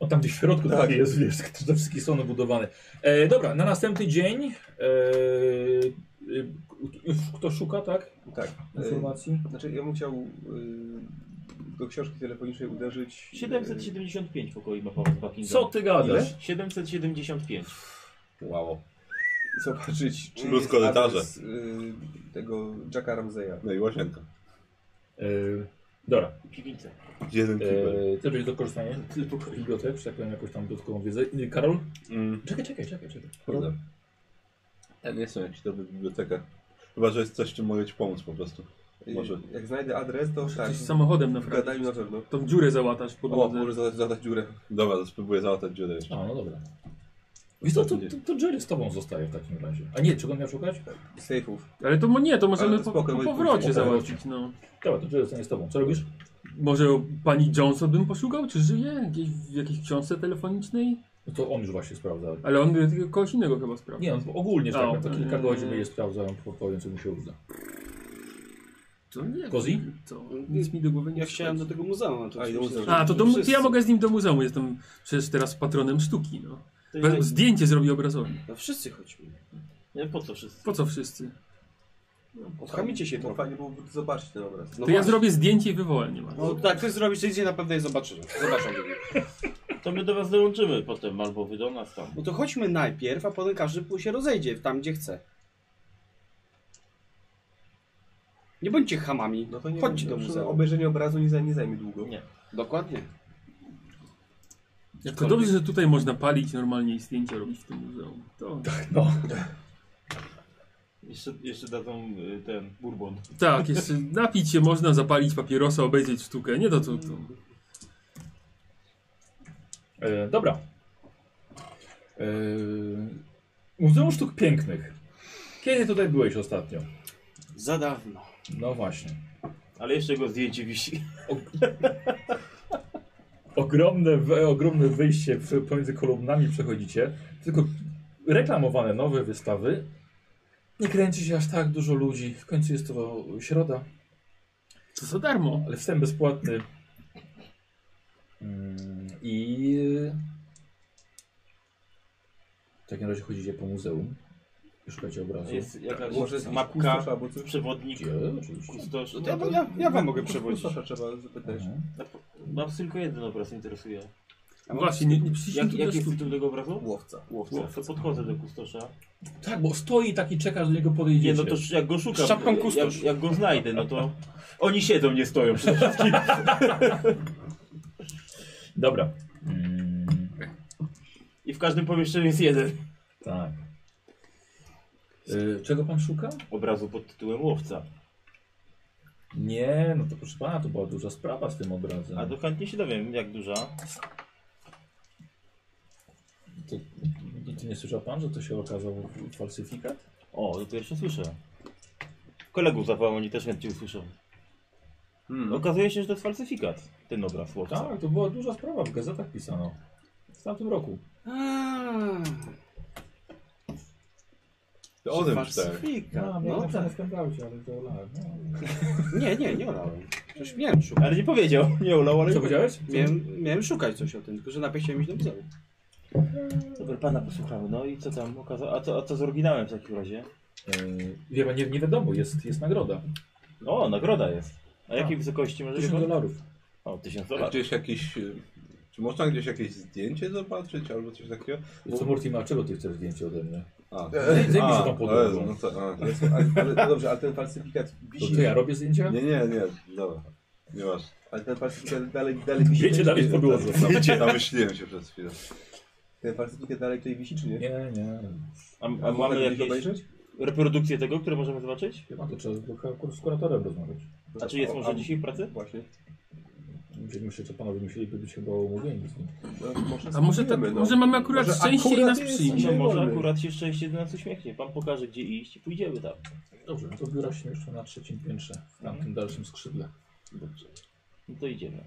Speaker 2: O tam gdzieś w środku
Speaker 8: Tak.
Speaker 2: tak. jest, wiesz, to wszystkie są budowane. E, dobra, na następny dzień. E, e, już kto szuka, tak?
Speaker 8: Tak. E,
Speaker 2: Informacji?
Speaker 8: Znaczy ja bym chciał y, do książki telefonicznej uderzyć. y,
Speaker 5: 775 pokoi ma Paweł Buckingham.
Speaker 2: E, Co ty gadasz?
Speaker 5: 775.
Speaker 2: Wow.
Speaker 8: zobaczyć, czy
Speaker 3: Plus
Speaker 8: jest
Speaker 3: korytarze.
Speaker 8: adres, y, tego Jacka Ramseya.
Speaker 3: No i łazienka.
Speaker 2: E, dobra.
Speaker 5: Piwnice.
Speaker 3: Jeden kibel.
Speaker 2: E, też będzie do korzystania. Tylko bibliotek, że tak powiem, jakąś tam dodatkową wiedzę. E, Karol?
Speaker 3: Mm,
Speaker 2: Czekaj, czekaj, czekaj, czekaj.
Speaker 3: kurde. Ja nie jestem jakiś dobry w bibliotekach. Chyba, że jest coś, czym mogę ci pomóc po prostu.
Speaker 8: Y,
Speaker 3: Może.
Speaker 8: Jak znajdę adres, to tak.
Speaker 7: Coś z samochodem naprawdę.
Speaker 8: Gadajmy na pewno.
Speaker 7: Tą dziurę załatasz po
Speaker 8: O,
Speaker 7: drodze.
Speaker 8: może zadać, zadać dziurę.
Speaker 3: Dobra, to spróbuję załatać dziurę
Speaker 2: A,
Speaker 3: jeszcze.
Speaker 2: no dobra. Wiesz co, to, to, to Jerry z tobą zostaje w takim razie. A nie, czego on miał szukać?
Speaker 8: Sejfów.
Speaker 7: Ale to mo- nie, to możemy
Speaker 8: Ale to
Speaker 7: po,
Speaker 8: spoko,
Speaker 7: po
Speaker 8: bo-
Speaker 7: powrocie
Speaker 2: po powrocie.
Speaker 7: załatwić. No.
Speaker 2: Dobra, to Jerry zostanie z tobą. Co robisz?
Speaker 7: Może pani Johnson bym poszukał, czy żyje? Gdzieś w jakiejś książce telefonicznej?
Speaker 2: No to on już właśnie sprawdza.
Speaker 7: Ale on y, tylko kogoś innego chyba sprawdza.
Speaker 2: Nie, no, ogólnie, że
Speaker 7: A,
Speaker 2: tak, to
Speaker 7: okej.
Speaker 2: kilka godzin je sprawdzają, po- powiem, co mu się uda.
Speaker 7: To nie wiem,
Speaker 2: Kozi?
Speaker 7: To nic mi do głowy nie
Speaker 6: Ja chciałem do
Speaker 7: wchodzi.
Speaker 6: tego muzeum, a to
Speaker 8: A, i do
Speaker 6: oczywiście-
Speaker 8: muzeum.
Speaker 7: A, to do, mu- to
Speaker 6: wszyscy.
Speaker 7: ja mogę z nim do muzeum, jestem przecież teraz patronem sztuki. No.
Speaker 5: To
Speaker 7: Be-
Speaker 5: jest-
Speaker 7: Zdjęcie zrobi obrazowi.
Speaker 6: No wszyscy chodźmy.
Speaker 5: Nie po co wszyscy?
Speaker 7: Po co wszyscy?
Speaker 6: No Odchamicie się
Speaker 8: Bo
Speaker 6: trochę.
Speaker 8: fajnie byłoby zobaczyć ten obraz.
Speaker 7: To ja zrobię zdjęcie i wywołam nie ma.
Speaker 6: No tak, ty zrobisz tydzień, na pewno je zobaczysz. Zobaczę.
Speaker 5: To my do was dołączymy potem, albo wy do nas tam.
Speaker 6: No to chodźmy najpierw, a potem każdy pół się rozejdzie tam, gdzie chce. Nie bądźcie hamami.
Speaker 8: No to nie
Speaker 6: Chodźcie
Speaker 8: wiem,
Speaker 6: do
Speaker 8: no,
Speaker 6: muzeum.
Speaker 8: Obejrzenie obrazu nie, zaj- nie zajmie długo.
Speaker 5: Nie.
Speaker 6: Dokładnie.
Speaker 7: To dobrze, że tutaj można palić normalnie i zdjęcia robić w tym muzeum. To...
Speaker 5: Jeszcze, jeszcze dadzą y, ten bourbon.
Speaker 7: Tak, jeszcze napić się można, zapalić papierosa, obejrzeć sztukę. Nie to, co to.
Speaker 2: E, dobra. E, Muzeum Sztuk Pięknych. Kiedy tutaj byłeś ostatnio?
Speaker 6: Za dawno.
Speaker 2: No właśnie.
Speaker 5: Ale jeszcze jego zdjęcie wisi.
Speaker 2: Ogromne, we- ogromne wyjście w- pomiędzy kolumnami przechodzicie. Tylko reklamowane nowe wystawy. Nie kręci się aż tak dużo ludzi. W końcu jest to środa,
Speaker 7: To za darmo.
Speaker 2: ale wstęp bezpłatny. Mm, I e, w takim razie chodzicie po muzeum. i Szukacie obrazu.
Speaker 5: Jest jakaś
Speaker 8: tak, Może jest jakiś
Speaker 5: mapka, No
Speaker 8: kustosz albo coś?
Speaker 5: przewodnik,
Speaker 2: Gdzie? Oczywiście.
Speaker 5: kustosz.
Speaker 6: Ja, ja, ja wam mogę przewodzić.
Speaker 8: Kustosza trzeba zapytać.
Speaker 2: Mhm.
Speaker 5: Ja po- Mam tylko jeden obraz, interesuje.
Speaker 7: Właśnie, nie, nie przyszliśmy
Speaker 5: Jak,
Speaker 7: tu do
Speaker 5: jaki jest
Speaker 7: sztuki.
Speaker 5: tytuł tego obrazu?
Speaker 8: Łowca.
Speaker 5: Łowca. To podchodzę do kustosza.
Speaker 2: Tak, bo stoi taki, czeka, że do niego podejdziecie.
Speaker 5: Nie, no to jak go szukam,
Speaker 6: Z czapką kustosz.
Speaker 5: jak, jak go znajdę, no to... Oni siedzą, nie stoją przede wszystkim.
Speaker 2: Dobra. Mm.
Speaker 5: I w każdym pomieszczeniu jest jeden.
Speaker 2: tak. Y, czego pan szuka?
Speaker 5: Obrazu pod tytułem Łowca.
Speaker 2: Nie, no to proszę pana, to była duża sprawa z tym obrazem.
Speaker 5: A to chętnie się dowiem, jak duża.
Speaker 2: To, to nie słyszał pan, że to się okazał falsyfikat?
Speaker 5: O, to pierwsze słyszę. Kolegów zawołam, oni też chętnie usłyszą. Okazuje się, że to jest falsyfikat, ten obraz Łowca.
Speaker 2: Tak, to była duża sprawa, w gazetach pisano. W tamtym roku.
Speaker 6: Hmm.
Speaker 3: To o tym czytałem.
Speaker 6: Falsyfikat.
Speaker 2: A,
Speaker 6: No tak.
Speaker 2: w skandalcie, ale to no. olałem.
Speaker 6: Nie, nie, nie olałem. Przecież miałem szukać.
Speaker 5: Ale nie powiedział, nie ulał, ale...
Speaker 2: No Co powiedziałeś?
Speaker 6: Miałem, miałem szukać coś o tym, tylko że najpierw chciałem iść do muzeum.
Speaker 5: Dobra, pana posłuchamy, no i co tam okazało? A co, a co z oryginałem w takim razie?
Speaker 2: Yy, wie pan, nie, nie wiadomo, jest, jest nagroda.
Speaker 5: O, nagroda jest. A jakiej
Speaker 2: Tak.
Speaker 5: wysokości może
Speaker 2: 1000
Speaker 5: pan?
Speaker 2: dolarów.
Speaker 5: O, 1000
Speaker 3: A
Speaker 5: dolarów.
Speaker 3: Gdzieś jakieś... y, Czy można gdzieś jakieś zdjęcie zobaczyć albo coś takiego?
Speaker 2: Co Mortimer, czego ty chcesz zdjęcie ode mnie?
Speaker 3: A,
Speaker 2: Zajmij się
Speaker 3: a,
Speaker 2: tą podłogą.
Speaker 3: e, No to, a, nie.
Speaker 8: Ale, ale, no dobrze, ale ten falsyfikat
Speaker 2: To,
Speaker 8: wisi.
Speaker 2: to ja robię zdjęcia?
Speaker 3: nie, nie, nie, dobra. Nie masz.
Speaker 8: Ale ten falsyfikat dalej, dalej wisi.
Speaker 2: Zdjęcie dalej w podłodze.
Speaker 3: Zamyśliłem się przez chwilę.
Speaker 8: Ten falsyfikat dalej tutaj wisi, czy nie?
Speaker 2: Nie, nie.
Speaker 5: A, a
Speaker 8: A można
Speaker 5: mamy
Speaker 8: gdzieś
Speaker 5: jakieś
Speaker 8: obejrzeć?
Speaker 5: reprodukcje tego, które możemy zobaczyć?
Speaker 2: Chyba to trzeba z- akurat z kuratorem rozmawiać.
Speaker 5: A czy jest
Speaker 8: O,
Speaker 5: może
Speaker 8: a-
Speaker 5: dzisiaj w pracy?
Speaker 8: Właśnie.
Speaker 2: Myślę, że panowie musieliby być chyba umówieni z nim.
Speaker 8: No, może
Speaker 7: A może, tak,
Speaker 8: spróbujemy, no.
Speaker 7: może mamy akurat
Speaker 8: Może
Speaker 7: szczęście i
Speaker 8: akurat
Speaker 7: nas
Speaker 8: jest-
Speaker 7: przyjmie.
Speaker 5: No
Speaker 8: Dzisiaj
Speaker 5: może
Speaker 8: wolny.
Speaker 5: akurat się szczęście do nas uśmiechnie. Pan pokaże gdzie iść i pójdziemy tam.
Speaker 2: Dobrze, no to biura się jeszcze na trzecim piętrze, w tamtym dalszym skrzydle.
Speaker 5: Dobrze. No to idziemy.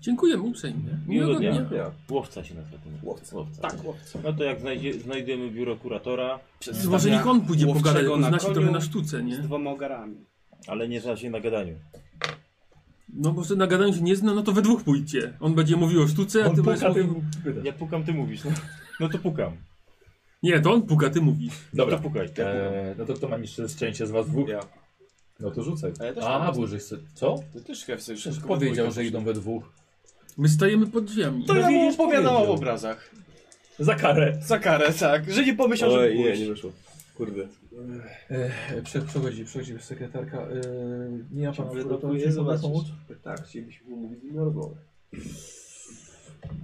Speaker 7: Dziękujemy uprzejmie. Miłego dnia.
Speaker 5: Łowca się nazywa ten.
Speaker 8: Łowca.
Speaker 5: Łowca.
Speaker 8: Tak, łowca.
Speaker 5: No to jak znajdzie, znajdziemy biuro kuratora,
Speaker 7: To Może niech on pójdzie
Speaker 6: Łowczego
Speaker 7: pogadać, bo
Speaker 6: na
Speaker 7: zna się
Speaker 6: koniu
Speaker 7: trochę na sztuce,
Speaker 6: Z
Speaker 7: nie?
Speaker 6: dwoma ogarami.
Speaker 5: ale nie zna się na gadaniu.
Speaker 7: No może na gadaniu się nie zna, no to we dwóch pójdźcie. On będzie mówił o sztuce, a ty będziesz mówił...
Speaker 5: Jak pukam, ty mówisz. No, no to pukam.
Speaker 7: Nie, to on puka, ty mówisz.
Speaker 5: Dobra. E,
Speaker 2: Dobra.
Speaker 5: To pukaj.
Speaker 2: Eee, no to kto ma niższe szczęście z was dwóch?
Speaker 8: Ja.
Speaker 2: No to rzucaj.
Speaker 9: A ja też mam
Speaker 2: A, bo że chce... Co?
Speaker 9: Ty też chyba chcesz
Speaker 2: Przecież
Speaker 9: szybko
Speaker 2: powiedział,
Speaker 9: we
Speaker 2: że
Speaker 9: dwójkę
Speaker 2: idą we dwóch.
Speaker 7: My stajemy pod drzwiami.
Speaker 6: To ja mu
Speaker 2: widzisz,
Speaker 6: opowiadam o
Speaker 2: powiedział.
Speaker 6: obrazach.
Speaker 2: Za karę.
Speaker 6: Za karę, tak. Że nie pomyślał, że
Speaker 8: Oj, nie,
Speaker 6: byłeś.
Speaker 8: nie wyszło. Kurde.
Speaker 2: Eee, prze- przechodzi, przechodzi sekretarka. Eee, nie ma pana
Speaker 6: Wydokuje,
Speaker 2: kuratora, czy mogę
Speaker 6: zobaczysz.
Speaker 2: pomóc?
Speaker 8: Tak, chcielibyśmy umówić z nim na rozmowę.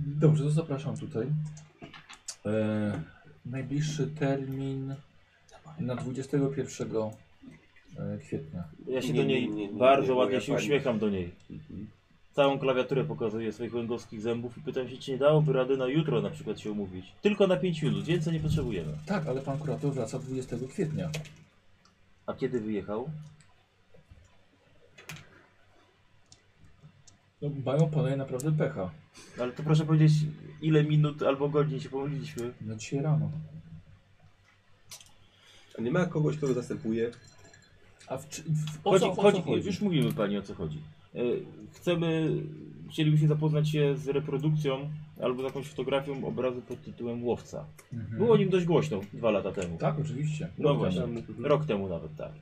Speaker 2: Dobrze, to zapraszam tutaj. Eee, najbliższy termin na 21 eee, kwietnia.
Speaker 5: Ja się
Speaker 8: Nie,
Speaker 5: do niej
Speaker 8: nie, nie, nie,
Speaker 5: bardzo
Speaker 8: nie,
Speaker 5: ładnie
Speaker 8: moja
Speaker 5: się
Speaker 8: pani. Mhm.
Speaker 5: uśmiecham do niej. Całą klawiaturę pokazuję swoich łęgowskich zębów i pytam się, czy nie dałoby rady na jutro na przykład się umówić. Tylko na 5 minut, więcej nie potrzebujemy.
Speaker 2: Tak, ale pan kurator wraca 20 kwietnia.
Speaker 5: A kiedy wyjechał?
Speaker 2: No, mają panowie naprawdę pecha.
Speaker 5: Ale to proszę powiedzieć, ile minut albo godzin się pomyliliśmy.
Speaker 2: No dzisiaj rano.
Speaker 8: A nie ma kogoś, kto go zastępuje?
Speaker 2: A w, czy- w, o
Speaker 5: Chodzi,
Speaker 2: co o co
Speaker 5: chodzi,
Speaker 2: chodzi?
Speaker 5: Już mówimy Pani o co chodzi. E, Chcemy, chcielibyśmy zapoznać się z reprodukcją albo z jakąś fotografią obrazu pod tytułem Łowca.
Speaker 2: Mhm.
Speaker 5: Było o nim dość głośno dwa lata temu.
Speaker 2: Tak, oczywiście.
Speaker 5: No
Speaker 2: Rok
Speaker 5: właśnie,
Speaker 2: temu.
Speaker 5: rok temu nawet tak.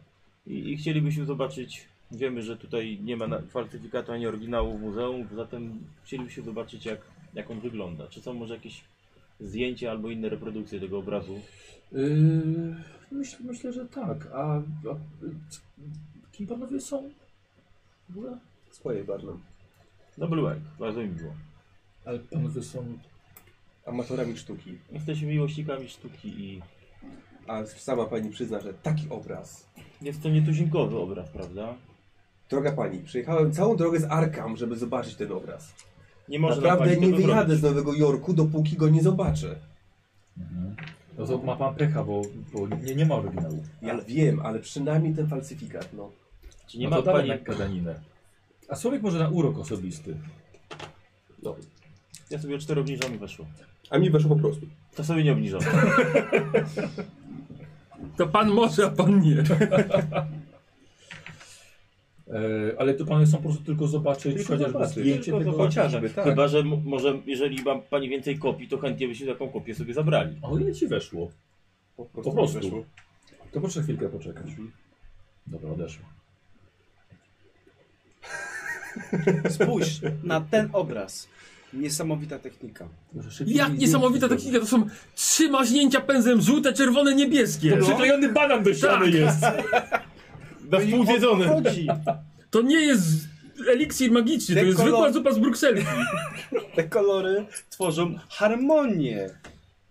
Speaker 5: I, I chcielibyśmy zobaczyć, wiemy, że tutaj nie ma na- falsyfikatu ani oryginału w muzeum, zatem chcielibyśmy zobaczyć jak, jak on wygląda. Czy są może jakieś zdjęcia albo inne reprodukcje tego obrazu?
Speaker 2: Yy, myśl, myślę, że tak. A, a c- kim panowie są? W ogóle?
Speaker 8: Swoje Barnum.
Speaker 5: Dobry łek, No, bardzo mi miło.
Speaker 2: Ale panowie są.
Speaker 8: Amatorami sztuki.
Speaker 5: Jesteśmy miłośnikami sztuki i
Speaker 8: A sama pani przyzna, że taki obraz.
Speaker 5: jest to nietuzinkowy obraz, prawda?
Speaker 8: Droga pani, przyjechałem całą drogę z Arkam, żeby zobaczyć ten obraz.
Speaker 5: Nie można
Speaker 8: Naprawdę
Speaker 5: pani
Speaker 8: nie
Speaker 5: tego
Speaker 8: wyjadę
Speaker 5: zrobić.
Speaker 8: z Nowego Jorku, dopóki go nie zobaczę.
Speaker 2: No to ma pan pecha, bo, bo nie, nie ma oryginału.
Speaker 8: Ja wiem, ale przynajmniej ten falsyfikat, no.
Speaker 5: Czy nie
Speaker 2: no
Speaker 5: ma
Speaker 2: to dalej
Speaker 5: pani...
Speaker 2: na gadaninę. A człowiek może na urok osobisty.
Speaker 5: Ja sobie o cztery obniżony weszło.
Speaker 8: A mi weszło po prostu.
Speaker 5: To sobie nie obniżam.
Speaker 7: To pan może, a pan nie.
Speaker 2: E, ale tu panowie są po prostu tylko zobaczyć
Speaker 8: Tylko
Speaker 2: chociażby
Speaker 8: zobaczyć.
Speaker 2: zdjęcie
Speaker 5: Tylko
Speaker 2: tego.
Speaker 5: zobaczyć.
Speaker 8: Chociażby, tak.
Speaker 5: Chyba, że m- może jeżeli mam pani więcej kopii, to chętnie byśmy taką kopię sobie zabrali.
Speaker 2: A o ile ci weszło?
Speaker 8: Po
Speaker 2: Po
Speaker 8: prostu. mi
Speaker 2: prostu. Mhm.
Speaker 8: weszło.
Speaker 2: To proszę chwilkę poczekać. Dobra, odeszło.
Speaker 6: Spójrz na ten obraz. Niesamowita technika.
Speaker 2: Proszę szybciej
Speaker 7: Jak
Speaker 2: zdjęcie
Speaker 7: niesamowita
Speaker 2: zrobić.
Speaker 7: technika, to są trzy maźnięcia pędzlem, żółte, czerwone, niebieskie. no. Tak.
Speaker 2: To przyklejony banan do ściany jest.
Speaker 5: Na wpół zjedzony.
Speaker 6: Chodzi.
Speaker 7: To nie jest eliksir magiczny, to
Speaker 6: Ten
Speaker 7: jest zwykła
Speaker 6: kolor-
Speaker 7: zupa z Brukselki.
Speaker 6: Te kolory tworzą harmonię.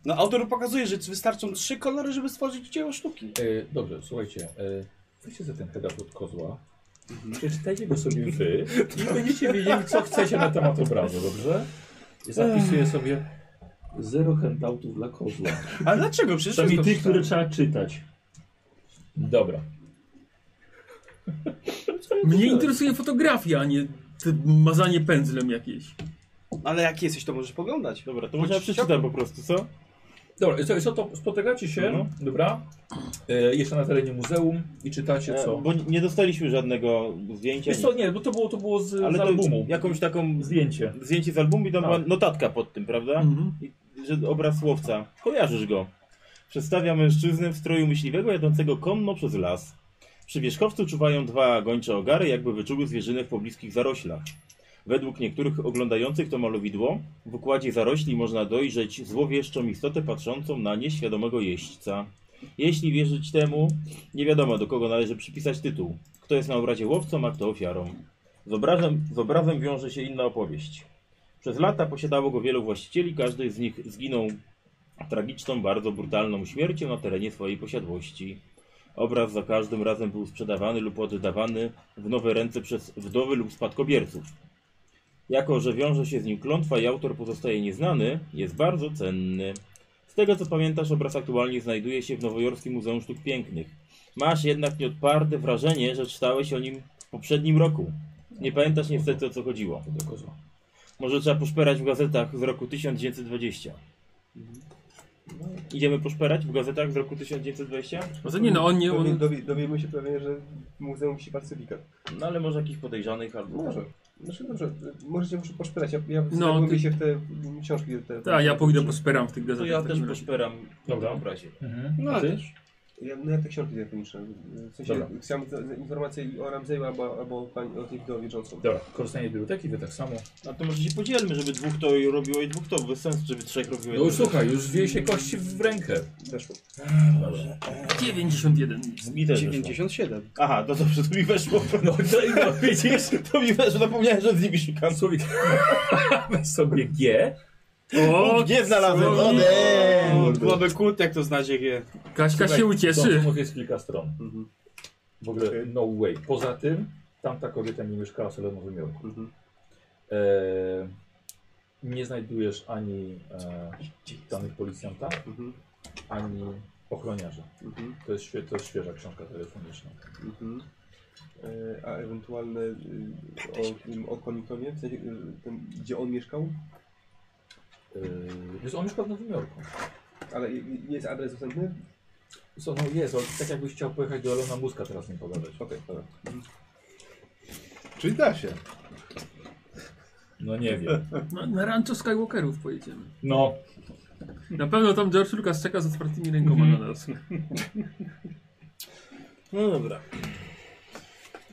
Speaker 6: No autor pokazuje, że wystarczą trzy kolory, żeby stworzyć dzieło sztuki.
Speaker 2: E, dobrze, słuchajcie. E, weźcie za ten pedał od kozła. Mhm. Przeczytajcie go sobie wy i będziecie wiedzieli, co chcecie na temat obrazu, dobrze? Zapisuję sobie zero handoutów dla kozła.
Speaker 6: Ale dlaczego? Przecież
Speaker 2: Przynajmniej
Speaker 6: wszystko
Speaker 2: tych,
Speaker 6: przeczytałem.
Speaker 2: które trzeba czytać. Dobra.
Speaker 7: Mnie interesuje fotografia, a nie te mazanie pędzlem jakieś.
Speaker 6: Ale jak jesteś, to możesz poglądać.
Speaker 5: Dobra, to może ja przeczytam po prostu, co?
Speaker 2: Dobra, co, co to? Spotykacie się,
Speaker 5: No.
Speaker 2: dobra? E, jeszcze na terenie muzeum i czytacie
Speaker 5: E,
Speaker 2: co.
Speaker 5: Bo nie dostaliśmy żadnego zdjęcia.
Speaker 2: Wiesz co,
Speaker 5: nic.
Speaker 2: nie, bo to było, to było z,
Speaker 5: Ale
Speaker 2: z
Speaker 5: to
Speaker 2: albumu.
Speaker 5: jakąś taką zdję-
Speaker 2: Zdjęcie.
Speaker 5: zdjęcie z albumu i tam była notatka pod tym, prawda?
Speaker 7: Mhm.
Speaker 5: I, że obraz łowca. Kojarzysz go. Przedstawia mężczyznę w stroju myśliwego jadącego konno przez las. Przy wierzchowcu czuwają dwa gończe ogary, jakby wyczuły zwierzynę w pobliskich zaroślach. Według niektórych oglądających to malowidło, w układzie zarośli można dojrzeć złowieszczą istotę patrzącą na nieświadomego jeźdźca. Jeśli wierzyć temu, nie wiadomo do kogo należy przypisać tytuł. Kto jest na obrazie łowcą, a kto ofiarą. Z obrazem, z obrazem wiąże się inna opowieść. Przez lata posiadało go wielu właścicieli, każdy z nich zginął tragiczną, bardzo brutalną śmiercią na terenie swojej posiadłości. Obraz za każdym razem był sprzedawany lub oddawany w nowe ręce przez wdowy lub spadkobierców. Jako, że wiąże się z nim klątwa i autor pozostaje nieznany, jest bardzo cenny. Z tego co pamiętasz, obraz aktualnie znajduje się w Nowojorskim Muzeum Sztuk Pięknych. Masz jednak nieodparte wrażenie, że czytałeś o nim w poprzednim roku. Nie pamiętasz niestety o co chodziło.
Speaker 2: Do kozła.
Speaker 5: Może trzeba poszperać w gazetach z roku 1920. Idziemy poszperać w gazetach z roku 1920?
Speaker 7: No to nie, no on nie...
Speaker 8: Dowie,
Speaker 7: On...
Speaker 8: dowie, dowiemy się pewnie, że w muzeum wisi pacyfikat.
Speaker 5: No ale może jakichś podejrzanych albo...
Speaker 8: Może. Znaczy dobrze, możecie muszę poszperać. Ja, ja
Speaker 7: No,
Speaker 8: no,
Speaker 7: ty-
Speaker 8: się w te mm, książki. Te,
Speaker 7: Tak, ja pójdę posperam w tych
Speaker 5: To
Speaker 7: gazetach.
Speaker 5: ja
Speaker 7: w
Speaker 5: też
Speaker 7: takim razie.
Speaker 5: poszperam w
Speaker 2: Dobra.
Speaker 5: tym obrazie.
Speaker 2: No, A ty?
Speaker 8: Ja, no ja te książki diakoniczne. W sensie
Speaker 2: Dobra.
Speaker 8: chciałem te- te informacje i o Ramzeju albo, albo pani, o tej wdowie Johnson.
Speaker 2: Dobra, korzystanie z biblioteki, wy tak samo.
Speaker 5: A No to może się podzielmy, żeby dwóch to robiło i dwóch to. Bez sensu, żeby trzech robiło.
Speaker 2: No już słuchaj, już wieje się kości w rękę.
Speaker 8: Weszło.
Speaker 7: 91.
Speaker 5: Mi
Speaker 6: tak.
Speaker 5: też weszło.
Speaker 6: 97.
Speaker 5: Aha, to dobrze, to mi weszło. No, to, no widzisz, to mi weszło, zapomniałem, że z nimi szukam.
Speaker 2: Słowik, weź sobie G.
Speaker 7: O,
Speaker 5: Nie znalazłem, no nie.
Speaker 6: Byłoby kłód, jak to znać, jak je.
Speaker 7: Kaśka się ucieszy.
Speaker 2: Domów jest kilka stron.
Speaker 5: Mhm.
Speaker 2: W ogóle no way. Poza tym, tamta kobieta nie mieszkała w Salonowym Jorku.
Speaker 5: Mhm.
Speaker 2: E, nie znajdujesz ani e, danych policjanta,
Speaker 8: Mhm,
Speaker 2: ani ochroniarza. To, jest, świe- to jest świeża książka telefoniczna.
Speaker 8: Mhm. E, A ewentualne y, o tym o Koningtonie, w sensie, y, ten, gdzie on mieszkał,
Speaker 2: E, jest on mieszka w Nowym Jorku.
Speaker 8: ale i- i jest adres dostępny?
Speaker 2: Co, no jest, ale tak jakbyś chciał pojechać do Elona Muska teraz nie pogadać.
Speaker 8: Okej, dobra.
Speaker 3: Czyli da się.
Speaker 2: No nie wiem.
Speaker 7: No, na rancho Skywalkerów pojedziemy.
Speaker 2: No,
Speaker 7: Na pewno tam George Lucas czeka z otwartymi rękoma
Speaker 2: Mhm.
Speaker 7: na nas.
Speaker 5: No dobra.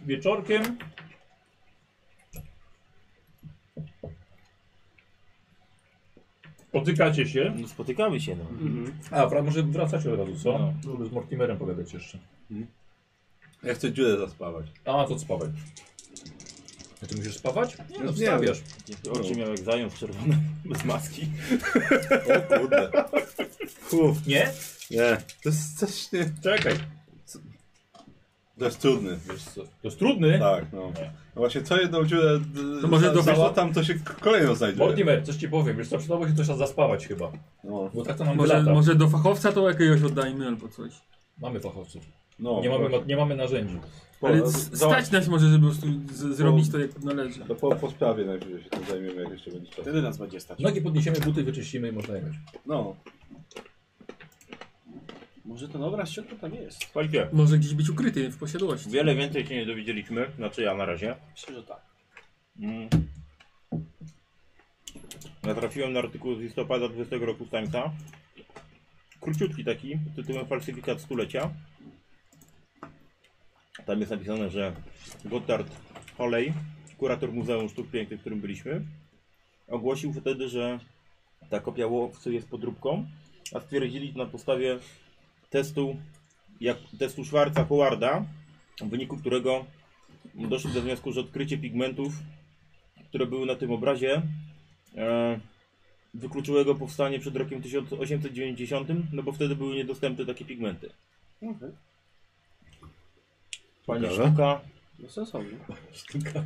Speaker 2: wieczorkiem. Spotykacie się.
Speaker 5: No, spotykamy się, no.
Speaker 2: A, wra- może wracacie od razu, co? Żeby z Mortimerem pogadać jeszcze.
Speaker 3: Ja chcę dziurę zaspawać.
Speaker 2: A, to spawać. A ty musisz spawać? Nie, no
Speaker 3: Nie.
Speaker 2: wstawiasz.
Speaker 5: Oczy miał jak zając czerwone, bez maski.
Speaker 3: O kurde. Uf,
Speaker 2: Nie?
Speaker 3: nie. To jest strasznie...
Speaker 2: Czekaj.
Speaker 3: To jest trudny.
Speaker 2: Wiesz co? To jest trudny.
Speaker 3: Tak, no. no właśnie co jedną dziurę d-
Speaker 7: To może
Speaker 3: za-
Speaker 7: do-
Speaker 3: załatam, to się k- kolejną znajdzie.
Speaker 2: Mortimer, coś ci powiem. Wiesz co, przydałoby się to czas zaspawać chyba.
Speaker 3: No,
Speaker 2: Bo tak to nam
Speaker 7: Może,
Speaker 2: wylata.
Speaker 7: może do fachowca to jakiegoś oddajmy albo coś.
Speaker 2: Mamy fachowców.
Speaker 3: no.
Speaker 2: Nie mamy, nie mamy narzędzi.
Speaker 7: Ale
Speaker 3: Po-
Speaker 7: s- stać nas może, żeby po prostu z, zrobić to jak należy.
Speaker 3: No po, po sprawie najpierw się tym zajmiemy, jak jeszcze będzie czas.
Speaker 6: Wtedy nas będzie stać.
Speaker 2: Nogi podniesiemy, buty wyczyścimy i można jechać.
Speaker 3: No,
Speaker 6: Może ten obraz środka tam jest.
Speaker 5: Słuchajcie,
Speaker 7: Może gdzieś być ukryty w posiadłości.
Speaker 5: wiele więcej się nie dowiedzieliśmy, znaczy ja na razie.
Speaker 6: Myślę, że tak.
Speaker 5: Mm. Natrafiłem na artykuł z listopada 20 roku Timesa. Króciutki taki, pod tytułem Falsyfikat stulecia. Tam jest napisane, że Gotthard Holley, kurator Muzeum Sztuk Pięknych, w którym byliśmy, ogłosił wtedy, że ta kopia łowcy jest podróbką, a stwierdzili na podstawie testu, jak, testu Schwarza Howarda, w wyniku którego doszli do wniosku, że odkrycie pigmentów które były na tym obrazie, e, wykluczyło jego powstanie przed rokiem 1890, no bo wtedy były niedostępne takie pigmenty.
Speaker 6: Mhm.
Speaker 5: Pani
Speaker 3: Ciekawe.
Speaker 5: sztuka,
Speaker 6: No sensownie.
Speaker 5: sztuka,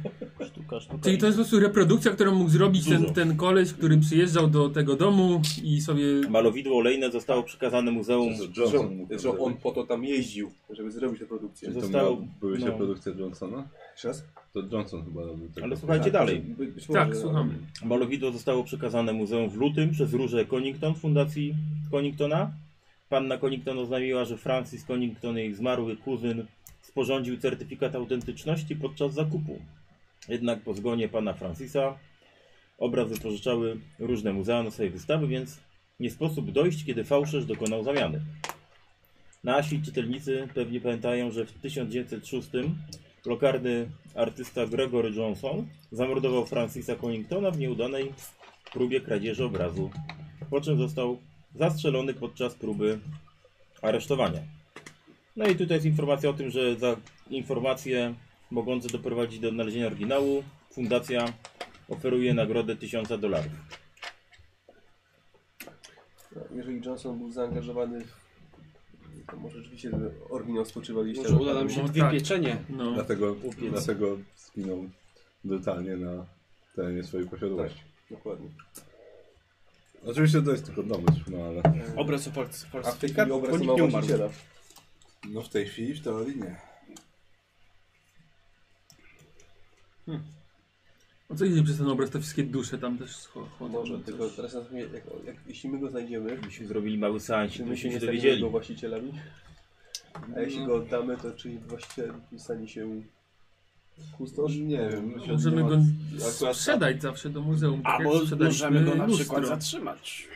Speaker 5: sztuka.
Speaker 7: Czyli to jest po prostu reprodukcja, którą mógł zrobić
Speaker 5: Dużo.
Speaker 7: ten, ten koleś, który przyjeżdżał do tego domu i sobie...
Speaker 5: Malowidło olejne zostało przekazane muzeum.
Speaker 3: Johnson,
Speaker 8: Że,
Speaker 3: Johnson mógł
Speaker 8: że on
Speaker 3: zrobić.
Speaker 8: po to tam jeździł, żeby zrobić tę produkcję.
Speaker 3: Czyli to
Speaker 5: został-
Speaker 3: miał- były się
Speaker 5: no.
Speaker 3: produkcje Johnsona?
Speaker 8: Jeszcze raz?
Speaker 3: To Johnson chyba robił tego.
Speaker 5: Ale słuchajcie
Speaker 8: Tak,
Speaker 5: dalej.
Speaker 8: By, być może,
Speaker 7: Tak, słuchamy.
Speaker 5: Malowidło zostało przekazane muzeum w lutym przez Różę Connington Fundacji Conningtona. Panna Connington oznajmiła, że Francis Connington, jej zmarły kuzyn, sporządził certyfikat autentyczności podczas zakupu. Jednak po zgonie pana Francisa obraz wypożyczały różne muzea na swoje wystawy, więc nie sposób dojść, kiedy fałszerz dokonał zamiany. Nasi czytelnicy pewnie pamiętają, że w 1906 lokarny artysta Gregory Johnson zamordował Francisa Conningtona w nieudanej próbie kradzieży obrazu, po czym został zastrzelony podczas próby aresztowania. No i tutaj jest informacja o tym, że za informacje mogące doprowadzić do odnalezienia oryginału fundacja oferuje nagrodę 1000 dolarów.
Speaker 8: Jeżeli Johnson był zaangażowany, w- to może rzeczywiście ten oryginał spoczywa gdzieś
Speaker 6: Może uda nam się
Speaker 7: No
Speaker 6: dwie
Speaker 7: tak.
Speaker 6: pieczenie.
Speaker 7: No.
Speaker 3: Dlatego, dlatego skinął brutalnie na terenie swojej posiadłości.
Speaker 8: Dokładnie.
Speaker 3: Oczywiście to jest tylko domysł, no ale...
Speaker 6: Obraz o Polsce.
Speaker 8: A w tej chwili obraz
Speaker 6: nie
Speaker 8: ma
Speaker 6: umarł.
Speaker 8: właściciela.
Speaker 3: No w tej chwili w teorii nie.
Speaker 7: O co idzie przez ten obraz? Te wszystkie dusze tam też scho- chodzą.
Speaker 8: Może,
Speaker 7: coś.
Speaker 8: tylko teraz nas, jak, jak, jeśli my go znajdziemy,
Speaker 5: Myśmy zrobili mały seans,
Speaker 8: czy
Speaker 5: to
Speaker 8: my się nie staniemy
Speaker 5: dowiedzieli.
Speaker 8: jego właścicielami? A jeśli go oddamy, to czy właściciel stanie się kustosz?
Speaker 3: Nie wiem, my się
Speaker 7: Możemy
Speaker 3: od
Speaker 7: go
Speaker 3: niego- akurat-
Speaker 7: sprzedać zawsze do muzeum. tak jak
Speaker 6: Albo
Speaker 7: sprzedaliśmy
Speaker 6: możemy go na przykład
Speaker 7: lustro.
Speaker 6: zatrzymać.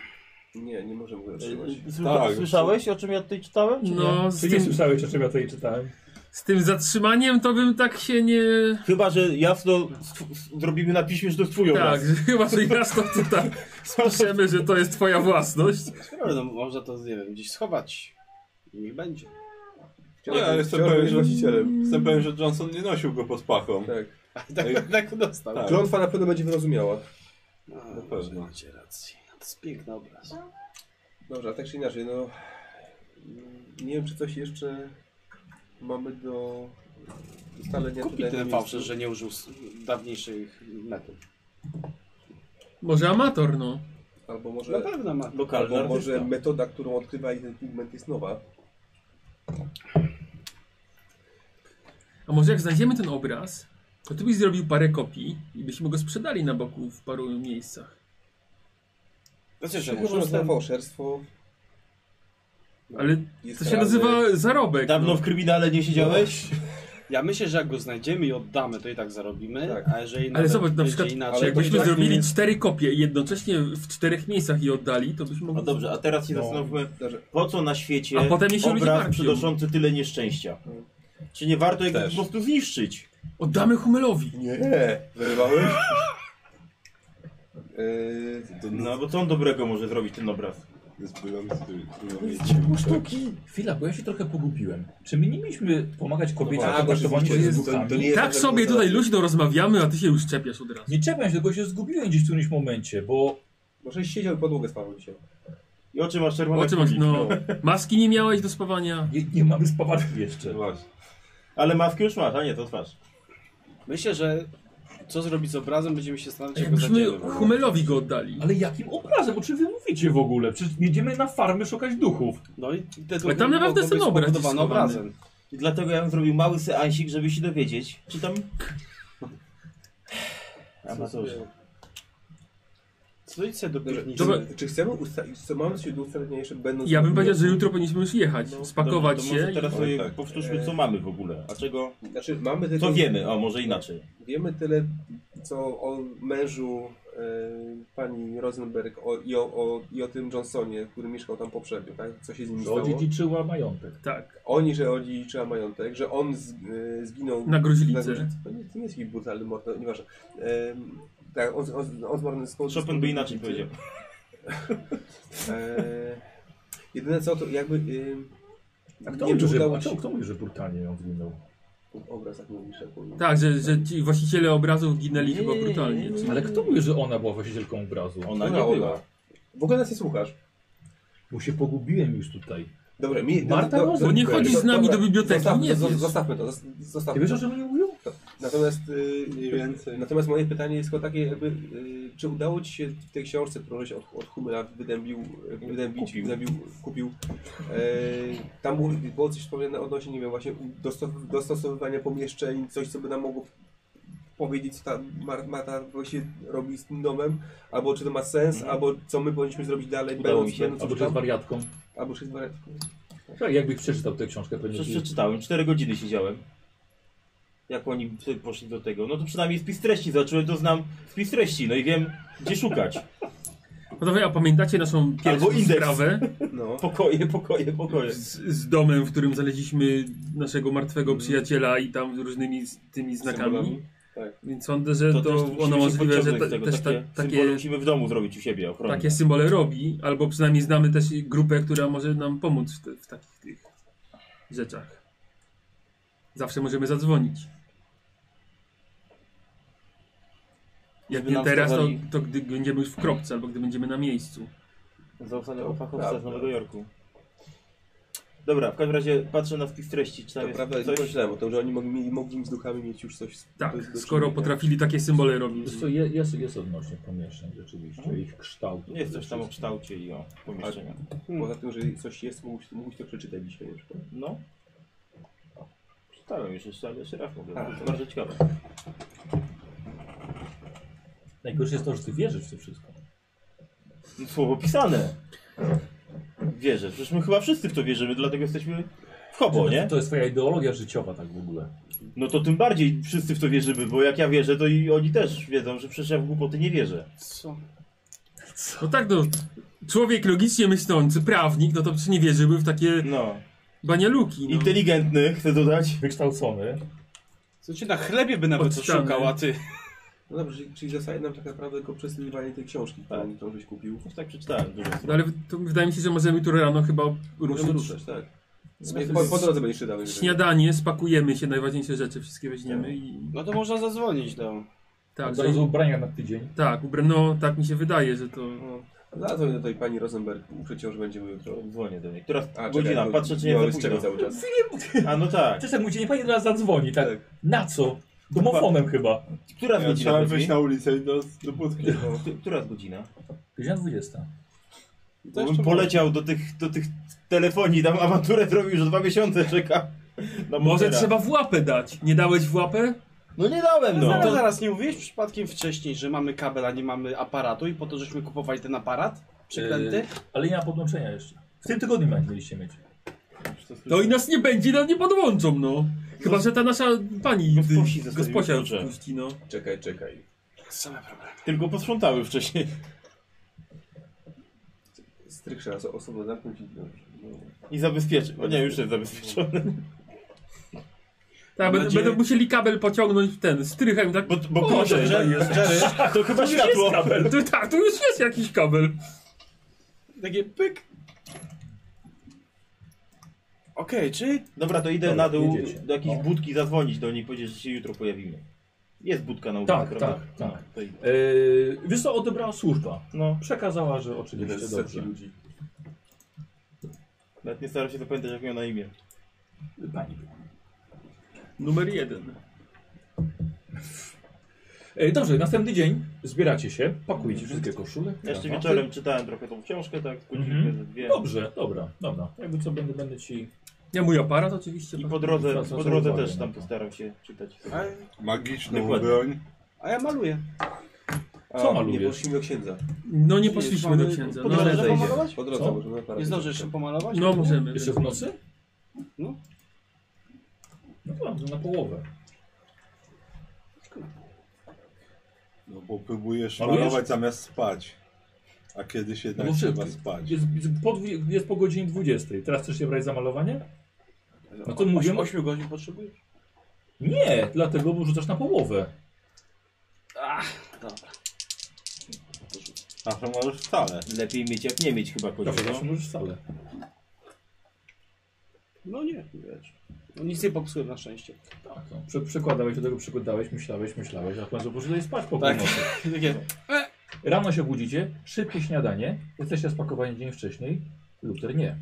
Speaker 8: Nie, nie możemy go otrzymać.
Speaker 3: Tak.
Speaker 5: Słyszałeś o czym ja tutaj czytałem? Czy nie?
Speaker 7: No, z
Speaker 2: Ty nie
Speaker 7: tym,
Speaker 2: słyszałeś, o czym ja tutaj czytałem?
Speaker 7: z tym zatrzymaniem to bym tak się nie...
Speaker 5: Chyba, że jasno stw- zrobimy na piśmie, że to jest twój obraz.
Speaker 7: Tak, że chyba że jasno tutaj spiszemy, że to jest twoja własność.
Speaker 6: Skoro, no, można to, nie wiem, gdzieś schować. I niech będzie.
Speaker 3: Nie,
Speaker 8: No
Speaker 3: ja jestem pewien, że Jestem pewien, że Johnson nie nosił go pod pachą.
Speaker 8: Tak.
Speaker 6: A tak, tak dostał.
Speaker 3: Tak.
Speaker 8: Klątwa na pewno będzie wyrozumiała.
Speaker 6: No,
Speaker 3: pewno.
Speaker 6: Macie rację. No, To jest piękny obraz.
Speaker 8: Dobrze, a tak czy inaczej, no... mm, Nie wiem, czy coś jeszcze mamy do ustalenia
Speaker 6: Kupi
Speaker 8: tutaj na
Speaker 6: ten
Speaker 8: miejscu.
Speaker 6: fałszerz, że nie użył s- dawniejszych metod.
Speaker 7: Może amator, no.
Speaker 8: Albo może...
Speaker 6: Na pewno ma.
Speaker 5: Lokalny
Speaker 8: Albo może
Speaker 5: artysta.
Speaker 8: tak, metoda, którą odkrywa i ten pigment jest nowa.
Speaker 7: A może jak znajdziemy ten obraz, to ty byś zrobił parę kopii i byśmy go sprzedali na boku w paru miejscach.
Speaker 6: Znaczy, że
Speaker 8: Może
Speaker 6: może
Speaker 8: to fałszerstwo.
Speaker 7: Ale
Speaker 8: Jest
Speaker 7: to się
Speaker 8: karalne.
Speaker 7: nazywa zarobek.
Speaker 5: Dawno
Speaker 7: No.
Speaker 5: w kryminale nie siedziałeś?
Speaker 6: Ja myślę, że jak go znajdziemy i oddamy, to i tak zarobimy,
Speaker 8: Tak.
Speaker 6: a jeżeli
Speaker 7: Ale
Speaker 6: nawet
Speaker 7: zobacz, na
Speaker 6: będzie
Speaker 7: przykład,
Speaker 6: inaczej,
Speaker 8: ale
Speaker 7: jakbyśmy
Speaker 8: właśnie-
Speaker 7: zrobili cztery kopie i jednocześnie w czterech miejscach je oddali, to byśmy
Speaker 5: No
Speaker 7: mogli...
Speaker 5: dobrze, a teraz się zastanówmy,
Speaker 8: Dobrze.
Speaker 5: po co na świecie
Speaker 7: A potem nie się ludzie
Speaker 5: obraz
Speaker 7: martwią.
Speaker 5: przynoszący tyle nieszczęścia? Czy nie warto jego po prostu zniszczyć?
Speaker 7: Oddamy Humelowi.
Speaker 8: Nie, wyrywałeś? Eee,
Speaker 5: No bo co on dobrego może zrobić ten obraz?
Speaker 3: Jest bylący,
Speaker 2: Sztuki! Chwila, bo ja się trochę pogubiłem. Czy my nie mieliśmy pomagać kobiecie
Speaker 8: tak,
Speaker 2: w kontaktowaniu
Speaker 8: oczywiście,
Speaker 2: się z
Speaker 8: jest- to- to
Speaker 2: duchami?
Speaker 8: nie jest-
Speaker 7: tak
Speaker 8: tak
Speaker 7: sobie
Speaker 8: było
Speaker 7: tutaj
Speaker 8: teraz.
Speaker 7: luźno rozmawiamy, a ty się już czepiasz od razu.
Speaker 2: Nie czepiam się, tylko się zgubiłem gdzieś w którymś momencie, bo
Speaker 8: może siedział i podłogę spałem dzisiaj.
Speaker 5: I oczy masz czerwone
Speaker 7: O czym masz,
Speaker 5: guzik,
Speaker 7: no. Maski nie miałeś do spawania.
Speaker 2: nie, nie mamy spawarki jeszcze.
Speaker 3: Właśnie.
Speaker 5: Ale maskę już masz, a nie, to twarz.
Speaker 6: myślę, że co zrobić z obrazem, będziemy się zastanawiać, jak go
Speaker 7: Jakbyśmy
Speaker 6: znajdziemy. bo-
Speaker 7: Humelowi go oddali.
Speaker 2: Ale jakim obrazem? O czym wy mówicie w ogóle? Przecież jedziemy na farmy szukać duchów.
Speaker 6: No i te
Speaker 7: Ale tam naprawdę
Speaker 6: mogą być
Speaker 7: są obraz
Speaker 6: spowodowane
Speaker 7: schowany.
Speaker 6: obrazem.
Speaker 5: I dlatego ja bym zrobił mały seansik, żeby się dowiedzieć, czy tam... Amatorzy.
Speaker 6: Co idź sobie do piwnicy.
Speaker 7: Dobra.
Speaker 8: Czy, czy chcemy ustalić, co mamy się do ustalenia jeszcze będąc...
Speaker 7: Ja bym powiedział, że
Speaker 8: że
Speaker 7: jutro powinniśmy już jechać, spakować
Speaker 5: Dobrze, to
Speaker 7: się.
Speaker 5: Może teraz
Speaker 3: i-
Speaker 5: sobie
Speaker 3: tak.
Speaker 5: powtórzmy, co mamy w ogóle, a czego...
Speaker 8: Znaczy, mamy tylko...
Speaker 5: Co wiemy, o może inaczej.
Speaker 8: Wiemy tyle, co o mężu e, pani Rosenberg o, i, o, o, i o tym Johnsonie, który mieszkał tam poprzednio, tak? Co się z nim
Speaker 2: Że
Speaker 8: stało?
Speaker 2: odziedziczyła majątek.
Speaker 7: Tak.
Speaker 8: Oni, że odziedziczyła majątek, że on z, e, zginął...
Speaker 7: Na gruźlicę.
Speaker 8: To nie, to nie jest jakiś brutalny mord, no, nieważne. E, tak, on, on, on zmarł z powodu-
Speaker 5: Chopin by inaczej powiedział.
Speaker 8: E, jedyne co, to jakby... E,
Speaker 2: A kto, mówi, że,
Speaker 8: udało
Speaker 2: a
Speaker 8: się-
Speaker 2: kto, kto mówi, że brutalnie ją zginął?
Speaker 8: Obraz tak mówisz, jak mówisz.
Speaker 7: Tak, że, że ci właściciele obrazów ginęli chyba brutalnie. czy nie?
Speaker 2: Ale kto mówi, że ona była właścicielką obrazu?
Speaker 5: Ona
Speaker 8: Która
Speaker 5: nie była.
Speaker 8: ona? No W ogóle nas nie słuchasz.
Speaker 2: Bo się pogubiłem już tutaj.
Speaker 8: Dobra, mi...
Speaker 2: Marta Rosenberg.
Speaker 7: Bo nie chodzi z nami
Speaker 8: Dobra,
Speaker 7: do biblioteki,
Speaker 8: zostaw-
Speaker 7: nie
Speaker 8: zo-
Speaker 7: wiesz.
Speaker 8: Zostawmy to, zos-
Speaker 2: Ty
Speaker 8: zostawmy
Speaker 2: wiesz, o
Speaker 8: to.
Speaker 2: czym oni mówią?
Speaker 8: Natomiast, y,
Speaker 3: Mniej więcej.
Speaker 8: natomiast moje pytanie jest tylko takie, jakby, y, czy udało Ci się w tej książce, którą żeś od, od Humela wydębił, wydębić, kupił, wydębił, kupił e, tam było, było coś wspomniane odnośnie, nie wiem, właśnie dostosow- dostosowywania pomieszczeń, coś, co by nam mogło powiedzieć, co ta Mar- Marta właśnie robi z tym domem, albo czy to ma sens, albo co my powinniśmy zrobić dalej,
Speaker 5: Udało mi się.
Speaker 8: będąc
Speaker 2: Albo
Speaker 8: już
Speaker 2: czy jest
Speaker 8: tam,
Speaker 2: wariatką?
Speaker 8: albo czy jest wariat.
Speaker 2: Tak, jakbyś przeczytał tę książkę, pewnie
Speaker 5: Przecież
Speaker 2: ci...
Speaker 5: przeczytałem, 4 godziny siedziałem. Jak oni sobie poszli do tego. No to przynajmniej spis treści zacząłem, to znam spis treści, no i wiem gdzie szukać.
Speaker 7: Panowie, a pamiętacie naszą
Speaker 5: Albo
Speaker 7: pierwszą
Speaker 5: indeks.
Speaker 7: sprawę
Speaker 8: No.
Speaker 5: Pokoje, pokoje, pokoje.
Speaker 7: z, z domem, w którym znaleźliśmy naszego martwego
Speaker 5: Mhm.
Speaker 7: przyjaciela i tam różnymi z, tymi znakami?
Speaker 8: Symbolami. Tak.
Speaker 7: Więc sądzę, że
Speaker 5: To,
Speaker 7: to,
Speaker 5: też musimy
Speaker 7: ono
Speaker 5: się
Speaker 7: możliwe, że
Speaker 5: podciągnąć
Speaker 7: ta,
Speaker 5: z tego.
Speaker 7: też ta,
Speaker 5: takie symbole
Speaker 7: takie,
Speaker 5: musimy w domu zrobić u siebie ochronę.
Speaker 7: takie symbole robi, albo przynajmniej znamy też grupę, która może nam pomóc w, te, w takich tych rzeczach. Zawsze możemy zadzwonić. Jak
Speaker 5: Żeby
Speaker 7: nie
Speaker 5: nam
Speaker 7: teraz, to,
Speaker 5: wskazali-
Speaker 7: to gdy będziemy już w kropce, albo gdy będziemy na miejscu.
Speaker 5: Zaufanie o fachowca z Nowego Jorku. Dobra, w każdym razie patrzę na spis treści, czy tam
Speaker 8: To
Speaker 5: jest
Speaker 8: prawda, jest
Speaker 5: coś.
Speaker 8: tylko źle, bo to, że oni mogli, mogli z duchami mieć już coś. z-
Speaker 7: Tak,
Speaker 8: do- do
Speaker 7: skoro
Speaker 8: czynienia.
Speaker 7: potrafili takie symbole robić.
Speaker 2: Wiesz co, je- jest, jest odnośnie pomieszczeń rzeczywiście, ich kształtu.
Speaker 5: Jest coś tam o kształcie i o pomieszczeniu.
Speaker 8: Poza tym, że coś jest, mógłbyś, mógłbyś to przeczytać dzisiaj na przykład.
Speaker 5: No. Czytałem już jeszcze, ale jeszcze raz mogę.
Speaker 8: Tak.
Speaker 5: To bardzo ciekawe.
Speaker 2: Najgorsze jest to, że ty wierzysz w to wszystko.
Speaker 5: Słowo pisane. Wierzę. Przecież my chyba wszyscy w to wierzymy, dlatego jesteśmy w hobo, nie?
Speaker 2: To jest twoja ideologia życiowa tak w ogóle.
Speaker 5: No to tym bardziej wszyscy w to wierzymy, bo jak ja wierzę, to i oni też wiedzą, że przecież ja w głupoty nie wierzę.
Speaker 6: Co?
Speaker 7: No tak, no. Człowiek logicznie myślący, prawnik, no to przecież nie wierzyłby w takie
Speaker 5: No.
Speaker 7: banialuki. No.
Speaker 5: Inteligentny, chcę dodać.
Speaker 2: Wykształcony.
Speaker 6: Co cię na chlebie by nawet
Speaker 7: Odstany.
Speaker 6: szukała, ty?
Speaker 8: No dobrze, czyli- czyli zasadnie nam tak naprawdę tylko przesyłanie tej książki, którą, którą żeś kupił.
Speaker 5: Już tak przeczytałem dużo stron.
Speaker 7: No ale to wydaje mi się, że możemy jutro rano chyba
Speaker 8: Możemy
Speaker 7: ruszyć.
Speaker 8: ruszać, tak.
Speaker 7: Z-
Speaker 8: Po, po drodze będziesz czytał. jeżeli-
Speaker 7: Śniadanie, spakujemy się, najważniejsze rzeczy wszystkie weźmiemy i...
Speaker 6: No to można zadzwonić no. do...
Speaker 7: Tak,
Speaker 2: Od
Speaker 7: że...
Speaker 2: razu ubrania na tydzień.
Speaker 7: Tak, ubra... no tak mi się wydaje, że to...
Speaker 8: No. Zadzwoń do tej pani Rosenberg, przecież że będziemy jutro.
Speaker 5: Dzwonię do niej. Która
Speaker 8: czekaj,
Speaker 5: godzina?
Speaker 8: bo-
Speaker 5: Patrzę, czy nie
Speaker 8: mamy
Speaker 5: jest
Speaker 8: z
Speaker 5: za
Speaker 8: czego
Speaker 5: późno.
Speaker 8: cały czas.
Speaker 5: A no tak.
Speaker 2: Czasem mu nie pani teraz zadzwoni, tak? Na co? Domofonem chyba.
Speaker 5: Która z
Speaker 3: Ja
Speaker 5: godzina?
Speaker 3: trzeba wyjść
Speaker 5: chodzi?
Speaker 3: na ulicę i do, do budki.
Speaker 5: No, ty- Która z godzina?
Speaker 2: Godzina 20.
Speaker 5: Bo bym poleciał do tych, do tych telefonii, tam awanturę zrobił, że dwa miesiące czeka. na
Speaker 7: Może
Speaker 5: Motera.
Speaker 7: trzeba w łapę dać. Nie dałeś w łapę?
Speaker 5: No nie dałem, no.
Speaker 6: Zaraz, zaraz, nie mówiłeś przypadkiem wcześniej, że mamy kabel, a nie mamy aparatu i po to, żeśmy kupowali ten aparat? Przeklęty?
Speaker 2: Yy, ale nie ma podłączenia jeszcze. W tym tygodniu ma- mieliście mieć.
Speaker 7: No i nas nie będzie, nas nie podłączą, no. Chyba, że ta nasza pani
Speaker 5: Gosposi
Speaker 7: gdy-
Speaker 5: zostawił
Speaker 7: gosposia
Speaker 5: klucze.
Speaker 7: wpuści, no.
Speaker 8: Czekaj, czekaj.
Speaker 6: Same problemy.
Speaker 5: Tylko posprzątały wcześniej.
Speaker 8: Strych trzeba so- osobno zamknąć i... No.
Speaker 5: I zabezpieczył. No nie, już jest zabezpieczony.
Speaker 7: Tak,
Speaker 5: Mam
Speaker 7: będą,
Speaker 5: nadzieję-
Speaker 7: będą musieli kabel pociągnąć w ten, strychem, tak?
Speaker 5: Bo, bo
Speaker 7: O,
Speaker 5: kurczę,
Speaker 7: dobra, jest.
Speaker 5: Jerry, to chyba światło.
Speaker 7: To, tak, tu już jest jakiś kabel.
Speaker 6: Takie pyk. Okej, czyli
Speaker 5: Dobra, to idę
Speaker 2: Dobra,
Speaker 5: na dół
Speaker 2: jedziecie.
Speaker 5: do jakiejś
Speaker 2: No.
Speaker 5: budki zadzwonić do niej, powiedzieć, że się jutro pojawimy. Jest budka na ulicy,
Speaker 2: Tak,
Speaker 5: prawda?
Speaker 2: tak, tak.
Speaker 5: No, to idę.
Speaker 2: Yy, wiesz co, odebrała służba.
Speaker 5: No,
Speaker 2: Przekazała, że
Speaker 8: Jeden
Speaker 2: oczywiście
Speaker 8: z setki
Speaker 2: dobrze.
Speaker 8: ludzi.
Speaker 5: nawet nie staram się zapamiętać, jak miał na imię.
Speaker 2: Pani była.
Speaker 7: Numer jeden.
Speaker 2: Yy, dobrze, następny dzień zbieracie się, pakujecie wszystkie koszule.
Speaker 5: Mhm. Ja jeszcze
Speaker 2: krawaty.
Speaker 5: wieczorem czytałem trochę tą książkę, tak, z godzinkę,
Speaker 2: Mhm.
Speaker 5: ze dwie.
Speaker 2: Dobrze, dobra, dobra. Jakby co, będę, będę ci...
Speaker 7: Ja mój aparat oczywiście.
Speaker 5: I
Speaker 7: tak.
Speaker 5: po drodze,
Speaker 2: Zwracam
Speaker 5: po drodze
Speaker 2: uwagę
Speaker 5: też
Speaker 2: na
Speaker 5: tam
Speaker 2: to.
Speaker 5: postaram się czytać.
Speaker 6: A,
Speaker 3: Magiczną
Speaker 5: Dokładnie.
Speaker 3: broń.
Speaker 6: a ja maluję.
Speaker 8: A,
Speaker 2: Co malujesz?
Speaker 8: Nie poszliśmy do księdza.
Speaker 7: No nie poszliśmy do księdza.
Speaker 8: Po
Speaker 7: No,
Speaker 8: drodze
Speaker 6: ale-
Speaker 8: zejdzie. Po
Speaker 2: Co?
Speaker 8: drodze możemy parę
Speaker 6: Nie zdążę jeszcze pomalować?
Speaker 7: no możemy.
Speaker 2: Jeszcze w nocy?
Speaker 6: No.
Speaker 2: No to dobrze, na połowę.
Speaker 3: No bo próbujesz
Speaker 2: Malujesz?
Speaker 3: malować zamiast spać. A kiedyś jednak
Speaker 2: No bo
Speaker 3: trzeba
Speaker 2: szybciej.
Speaker 3: spać.
Speaker 2: Jest, jest, po, dwu- jest po godzinie 20. Teraz chcesz się brać za malowanie? No to mówię...
Speaker 6: 8 godzin potrzebujesz?
Speaker 2: Nie, dlatego bo rzucasz na połowę.
Speaker 3: A to możesz wcale.
Speaker 5: Lepiej mieć jak nie mieć chyba
Speaker 2: Dobrze,
Speaker 5: kogoś.
Speaker 2: zawsze
Speaker 5: No.
Speaker 2: możesz wcale.
Speaker 6: No nie, wiesz. No nic nie popsułem na szczęście.
Speaker 2: Tak, no. Prze przekładałeś do tego, przekładałeś, myślałeś, myślałeś, a w końcu poszedłeś spać po
Speaker 6: Tak.
Speaker 2: północy.
Speaker 6: Takie,
Speaker 2: Rano się budzicie, szybkie śniadanie, jesteście spakowani dzień wcześniej, lub też nie.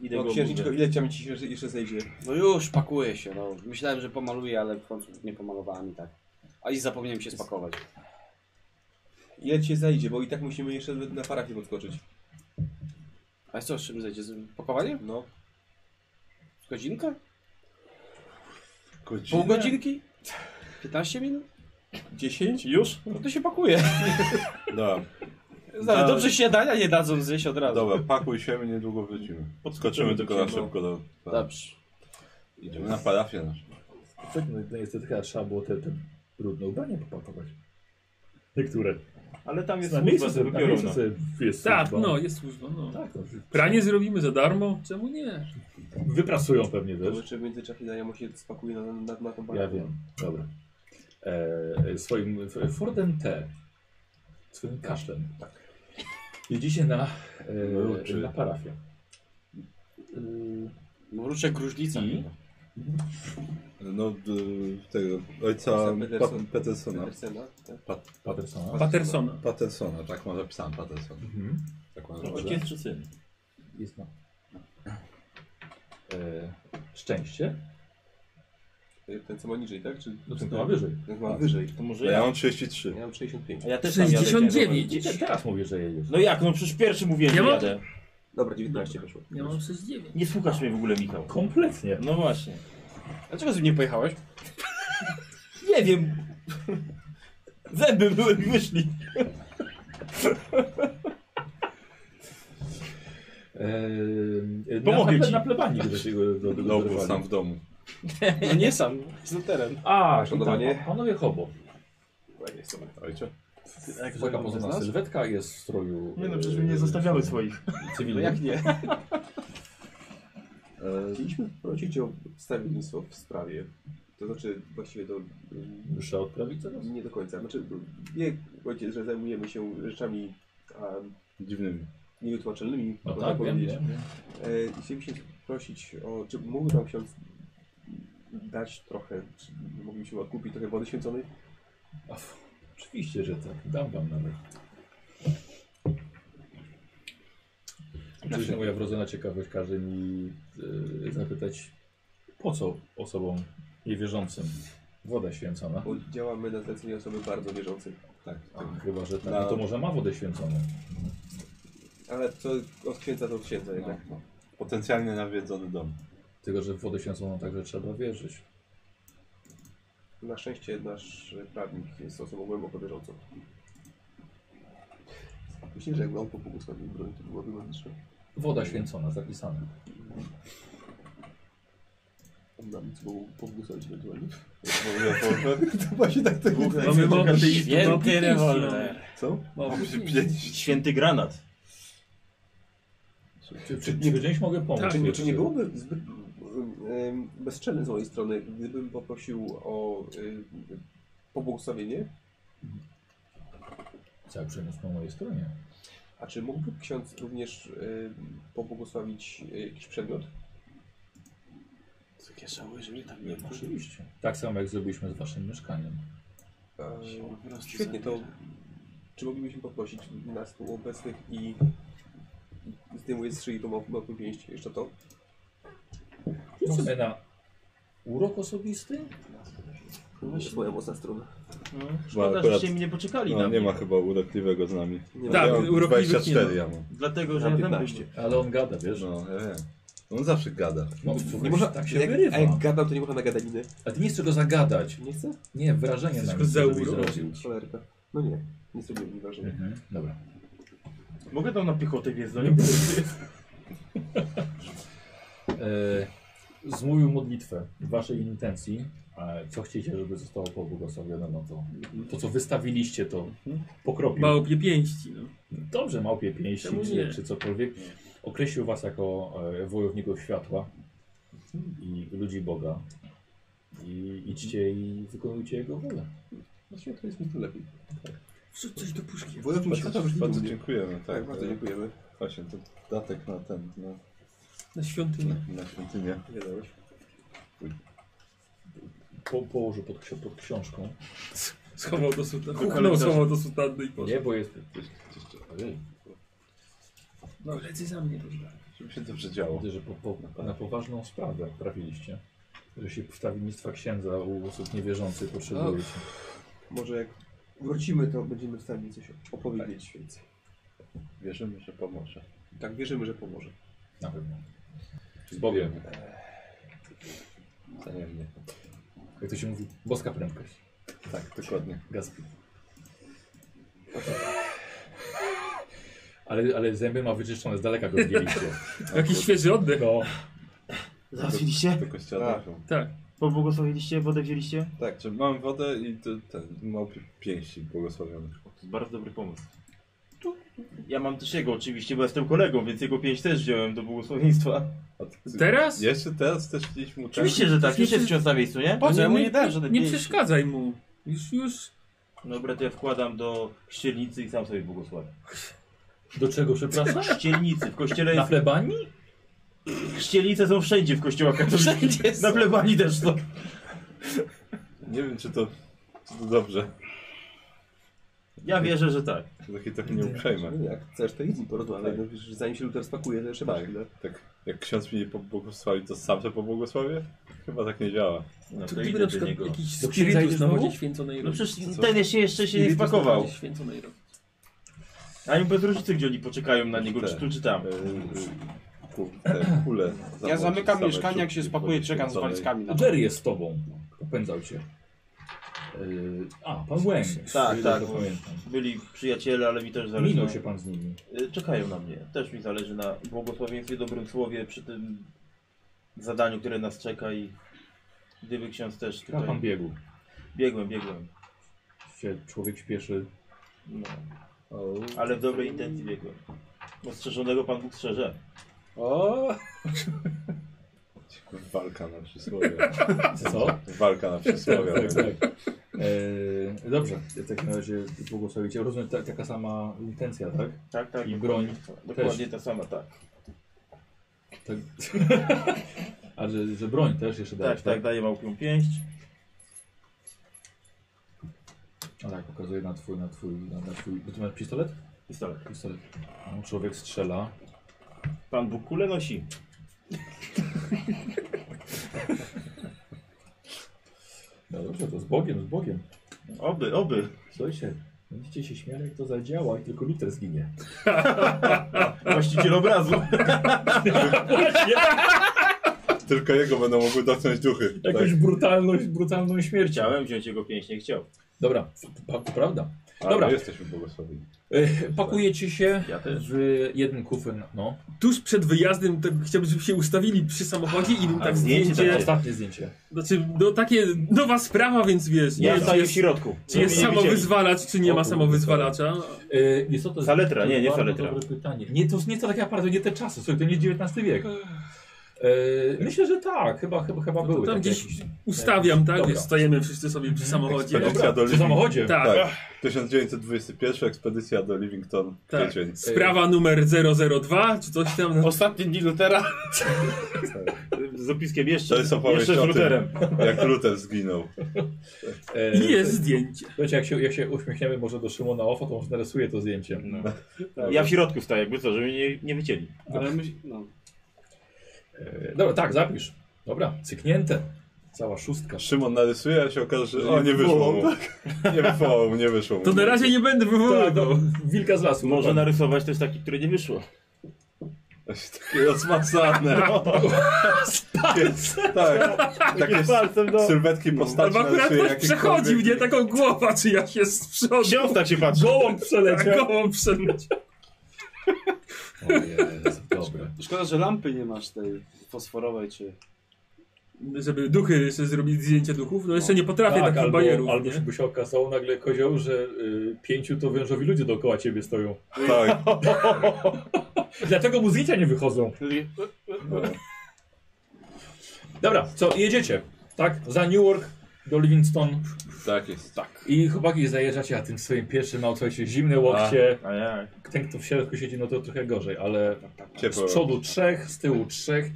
Speaker 5: Idę
Speaker 8: No
Speaker 5: go
Speaker 8: księżniczko,
Speaker 5: obudzę.
Speaker 8: ile ciam ci jeszcze, jeszcze zejdzie?
Speaker 6: No już pakuję się, no. Myślałem, że pomaluję, ale w końcu nie pomalowałem i tak. A i zapomniałem się spakować.
Speaker 8: Ile cię zejdzie, bo i tak musimy jeszcze na parafię podskoczyć.
Speaker 6: A co, z czym zejdzie? Z pakowaniem?
Speaker 8: No.
Speaker 6: Godzinkę? Pół
Speaker 3: Godzinę?
Speaker 6: godzinki? 15 minut?
Speaker 8: 10?
Speaker 5: Już?
Speaker 6: No to się pakuje.
Speaker 3: Dobra,
Speaker 6: Znale, dobrze śniadania nie dadzą zjeść od razu.
Speaker 3: No, dobra, pakuj się, my niedługo wrócimy. Podskoczymy tylko na szybko do...
Speaker 6: Dobrze.
Speaker 3: Idziemy na parafię nasz.
Speaker 2: Co, no, no niestety chyba trzeba było te, te brudne ubranie popakować. Niektóre.
Speaker 5: Ale tam jest
Speaker 2: Na miejscu
Speaker 5: służba,
Speaker 2: sobie,
Speaker 5: to
Speaker 2: na
Speaker 5: wybiorą
Speaker 2: miejscu
Speaker 5: nas.
Speaker 2: sobie jest
Speaker 7: Tak,
Speaker 2: służba.
Speaker 7: no jest służba, no.
Speaker 2: Tak, no.
Speaker 7: Pranie zrobimy za darmo? Czemu nie?
Speaker 2: Wyprasują pewnie,
Speaker 8: To
Speaker 2: wiesz?
Speaker 8: jeszcze w międzyczasie ja mu się spakuję na, na, na tą parafię.
Speaker 2: Ja wiem, dobra. E, swoim f- Fordem T, swoim kaszlem, jedziecie na, e,
Speaker 3: Mruczy.
Speaker 2: na parafię.
Speaker 6: Mruczek gruźlica.
Speaker 2: I
Speaker 3: No, d- tego, ojca
Speaker 8: Peterson-
Speaker 3: Pat- Petersona.
Speaker 8: Petersena, tak?
Speaker 2: Patersona.
Speaker 7: Patersona.
Speaker 3: Patersona, tak ma zapisałem Patersona.
Speaker 2: Mhm.
Speaker 3: Tak ma
Speaker 5: No,
Speaker 3: zapisane.
Speaker 5: Ojciec czy syn?
Speaker 2: Jest na. E, szczęście.
Speaker 8: Ten co ma niżej, tak? Czy...
Speaker 2: No ten to ma wyżej.
Speaker 8: Ten co ma wyżej.
Speaker 5: To może
Speaker 3: No, Ja
Speaker 5: ja.
Speaker 3: mam 33.
Speaker 8: Ja mam 65.
Speaker 5: A ja też tam jadę,
Speaker 7: 69.
Speaker 5: nie,
Speaker 2: Te- Teraz mówię, że jedziesz.
Speaker 5: No jak, no przecież pierwszy mówiłem,
Speaker 7: Ja
Speaker 5: że
Speaker 7: mam-
Speaker 5: jadę.
Speaker 8: Dobra, 19 wyszło.
Speaker 7: Ja mam 6,9.
Speaker 5: Nie słuchasz mnie w ogóle, Michał.
Speaker 2: Kompletnie.
Speaker 5: No właśnie.
Speaker 6: Dlaczego z nim nie pojechałeś?
Speaker 5: Nie wiem. Zęby były mi wyszli.
Speaker 2: Eee,
Speaker 5: Pomogę
Speaker 2: na,
Speaker 5: ci.
Speaker 2: Na plebanii do tego do, do,
Speaker 3: Znowu sam w domu.
Speaker 6: No nie sam, z noterem.
Speaker 2: A, i tam,
Speaker 8: Szanowanie.
Speaker 2: panowie hobo.
Speaker 3: Ojcze?
Speaker 2: Taka pozorna sylwetka jest w stroju.
Speaker 9: Nie no,
Speaker 2: e,
Speaker 9: przecież my nie zostawiamy swoich.
Speaker 2: Cywilnym.
Speaker 6: No Jak nie?
Speaker 8: E, Chcieliśmy prosić o stawiennictwo w sprawie. To znaczy właściwie do... mm,
Speaker 2: Muszę odprawić teraz?
Speaker 8: Nie do końca. Znaczy, nie, ojciec, że zajmujemy się rzeczami um,
Speaker 3: Dziwnymi.
Speaker 8: niewytłaczalnymi,
Speaker 2: No
Speaker 8: można
Speaker 2: tak, wiem,
Speaker 8: powiedzieć.
Speaker 2: wiem. wiem.
Speaker 8: E, i Chcielibyśmy prosić o, czy mógłby nam ksiądz dać trochę, czy moglibyśmy odkupić trochę wody święconej?
Speaker 2: A, f- Oczywiście, że tak. Dam wam nawet. Oczywiście moja wrodzona ciekawość każe mi e, zapytać, po co osobom niewierzącym woda święcona?
Speaker 8: Bo działamy na zlecenie osoby bardzo wierzącej.
Speaker 2: Tak, chyba, że tak.
Speaker 8: Na-
Speaker 2: No to może ma wodę święconą.
Speaker 8: Ale to od księdza do księdza jednak.
Speaker 3: Potencjalnie nawiedzony dom.
Speaker 2: Tylko, że w wodę święconą także trzeba wierzyć.
Speaker 8: Na szczęście nasz prawnik jest osobą głęboko wierzącą. Myślę, że jakby on pobłogosławił broń, to byłoby magiczne.
Speaker 2: Woda święcona, zapisane.
Speaker 8: On nam co pobłogosławić ewentualnie.
Speaker 3: To właśnie tak to było.
Speaker 7: Mamy bo...
Speaker 5: Święty rewolwer.
Speaker 8: Co?
Speaker 5: Święty granat.
Speaker 2: Czy, czy, czy, czy gdzieś mogę pomóc?
Speaker 8: Czy, nie-
Speaker 2: jeszcze?
Speaker 8: czy nie byłoby zbyt em, bezczelne z mojej strony, gdybym poprosił o y, pobłogosławienie?
Speaker 2: Cały przymus Tak, po mojej stronie.
Speaker 8: A czy mógłby ksiądz również y, pobłogosławić y, jakiś przedmiot?
Speaker 6: Takie szały, że mnie tam
Speaker 2: Nie, oczywiście. Tak samo jak zrobiliśmy z waszym mieszkaniem.
Speaker 8: E,
Speaker 6: Po prostu
Speaker 8: Świetnie, to
Speaker 6: zabiera.
Speaker 8: czy moglibyśmy poprosić nas tu obecnych i i zdejmuję z szyi tą małą pięść, jeszcze to?
Speaker 2: Rzucimy na urok osobisty?
Speaker 8: Moja mocna strona.
Speaker 5: No,
Speaker 3: Bo
Speaker 5: szkoda,
Speaker 3: akurat-
Speaker 5: żeście mi nie poczekali
Speaker 3: No,
Speaker 5: na
Speaker 3: nie
Speaker 5: mnie.
Speaker 3: ma chyba urokliwego z nami.
Speaker 8: Nie
Speaker 7: Tak,
Speaker 3: ja mam
Speaker 7: urokliwych nie
Speaker 3: 24
Speaker 7: ma.
Speaker 3: ja mam.
Speaker 5: Dlatego, że
Speaker 8: Na
Speaker 5: ja tam
Speaker 8: 15.
Speaker 5: byłem.
Speaker 2: Ale on gada, wiesz?
Speaker 3: No, ja wiem. On zawsze gada.
Speaker 2: No, słuchaj,
Speaker 8: Nie można,
Speaker 2: tak się
Speaker 8: jak,
Speaker 2: wyrywa.
Speaker 8: a jak gadam, to nie można na gadaninę.
Speaker 2: A ty nie chcesz go zagadać.
Speaker 8: Nie chcę?
Speaker 2: Nie, wrażenie na
Speaker 7: Chcesz
Speaker 2: nim
Speaker 7: go
Speaker 2: żebyś
Speaker 7: zaurok?
Speaker 2: zrobił.
Speaker 8: Cholerka. No nie, nie zrobiłem mi wrażenia.
Speaker 2: Mhm. Dobra.
Speaker 5: Mogę tam na piechotę wjeździć do niego?
Speaker 2: E, zmówił modlitwę waszej intencji. E, co chcieliście, żeby zostało pobłogosławione, no to to, co wystawiliście, to
Speaker 8: Mhm.
Speaker 2: pokropił.
Speaker 7: Małpie pięści, no.
Speaker 2: Dobrze, małpie pięści,
Speaker 7: Czemu
Speaker 2: czy,
Speaker 7: nie?
Speaker 2: czy cokolwiek. Określił was jako e, wojowników światła i ludzi Boga. I idźcie i wykonujcie jego wolę.
Speaker 8: Właściwie to jest mi tu lepiej.
Speaker 7: Wrzuć coś do puszki.
Speaker 8: Wojownik świata brzmi
Speaker 3: Bardzo
Speaker 8: dumnie.
Speaker 3: dziękujemy. Tak,
Speaker 8: Tak, bardzo
Speaker 3: e,
Speaker 8: dziękujemy.
Speaker 3: Właśnie, to datek na ten, na,
Speaker 7: Na świątynię.
Speaker 3: na świątynię.
Speaker 8: Nie dałeś.
Speaker 2: Po, położył pod, ksi- pod książką.
Speaker 7: Schował do sutanny. Kuchnął, schował do sutanny i poszedł.
Speaker 2: Nie, bo jest. Ojej.
Speaker 7: No, lecy za mnie, proszę.
Speaker 3: Żeby się dobrze działo.
Speaker 2: Widzę, że po, po, na poważną sprawę trafiliście. Że się wstawiennictwa księdza u osób niewierzących potrzebujecie.
Speaker 8: Może jak wrócimy, to będziemy w stanie coś opowiedzieć więcej.
Speaker 3: Wierzymy, że pomoże.
Speaker 8: Tak, wierzymy, że pomoże.
Speaker 2: Na pewno. Z Bogiem.
Speaker 3: Wzajemnie.
Speaker 2: Jak to się mówi, boska prędkość.
Speaker 3: Tak, dokładnie.
Speaker 2: Gaspi. Ale, ale zęby ma wyczyszczone, z daleka go widzieliście.
Speaker 7: Jakiś świeży oddech.
Speaker 2: No,
Speaker 3: Do,
Speaker 5: Załatwiliście?
Speaker 3: do kościoła
Speaker 8: Tak.
Speaker 3: trafią.
Speaker 7: Tak.
Speaker 5: Pobłogosławiliście? Wodę wzięliście?
Speaker 3: Tak, że mam wodę i te, te małpie pięści błogosławione.
Speaker 5: To jest bardzo dobry pomysł. Ja mam też jego oczywiście, bo jestem kolegą, więc jego pięć też wziąłem do błogosławieństwa.
Speaker 3: A ty, ty-
Speaker 7: Teraz?
Speaker 3: Jeszcze teraz też chcieliśmy uczyć.
Speaker 5: Oczywiście, że tak,
Speaker 7: Nie
Speaker 5: już jest
Speaker 7: przy-
Speaker 5: wciąż na miejscu, nie?
Speaker 6: Po co? Ja mu nie dałem żadnej
Speaker 7: Nie
Speaker 6: pięści.
Speaker 7: przeszkadzaj mu. Już, już.
Speaker 5: Dobra, to ja wkładam do ściernicy i sam sobie błogosławię.
Speaker 2: do czego,
Speaker 5: No
Speaker 2: przepraszam?
Speaker 5: Ściernicy, w kościele
Speaker 2: Na
Speaker 5: jest...
Speaker 2: plebanii?
Speaker 5: Ściernice są wszędzie w kościołach katolickich. Na plebanii też są.
Speaker 3: Nie wiem, czy to, czy to dobrze.
Speaker 5: Ja wierzę, że tak.
Speaker 3: Takie tak nie uprzejme.
Speaker 8: No, jak chcesz, to idź i porozmawiaj.
Speaker 3: Tak.
Speaker 8: No, wiesz, zanim się Luther spakuje, to jeszcze masz
Speaker 3: Tak,
Speaker 8: chwilę.
Speaker 3: tak. Jak ksiądz mi nie pobłogosławi, to sam sobie pobłogosławię? Chyba tak nie działa.
Speaker 5: No
Speaker 7: To
Speaker 5: to
Speaker 7: gdyby
Speaker 5: idę
Speaker 7: na
Speaker 5: do
Speaker 7: przykład
Speaker 5: niego.
Speaker 7: jakiś
Speaker 2: Do księdza
Speaker 7: spirytus
Speaker 2: idziesz
Speaker 7: na
Speaker 2: znowu?
Speaker 7: wodzie święconej
Speaker 5: No
Speaker 7: robi.
Speaker 5: przecież ten jeszcze, jeszcze się nie
Speaker 7: Spirytus na
Speaker 5: spakował.
Speaker 7: wodzie święconej robi.
Speaker 5: A im podróżnicy, gdzie oni poczekają na niego, czy tu, czy tam.
Speaker 3: Yy, ku- Te kule
Speaker 6: Ja zamykam
Speaker 3: same
Speaker 6: mieszkanie, jak się
Speaker 3: szybki,
Speaker 6: spakuję,
Speaker 3: wchodzę
Speaker 6: czekam z
Speaker 3: dalej.
Speaker 6: walizkami.
Speaker 2: A Jerry jest z tobą. Popędzał cię. Yy, a, pan Łęk.
Speaker 5: Tak,
Speaker 2: Yy,
Speaker 5: tak.
Speaker 2: dobrze pamiętam.
Speaker 5: Byli przyjaciele, ale mi też zależy.
Speaker 2: Minął
Speaker 5: na-
Speaker 2: się pan z nimi.
Speaker 5: Y, Czekają na mnie. Też mi zależy na błogosławieństwie, dobrym słowie przy tym zadaniu, które nas czeka i gdyby ksiądz też
Speaker 2: Na pan
Speaker 5: tutaj...
Speaker 2: biegu.
Speaker 5: Biegłem, biegłem.
Speaker 2: Się człowiek śpieszy.
Speaker 5: No. Ale w dobrej intencji biegłem. Ostrzeżonego Pan Bóg strzeże.
Speaker 2: O!
Speaker 3: Walka na przysłowie.
Speaker 2: Co?
Speaker 3: Tak. Walka na przysłowie.
Speaker 2: Tak, tak. Eee, dobrze, w takim razie błogosławicie. Rozumiem, ta, taka sama intencja, tak?
Speaker 5: Tak, tak.
Speaker 2: I broń.
Speaker 5: Dokładnie ta sama, tak.
Speaker 2: tak. A że, że broń też jeszcze
Speaker 5: Tak,
Speaker 2: dajesz,
Speaker 5: tak, daję małpią pięść.
Speaker 2: A tak, pokazuje na twój, na twój, na, na twój... Bo ty masz pistolet?
Speaker 5: Pistolet.
Speaker 2: Pistolet. No, człowiek strzela.
Speaker 5: Pan Bóg kulę nosi.
Speaker 2: No dobrze, to z Bogiem, z Bogiem.
Speaker 5: Oby, oby.
Speaker 2: Słuchajcie, będziecie się śmiali, jak to zadziała i tylko Luther zginie.
Speaker 5: Właściciel obrazu.
Speaker 3: Tylko jego będą mogły dotknąć duchy. Tak.
Speaker 2: Jakąś brutalność, brutalną śmierć.
Speaker 5: Chciałem wziąć jego pięść, nie chciał.
Speaker 2: Dobra, pa- to prawda.
Speaker 3: Tak. Ale
Speaker 2: Dobra.
Speaker 3: my jesteśmy błogosławieni.
Speaker 2: E, Pakujecie się
Speaker 5: Ja też.
Speaker 2: w jeden kufel, no.
Speaker 7: Tuż przed wyjazdem tak chciałbym, żeby się ustawili przy samochodzie i bym
Speaker 5: A,
Speaker 7: tak
Speaker 5: zdjęcie
Speaker 7: zdjęcie...
Speaker 5: takie.
Speaker 2: Ostatnie zdjęcie.
Speaker 7: Znaczy, no takie nowa sprawa, więc wiesz, nie
Speaker 5: Ja
Speaker 7: wiem, czy
Speaker 5: staję w
Speaker 7: jest,
Speaker 5: środku.
Speaker 7: czy jest
Speaker 5: Żeby mnie widzieli.
Speaker 7: samowyzwalacz, czy nie
Speaker 2: O
Speaker 7: ma
Speaker 2: kurde,
Speaker 7: samowyzwalacza.
Speaker 2: E, Jest to, to jest
Speaker 5: Saletra,
Speaker 2: to
Speaker 5: nie,
Speaker 2: jest
Speaker 5: nie
Speaker 2: bardzo
Speaker 5: saletra.
Speaker 2: Dobre pytanie. Nie, to nie to tak naprawdę, nie te czasy, słuchaj, to nie XIX wiek. E, myślę, że tak, chyba, chyba, chyba były.
Speaker 7: No tam
Speaker 2: takie
Speaker 7: gdzieś
Speaker 2: jakieś-
Speaker 7: Ustawiam, tak?
Speaker 2: Dobra. Mhm.
Speaker 7: Wiesz, stajemy wszyscy sobie przy samochodzie.
Speaker 3: Ekspedycja
Speaker 2: Dobra,
Speaker 3: do
Speaker 2: przy
Speaker 3: Libii.
Speaker 2: samochodzie.
Speaker 7: Tak,
Speaker 3: Tak. 1921 ekspedycja do Livington.
Speaker 7: Tak.
Speaker 3: Kwiecień.
Speaker 7: Sprawa numer 002, czy coś tam. no.
Speaker 6: Ostatni dni Lutera.
Speaker 5: Z opiskiem jeszcze.
Speaker 3: To jest opowieść
Speaker 5: jeszcze z
Speaker 3: o tym.
Speaker 5: routerem.
Speaker 3: Jak Luther zginął.
Speaker 2: E,
Speaker 7: I jest zdjęcie.
Speaker 2: Słuchajcie, jak się, jak się uśmiechniemy może do Szymona Ofo, to może narysuję to zdjęcie.
Speaker 5: No. Ja w środku staję, jakby co, żeby mnie nie, nie wycięli.
Speaker 6: Ale my, no.
Speaker 2: E, dobra, tak, zapisz. Dobra, cyknięte. Cała szóstka.
Speaker 3: Szymon narysuje, a się okaże, że
Speaker 2: O,
Speaker 3: o, nie wyszło mu. Nie wyszło mu, nie wyszło mu.
Speaker 7: tak. To na razie nie będę
Speaker 2: Tak,
Speaker 7: wywoływał.
Speaker 2: no, wilka z lasu.
Speaker 5: Może
Speaker 2: Dobra.
Speaker 5: narysować też taki, który nie wyszło. No,
Speaker 3: Takie rozmazane.
Speaker 5: Tak.
Speaker 3: Takie- tak, takie
Speaker 5: Z palcem no. do...
Speaker 3: sylwetki postaci
Speaker 7: Albo akurat
Speaker 3: narysuje
Speaker 7: ktoś przechodzi
Speaker 3: jakiekolwiek-
Speaker 7: mnie taką głowa, czy ja się z przodu Tak,
Speaker 5: Ksiądz tak się patrzy.
Speaker 2: Gołąb przeleciał.
Speaker 7: gołą przeleciał.
Speaker 2: O Jezu, dobre.
Speaker 6: Szkoda, że lampy nie masz tej fosforowej, czy...
Speaker 7: Żeby duchy jeszcze zrobić zdjęcie duchów, no jeszcze nie potrafię
Speaker 2: Tak,
Speaker 7: takich
Speaker 2: albo,
Speaker 7: bajerów.
Speaker 2: albo
Speaker 7: nie?
Speaker 2: żeby się okazało nagle kozioł, że y, pięciu to wężowi ludzie dookoła ciebie stoją.
Speaker 3: Tak,
Speaker 2: Dlatego mu zdjęcia nie wychodzą.
Speaker 3: no.
Speaker 2: Dobra, co, jedziecie, tak? Za Newark do Livingston
Speaker 3: tak jest.
Speaker 2: i chłopaki zajeżdżacie, a tym swoim pierwszym autem, słuchajcie, zimne łokcie.
Speaker 5: A jak?
Speaker 2: Ten, kto w środku siedzi, no to trochę gorzej, ale z
Speaker 3: Ciepło.
Speaker 2: przodu trzech, z tyłu trzech.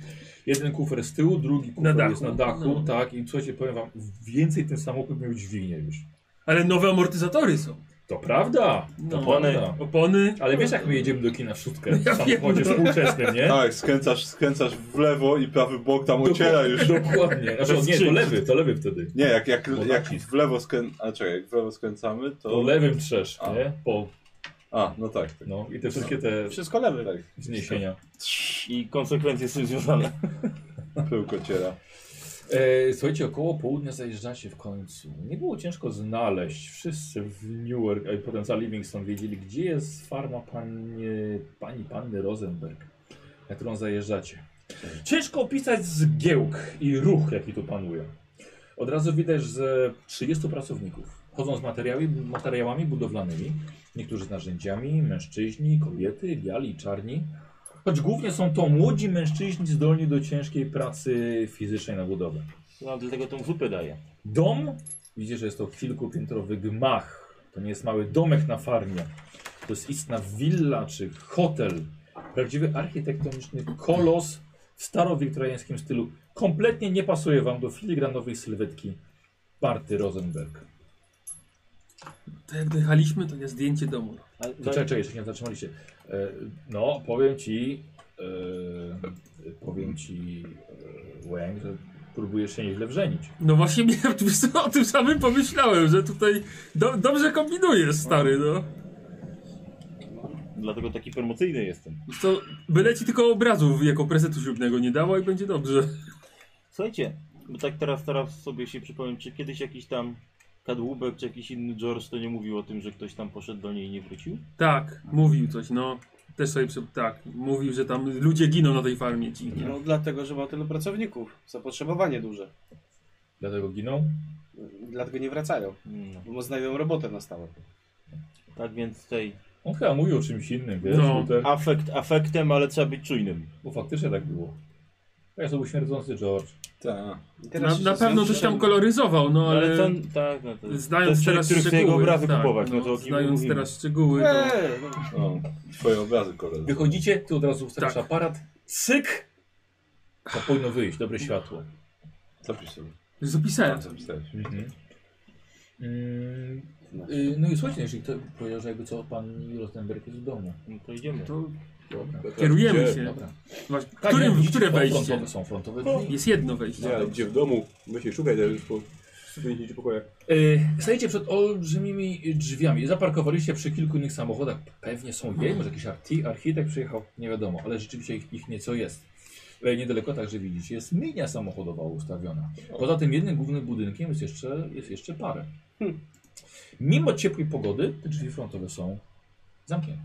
Speaker 2: Jeden kufer z tyłu, drugi kufer
Speaker 7: dachu.
Speaker 2: jest na dachu,
Speaker 7: No.
Speaker 2: tak? I słuchajcie, powiem wam, więcej ten samochód miał dźwignię już.
Speaker 7: Ale nowe amortyzatory są.
Speaker 2: To prawda, to
Speaker 7: No.
Speaker 2: prawda.
Speaker 7: Opony.
Speaker 2: Ale wiesz, jak my jedziemy do kina w szóstkę w
Speaker 7: Ja
Speaker 2: samochodzie
Speaker 7: wiem, no.
Speaker 2: współczesnym, nie?
Speaker 3: Tak, skręcasz, skręcasz w lewo i prawy bok tam ociera już.
Speaker 2: Dokładnie. Znaczy, nie, to lewy, to lewy wtedy.
Speaker 3: Nie, jak, jak, jak
Speaker 2: nacisk.
Speaker 3: w lewo skrę... A czekaj, jak w lewo skręcamy, to...
Speaker 2: To lewym trzesz,
Speaker 3: A.
Speaker 2: nie? Po,
Speaker 3: A, no tak. tak.
Speaker 2: no i te wszystkie te
Speaker 6: Wszystko lewe.
Speaker 3: tak.
Speaker 2: zniesienia.
Speaker 5: I konsekwencje są związane.
Speaker 3: Pyłk tak. ociera.
Speaker 2: E, słuchajcie, około południa zajeżdżacie w końcu. Nie było ciężko znaleźć. Wszyscy w Newark, a potem za Livingston wiedzieli, gdzie jest farma pani, pani Panny Rosenberg, na którą zajeżdżacie. Ciężko opisać zgiełk i ruch, jaki tu panuje. Od razu widać, że 30 pracowników chodzą z materiałami, materiałami budowlanymi, niektórzy z narzędziami, mężczyźni, kobiety, biali i czarni. Choć głównie są to młodzi mężczyźni zdolni do ciężkiej pracy fizycznej na budowę.
Speaker 5: No dlatego tą zupę daję.
Speaker 2: Dom, widzicie, że jest to kilkupiętrowy gmach. To nie jest mały domek na farmie. To jest istna willa czy hotel. Prawdziwy architektoniczny kolos w starowiktoriańskim stylu. Kompletnie nie pasuje wam do filigranowej sylwetki Barty Rosenberg.
Speaker 7: To jak dojechaliśmy, to ja zdjęcie domu.
Speaker 5: A,
Speaker 2: To czekaj, czekaj, jeszcze nie zatrzymaliście. E, no, powiem ci, e, powiem ci, e, Łęk, że próbujesz się nieźle wrzenić.
Speaker 7: No właśnie, nie, wiesz co, o tym samym pomyślałem, że tutaj do, dobrze kombinujesz, stary, no.
Speaker 5: Dlatego taki promocyjny jestem.
Speaker 7: Wiesz co, byle ci tylko obrazów jako prezentu ślubnego nie dało i będzie dobrze.
Speaker 5: Słuchajcie, bo tak teraz, teraz sobie się przypomnę, czy kiedyś jakiś tam Kadłubek czy jakiś inny George to nie mówił o tym, że ktoś tam poszedł do niej i nie wrócił?
Speaker 7: Tak, mówił coś, no. Też sobie, przy- tak, mówił, że tam ludzie giną na tej farmie dziwnie.
Speaker 6: No dlatego, że ma tylu pracowników. Zapotrzebowanie duże.
Speaker 2: Dlatego giną?
Speaker 6: Dlatego nie wracają.
Speaker 5: No.
Speaker 6: Bo znajdują robotę na stałe.
Speaker 5: Tak więc tej
Speaker 2: On chyba mówił o czymś innym, wiesz?
Speaker 7: No.
Speaker 2: Luther?
Speaker 5: afekt, afektem, ale trzeba być czujnym.
Speaker 2: Bo faktycznie tak było. Wiesz, to był śmierdzący George.
Speaker 3: Tak.
Speaker 6: I
Speaker 7: Na,
Speaker 6: teraz
Speaker 7: na pewno coś tam koloryzował, no
Speaker 5: ale,
Speaker 7: ale...
Speaker 5: ten, tak, no to, to
Speaker 7: Znając
Speaker 5: jest człowiek,
Speaker 7: teraz
Speaker 5: który chce jego
Speaker 7: szczegóły,
Speaker 5: obrazy
Speaker 7: tak,
Speaker 5: kupować, no,
Speaker 7: no,
Speaker 5: to o kim
Speaker 7: znając
Speaker 5: mówimy?
Speaker 7: teraz szczegóły, to...
Speaker 6: Eee, no.
Speaker 3: O, twoje obrazy koledzy.
Speaker 2: Wychodzicie, tu od razu wstawiasz
Speaker 7: Tak.
Speaker 2: aparat. Cyk! To powinno wyjść, dobre światło.
Speaker 3: Zapisz sobie.
Speaker 7: Zapisałem.
Speaker 5: Tak.
Speaker 3: Zapisałeś.
Speaker 2: Mhm. Mm, y, no i słuchajcie, jeżeli to powiedział, że jakby co pan Rosenberg jest w domu.
Speaker 5: No to idziemy.
Speaker 7: To
Speaker 2: Dobra.
Speaker 7: kierujemy
Speaker 3: Gdzie?
Speaker 7: się.
Speaker 2: Dobra.
Speaker 7: Właśnie,
Speaker 2: Tak,
Speaker 7: Którym,
Speaker 2: jak
Speaker 7: w
Speaker 2: widzicie,
Speaker 7: które
Speaker 2: są
Speaker 7: wejście? No.
Speaker 2: Frontowe, są frontowe drzwi.
Speaker 7: Jest jedno wejście.
Speaker 8: Ja, gdzie w domu, myślę, szukaj teraz już po 150 pokojach.
Speaker 2: Y, Stajecie przed olbrzymimi drzwiami. Zaparkowaliście przy kilku innych samochodach. Pewnie są jej, może jakiś archi- architekt przyjechał, nie wiadomo, ale rzeczywiście ich, ich nieco jest. Y, Niedaleko także widzicie, jest linia samochodowa ustawiona. Poza tym jednym głównym budynkiem jest jeszcze, jest jeszcze parę. Mimo ciepłej pogody, te drzwi frontowe są zamknięte.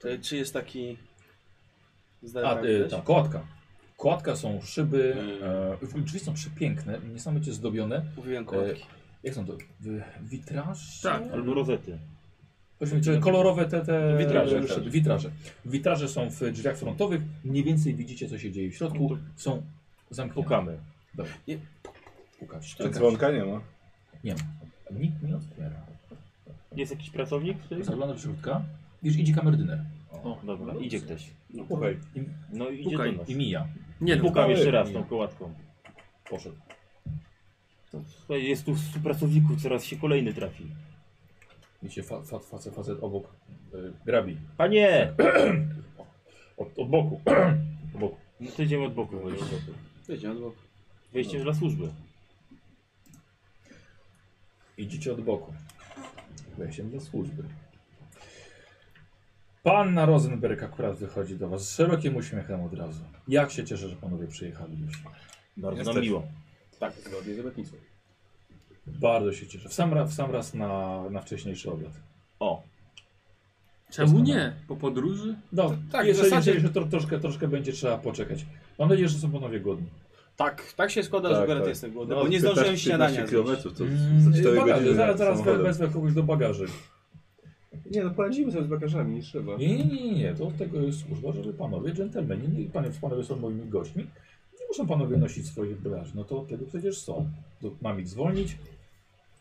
Speaker 6: To czy jest taki...
Speaker 2: A,
Speaker 6: Zdałem
Speaker 2: y, ta, kołatka. Kołatka są szyby, e, drzwi są przepiękne, niesamowicie zdobione.
Speaker 6: Mówiłem kołatki.
Speaker 2: Jak są to? W- Witraż?
Speaker 7: Tak.
Speaker 5: Albo rozety.
Speaker 2: Powiedzmy, czyli kolorowe te, te
Speaker 5: Witraże,
Speaker 2: witraże, tak. witraże. Witraże są w drzwiach frontowych. Mniej więcej widzicie, co się dzieje w środku. Są zamknięte.
Speaker 5: Pukamy.
Speaker 2: Dobra. Nie. Pukasz.
Speaker 3: Czy
Speaker 2: Czekasz.
Speaker 3: dzwonka nie ma?
Speaker 2: Nie ma. Nikt nie otwiera.
Speaker 5: Jest jakiś pracownik? tutaj?
Speaker 2: Zagląda do środka. Wiesz, idzie kamerdyner.
Speaker 5: O, dobra, idzie ktoś.
Speaker 2: Pukaj. I,
Speaker 5: No idzie
Speaker 7: Pukaj.
Speaker 5: do nas.
Speaker 2: I mija.
Speaker 7: Nie no,
Speaker 5: Pukam jeszcze raz tą kołatką.
Speaker 2: Poszedł.
Speaker 5: Słuchaj, jest tu stu pracowników, coraz się kolejny trafi.
Speaker 2: Widzicie, fa, fa, facet, facet obok y, grabi.
Speaker 5: Panie!
Speaker 2: Od, od boku. od boku.
Speaker 5: No to idziemy od boku wejście.
Speaker 6: Wiecie, no bo...
Speaker 5: Wejście dla służby.
Speaker 2: Idziecie od boku. Wejściem do służby. Panna Rosenberg akurat wychodzi do Was z szerokim uśmiechem od razu. Jak się cieszę, że panowie przyjechali już.
Speaker 5: Bardzo
Speaker 3: Jesteś.
Speaker 5: nam miło.
Speaker 8: Tak, zgodnie z obietnicą.
Speaker 2: Bardzo się cieszę. W sam, ra- w sam raz na, na wcześniejszy obiad.
Speaker 5: O,
Speaker 7: czemu nie? Po podróży?
Speaker 2: No,
Speaker 6: tak,
Speaker 2: tak,
Speaker 6: w
Speaker 2: jeżeli,
Speaker 6: zasadzie-
Speaker 2: jeżeli to troszkę, troszkę będzie trzeba poczekać. Mam nadzieję, że są panowie godni.
Speaker 6: Tak, tak się składa,
Speaker 3: Tak,
Speaker 6: że akurat
Speaker 3: tak.
Speaker 6: jestem głodny, bo nie zdążyłem
Speaker 3: 15
Speaker 6: śniadania zjeść.
Speaker 3: kilometrów to za 4
Speaker 2: bagaże,
Speaker 3: godziny.
Speaker 2: Mm, Yy, zaraz zaraz we-
Speaker 3: samochodem.
Speaker 2: wezmę kogoś do bagaży.
Speaker 8: Nie no, poradzimy sobie z bagażami, nie trzeba.
Speaker 2: Nie, nie, nie, nie. To od tego jest służba, żeby panowie, dżentelmeni, nie, panie, panowie są moimi gośćmi, nie muszą panowie nosić swoich bagaży. No to od tego przecież są. To mam ich zwolnić.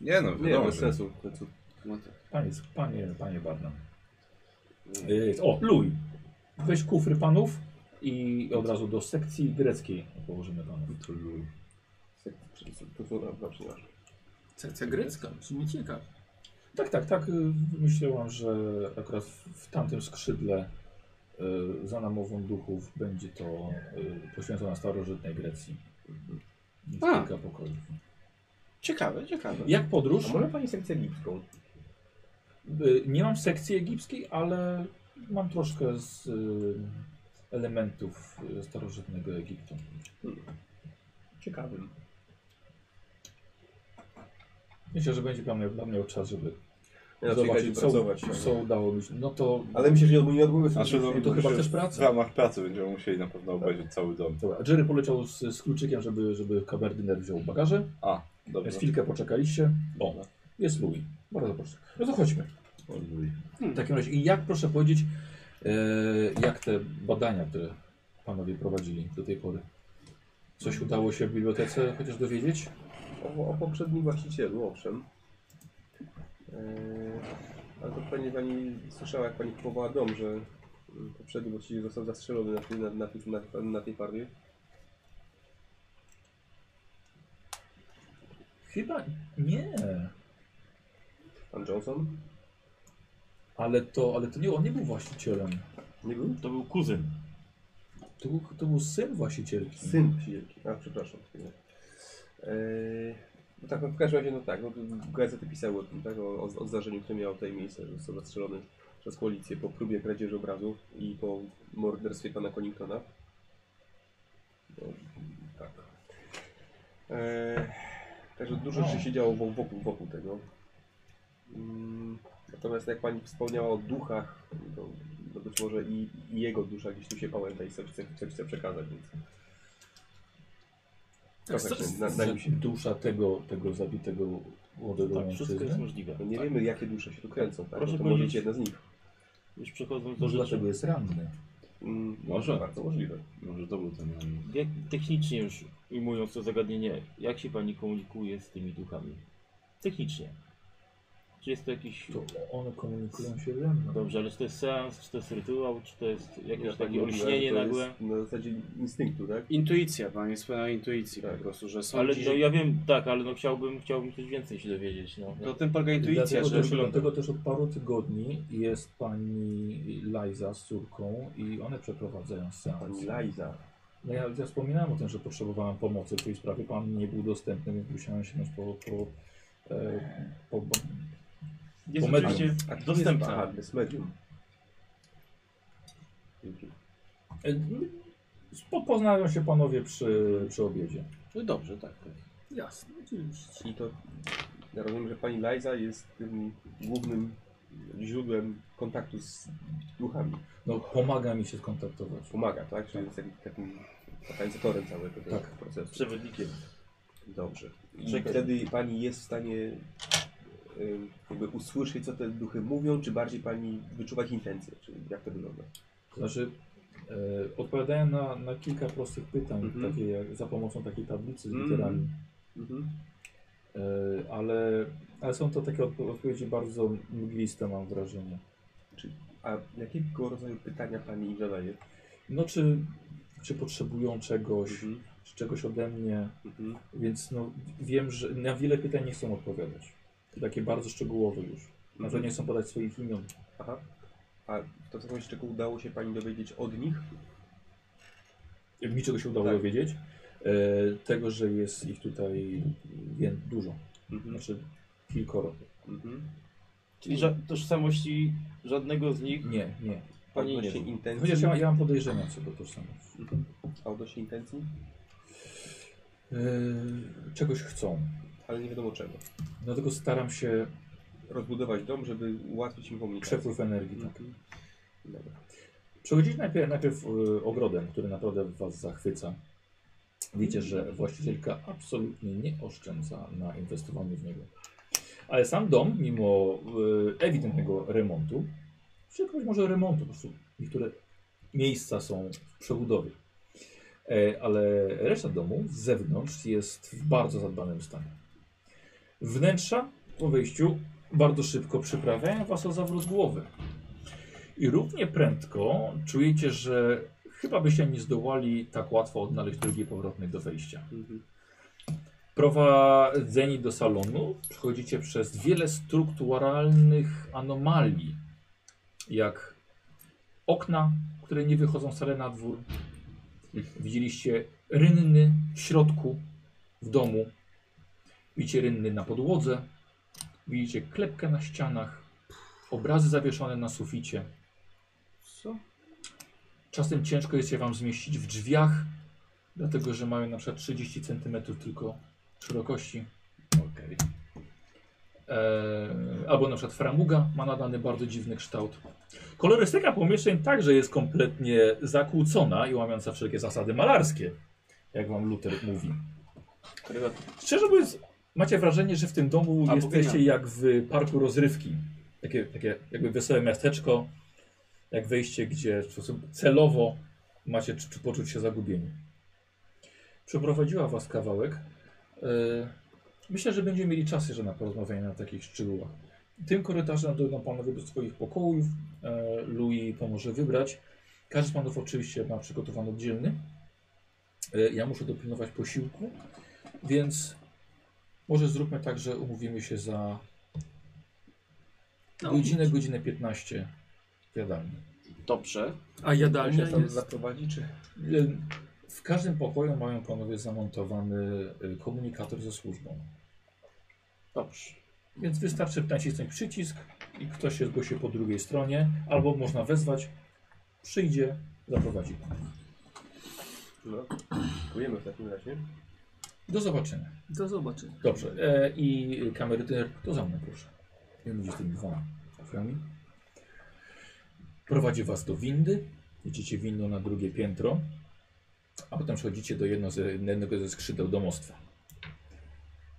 Speaker 3: Nie no,
Speaker 8: Nie,
Speaker 3: wiadomo,
Speaker 8: bez
Speaker 3: że...
Speaker 8: sensu. To co-
Speaker 2: Panie, panie, panie Barnum. Yy, o, Luj. Weź kufry panów i od razu do sekcji greckiej położymy panów.
Speaker 3: Trudno.
Speaker 8: Tak, To co, dobra, przepraszam.
Speaker 7: Sekcja grecka, brzmi ciekaw.
Speaker 2: Tak, tak, tak. yy, Myślałam, że akurat w, w tamtym skrzydle yy, za namową duchów będzie to yy, poświęcona starożytnej Grecji. Jest
Speaker 6: A.
Speaker 2: Kilka pokojów.
Speaker 6: Ciekawe, ciekawe.
Speaker 2: Jak podróż?
Speaker 8: A może pani sekcję lipską?
Speaker 2: Y, Nie mam sekcji egipskiej, ale mam troszkę z y, elementów y, starożytnego Egiptu.
Speaker 8: Ciekawym.
Speaker 2: Myślę, że będzie pan miał, pan miał czas, żeby
Speaker 8: Ja
Speaker 2: zobaczyć, co,
Speaker 8: pracować. tak.
Speaker 2: co udało mi się. No to
Speaker 8: Ale myślę, że nie odmówię sobie.
Speaker 3: Znaczy, no,
Speaker 2: to chyba
Speaker 3: myślę,
Speaker 2: też
Speaker 3: że
Speaker 2: praca.
Speaker 3: W ramach pracy będziemy musieli na pewno obejrzeć cały dom.
Speaker 2: dobra. Jerry poleciał z, z kluczykiem, żeby, żeby kamerdyner wziął bagaże.
Speaker 3: A, dobra.
Speaker 2: Więc chwilkę poczekaliście. O, jest Louis. Bardzo proszę. No to chodźmy.
Speaker 3: Oj,
Speaker 2: W takim razie, i jak proszę powiedzieć, e, jak te badania, które panowie prowadzili do tej pory? Coś udało się w bibliotece chociaż dowiedzieć?
Speaker 8: O, o poprzednim właścicielu, owszem. Eee, ale to pewnie pani słyszała, jak pani kupowała dom, że mm, poprzedni właściciel został zastrzelony na, tej- na, na, tej- na, na tej parwie.
Speaker 2: Chyba nie.
Speaker 8: Pan Johnson?
Speaker 2: Ale to, ale to nie, on nie był właścicielem.
Speaker 8: Nie był?
Speaker 5: to był kuzyn.
Speaker 2: To był, to był syn właścicielki.
Speaker 8: Syn właścicielki. A, przepraszam. chwilę. Eee, no tak, no w każdym razie, no tak, no, to gazety pisały o tym, tak, o, o, o zdarzeniu, które miało tutaj miejsce, że został zastrzelony przez policję po próbie kradzieży obrazu i po morderstwie pana Conningtona. No, tak. Eee, Także dużo rzeczy się działo wo- wokół, wokół tego. Mm, Natomiast jak pani wspomniała o duchach, to, to być może i, i jego dusza gdzieś tu się pałęta i coś chce, coś chce przekazać, więc trochę się na, na nim się.
Speaker 2: Dusza tego, tego zabitego młodego
Speaker 5: Tak, wszystko jest
Speaker 2: mężczyzny.
Speaker 5: możliwe.
Speaker 8: No nie
Speaker 5: tak.
Speaker 8: wiemy jakie dusze się tu kręcą, tak?
Speaker 5: Proszę
Speaker 8: No to może
Speaker 5: powiedzieć-
Speaker 8: być jedna z nich.
Speaker 5: Już przechodząc do
Speaker 2: Może
Speaker 5: rzeczy,
Speaker 2: dlatego jest ranny.
Speaker 8: Mm,
Speaker 5: No,
Speaker 3: Może.
Speaker 8: Bardzo możliwe.
Speaker 3: Może to był ten element.
Speaker 5: jak, technicznie już ujmując to zagadnienie, jak się pani komunikuje z tymi duchami? Technicznie. Czy jest to jakiś...
Speaker 2: To one komunikują się ze mną.
Speaker 5: Dobrze, ale czy to jest seans, czy to jest rytuał, czy to jest jakieś
Speaker 8: Ja tak
Speaker 5: takie
Speaker 8: mówiłem, że
Speaker 5: olśnienie
Speaker 8: to
Speaker 5: nagłe?
Speaker 8: jest Na zasadzie instynktu, tak?
Speaker 6: Intuicja, pan jest pełna intuicji
Speaker 8: Tak.
Speaker 6: po prostu, że są
Speaker 5: Ale
Speaker 6: ci-
Speaker 5: no ja wiem, tak, ale no chciałbym, chciałbym coś więcej się dowiedzieć, no.
Speaker 6: To tym polega intuicja,
Speaker 2: dlatego,
Speaker 6: że
Speaker 2: też,
Speaker 5: wygląda.
Speaker 2: dlatego też od paru tygodni jest pani Liza z córką i one przeprowadzają
Speaker 8: Pani
Speaker 2: seans.
Speaker 8: Liza.
Speaker 2: No ja, ja wspominałem o tym, że potrzebowałem pomocy w tej sprawie. Pan nie był dostępny, więc musiałem sięgnąć po, po, e, po, po
Speaker 5: Jest
Speaker 2: medium.
Speaker 5: oczywiście
Speaker 8: A kim
Speaker 5: dostępna.
Speaker 8: Jest, aha, jest medium.
Speaker 2: E, spo- Poznają się panowie przy, przy obiedzie.
Speaker 6: No dobrze, tak. tak.
Speaker 7: Jasne, oczywiście.
Speaker 8: I to ja rozumiem, że pani Liza jest tym głównym źródłem kontaktu z duchami.
Speaker 2: No, pomaga mi się skontaktować.
Speaker 8: Pomaga, tak? Czyli jest takim, takim katalizatorem całego tego
Speaker 2: Tak.
Speaker 8: procesu.
Speaker 5: Przewodnikiem.
Speaker 8: Dobrze. I
Speaker 5: Czekaj.
Speaker 8: wtedy pani jest w stanie y, jakby usłyszeć, co te duchy mówią, czy bardziej pani wyczuwać intencje, czy jak to wygląda?
Speaker 2: To Znaczy, e, odpowiadają na, na kilka prostych pytań,
Speaker 8: Mhm.
Speaker 2: takie jak, za pomocą takiej tablicy z
Speaker 8: Mhm.
Speaker 2: literami.
Speaker 8: Mhm.
Speaker 2: E, ale, ale są to takie odpo- odpowiedzi bardzo mgliste, mam wrażenie.
Speaker 8: A jakiego rodzaju pytania pani im zadaje?
Speaker 2: No, czy, czy potrzebują czegoś,
Speaker 8: Mhm.
Speaker 2: czy czegoś ode mnie,
Speaker 8: Mhm.
Speaker 2: więc no, wiem, że na wiele pytań nie chcą odpowiadać. Takie bardzo szczegółowe już. Na to
Speaker 8: Mhm.
Speaker 2: nie chcą podać swoich imion.
Speaker 8: Aha. A to coś, czego udało się pani dowiedzieć od nich?
Speaker 2: Mi czego się udało
Speaker 8: Tak.
Speaker 2: dowiedzieć? E, tego, że jest ich tutaj wie- dużo.
Speaker 8: Mhm.
Speaker 2: Znaczy kilkoro.
Speaker 8: Mhm.
Speaker 5: Czyli ża- tożsamości żadnego z nich
Speaker 2: Nie, nie.
Speaker 5: pani nie
Speaker 8: odnośnie
Speaker 5: wie.
Speaker 8: intencji.
Speaker 2: Chociaż ja, ja mam podejrzenia co do tożsamości.
Speaker 8: A odnośnie intencji? Mhm.
Speaker 2: E, czegoś chcą.
Speaker 8: Ale nie wiadomo czego.
Speaker 2: Dlatego staram się
Speaker 8: Rozbudować dom, żeby ułatwić im komunikację.
Speaker 2: przepływ energii. Tak.
Speaker 8: Mhm. Dobra.
Speaker 2: Przechodzić najpierw, najpierw y, ogrodem, który naprawdę Was zachwyca. Wiecie, że właścicielka absolutnie nie oszczędza na inwestowaniu w niego. Ale sam dom, mimo y, ewidentnego remontu, czy jakoś może remontu, po prostu niektóre miejsca są w przebudowie. E, ale reszta domu z zewnątrz jest w bardzo zadbanym stanie. Wnętrza po wejściu bardzo szybko przyprawiają Was o zawrót głowy. I równie prędko czujecie, że chyba byście nie zdołali tak łatwo odnaleźć drogi powrotnej do wejścia. Prowadzeni do salonu przechodzicie przez wiele strukturalnych anomalii, jak okna, które nie wychodzą wcale na dwór. Widzieliście rynny w środku, w domu. Widzicie rynny na podłodze. Widzicie klepkę na ścianach. Obrazy zawieszone na suficie.
Speaker 6: Co?
Speaker 2: Czasem ciężko jest je wam zmieścić w drzwiach, dlatego że mają na przykład 30 cm tylko szerokości.
Speaker 3: Okej.
Speaker 2: Eee, albo na przykład framuga ma nadany bardzo dziwny kształt. Kolorystyka pomieszczeń także jest kompletnie zakłócona i łamiąca wszelkie zasady malarskie, jak wam Luther mówi. Szczerze mówiąc, macie wrażenie, że w tym domu
Speaker 6: A,
Speaker 2: jesteście
Speaker 6: powinna.
Speaker 2: jak w parku rozrywki. Takie, takie jakby wesołe miasteczko, jak wejście, gdzie w sposób celowo macie czy, czy poczuć się zagubieni. Przeprowadziła was kawałek. Yy, Myślę, że będziemy mieli czas jeszcze na porozmawianie na takich szczegółach. Tym korytarzem dojdą panowie do swoich pokojów. E, Louis pomoże wybrać. Każdy z panów oczywiście ma przygotowany oddzielny. E, Ja muszę dopilnować posiłku, więc może zróbmy tak, że umówimy się za
Speaker 7: No,
Speaker 2: godzinę, godzinę 15 w jadalni.
Speaker 6: Dobrze.
Speaker 7: A
Speaker 8: Ktoś nas
Speaker 7: jadalnia
Speaker 8: tam
Speaker 7: jest...
Speaker 8: zaprowadzi, czy...
Speaker 2: E, W każdym pokoju mają panowie zamontowany e, komunikator ze służbą.
Speaker 6: Dobrze.
Speaker 2: Więc wystarczy nacisnąć przycisk i ktoś się zgłosi po drugiej stronie, albo można wezwać, przyjdzie, zaprowadzi.
Speaker 8: No. Dziękujemy w takim razie.
Speaker 2: Do zobaczenia.
Speaker 7: Do zobaczenia.
Speaker 2: Dobrze. E, I kameryter, to za mną proszę. I on mówi z tymi dwoma kuframi. Prowadzi was do windy. Jedziecie windą na drugie piętro. A potem przechodzicie do jedno ze, jednego ze skrzydeł domostwa.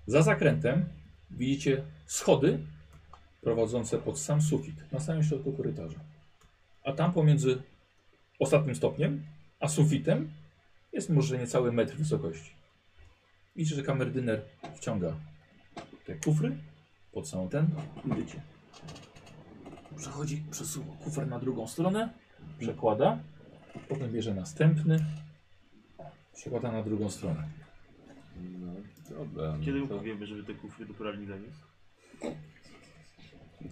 Speaker 2: Za zakrętem widzicie schody prowadzące pod sam sufit, na samym środku korytarza. A tam pomiędzy ostatnim stopniem a sufitem jest może niecały metr wysokości. Widzicie, że kamerdyner wciąga te kufry pod samą ten i wycie. Przechodzi, przesuwa kufer na drugą stronę, przekłada, potem bierze następny, przekłada na drugą stronę.
Speaker 3: No, dobra.
Speaker 5: Kiedy
Speaker 3: no to,
Speaker 5: powiemy, żeby te kufry do pralni zanieść?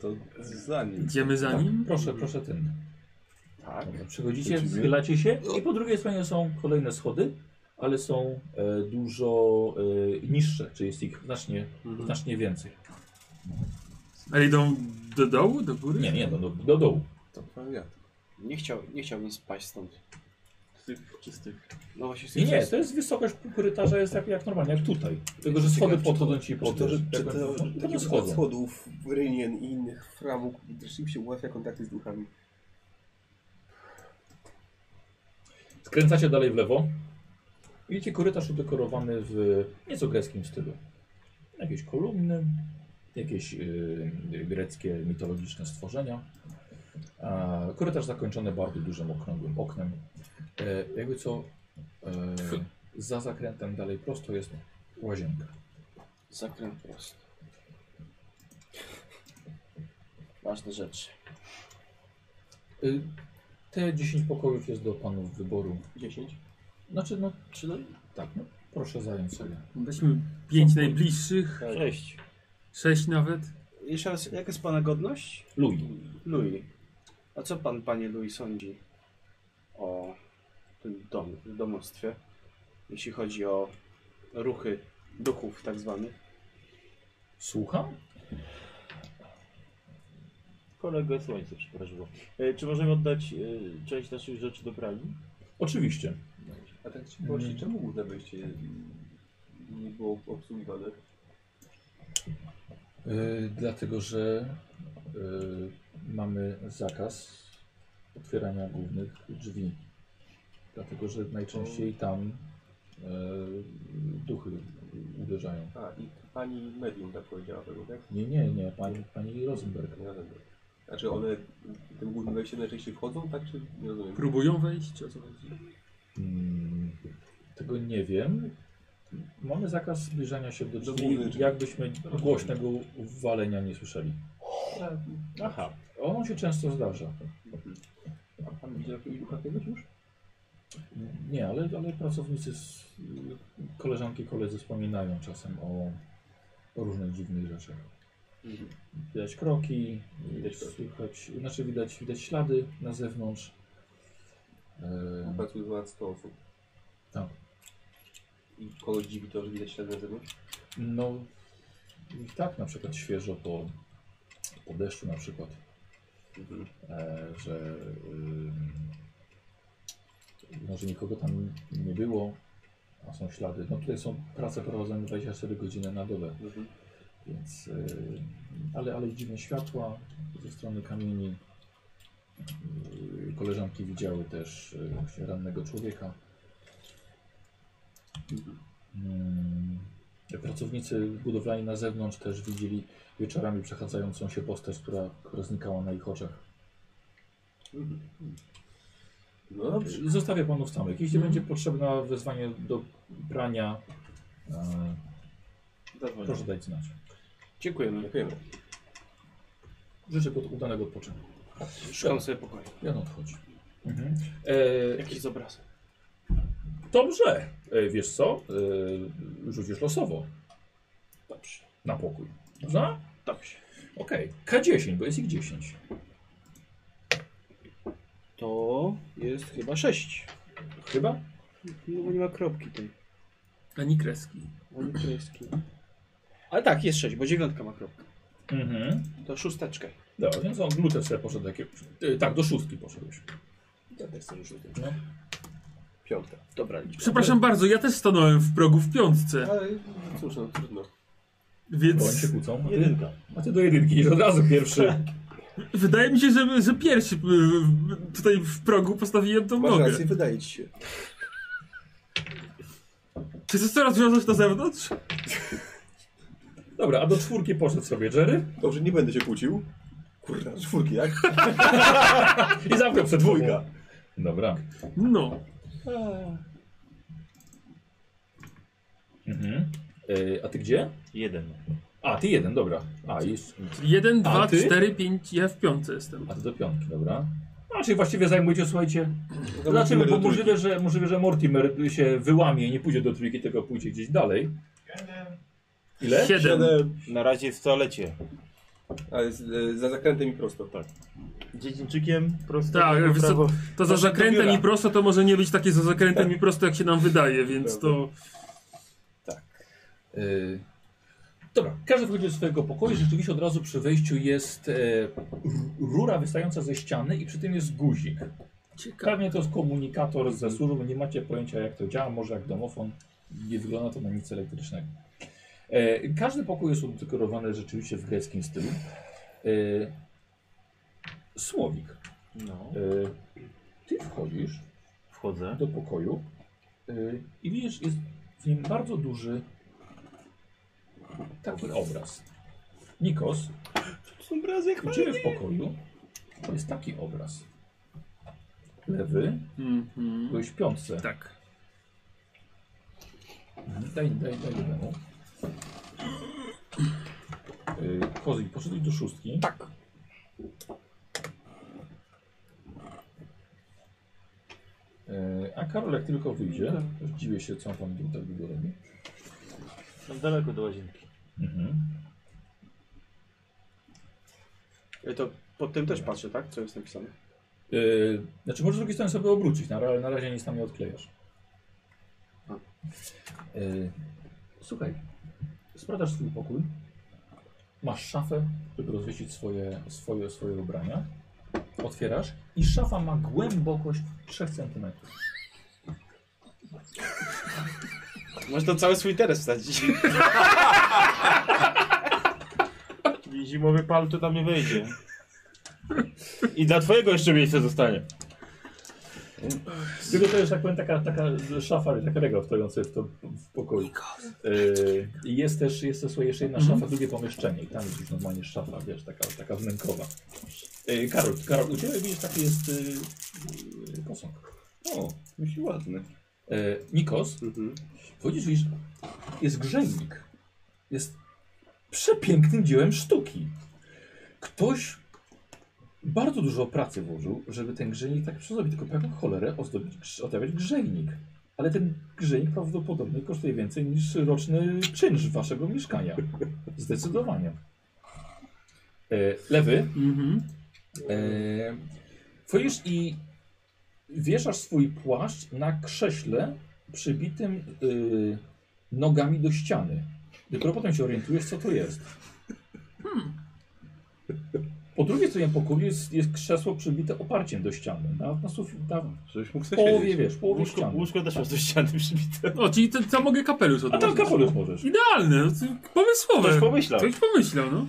Speaker 3: to za nim.
Speaker 7: Idziemy za
Speaker 2: Tak,
Speaker 7: nim?
Speaker 2: proszę, proszę ten.
Speaker 5: Tak.
Speaker 2: Dobra, Przechodzicie,
Speaker 3: Wchodzimy.
Speaker 2: schylacie się i po drugiej stronie są kolejne schody, ale są e, dużo e, niższe, czyli jest ich znacznie,
Speaker 7: Mhm.
Speaker 2: znacznie więcej.
Speaker 7: Ale idą do dołu, do góry?
Speaker 2: Nie, nie, do, do, do dołu.
Speaker 3: To pan ja.
Speaker 6: Nie, chciał, nie chciałbym spaść stąd.
Speaker 5: Czystych.
Speaker 6: No właśnie z
Speaker 2: Nie,
Speaker 6: tych
Speaker 2: nie,
Speaker 6: czas-
Speaker 2: to jest wysokość korytarza, jest jak, jak normalnie, jak tutaj. Tylko, że schody podchodzą ci pod...
Speaker 8: to, Znaczy, że, czy
Speaker 2: tak,
Speaker 8: to,
Speaker 2: tak,
Speaker 8: że taki
Speaker 2: tak,
Speaker 8: układ
Speaker 2: schodzą.
Speaker 8: schodów, rynien i innych framów rzeczywiście ułatwia kontakty z duchami.
Speaker 2: Skręcacie dalej w lewo. Widzicie korytarz udekorowany w nieco greckim stylu. Jakieś kolumny, jakieś yy, greckie mitologiczne stworzenia. A, korytarz zakończony bardzo dużym okrągłym oknem. E, jakby co, e, za zakrętem dalej prosto jest łazienka.
Speaker 6: Zakręt prosto. Ważne rzeczy.
Speaker 2: Y, te 10 pokojów jest do panów wyboru.
Speaker 8: 10.
Speaker 2: Znaczy, no
Speaker 6: Czy no,
Speaker 2: tak, no, proszę zająć sobie.
Speaker 7: Weźmy pięć najbliższych,
Speaker 5: Cześć.
Speaker 7: sześć nawet.
Speaker 6: jeszcze raz, jaka jest pana godność?
Speaker 2: Louis.
Speaker 6: Louis. A co pan, panie Louis, sądzi o tym domu, domostwie? Jeśli chodzi o ruchy duchów tak zwanych.
Speaker 2: Słucham?
Speaker 5: Kolegę słońce przepraszam. E, czy możemy oddać e, część naszych rzeczy do pralni?
Speaker 2: Oczywiście.
Speaker 8: A tak ci właśnie, czemu główne wejście nie było obsługiwane?
Speaker 2: Y, dlatego, że y, mamy zakaz otwierania głównych drzwi. Dlatego, że najczęściej tam y, duchy uderzają.
Speaker 8: A, i pani medium tak powiedziała tego, tak?
Speaker 2: Nie, nie, nie, pani, pani Rosenberg.
Speaker 8: Nie rozumiem. Znaczy one tym głównym wejściem najczęściej wchodzą, tak? Czy nie rozumiem?
Speaker 7: Próbują wejść, o co chodzi?
Speaker 2: Mm, tego nie wiem. Mamy zakaz zbliżania się do drzwi,
Speaker 8: głównych drzwi.
Speaker 2: jakbyśmy głośnego walenia nie słyszeli.
Speaker 5: Aha.
Speaker 2: Ono się często zdarza.
Speaker 8: A pan widział jakiegoś ducha kiedyś już?
Speaker 2: Nie, ale, ale pracownicy, z, koleżanki, koledzy wspominają czasem o, o różnych dziwnych rzeczach. Widać kroki, Mhm. widać, słychać, znaczy widać, widać ślady na zewnątrz. E,
Speaker 8: Pracuje ponad 100 osób.
Speaker 2: Tak.
Speaker 8: I kogoś dziwi to, że widać ślady na zewnątrz?
Speaker 2: no i tak na przykład świeżo po, po deszczu na przykład, e, że y, no, że nikogo tam nie było, a są ślady. No tutaj są prace prowadzone 24 godziny na dole.
Speaker 8: Mhm.
Speaker 2: Więc, y, ale, ale dziwne światła ze strony kamieni. Y, Koleżanki widziały też y, właśnie rannego człowieka. Mm, Pracownicy budowlani na zewnątrz też widzieli wieczorami przechadzającą się postać, która, która znikała na ich oczach.
Speaker 8: No dobrze.
Speaker 2: Y, Zostawię panów samych. Jeśli będzie potrzebne wezwanie do prania, e,
Speaker 6: Dawaj.
Speaker 2: proszę dać znać.
Speaker 6: Dziękujemy.
Speaker 8: Dziękujemy.
Speaker 2: Życzę pod- udanego odpoczynku.
Speaker 6: Szukam sobie pokoju.
Speaker 2: Jan odchodzi. E,
Speaker 6: Jakiś z obrazem.
Speaker 2: Dobrze. E, Wiesz co? E, Rzucisz losowo
Speaker 6: Dobrze.
Speaker 2: na pokój. Dobra?
Speaker 6: Dobrze.
Speaker 2: Okej. K10, bo jest ich 10.
Speaker 6: To jest chyba 6.
Speaker 2: Chyba?
Speaker 6: No bo nie ma kropki tej.
Speaker 7: Ani kreski.
Speaker 6: Ani kreski. Ale tak, jest 6, bo dziewiątka ma kropkę.
Speaker 2: Mhm.
Speaker 6: To szósteczkę.
Speaker 2: Dobra, więc on glutę sobie poszedł. Jakie... e, Tak, do szóstki poszedłeś.
Speaker 6: Ja też chcę już
Speaker 2: No.
Speaker 8: Piątka.
Speaker 5: Dobra liczba.
Speaker 7: Przepraszam bardzo, ja też stanąłem w progu w piątce,
Speaker 8: Ale no cóż, no trudno.
Speaker 2: Bo oni
Speaker 7: więc
Speaker 2: się kłócą. a ty-
Speaker 5: Jedynka.
Speaker 2: A ty do jedynki, idziesz od razu pierwszy.
Speaker 7: wydaje mi się, że, że pierwszy y, tutaj w progu postawiłem tą
Speaker 8: Masz
Speaker 7: nogę.
Speaker 8: rację, wydaje ci się.
Speaker 7: Czy chcesz to rozwiązać na zewnątrz?
Speaker 2: Dobra, a do czwórki poszedł sobie Jerry
Speaker 8: Dobrze, nie będę się kłócił. Kurwa, czwórki, jak?
Speaker 2: i zamknął przed
Speaker 8: Dwójka.
Speaker 2: Dobra.
Speaker 7: No.
Speaker 2: Mhm. E, a ty gdzie?
Speaker 5: Jeden.
Speaker 2: A, ty jeden, dobra. A, jest,
Speaker 7: Jeden, dwa,
Speaker 2: ty?
Speaker 7: cztery, pięć. ja w piątce jestem.
Speaker 2: a ty do piątki, dobra. A, No, czyli właściwie zajmujecie, słuchajcie, Dlaczego?
Speaker 8: No, numer do
Speaker 2: Bo
Speaker 8: trójki.
Speaker 2: możliwe że, możliwe, że Mortimer się wyłamie i nie pójdzie do trójki, tylko pójdzie gdzieś dalej. Ile?
Speaker 7: Siedem.
Speaker 8: Siedem.
Speaker 5: Na razie jest w toalecie.
Speaker 8: Ale z, e, za zakrętem i prosto, tak.
Speaker 5: Dziedzińczykiem prosto.
Speaker 7: Tak,
Speaker 5: w
Speaker 7: wiesz co,
Speaker 5: prawo.
Speaker 7: To za
Speaker 5: Poszedł do
Speaker 7: zakrętem
Speaker 5: biura.
Speaker 7: i prosto to może nie być takie za zakrętem i prosto jak się nam wydaje, więc to...
Speaker 2: Y, Dobra, każdy wchodzi do swojego pokoju. Rzeczywiście od razu przy wejściu jest e, r- rura wystająca ze ściany i przy tym jest guzik. Pewnie to jest komunikator ze służby, nie macie pojęcia jak to działa, może jak domofon. Nie wygląda to na nic elektrycznego. E, każdy pokój jest udekorowany rzeczywiście w greckim stylu. E, słowik.
Speaker 5: No,
Speaker 2: E, ty wchodzisz
Speaker 5: wchodzę.
Speaker 2: do pokoju y, i widzisz, jest w nim bardzo duży taki obraz. Nikos, u Ciebie w pokoju jest taki obraz. Lewy,
Speaker 5: Mhm.
Speaker 2: byłeś w piątce.
Speaker 7: Tak.
Speaker 2: Mhm, Daj, daj, daj lewemu. Y, Kozik, poszedłeś do szóstki. Tak. Y, A Karolek tylko wyjdzie. Już Dziwię się, co on tam tu tak długo robi.
Speaker 5: Tam daleko do łazienki.
Speaker 2: Mhm.
Speaker 6: E, To pod tym też patrzę, tak? Co jest napisane?
Speaker 2: Yy, znaczy, możesz z drugiej strony sobie obrócić, na, ale na razie nic tam nie odklejasz. Yy, słuchaj, spradasz swój pokój, masz szafę, żeby rozwiesić swoje, swoje, swoje ubrania, otwierasz i szafa ma głębokość 3 cm.
Speaker 6: Masz to cały swój interes wsadzić.
Speaker 5: I zimowy pal to tam nie wejdzie. I dla twojego jeszcze miejsce zostanie.
Speaker 2: Tylko to jest, tak powiem, taka, taka szafa, taka regał stojący w, to, w pokoju. Yy, i jest też, jest też słuchaj, jeszcze jedna
Speaker 3: Mhm.
Speaker 2: szafa, drugie pomieszczenie i tam jest już normalnie szafa, wiesz, taka, taka wnękowa. Yy, Karol, Karol, u Ciebie widzisz, taki jest yy, yy, posąg.
Speaker 3: O, myśli ładny.
Speaker 2: E, Nikos,
Speaker 6: Mhm.
Speaker 2: wchodzisz, widzisz, jest grzejnik. Jest przepięknym dziełem sztuki. Ktoś bardzo dużo pracy włożył, żeby ten grzejnik tak przerobić, tylko po jaką cholerę ozdobić, grz- ozdabiać grzejnik. Ale ten grzejnik prawdopodobnie kosztuje więcej niż roczny czynsz waszego mieszkania. Zdecydowanie. E, lewy,
Speaker 7: Mhm.
Speaker 2: E, Wchodzisz i wieszasz swój płaszcz na krześle przybitym y, nogami do ściany. Dopiero potem się orientujesz, co to jest. Po drugiej stronie pokoju jest, jest krzesło przybite oparciem do ściany. Na, na, suf, na
Speaker 3: Żebyś mógł sobie
Speaker 2: połowie,
Speaker 3: siedzieć.
Speaker 2: wiesz, połowie
Speaker 5: Łóżko,
Speaker 2: ściany.
Speaker 5: łóżko też masz do ściany przybite.
Speaker 7: O, czyli to, to mogę kapelusz
Speaker 2: A tam
Speaker 7: odłożyć.
Speaker 2: kapelusz możesz.
Speaker 7: Idealne, no to pomysłowe.
Speaker 5: Ktoś pomyślał.
Speaker 7: Ktoś pomyślał, no.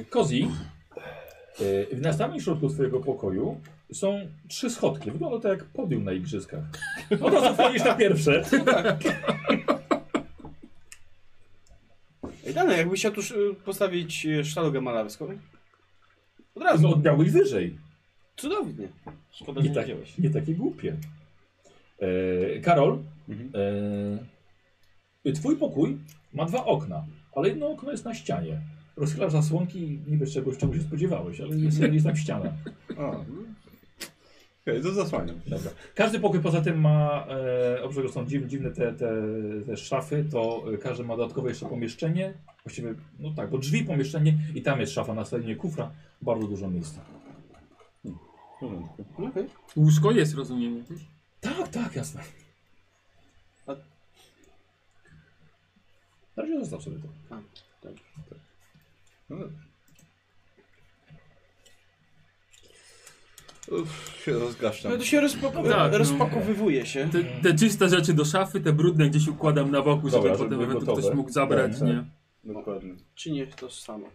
Speaker 2: E, Kozi, e, w następnym środku twojego pokoju są trzy schodki. Wygląda to jak podium na igrzyskach. Od razu wchodzisz na pierwsze.
Speaker 6: Ej, dane, jakby chciał tu sz- postawić e, sztalogę malarską. Od
Speaker 2: A,
Speaker 6: razu.
Speaker 2: No, odmiałeś wyżej.
Speaker 6: Cudownie.
Speaker 5: Szkoda, że
Speaker 2: Nie,
Speaker 5: nie
Speaker 2: tak,
Speaker 5: wziąłeś.
Speaker 2: nie takie głupie. E, Karol,
Speaker 3: Mhm.
Speaker 2: e, twój pokój ma dwa okna, ale jedno okno jest na ścianie. Rozchylasz zasłonki i nie wiesz czegoś, czego się spodziewałeś, ale jest, jest tam ściana.
Speaker 3: Okej, to zasłaniam.
Speaker 2: Dobra. Każdy pokój poza tym ma, e, oprócz tego są dziwne, dziwne te, te, te szafy, to e, każdy ma dodatkowe jeszcze pomieszczenie, właściwie, no tak, bo drzwi, pomieszczenie i tam jest szafa na stronie kufra, bardzo dużo miejsca.
Speaker 3: W porządku.
Speaker 6: No.
Speaker 7: Łóżko jest, rozumiem. jakieś?
Speaker 2: Tak, tak, jasne.
Speaker 6: A-
Speaker 2: Na razie zostaw sobie to.
Speaker 3: No dobrze. Uff, się rozgaszczam.
Speaker 6: No to się rozpako-
Speaker 7: Tak, no.
Speaker 6: rozpakowywuje się.
Speaker 7: Te, te czyste rzeczy do szafy, te brudne gdzieś układam na boku, żeby
Speaker 2: Dobra,
Speaker 7: potem
Speaker 2: żeby
Speaker 7: ewentualnie
Speaker 2: gotowe.
Speaker 7: ktoś mógł zabrać,
Speaker 3: Tak, tak.
Speaker 7: nie?
Speaker 3: Dokładnie.
Speaker 6: Czy nie to samo?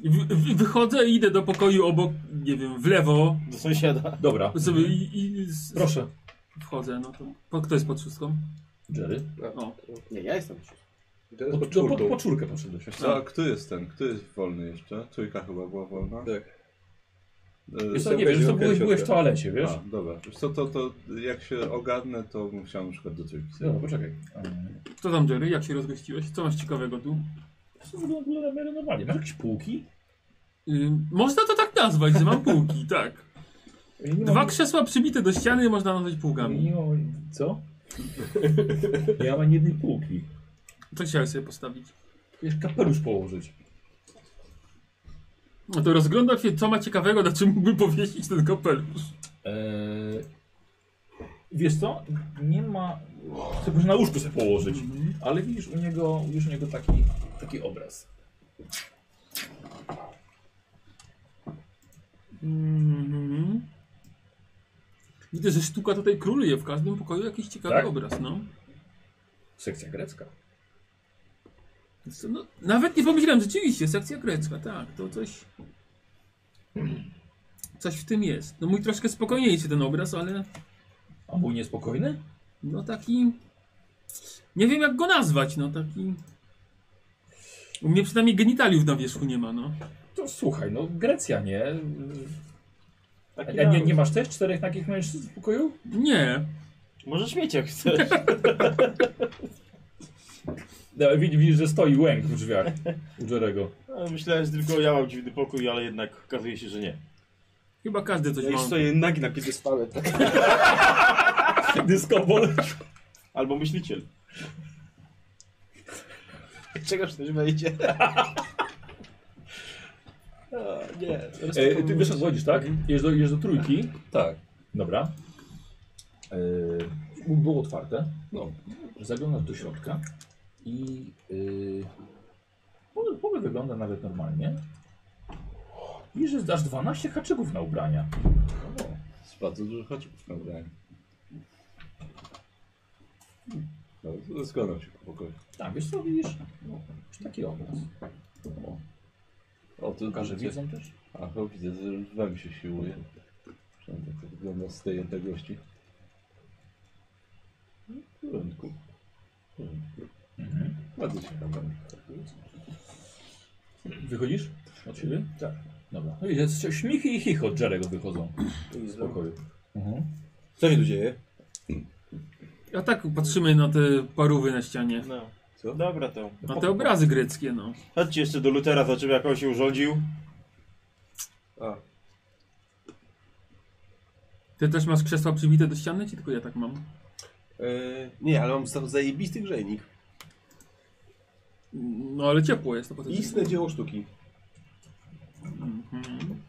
Speaker 7: I wy- wy- Wychodzę i idę do pokoju obok, nie wiem, w lewo,
Speaker 5: Do sąsiada.
Speaker 2: Dobra,
Speaker 7: sobie i, i z,
Speaker 2: proszę.
Speaker 7: wchodzę, no to po, kto jest pod szóstką?
Speaker 2: Jerry.
Speaker 6: Nie, ja jestem przy-
Speaker 8: Teraz
Speaker 2: Pod,
Speaker 8: pod
Speaker 2: po, po,
Speaker 8: czwórką.
Speaker 2: po czwórkę poszedłeś.
Speaker 3: Wiesz
Speaker 6: No.
Speaker 3: co, a kto jest ten? Kto jest wolny jeszcze? Trójka chyba była wolna.
Speaker 8: Tak.
Speaker 3: E,
Speaker 2: Wiesz co,
Speaker 8: Jestem
Speaker 2: nie wiesz, co
Speaker 8: weźmią
Speaker 2: byłeś,
Speaker 8: pięciotkę.
Speaker 2: byłeś w toalecie, wiesz?
Speaker 3: A, dobra. Wiesz co, to, to jak się ogarnę, to bym chciał na przykład do trójki.
Speaker 2: Dobra, poczekaj.
Speaker 7: Co tam Jerry, jak się rozgościłeś? Co masz ciekawego tu?
Speaker 2: Co wygląda na miarę normalnie? Masz jakieś półki?
Speaker 7: Y, można to tak nazwać, że mam półki, tak.
Speaker 2: Ja nie mam-
Speaker 7: Dwa krzesła przybite do ściany można nazwać
Speaker 2: Nie
Speaker 7: półkami.
Speaker 2: mam- Co? Ja mam jednej półki.
Speaker 7: To chciałem sobie postawić.
Speaker 2: Wiesz, kapelusz położyć.
Speaker 7: No to rozglądam się, co ma ciekawego, na czym mógłby powiesić ten kapelusz.
Speaker 2: Eee, wiesz co? Nie ma. Chcę może na łóżku sobie położyć. Ale widzisz u niego, widzisz u niego taki, taki obraz.
Speaker 7: Mhm. Widzę, że sztuka tutaj króluje. W każdym pokoju jakiś ciekawy
Speaker 2: Tak?
Speaker 7: obraz, no.
Speaker 2: Sekcja grecka.
Speaker 7: Więc to, no. Nawet nie pomyślałem, rzeczywiście, sekcja grecka, tak, to coś... Coś w tym jest. No mój troszkę spokojniejszy ten obraz, ale
Speaker 2: A był niespokojny?
Speaker 7: no taki... Nie wiem jak go nazwać, no taki... U mnie przynajmniej genitaliów na wierzchu nie ma, no.
Speaker 2: To słuchaj, no Grecja, nie?
Speaker 5: Taki
Speaker 2: A nie,
Speaker 5: naród.
Speaker 2: nie masz też czterech takich mężczyzn w pokoju?
Speaker 7: Nie.
Speaker 5: Możesz mieć jak chcesz.
Speaker 2: No, widzisz, widzisz, że stoi łęk w drzwiach u Jerego.
Speaker 5: A, No, Myślałem, że tylko ja mam dziwny pokój, ale jednak okazuje się, że nie.
Speaker 7: Chyba każdy coś
Speaker 6: Ja
Speaker 7: ma.
Speaker 6: już stoję nagi na piedestale, tak?
Speaker 2: Dyskobol.
Speaker 5: Albo myśliciel.
Speaker 6: Czegoż też wejdzie? A, nie.
Speaker 2: E, ty wiesz, o co chodzisz, tak? Jesz do, jesz do trójki.
Speaker 3: Tak.
Speaker 2: Dobra. Yy, E, było otwarte. No. Zaglądasz do środka i yy, pokój- pokój wygląda nawet normalnie. I że zdasz 12 haczyków na ubrania. O,
Speaker 3: Jest bardzo dużo haczyków na ubraniu. No, Rozglądam się po pokoju.
Speaker 2: tak, wiesz co, widzisz? No, taki obraz.
Speaker 3: O, tu
Speaker 2: Pokażę wiedzą też.
Speaker 3: A, to widzę, że wam się siłuje. Przynajmniej tak to wygląda z tej odległości. W porządku. W porządku.
Speaker 2: Mhm.
Speaker 3: Bardzo ciekawe.
Speaker 2: Wychodzisz od siebie? Tak. Dobra. No i jest śmichy i chich od Jerego wychodzą z pokoju. Mhm.
Speaker 8: Co się tu dzieje?
Speaker 7: A tak patrzymy na te parówy na ścianie.
Speaker 5: No.
Speaker 8: Co?
Speaker 5: Dobra to.
Speaker 7: Na te obrazy greckie, no.
Speaker 5: Chodźcie jeszcze do Lutera, zobaczymy jak on się urządził.
Speaker 8: A,
Speaker 7: Ty też masz krzesła przybite do ściany, czy tylko ja tak mam?
Speaker 8: e, nie, ale mam za- zajebisty grzejnik.
Speaker 7: No ale ciepło jest to potem.
Speaker 8: Istne dzieło sztuki.
Speaker 7: Mhm.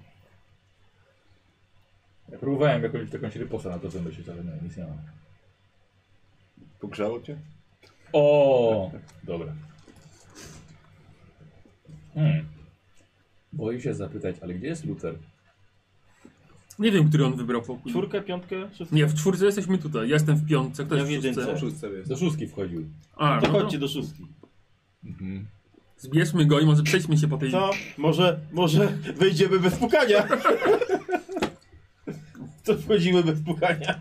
Speaker 2: Ja próbowałem jakąś jakąś ryposę na to zamyślić, ale nie, nic nie mam.
Speaker 3: Pogrzało cię?
Speaker 2: O, dobra. Hmm. Boję się zapytać, ale gdzie jest Luther?
Speaker 7: Nie wiem, który on wybrał pokój.
Speaker 5: Czwórkę, piątkę, szóstkę.
Speaker 7: Nie, w czwórce jesteśmy tutaj. Ja jestem w piątce, ktoś
Speaker 5: Ja w
Speaker 7: w szóstce.
Speaker 5: jedynce.
Speaker 8: Co szóstce jest?
Speaker 2: Do szóstki wchodził.
Speaker 7: A,
Speaker 5: To
Speaker 7: no to
Speaker 5: chodźcie do szóstki.
Speaker 2: Mhm.
Speaker 7: zbierzmy go i może przejdźmy się po tej...
Speaker 5: To może, może wyjdziemy bez pukania. To wchodzimy bez pukania.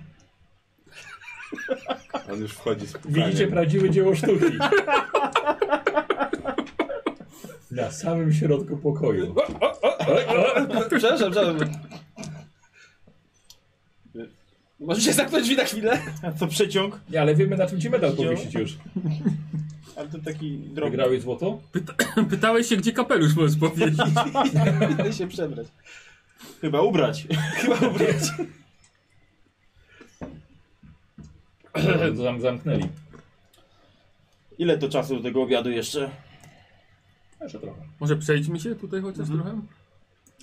Speaker 3: On już wchodzi z pukaniem.
Speaker 2: Widzicie prawdziwe dzieło sztuki. Na samym środku pokoju.
Speaker 6: Przepraszam, przepraszam. Możecie zamknąć drzwi na chwilę?
Speaker 5: A co przeciąg?
Speaker 2: Nie, ale wiemy na czym ci medal powiesić już.
Speaker 5: Ale to taki drobny.
Speaker 2: Wygrałeś złoto?
Speaker 7: Pytałeś się, gdzie kapelusz możesz powiedzieć.
Speaker 6: Idę się przebrać.
Speaker 5: Chyba ubrać.
Speaker 6: Chyba ubrać.
Speaker 2: To zam zamknęli.
Speaker 5: Ile to czasu do tego obiadu jeszcze?
Speaker 2: Jeszcze trochę.
Speaker 7: może przejdźmy się tutaj chociaż
Speaker 5: Mhm.
Speaker 7: trochę?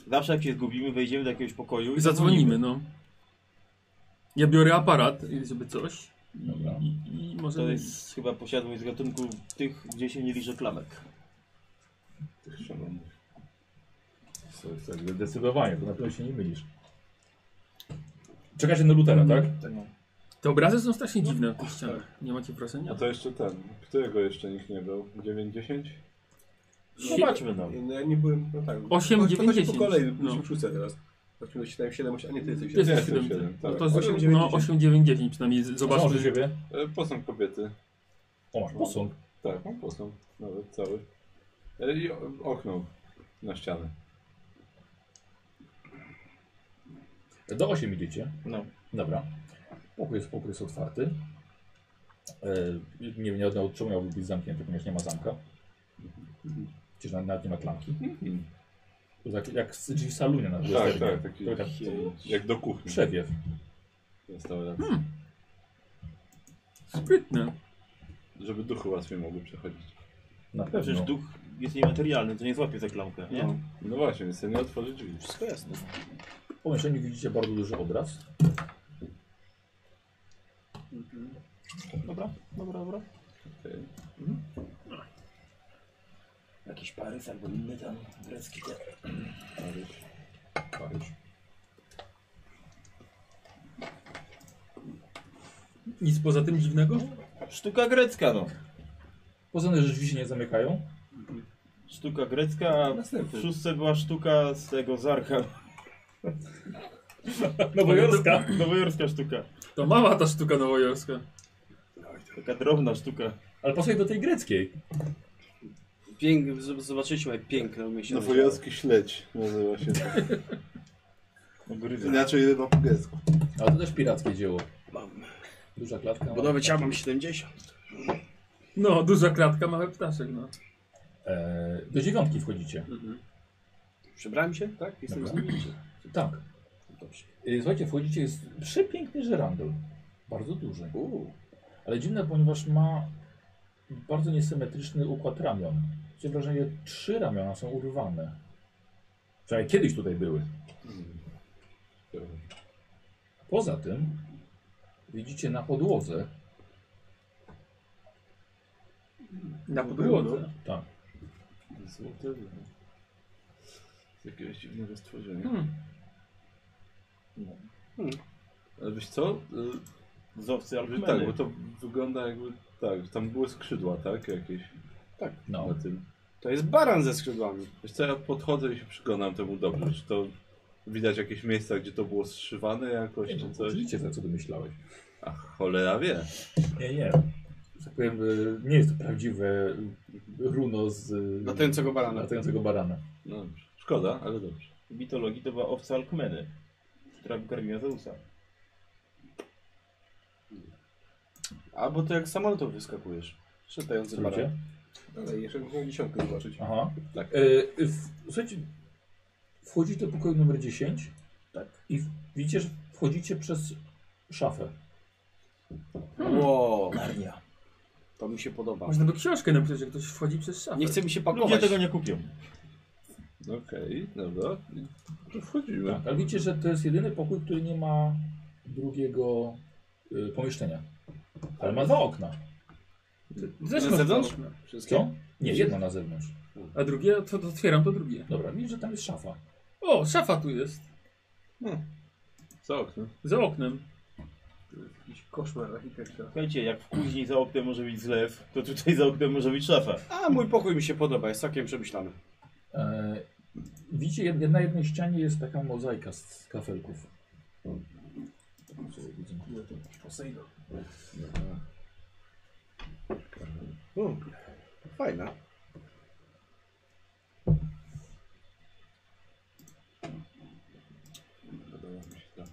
Speaker 5: Zawsze jak się zgubimy, wejdziemy do jakiegoś pokoju i
Speaker 7: Zadzwonimy, no. Ja biorę aparat, żeby coś.
Speaker 2: Dobra.
Speaker 7: I, i może...
Speaker 5: To jest chyba posiadłość z gatunku tych, gdzie się nie liże klamek.
Speaker 2: Zdecydowanie, to na pewno się nie mylisz. Czekacie na Lutera, tak?
Speaker 7: Mhm. Te obrazy są strasznie dziwne na tych ścianach. Nie macie wrażenia?
Speaker 3: A No to jeszcze ten. Którego jeszcze nikt nie był? 9-10?
Speaker 5: Zobaczmy no.
Speaker 8: No ja nie byłem, no tak.
Speaker 7: Osiem,
Speaker 8: To- to chodzi
Speaker 7: dziewięćdziesiąt.
Speaker 8: po kolei,
Speaker 7: No.
Speaker 8: byliśmy w szóstce teraz. Chodźmy do 7, 7, 8, a nie ty jesteś
Speaker 7: Jest
Speaker 3: Nie,
Speaker 7: to
Speaker 3: to
Speaker 7: 7,
Speaker 3: siedem,
Speaker 7: no
Speaker 3: tak.
Speaker 7: to jest
Speaker 8: Osiem,
Speaker 7: 8,
Speaker 8: dziewięć,
Speaker 7: no,
Speaker 8: dziesięć.
Speaker 7: 8 9, 10 przynajmniej.
Speaker 2: Zobaczmy do
Speaker 7: Zobaczmy.
Speaker 2: siebie.
Speaker 3: E, Posąg kobiety.
Speaker 2: O, masz posąg.
Speaker 3: Tak, mam posąg. Nawet cały. E, I o- okno na ścianę.
Speaker 2: Do 8 idziecie.
Speaker 5: No.
Speaker 2: Dobra. Pokój jest, pokój jest otwarty. E, nie wiem, nie od czemu miałby być zamknięty, ponieważ nie ma zamka. Przecież nawet, nawet nie ma klamki. To tak jak z drzwi salunia na
Speaker 3: Mhm. Tak,
Speaker 2: drzwi.
Speaker 3: tak, taki
Speaker 2: To tak
Speaker 3: jak do kuchni.
Speaker 2: przewiew.
Speaker 3: Restauracji.
Speaker 7: Sprytne.
Speaker 3: Żeby duchy łatwiej mogły przechodzić.
Speaker 2: Na
Speaker 5: Przecież
Speaker 2: pewno.
Speaker 5: duch jest niematerialny, to nie złapie za klamkę, nie?
Speaker 6: No.
Speaker 3: No właśnie, więc ja nie otworzy drzwi.
Speaker 5: Wszystko jasne.
Speaker 2: W pomieszczeniu widzicie bardzo duży obraz. Mhm.
Speaker 5: Dobra, dobra, dobra.
Speaker 3: Okej.
Speaker 2: Mhm.
Speaker 5: Jakiś Parys albo inny tam grecki te.
Speaker 3: Paryż.
Speaker 2: Paryż.
Speaker 7: Nic poza tym dziwnego?
Speaker 5: Sztuka grecka no.
Speaker 2: Poza tym, że drzwi się nie zamykają.
Speaker 5: Sztuka grecka, a w szóstce była sztuka z tego Zarka.
Speaker 7: Nowojorska.
Speaker 5: Nowojorska sztuka.
Speaker 7: To mała ta sztuka nowojorska.
Speaker 5: Taka drobna sztuka.
Speaker 2: Ale pasuje do tej greckiej.
Speaker 6: Pięk... z- Zobaczyliśmy jak piękne myślę.
Speaker 3: Nowojorski śledź nazywa się to. No,
Speaker 5: Gryzę.
Speaker 3: Inaczej ryba po grecku.
Speaker 2: Ale to też pirackie dzieło.
Speaker 6: Mam.
Speaker 2: Duża klatka.
Speaker 6: Budowę ciała mam 70.
Speaker 7: No, duża klatka, mały ptaszek, no.
Speaker 2: E, do dziewiątki wchodzicie.
Speaker 6: Przebrałem się, tak? Jestem
Speaker 2: Dobra.
Speaker 6: z nimi. czy-
Speaker 2: Tak. Y, Słuchajcie, wchodzicie, jest przepiękny żerandol. Bardzo duży. Ale dziwne, ponieważ ma bardzo niesymetryczny układ ramion. Mam wrażenie, że trzy ramiona są urwane. Przynajmniej kiedyś tutaj były. Poza tym widzicie na podłodze.
Speaker 7: Na
Speaker 8: No,
Speaker 7: podłodze.
Speaker 2: Tak.
Speaker 3: Złote ryby. no. Z jakiegoś dziwnego stworzenia. No.
Speaker 7: Hmm.
Speaker 3: Hmm. Ale wiesz co? Y,
Speaker 5: Zowcy albo
Speaker 3: Tak, bo to wygląda jakby... Tak, tam były skrzydła, tak? Jakieś
Speaker 2: No.
Speaker 3: na tym.
Speaker 6: To jest baran ze skrzydłami.
Speaker 3: Wiesz co, ja podchodzę i się przyglądam temu dobrze. Czy to widać jakieś miejsca, gdzie to było zszywane jakoś, czy coś?
Speaker 2: Oczywiście tak, co domyślałeś.
Speaker 3: A cholera wie.
Speaker 2: Nie, nie. Że Tak powiem, y, nie jest to prawdziwe y, runo z y,
Speaker 6: Latającego barana.
Speaker 2: latającego barana.
Speaker 3: No dobrze. Szkoda, ale dobrze.
Speaker 5: W mitologii to była owca Alkmeny, która karmiła Zeusa.
Speaker 6: Albo to jak z samolotu wyskakujesz. Szatający
Speaker 2: Ludzie?
Speaker 6: baran.
Speaker 8: Dalej, jeszcze muszę dziesiątkę zobaczyć.
Speaker 2: Aha.
Speaker 3: Tak.
Speaker 2: Y, w, słuchajcie, wchodzicie do pokoju numer 10 i w- widzicie, że wchodzicie przez szafę.
Speaker 5: Hmm.
Speaker 6: Ło, To mi się podoba.
Speaker 7: Można by książkę napisać, jak ktoś wchodzi przez szafę.
Speaker 6: Nie chce mi się
Speaker 5: Ludzie
Speaker 6: pakować.
Speaker 5: tego nie kupią.
Speaker 3: Okej, dobra. To wchodzimy.
Speaker 2: Tak, ale widzicie, że to jest jedyny pokój, który nie ma drugiego y, pomieszczenia. Ale ma dwa okna.
Speaker 7: Zresztą
Speaker 6: Na zewnątrz?
Speaker 7: to-
Speaker 2: Co? Nie, jedno na zewnątrz.
Speaker 7: A drugie, to, to otwieram to drugie.
Speaker 2: Dobra, widzisz, że tam jest szafa.
Speaker 7: O, szafa tu jest.
Speaker 3: Za okno.
Speaker 7: Za oknem.
Speaker 8: Jakiś koszmar architekta.
Speaker 5: Słuchajcie, jak w kuźni za oknem może być zlew, to tutaj za oknem może być szafa.
Speaker 6: A mój pokój mi się podoba, jest całkiem przemyślany.
Speaker 2: E, widzicie, jed- na jednej ścianie jest taka mozaika z kafelków.
Speaker 8: No to jakiś Poseidon.
Speaker 6: U, fajna.
Speaker 3: Podoba mi się tam.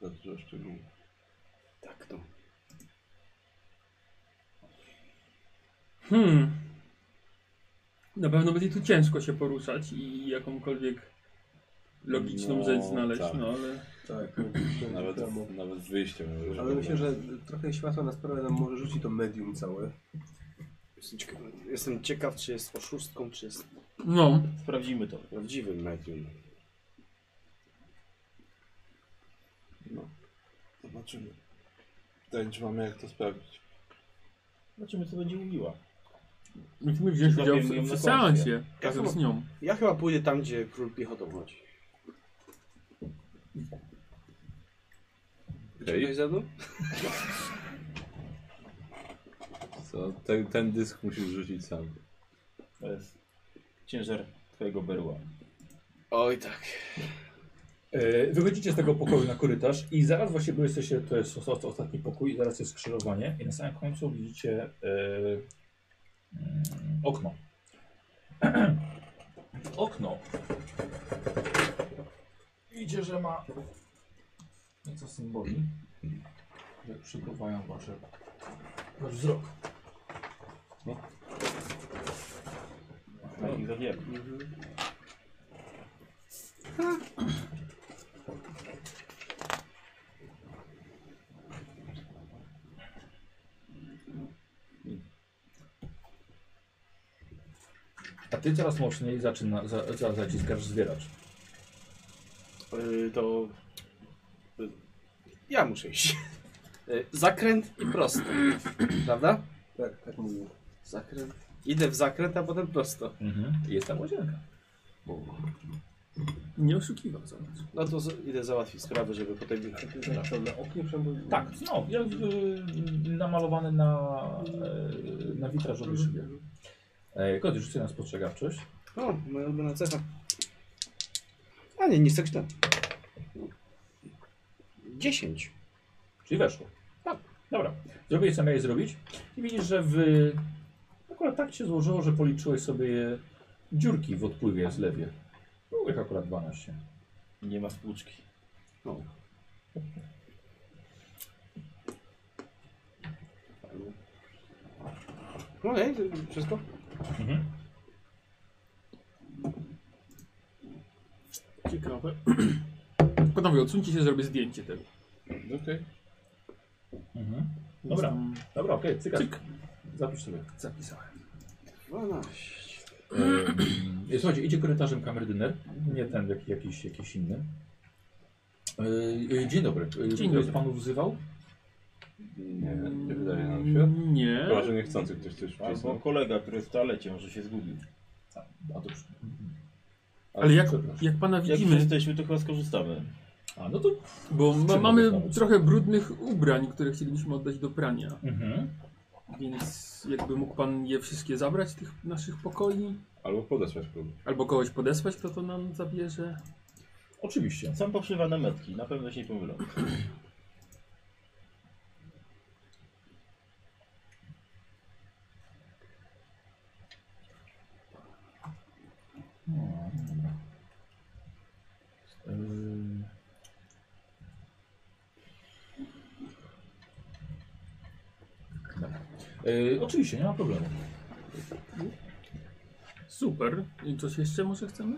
Speaker 3: Za dużo szczegółów.
Speaker 6: Tak to.
Speaker 7: Hmm. Na pewno będzie tu ciężko się poruszać i jakąkolwiek logiczną
Speaker 3: No,
Speaker 7: rzecz znaleźć,
Speaker 3: tak.
Speaker 7: no ale...
Speaker 8: Tak.
Speaker 3: Nawet, nawet wyjście może
Speaker 8: Ale myślę, że trochę światła na sprawę nam może rzuci to medium całe.
Speaker 6: Jestem ciekaw, jestem ciekaw, czy jest oszustką, czy jest
Speaker 7: No,
Speaker 5: Sprawdzimy to.
Speaker 6: prawdziwym medium.
Speaker 3: Zobaczymy. Pytanie, Tak, czy mamy jak to sprawdzić.
Speaker 5: Zobaczymy, co będzie mówiła.
Speaker 7: musimy wziąć
Speaker 5: Zabiję
Speaker 7: udział
Speaker 5: ją
Speaker 7: w,
Speaker 5: na
Speaker 7: w seansie
Speaker 6: Ja
Speaker 7: razem
Speaker 6: chyba-
Speaker 7: z nią.
Speaker 6: Ja chyba pójdę tam, gdzie król piechotą chodzi.
Speaker 3: Okej.
Speaker 6: Czekaj ze mną?
Speaker 3: Co? Ten, ten dysk musisz rzucić sam.
Speaker 5: To jest ciężar twojego berła.
Speaker 6: Oj tak.
Speaker 2: E, Wychodzicie z tego pokoju na korytarz i zaraz właśnie bo jesteście, to jest osta- ostatni pokój i zaraz jest skrzyżowanie i na samym końcu widzicie e, mm, okno. W okno. Widzicie, że ma nieco symboli, które przykuwają wasze, wasz wzrok.
Speaker 5: No i zawiera.
Speaker 2: A ty coraz mocniej zaczyna, za, za, zaciskasz zwieracz.
Speaker 6: Y, to... y, Ja muszę iść. Y, Zakręt i prosto. Prawda?
Speaker 8: Tak, tak mówił.
Speaker 6: Zakręt. Idę w zakręt, a potem prosto.
Speaker 5: Mhm.
Speaker 2: I Jest tam łazienka.
Speaker 7: Nie oszukiwał za nas.
Speaker 6: No to z- idę załatwić sprawę, żeby potem...
Speaker 8: Na oknie przemówił.
Speaker 2: Tak, no, jak y, namalowany na, y, na witrażowej szybie. E, Kot, rzucę na spostrzegawczość.
Speaker 6: O, moja ulubiona cecha. A nie, nie chcę tam. 10.
Speaker 2: Czyli weszło. Tak, dobra. Zrobiłeś co miałeś zrobić i widzisz, że w... akurat tak się złożyło, że policzyłeś sobie dziurki w odpływie z lewie. Było ich akurat 12.
Speaker 5: Nie ma spłuczki.
Speaker 6: No. Okej, No, to wszystko?
Speaker 2: Mhm.
Speaker 7: Ciekawe. Panowie, odsuńcie się, zrobię zdjęcie tego.
Speaker 3: Okej.
Speaker 2: Mhm. Dobra, dobra, okej, cykasz. Zapisz sobie.
Speaker 7: Zapisałem.
Speaker 6: 12.
Speaker 2: E, Słuchajcie, idzie korytarzem kamerdyner, nie ten jak, jakiś, jakiś inny. E, e, Dzień dobry.
Speaker 7: Dzień
Speaker 2: Dzień dobry.
Speaker 7: dobry.
Speaker 2: Panu wzywał?
Speaker 3: Nie, nie wydaje nam się.
Speaker 7: Nie.
Speaker 3: Chyba, że niechcący ktoś coś
Speaker 5: Albo
Speaker 3: wcisnął.
Speaker 5: kolega, który jest w toalecie, może się zgubił.
Speaker 2: A, to, przy-
Speaker 7: Ale jak,
Speaker 2: przepraszam.
Speaker 7: jak pana
Speaker 5: Jak już
Speaker 7: widzimy,
Speaker 5: jesteśmy, to chyba skorzystamy.
Speaker 2: A, no to...
Speaker 7: bo
Speaker 2: z
Speaker 7: ma,
Speaker 2: czym
Speaker 7: mamy
Speaker 2: rozmawiać?
Speaker 7: trochę brudnych ubrań, które chcielibyśmy oddać do prania.
Speaker 2: Mhm.
Speaker 7: Więc jakby mógł pan je wszystkie zabrać, tych naszych pokoi?
Speaker 3: Albo podesłać kogoś.
Speaker 7: Albo kogoś podesłać, kto to nam zabierze?
Speaker 2: Oczywiście.
Speaker 5: Są poprzywane metki, na pewno się nie pomylą.
Speaker 2: No, dobra. E, Ym. Dobra. Y, oczywiście, nie ma problemu.
Speaker 7: Super. I coś jeszcze może chcemy?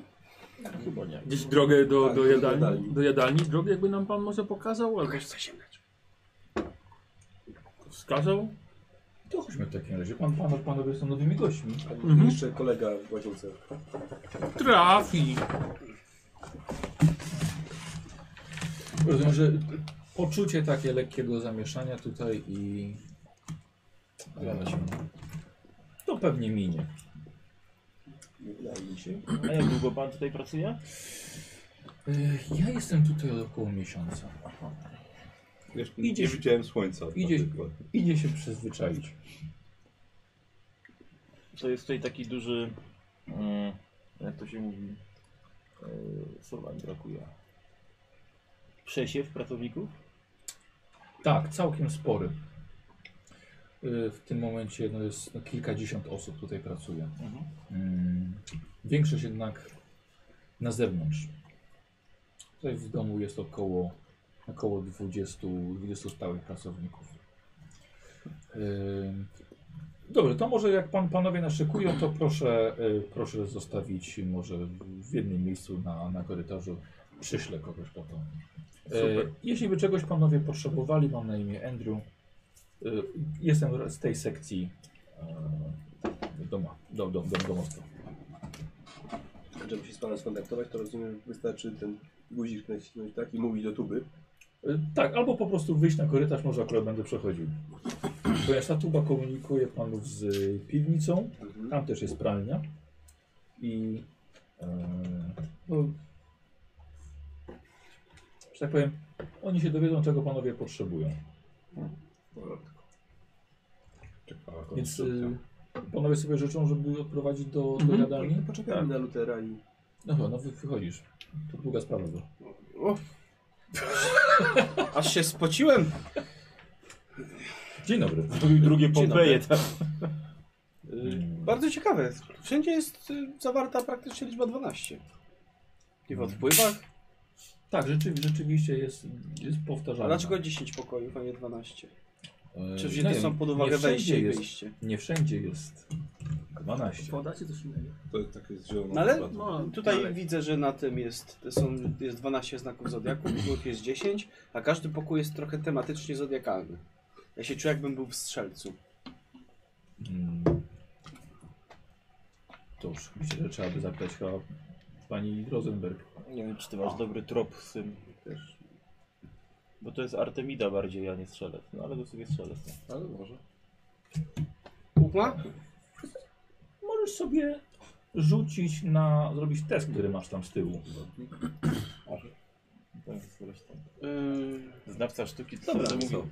Speaker 5: Chyba nie.
Speaker 7: Gdzieś drogę do,
Speaker 8: Tak,
Speaker 7: do,
Speaker 8: do
Speaker 7: jadalni,
Speaker 8: jadalni.
Speaker 7: do jadalni? Drogę jakby nam pan może pokazał albo wskazał?
Speaker 2: To chodźmy w takim razie. Pan, pan, panowie są nowymi gośćmi.
Speaker 7: Mhm.
Speaker 8: Jeszcze kolega w łazience.
Speaker 7: Trafi.
Speaker 2: Rozumiem, że poczucie takie lekkiego zamieszania tutaj i... To pewnie minie.
Speaker 8: Nie wydaje mi się.
Speaker 5: A jak długo pan tutaj pracuje?
Speaker 2: Y, Ja jestem tutaj od około miesiąca.
Speaker 3: Jeszcze
Speaker 2: Idziesz-
Speaker 3: nie widziałem słońca. na
Speaker 2: idziesz-
Speaker 3: przykład.
Speaker 2: Idzie się przyzwyczaić.
Speaker 5: To jest tutaj taki duży... mm, Jak to się mówi? Yy, Słowa mi brakuje. Przesiew pracowników?
Speaker 2: Tak, całkiem spory. Y, W tym momencie no jest no, kilkadziesiąt osób tutaj pracuje.
Speaker 5: Mhm.
Speaker 2: Mm, Większość jednak na zewnątrz. Tutaj w domu jest około, około 20, 20 stałych pracowników. Ym, Dobrze, to może jak pan, panowie naszykują, to proszę, y, proszę zostawić może w- w jednym miejscu na, na korytarzu. Przyślę kogoś potem.
Speaker 7: Super.
Speaker 2: E, jeśli by czegoś panowie potrzebowali, mam na imię Andrew. E, jestem z tej sekcji e, doma, do, do, do, domostwa.
Speaker 8: Żeby się z panem skontaktować, to rozumiem, wystarczy ten guzik nacisnąć tak i mówić do tuby.
Speaker 2: E, tak, albo po prostu wyjść na korytarz, może akurat będę przechodził. Ponieważ ta tuba komunikuje panów z e, piwnicą, tam też jest pralnia. I e, no, tak powiem, oni się dowiedzą, czego panowie potrzebują. Więc y, panowie sobie życzą, żeby odprowadzić do, do jadalni?
Speaker 8: Poczekajmy na Lutera i...
Speaker 2: No chyba, no wy, wychodzisz. To długa sprawa była.
Speaker 6: Aż się spociłem.
Speaker 2: Dzień dobry. E,
Speaker 5: Drugie Pompeje, tak.
Speaker 6: Y, Bardzo ciekawe. Wszędzie jest y, zawarta praktycznie liczba 12. I w odpływach.
Speaker 2: Tak, rzeczy, rzeczywiście jest, jest
Speaker 6: A
Speaker 2: powtarzalne.
Speaker 6: dlaczego 10 pokojów, a nie 12?
Speaker 2: E,
Speaker 6: Czy
Speaker 2: nie
Speaker 6: wzięte
Speaker 2: wiem,
Speaker 6: są pod
Speaker 2: nie
Speaker 6: uwagę
Speaker 2: wszędzie
Speaker 6: wejście i
Speaker 2: jest-
Speaker 6: wyjście?
Speaker 2: Nie wszędzie jest 12.
Speaker 4: Podacie coś innego.
Speaker 3: To jest takie zielono.
Speaker 6: No ale
Speaker 4: No,
Speaker 6: tutaj
Speaker 4: dalej.
Speaker 6: widzę, że na tym jest, są, jest 12 znaków zodiaku, pokojów jest 10, a każdy pokój jest trochę tematycznie zodiakalny. Ja się czuję, jakbym był w strzelcu.
Speaker 2: Mm. To już myślę, że trzeba by zapytać chyba pani Rosenberg.
Speaker 5: Nie wiem, czy ty masz dobry trop z tym. Bo to jest Artemida bardziej, a nie strzelec. No ale go sobie strzelec. No.
Speaker 3: Ale może.
Speaker 6: Pukła?
Speaker 2: Możesz sobie rzucić na, zrobić test, który masz tam z tyłu.
Speaker 5: To jest zresztą.
Speaker 6: Yy,
Speaker 5: Znawca sztuki to
Speaker 6: Dobra,
Speaker 5: co
Speaker 6: no
Speaker 5: mówił.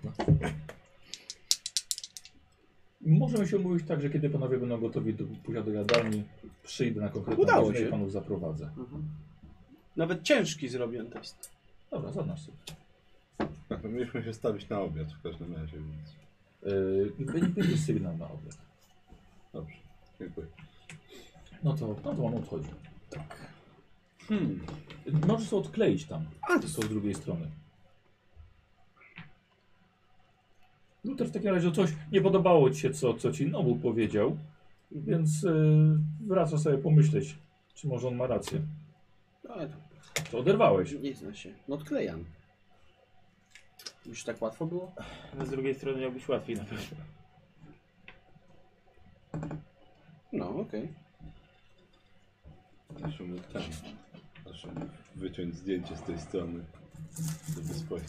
Speaker 2: Możemy się umówić tak, że kiedy panowie będą gotowi do pójścia do jadalni, przyjdę na konkretną
Speaker 6: Udało
Speaker 2: godzinę i
Speaker 6: się.
Speaker 2: panów zaprowadzę.
Speaker 6: nawet ciężki zrobię test.
Speaker 2: Dobra, zaznacz sobie.
Speaker 3: Tak, no mieliśmy się stawić na obiad w każdym razie, więc
Speaker 2: Yy, będzie- będzie sygnał na obiad.
Speaker 3: dobrze. Dziękuję.
Speaker 2: No to, no to on odchodzi. Tak. Hmm. Możesz to odkleić tam. A to są z drugiej strony. Luther No w takim razie coś nie podobało ci się, co, co ci Nobu powiedział, więc yy, wraca sobie pomyśleć, czy może on ma rację.
Speaker 6: No, Ale to
Speaker 2: To oderwałeś.
Speaker 6: nie zna się. No odklejam. Już tak łatwo było?
Speaker 5: No z drugiej strony miałbyś łatwiej na pewno.
Speaker 6: No, okej.
Speaker 3: Muszę mu tam. Muszę mu wyciąć zdjęcie z tej strony. Żeby spojrzeć.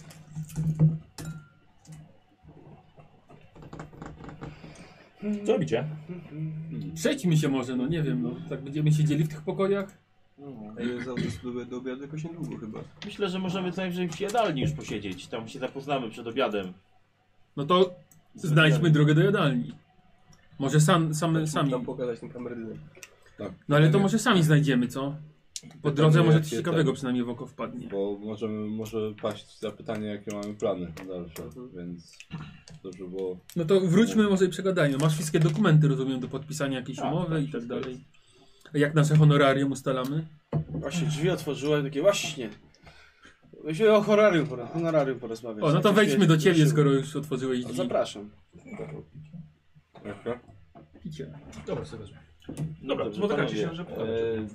Speaker 2: Co robicie?
Speaker 7: Przejdźmy się może, no nie wiem, no tak będziemy siedzieli w tych pokojach.
Speaker 8: Ej, za do, do obiadu jakoś niedługo chyba.
Speaker 5: Myślę, że możemy co najwyżej w jadalni już posiedzieć. Tam się zapoznamy przed obiadem.
Speaker 7: No to znajdźmy drogę do jadalni. Może sam, sam, sami.
Speaker 8: Tam pokazać ten kamerdyner.
Speaker 7: No ale to może sami znajdziemy, co? Po drodze może coś ciekawego przynajmniej w oko wpadnie.
Speaker 3: Bo możemy, może paść zapytanie, jakie mamy plany dalsze,
Speaker 5: Mhm.
Speaker 3: więc dobrze było.
Speaker 7: No to wróćmy może i przegadajmy. Masz wszystkie dokumenty, rozumiem, do podpisania jakiejś umowy i tak dalej. A jak nasze honorarium ustalamy?
Speaker 6: Właśnie drzwi otworzyłem, takie właśnie. Myśmy o horarium, pora- honorarium porozmawiać.
Speaker 7: O, no to
Speaker 6: Tak,
Speaker 7: wejdźmy do ciebie,
Speaker 6: ruszyłem.
Speaker 7: skoro już otworzyłeś drzwi.
Speaker 6: No Zapraszam.
Speaker 3: Jaka?
Speaker 7: Picie. Dobra, sobie wezmę.
Speaker 5: Dobra, No dobrze,
Speaker 1: spotykacie się,
Speaker 5: panowie.
Speaker 1: że
Speaker 5: Eee,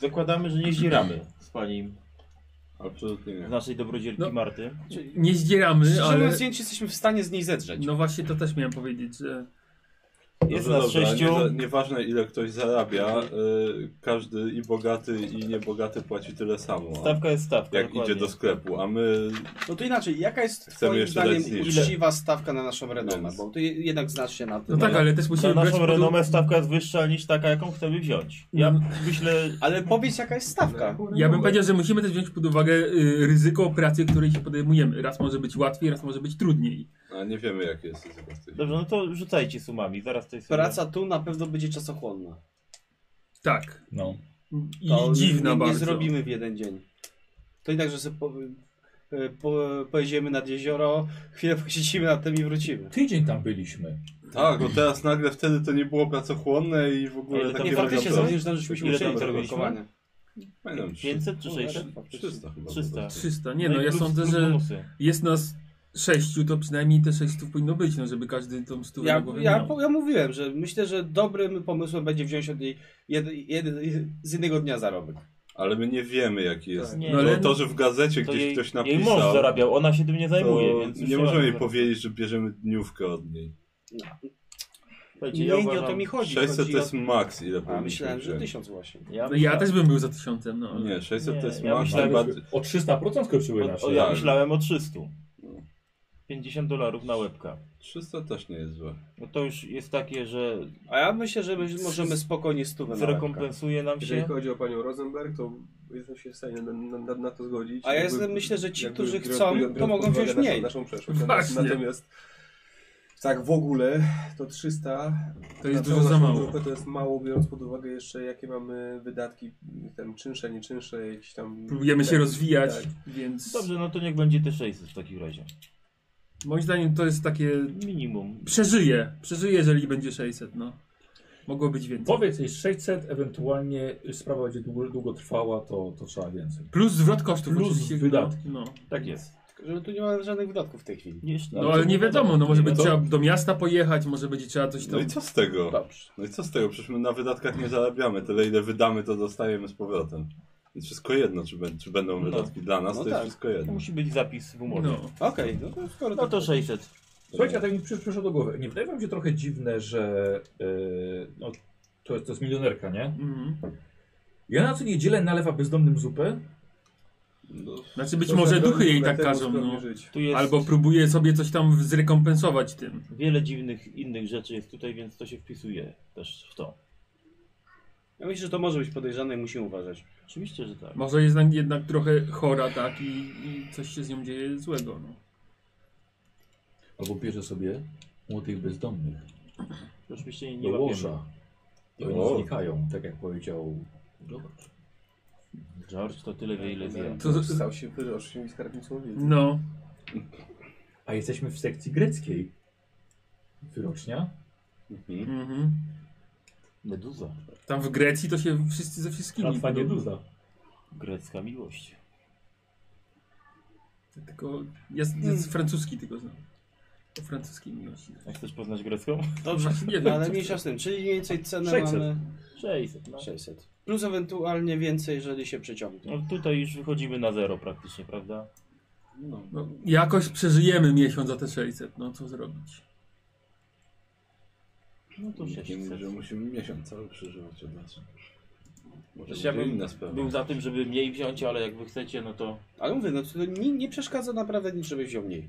Speaker 5: Zakładamy, że nie zdzieramy z pani
Speaker 3: Absolutnie nie.
Speaker 5: z naszej dobrodzielki
Speaker 7: No.
Speaker 5: Marty.
Speaker 7: Nie zdzieramy,
Speaker 6: Szczerze ale...
Speaker 7: ale...
Speaker 6: mówiąc, zdjęcie jesteśmy w stanie z niej zedrzeć.
Speaker 7: No właśnie, to też miałem powiedzieć, że...
Speaker 5: Jest
Speaker 3: Dobrze,
Speaker 5: nas
Speaker 3: dobra,
Speaker 5: sześciu.
Speaker 3: nie za- Nieważne ile ktoś zarabia, y, każdy i bogaty i niebogaty płaci tyle samo. a
Speaker 5: Stawka jest stawka.
Speaker 3: Jak
Speaker 5: Tak, dokładnie.
Speaker 3: idzie do sklepu, a my
Speaker 6: No to inaczej, jaka jest
Speaker 3: Chcemy
Speaker 6: twoim
Speaker 3: jeszcze dać
Speaker 6: zdaniem
Speaker 3: zniżkę.
Speaker 6: uczciwa stawka na naszą renomę?
Speaker 3: Więc-
Speaker 6: Bo ty jednak znasz się na tym.
Speaker 7: No tak, ale też
Speaker 5: Na
Speaker 7: musimy brać
Speaker 5: naszą
Speaker 7: pod...
Speaker 5: renomę stawka jest wyższa niż taka, jaką chcemy wziąć. Ja
Speaker 7: No.
Speaker 5: myślę,
Speaker 6: Ale powiedz, jaka jest stawka.
Speaker 7: Ja bym powiedział, że musimy też wziąć pod uwagę y, ryzyko pracy, której się podejmujemy. Raz może być łatwiej, raz może być trudniej.
Speaker 3: a nie wiemy jakie jest ryzyko z tych.
Speaker 5: Dobrze, no to rzucajcie sumami, zaraz to jest.
Speaker 6: Praca tu na pewno będzie czasochłonna.
Speaker 7: Tak.
Speaker 2: No.
Speaker 7: I
Speaker 6: To
Speaker 7: dziwna
Speaker 6: nie,
Speaker 7: bardzo.
Speaker 6: nie zrobimy w jeden dzień. To i tak, że sobie po, e, po, pojedziemy nad jezioro, chwilę posiedzimy nad tym i wrócimy.
Speaker 2: Tydzień tam byliśmy.
Speaker 3: Tak, bo teraz nagle wtedy to nie było pracochłonne i w ogóle
Speaker 5: Ile tam
Speaker 3: takie
Speaker 6: Nie, faktycznie
Speaker 3: mega
Speaker 6: zauważyłem, że żeśmy
Speaker 5: Ile
Speaker 6: musieli
Speaker 5: tam
Speaker 6: to
Speaker 5: zrobiliśmy?
Speaker 6: blokowanie.
Speaker 3: Pamiętam,
Speaker 5: 500 czy 600?
Speaker 3: 300 chyba.
Speaker 5: 300.
Speaker 7: 300. Nie no,
Speaker 5: i
Speaker 7: ja
Speaker 5: plus-
Speaker 7: sądzę,
Speaker 5: plus
Speaker 7: że
Speaker 5: bonusy.
Speaker 7: jest nas sześciu, to przynajmniej te sześciu powinno być, no żeby każdy tą stówę na
Speaker 6: Ja,
Speaker 7: głowę
Speaker 6: ja,
Speaker 7: miał.
Speaker 6: ja mówiłem, że myślę, że dobrym pomysłem będzie wziąć od niej jed, jed, z jednego dnia zarobek.
Speaker 3: Ale my nie wiemy jaki jest.
Speaker 5: Nie,
Speaker 7: No ale-
Speaker 3: Bo to, że w gazecie
Speaker 5: to
Speaker 3: gdzieś
Speaker 5: jej,
Speaker 3: ktoś
Speaker 5: jej
Speaker 3: napisał,
Speaker 5: mąż zarabiał, ona się tym nie zajmuje,
Speaker 3: to
Speaker 5: więc już
Speaker 3: nie możemy jej
Speaker 5: ma-
Speaker 3: powiedzieć, że bierzemy dniówkę od niej.
Speaker 5: Słuchajcie,
Speaker 6: Nie,
Speaker 5: ja
Speaker 6: nie
Speaker 5: uważam,
Speaker 6: o to mi chodzi.
Speaker 3: 600
Speaker 6: chodzi
Speaker 3: to jest
Speaker 6: o...
Speaker 3: maks ile
Speaker 6: A
Speaker 3: powinniśmy
Speaker 6: myślałem, że
Speaker 3: wziąć.
Speaker 6: 1000 właśnie.
Speaker 5: Ja,
Speaker 7: No ja też bym był za tysiącem, no. ale-
Speaker 3: Nie, 600 to jest
Speaker 5: Nie, ja
Speaker 3: maks
Speaker 5: myślałem,
Speaker 3: najbardziej...
Speaker 2: O 300% skończyły
Speaker 5: o,
Speaker 2: nasze.
Speaker 5: o, ja
Speaker 3: tak.
Speaker 5: myślałem o 300. 50 dolarów na łebka.
Speaker 3: 300 też nie jest złe.
Speaker 5: No to już jest takie, że
Speaker 6: A ja myślę, że my możemy spokojnie stówę na łebka.
Speaker 5: zrekompensuje nam
Speaker 8: Jeżeli
Speaker 5: się.
Speaker 8: chodzi o panią Rosenberg, to jestem się w stanie na, na, na, na to zgodzić.
Speaker 6: A ja
Speaker 8: Jakby-
Speaker 6: jestem, myślę, że ci,
Speaker 8: jakby
Speaker 6: którzy
Speaker 8: biorąc-
Speaker 6: chcą,
Speaker 8: biorąc
Speaker 6: to
Speaker 8: pod
Speaker 6: mogą
Speaker 8: uwagę
Speaker 6: wziąć
Speaker 8: naszą-
Speaker 6: mniej.
Speaker 8: Naszą przeszłość.
Speaker 7: Właśnie.
Speaker 8: Natomiast tak w ogóle to 300
Speaker 7: To jest
Speaker 8: na
Speaker 7: dużo
Speaker 8: całą
Speaker 7: za
Speaker 8: naszą
Speaker 7: mało.
Speaker 8: grupę To jest mało, biorąc pod uwagę jeszcze jakie mamy wydatki, tam czynsze, nie czynsze, jakieś tam...
Speaker 7: Próbujemy się
Speaker 8: tak,
Speaker 7: rozwijać,
Speaker 8: tak.
Speaker 7: więc
Speaker 5: Dobrze, no to niech będzie te 600 w takim razie.
Speaker 7: moim zdaniem to jest takie...
Speaker 5: Minimum.
Speaker 7: Przeżyje, przeżyje, jeżeli będzie 600, no. Mogło być więcej.
Speaker 2: Powiedz, jest 600, ewentualnie sprawa będzie długo, długo trwała, to, to trzeba więcej.
Speaker 7: Plus zwrot kosztów
Speaker 2: Plus
Speaker 7: oczywiście.
Speaker 2: wydatki.
Speaker 7: No,
Speaker 5: Tak jest.
Speaker 6: Tylko, Że tu nie ma żadnych wydatków w tej chwili.
Speaker 5: Nie,
Speaker 7: no. no ale nie wiadomo, no może
Speaker 5: Nie
Speaker 7: być
Speaker 5: wiadomo.
Speaker 7: trzeba do miasta pojechać, może będzie trzeba coś
Speaker 3: No
Speaker 7: tam...
Speaker 3: i co z tego? No i co z tego? Przecież my na wydatkach nie zarabiamy. Tyle ile wydamy, to dostajemy z powrotem. Jest wszystko jedno, czy, bę- czy będą wydatki dla nas,
Speaker 5: No
Speaker 3: to jest
Speaker 5: tak.
Speaker 3: wszystko jedno.
Speaker 5: Musi być zapis w umowie.
Speaker 7: No.
Speaker 6: Okej, no to skoro
Speaker 5: No to 600.
Speaker 2: Słuchajcie, a tak mi przysz- przyszło do głowy. Nie wydaje wam się trochę dziwne, że yy, no, to, jest, to jest milionerka, nie?
Speaker 7: Mhm.
Speaker 2: Ja na co niedzielę nalewa bezdomnym zupę,
Speaker 7: Znaczy być
Speaker 8: To
Speaker 7: może
Speaker 8: zagrozi
Speaker 7: duchy jej tak
Speaker 8: temu
Speaker 7: każą,
Speaker 8: skromnie
Speaker 7: no.
Speaker 8: żyć.
Speaker 5: Tu jest
Speaker 7: Albo próbuje sobie coś tam zrekompensować tym.
Speaker 5: wiele dziwnych innych rzeczy jest tutaj, więc to się wpisuje też w to.
Speaker 6: Ja myślę, że to może być podejrzane i musimy uważać.
Speaker 5: Oczywiście, że tak.
Speaker 7: Może jest jednak- jednak trochę chora, tak, i, i coś się z nią dzieje złego, no.
Speaker 2: albo bierze sobie młodych bezdomnych
Speaker 5: To Oczywiście nie
Speaker 2: do
Speaker 5: łapiemy.
Speaker 2: łoża. I oni
Speaker 3: O.
Speaker 2: znikają, tak jak powiedział George.
Speaker 5: George to tyle wie ile wie.
Speaker 7: To-
Speaker 8: Stał się wyrocznym i skarbnicą wiedzy.
Speaker 7: No,
Speaker 2: A jesteśmy w sekcji greckiej. Wyrocznia?
Speaker 3: Mhm.
Speaker 7: mhm.
Speaker 5: Meduza.
Speaker 7: Tam w Grecji to się wszyscy ze wszystkimi...
Speaker 2: Łatwa
Speaker 7: podobno.
Speaker 2: nieduza.
Speaker 5: Grecka miłość.
Speaker 7: Tylko jest, jest francuski tylko znam. Po francuskiej miłości.
Speaker 5: Jak chcesz poznać grecką?
Speaker 7: Dobrze, nie
Speaker 6: No,
Speaker 7: wiem.
Speaker 6: ale
Speaker 7: co-
Speaker 6: mniejsza z tym, czyli mniej więcej cenę
Speaker 2: 600.
Speaker 6: mamy
Speaker 5: 600. No.
Speaker 6: 600. Plus ewentualnie więcej, jeżeli się przeciągnie.
Speaker 5: no tutaj już wychodzimy na zero praktycznie, prawda?
Speaker 7: No, jakoś przeżyjemy miesiąc za te 600, no co zrobić.
Speaker 5: No to
Speaker 3: Nikt nie mówi,
Speaker 5: 600.
Speaker 3: że musimy miesiąc cały przeżywać od nas. Może
Speaker 5: Znaczy, ja
Speaker 3: będzie
Speaker 5: bym
Speaker 3: inna sprawa.
Speaker 5: Był za tym, żeby mniej wziąć, ale jakby chcecie, no to
Speaker 6: Ale mówię, no to nie, nie przeszkadza naprawdę nic, żebyś wziął mniej.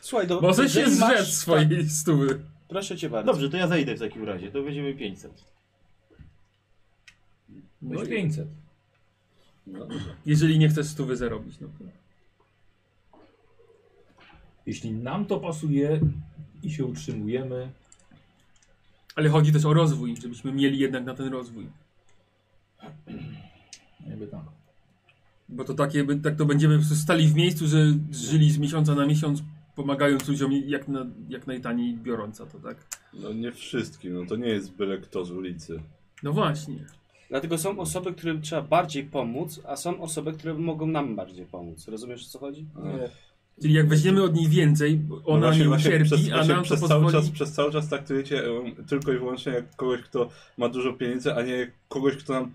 Speaker 6: Słuchaj, do,
Speaker 7: Może się
Speaker 6: No, jeżeli masz- tak-
Speaker 7: zrzec swojej stóły.
Speaker 6: Proszę cię bardzo.
Speaker 5: Dobrze, to ja zejdę w takim razie, to będziemy 500.
Speaker 2: No 500.
Speaker 3: No dobrze.
Speaker 7: Jeżeli nie chcesz stówy zarobić, no to...
Speaker 2: Jeśli nam to pasuje i się utrzymujemy,
Speaker 7: Ale chodzi też o rozwój, żebyśmy mieli jednak na ten rozwój.
Speaker 2: no jakby tak. tam.
Speaker 7: Bo to takie, by- tak to będziemy po prostu stali w miejscu, że żyli z miesiąca na miesiąc, pomagając ludziom jak, na, jak najtaniej biorąca to, tak?
Speaker 3: No nie wszystkim, no to nie jest byle kto z ulicy.
Speaker 7: No właśnie.
Speaker 6: Dlatego są osoby, którym trzeba bardziej pomóc, a są osoby, które mogą nam bardziej pomóc. Rozumiesz o co chodzi?
Speaker 8: Nie.
Speaker 7: Czyli jak weźmiemy od niej więcej, bo
Speaker 3: No
Speaker 7: ona nie ucierpi,
Speaker 3: przez,
Speaker 7: a
Speaker 3: właśnie
Speaker 7: nam to
Speaker 3: przez,
Speaker 7: pozwoli...
Speaker 3: cały czas, przez cały czas traktujecie em, tylko i wyłącznie jak kogoś, kto ma dużo pieniędzy, a nie kogoś, kto nam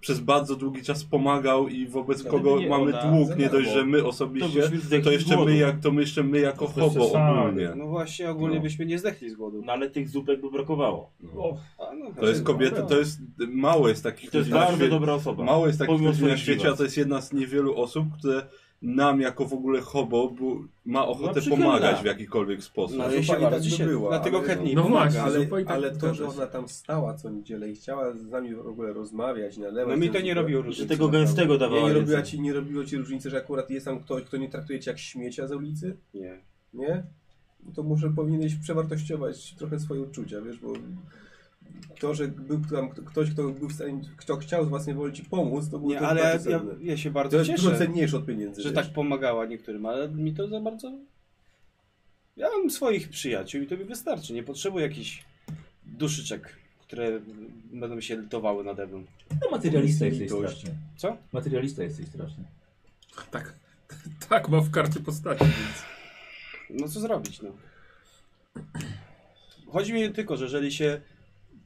Speaker 3: przez bardzo długi czas pomagał i wobec kogo
Speaker 5: nie,
Speaker 3: mamy
Speaker 5: ona
Speaker 3: dług,
Speaker 5: za
Speaker 3: nie dość,
Speaker 5: darmo.
Speaker 3: że my
Speaker 5: To byśmy
Speaker 3: osobiście, to,
Speaker 5: zdechli z
Speaker 3: jeszcze
Speaker 5: głodu.
Speaker 3: my, jak, to my jeszcze my jako
Speaker 2: To jest
Speaker 3: hobo
Speaker 2: przesada.
Speaker 3: ogólnie.
Speaker 6: No właśnie, ogólnie
Speaker 3: No.
Speaker 6: byśmy nie zdechli z głodu.
Speaker 5: No ale tych zupek by brakowało.
Speaker 3: No.
Speaker 6: A, no,
Speaker 3: To jest kobieta, to jest mało jest
Speaker 5: I
Speaker 3: takich
Speaker 5: Znaczy, tak. to
Speaker 3: ludzi na
Speaker 5: jest bardzo
Speaker 3: świecie.
Speaker 5: dobra osoba.
Speaker 3: Mało jest takich
Speaker 5: Pomimo
Speaker 3: ludzi na
Speaker 5: swoich
Speaker 3: świecie,
Speaker 5: dziwac.
Speaker 3: a to jest jedna z niewielu osób, które nam jako w ogóle hobo bu- ma ochotę
Speaker 5: przychylna.
Speaker 3: pomagać w jakikolwiek sposób.
Speaker 6: No,
Speaker 8: A
Speaker 6: ale
Speaker 8: zupa
Speaker 6: się
Speaker 8: i
Speaker 6: bardzo
Speaker 8: tak by
Speaker 6: się,
Speaker 8: była,
Speaker 6: dlatego
Speaker 8: ale-
Speaker 6: chętniej
Speaker 7: No
Speaker 6: pomaga.
Speaker 7: właśnie.
Speaker 8: Ale,
Speaker 7: zupa i tak
Speaker 8: ale to, że
Speaker 7: pokazać.
Speaker 8: ona tam stała co niedzielę i chciała z nami w ogóle rozmawiać, nalewać...
Speaker 6: No mi to
Speaker 8: tę
Speaker 6: nie
Speaker 8: zupę,
Speaker 6: robiło
Speaker 5: Że
Speaker 6: różnicy.
Speaker 5: tego
Speaker 6: naprawdę.
Speaker 5: gęstego
Speaker 8: Nie,
Speaker 5: dawała
Speaker 8: nie, robiła
Speaker 5: więcej.
Speaker 8: ci, nie robiło ci różnicy, że akurat jest tam ktoś, kto nie traktuje cię jak śmiecia z ulicy?
Speaker 6: Nie.
Speaker 8: nie? To może powinieneś przewartościować trochę swoje uczucia, wiesz, bo to, że był tam k- ktoś, kto był w stanie, kto chciał z was niewoli ci pomóc, to było
Speaker 6: Nie,
Speaker 8: to
Speaker 6: ale
Speaker 8: bardzo
Speaker 6: ja, ja,
Speaker 8: cenne.
Speaker 6: ja się
Speaker 8: to
Speaker 6: bardzo
Speaker 8: jest dużo
Speaker 6: cieszę,
Speaker 8: cenniejsze od pieniędzy.
Speaker 6: że
Speaker 8: wiesz.
Speaker 6: tak pomagała niektórym, ale mi to za bardzo... Ja mam swoich przyjaciół i to mi wystarczy. Nie potrzebuję jakichś duszyczek, które będą się litowały nade mną.
Speaker 2: No materialista jesteś
Speaker 8: Litość.
Speaker 2: straszny.
Speaker 6: Co?
Speaker 2: Materialista jesteś straszny.
Speaker 7: Tak, tak ma w karcie postaci, więc...
Speaker 6: No co zrobić, no. Chodzi mi tylko, że jeżeli się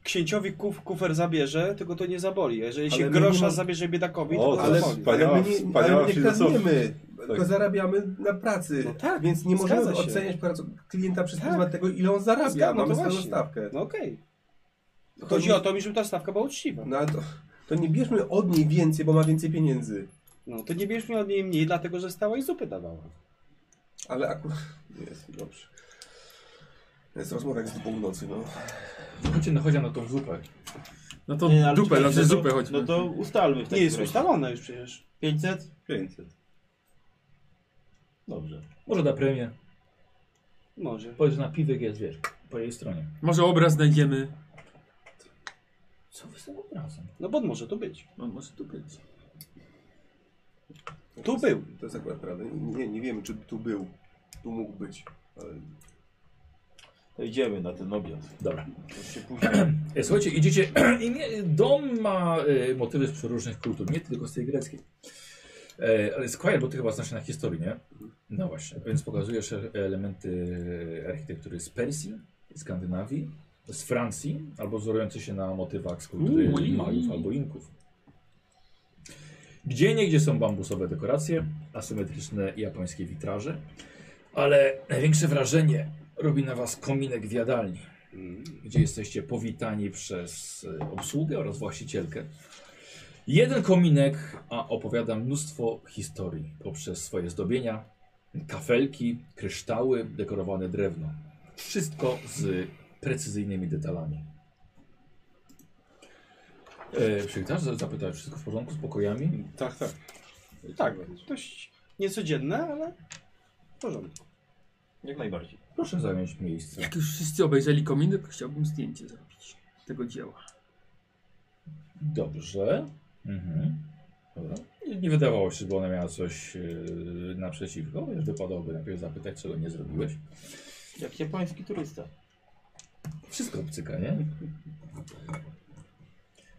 Speaker 6: księciowi kuf, kufer zabierze, tylko to nie zaboli. A Jeżeli
Speaker 8: Ale
Speaker 6: się
Speaker 8: my nie
Speaker 6: grosza
Speaker 8: mam-
Speaker 6: zabierze biedakowi,
Speaker 3: O,
Speaker 6: to
Speaker 3: ale
Speaker 6: to zaboli.
Speaker 3: wspaniale.
Speaker 8: ale my nie,
Speaker 3: Wspaniała-
Speaker 8: ale my nie
Speaker 3: wspaniała
Speaker 8: kradniemy, tylko
Speaker 3: Tak.
Speaker 8: zarabiamy na pracy,
Speaker 6: No tak,
Speaker 8: więc nie
Speaker 6: zgadza
Speaker 8: możemy
Speaker 6: się.
Speaker 8: oceniać prac- klienta przez
Speaker 6: Tak.
Speaker 8: pryzmat tego, ile on zarabia,
Speaker 6: Zgadza, no
Speaker 8: mamy
Speaker 6: to
Speaker 8: swoją
Speaker 6: właśnie.
Speaker 8: stawkę.
Speaker 6: No okej.
Speaker 8: To
Speaker 6: Chodzi
Speaker 8: nie-
Speaker 6: o to mi, żeby ta stawka była uczciwa.
Speaker 8: No ale to, to nie bierzmy od niej więcej, bo ma więcej pieniędzy.
Speaker 6: No to nie bierzmy od niej mniej, dlatego że stała i zupy dawała.
Speaker 8: Ale akurat... Jest, dobrze. Jest rozmowa jak z dupą w nocy, no.
Speaker 2: Chodźcie na, chodźcie na tą zupę.
Speaker 7: No to
Speaker 5: Nie, no, ale
Speaker 7: dupę,
Speaker 5: czekajcie,
Speaker 7: znaczy
Speaker 5: no to-
Speaker 7: zupę chodźmy.
Speaker 5: No to ustalmy w
Speaker 6: Nie
Speaker 5: takim
Speaker 6: jest
Speaker 5: razie.
Speaker 6: ustalone już przecież.
Speaker 5: 500?
Speaker 3: 500.
Speaker 5: Dobrze.
Speaker 2: Może da premię.
Speaker 6: Może.
Speaker 2: Powiedz na piwek jest, wiesz, po jej stronie.
Speaker 7: Może obraz znajdziemy.
Speaker 2: Co wy z tym obrazem?
Speaker 6: No bo może tu być.
Speaker 7: No może tu być.
Speaker 6: Tu był.
Speaker 8: To jest akurat prawda. Nie, nie wiemy, czy tu był. Tu mógł być. Ale
Speaker 5: To idziemy na ten obiad.
Speaker 2: Dobra.
Speaker 5: To się później.
Speaker 2: E, Słuchajcie, idziecie. I nie, dom ma e, motywy z przeróżnych kultur, nie tylko z tej greckiej. E, ale Squire, bo ty chyba znasz się na historii, nie? No właśnie, więc pokazujesz e- elementy architektury z Persji, Skandynawii, z Francji, albo wzorujące się na motywach z kultury
Speaker 7: Ui.
Speaker 2: Majów albo Inków. Gdzie niegdzie są bambusowe dekoracje, asymetryczne japońskie witraże, ale największe wrażenie robi na was kominek w jadalni gdzie jesteście powitani przez e, obsługę oraz właścicielkę. Jeden kominek a opowiada mnóstwo historii poprzez swoje zdobienia, kafelki, kryształy, dekorowane drewno. Wszystko z precyzyjnymi detalami. E, Przywitasz, za- zapytałeś, wszystko w porządku z pokojami?
Speaker 8: tak, tak.
Speaker 6: Tak, dość niecodzienne, ale w porządku.
Speaker 5: Jak najbardziej.
Speaker 2: Proszę zająć miejsce.
Speaker 7: Jak już wszyscy obejrzeli kominy, to chciałbym zdjęcie zrobić tego dzieła.
Speaker 2: Dobrze. Mhm. Dobra. Nie, nie wydawało się, żeby ona miała coś yy, naprzeciwko, chociaż wypadałoby najpierw zapytać, czego nie zrobiłeś.
Speaker 5: Jak japoński turysta.
Speaker 2: Wszystko obcyka, nie?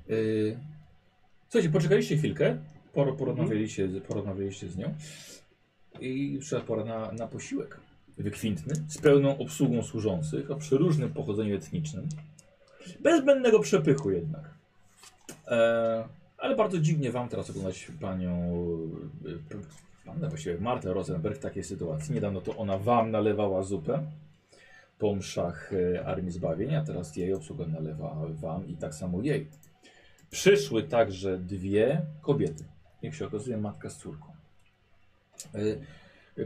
Speaker 2: Yy, słuchajcie, poczekaliście chwilkę, poro, porozmawialiście, z- porozmawialiście z nią i przyszła pora na, na posiłek wykwintny, z pełną obsługą służących, o przeróżnym pochodzeniu etnicznym. Bez zbędnego przepychu jednak. E, ale bardzo dziwnie wam teraz oglądać panią, y, p- pannę właściwie, Martę Rosenberg w takiej sytuacji. Niedawno to ona wam nalewała zupę po mszach e, Armii Zbawienia, teraz jej obsługa nalewa wam i tak samo jej. Przyszły także dwie kobiety. Jak się okazuje, matka z córką. E,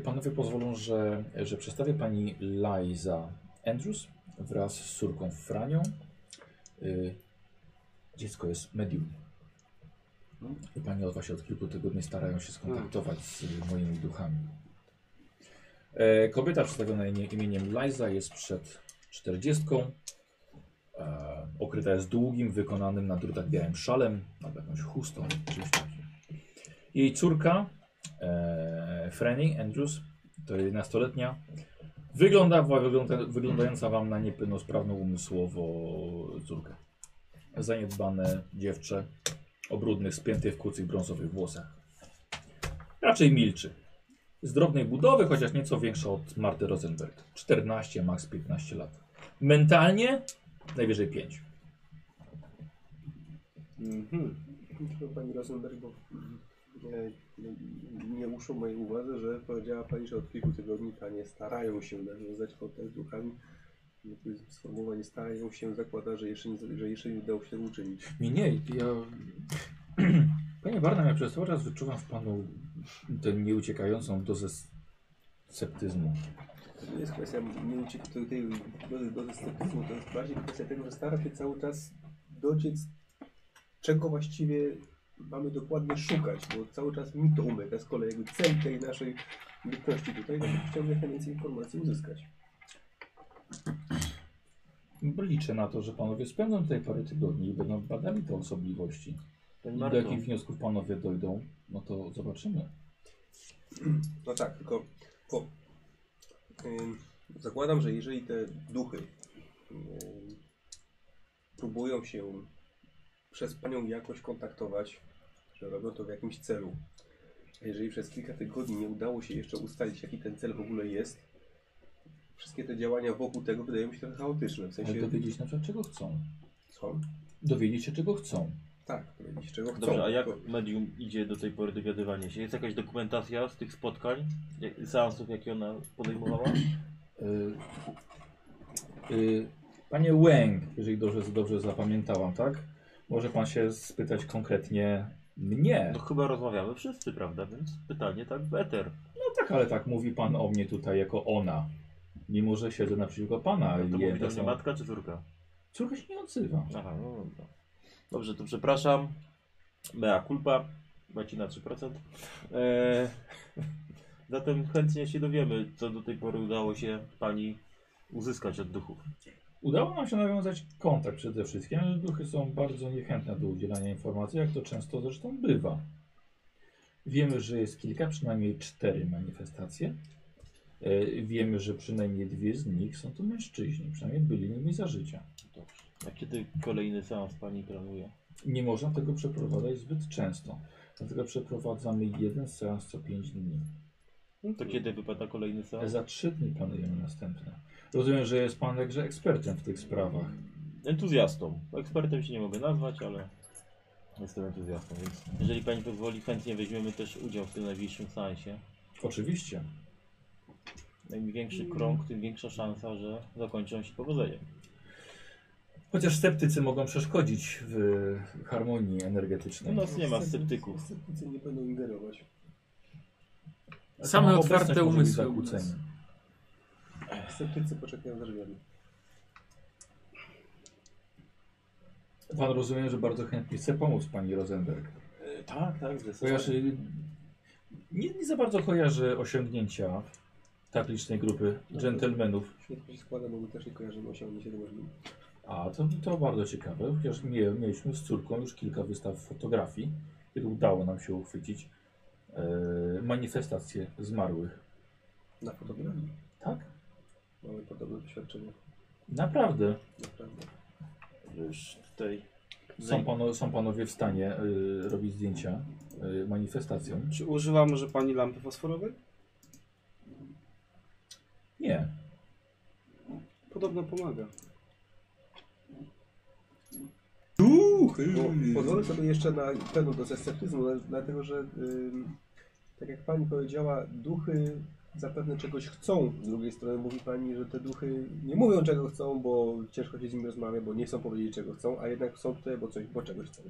Speaker 2: Panowie pozwolą, że, że przedstawię pani Liza Andrews wraz z córką Franią. E, Dziecko jest medium. I pani Olwa się od kilku tygodni starają się skontaktować z moimi duchami. E, Kobieta przedstawiona imię- imieniem Liza jest przed 40. E, okryta jest długim, wykonanym na drutach białym szalem, albo jakąś chustą, czymś takim. Jej córka, e, Franny Andrews, to 11-letnia, wygląda, wygląda, wyglądająca wam na niepełnosprawną umysłowo córkę. Zaniedbane dziewczę o brudnych, spiętych w kucych brązowych włosach. Raczej milczy. Z drobnej budowy, chociaż nieco większa od Marty Rosenberg. 14, max 15 lat. Mentalnie najwyżej 5.
Speaker 6: Mhm.
Speaker 8: Pani Rosenberg, bo nie, nie, nie uszło mojej uwadze, że powiedziała Pani, że od kilku tygodni Panie starają się nawiązać kontakt z duchami. No to jest Sformułowanie starają się zakłada, że jeszcze nie, że jeszcze nie udało się uczynić.
Speaker 2: Nie, nie, ja... Panie Barnum, ja przez cały czas wyczuwam w panu tę nieuciekającą dozę sceptyzmu.
Speaker 8: To nie jest kwestia mięcie tej do, do dystyptyzmu, to jest bardziej kwestia tego, że stara się cały czas dociec, czego właściwie mamy dokładnie szukać, bo cały czas mi to umyka z kolei jakby cel tej naszej bytności tutaj, no to chciałbym jak najwięcej informacji uzyskać.
Speaker 2: Liczę na to, że panowie spędzą tutaj parę tygodni i będą badali te osobliwości. I do
Speaker 5: Marto.
Speaker 2: jakich wniosków panowie dojdą, no to zobaczymy.
Speaker 8: No tak, tylko po, ym, zakładam, że jeżeli te duchy ym, próbują się przez panią jakoś kontaktować, że robią to w jakimś celu, a jeżeli przez kilka tygodni nie udało się jeszcze ustalić, jaki ten cel w ogóle jest, wszystkie te działania wokół tego wydają mi się trochę chaotyczne. W
Speaker 2: Ale
Speaker 8: sensie,
Speaker 2: dowiedzieć na przykład czego chcą.
Speaker 8: co?
Speaker 2: Dowiedzieć się czego chcą.
Speaker 8: Tak, dowiedzieć czego chcą.
Speaker 5: Dobrze, a jak
Speaker 8: tylko-
Speaker 5: medium idzie do tej pory dowiadywanie się? Jest jakaś dokumentacja z tych spotkań? Jak- Seansów, jakie ona podejmowała?
Speaker 2: Y, y, Panie Łęk, jeżeli dobrze, dobrze zapamiętałam, tak? Może pan się spytać konkretnie, Mnie.
Speaker 5: No chyba rozmawiamy wszyscy, prawda? Więc pytanie tak w eter.
Speaker 2: No tak, ale tak mówi pan o mnie tutaj jako ona. Mimo, że siedzę naprzeciwko pana.
Speaker 5: No to
Speaker 2: i
Speaker 5: mówi do
Speaker 2: to
Speaker 5: mnie
Speaker 2: są-
Speaker 5: matka czy córka?
Speaker 2: Córka się nie odzywa.
Speaker 5: Aha, no dobra. Dobrze, to przepraszam. Mea culpa. Macie na 3%. Eee, zatem chętnie się dowiemy, co do tej pory udało się pani uzyskać od duchów.
Speaker 2: Udało nam się nawiązać kontakt przede wszystkim, ale duchy są bardzo niechętne do udzielania informacji, jak to często zresztą bywa. Wiemy, że jest kilka, przynajmniej cztery manifestacje. E, Wiemy, że przynajmniej dwie z nich są to mężczyźni, przynajmniej byli nimi za życia.
Speaker 5: A kiedy kolejny seans pani planuje?
Speaker 2: Nie można tego przeprowadzać zbyt często, dlatego przeprowadzamy jeden seans co pięć dni.
Speaker 5: No To kiedy wypada kolejny seans?
Speaker 2: Za trzy dni planujemy następne. Rozumiem, że jest pan także ekspertem w tych sprawach.
Speaker 5: Entuzjastą. Ekspertem się nie mogę nazwać, ale jestem entuzjastą, więc jeżeli pani pozwoli, chętnie weźmiemy też udział w tym najbliższym seansie.
Speaker 2: Oczywiście.
Speaker 5: Im większy krąg, tym większa szansa, że zakończy on się powodzeniem.
Speaker 2: Chociaż sceptycy mogą przeszkodzić w harmonii
Speaker 5: U
Speaker 2: energetycznej.
Speaker 7: No,
Speaker 5: nas nie ma sceptyków.
Speaker 8: Sceptycy nie będą ingerować.
Speaker 7: Same
Speaker 2: Sama
Speaker 7: otwarte
Speaker 2: obecność może być
Speaker 7: umysły.
Speaker 2: zakłóceniem.
Speaker 8: Sceptycy poczekają za drzwiami.
Speaker 2: Pan rozumie, że bardzo chętnie chce pomóc pani Rosenberg.
Speaker 5: Tak, tak, zdecydowanie.
Speaker 2: Kojarzy, nie, nie za bardzo kojarzę osiągnięcia tak licznej grupy dżentelmenów.
Speaker 8: Świetnie się składa, bo my też nie kojarzymy osiągnięć jednego
Speaker 2: A to, to bardzo ciekawe, chociaż mie- mieliśmy z córką już kilka wystaw fotografii, kiedy udało nam się uchwycić e, manifestacje zmarłych.
Speaker 8: na fotografii.
Speaker 2: Tak?
Speaker 8: Mamy podobne doświadczenia.
Speaker 2: Naprawdę.
Speaker 8: Naprawdę.
Speaker 5: Już tutaj
Speaker 2: Są, pano, są panowie w stanie y, robić zdjęcia y, manifestacjom?
Speaker 6: Czy używa może pani lampy fosforowej?
Speaker 2: Nie.
Speaker 6: Podobno pomaga.
Speaker 3: Mhm.
Speaker 8: Bo Pozwolę sobie jeszcze na pewno do sceptycyzmu, dla- dlatego że ym, tak jak pani powiedziała, duchy zapewne czegoś chcą. Z drugiej strony mówi pani, że te duchy nie mówią czego chcą, bo ciężko się z nimi rozmawia, bo nie chcą powiedzieć czego chcą, a jednak są tutaj, bo coś, bo czegoś chcą.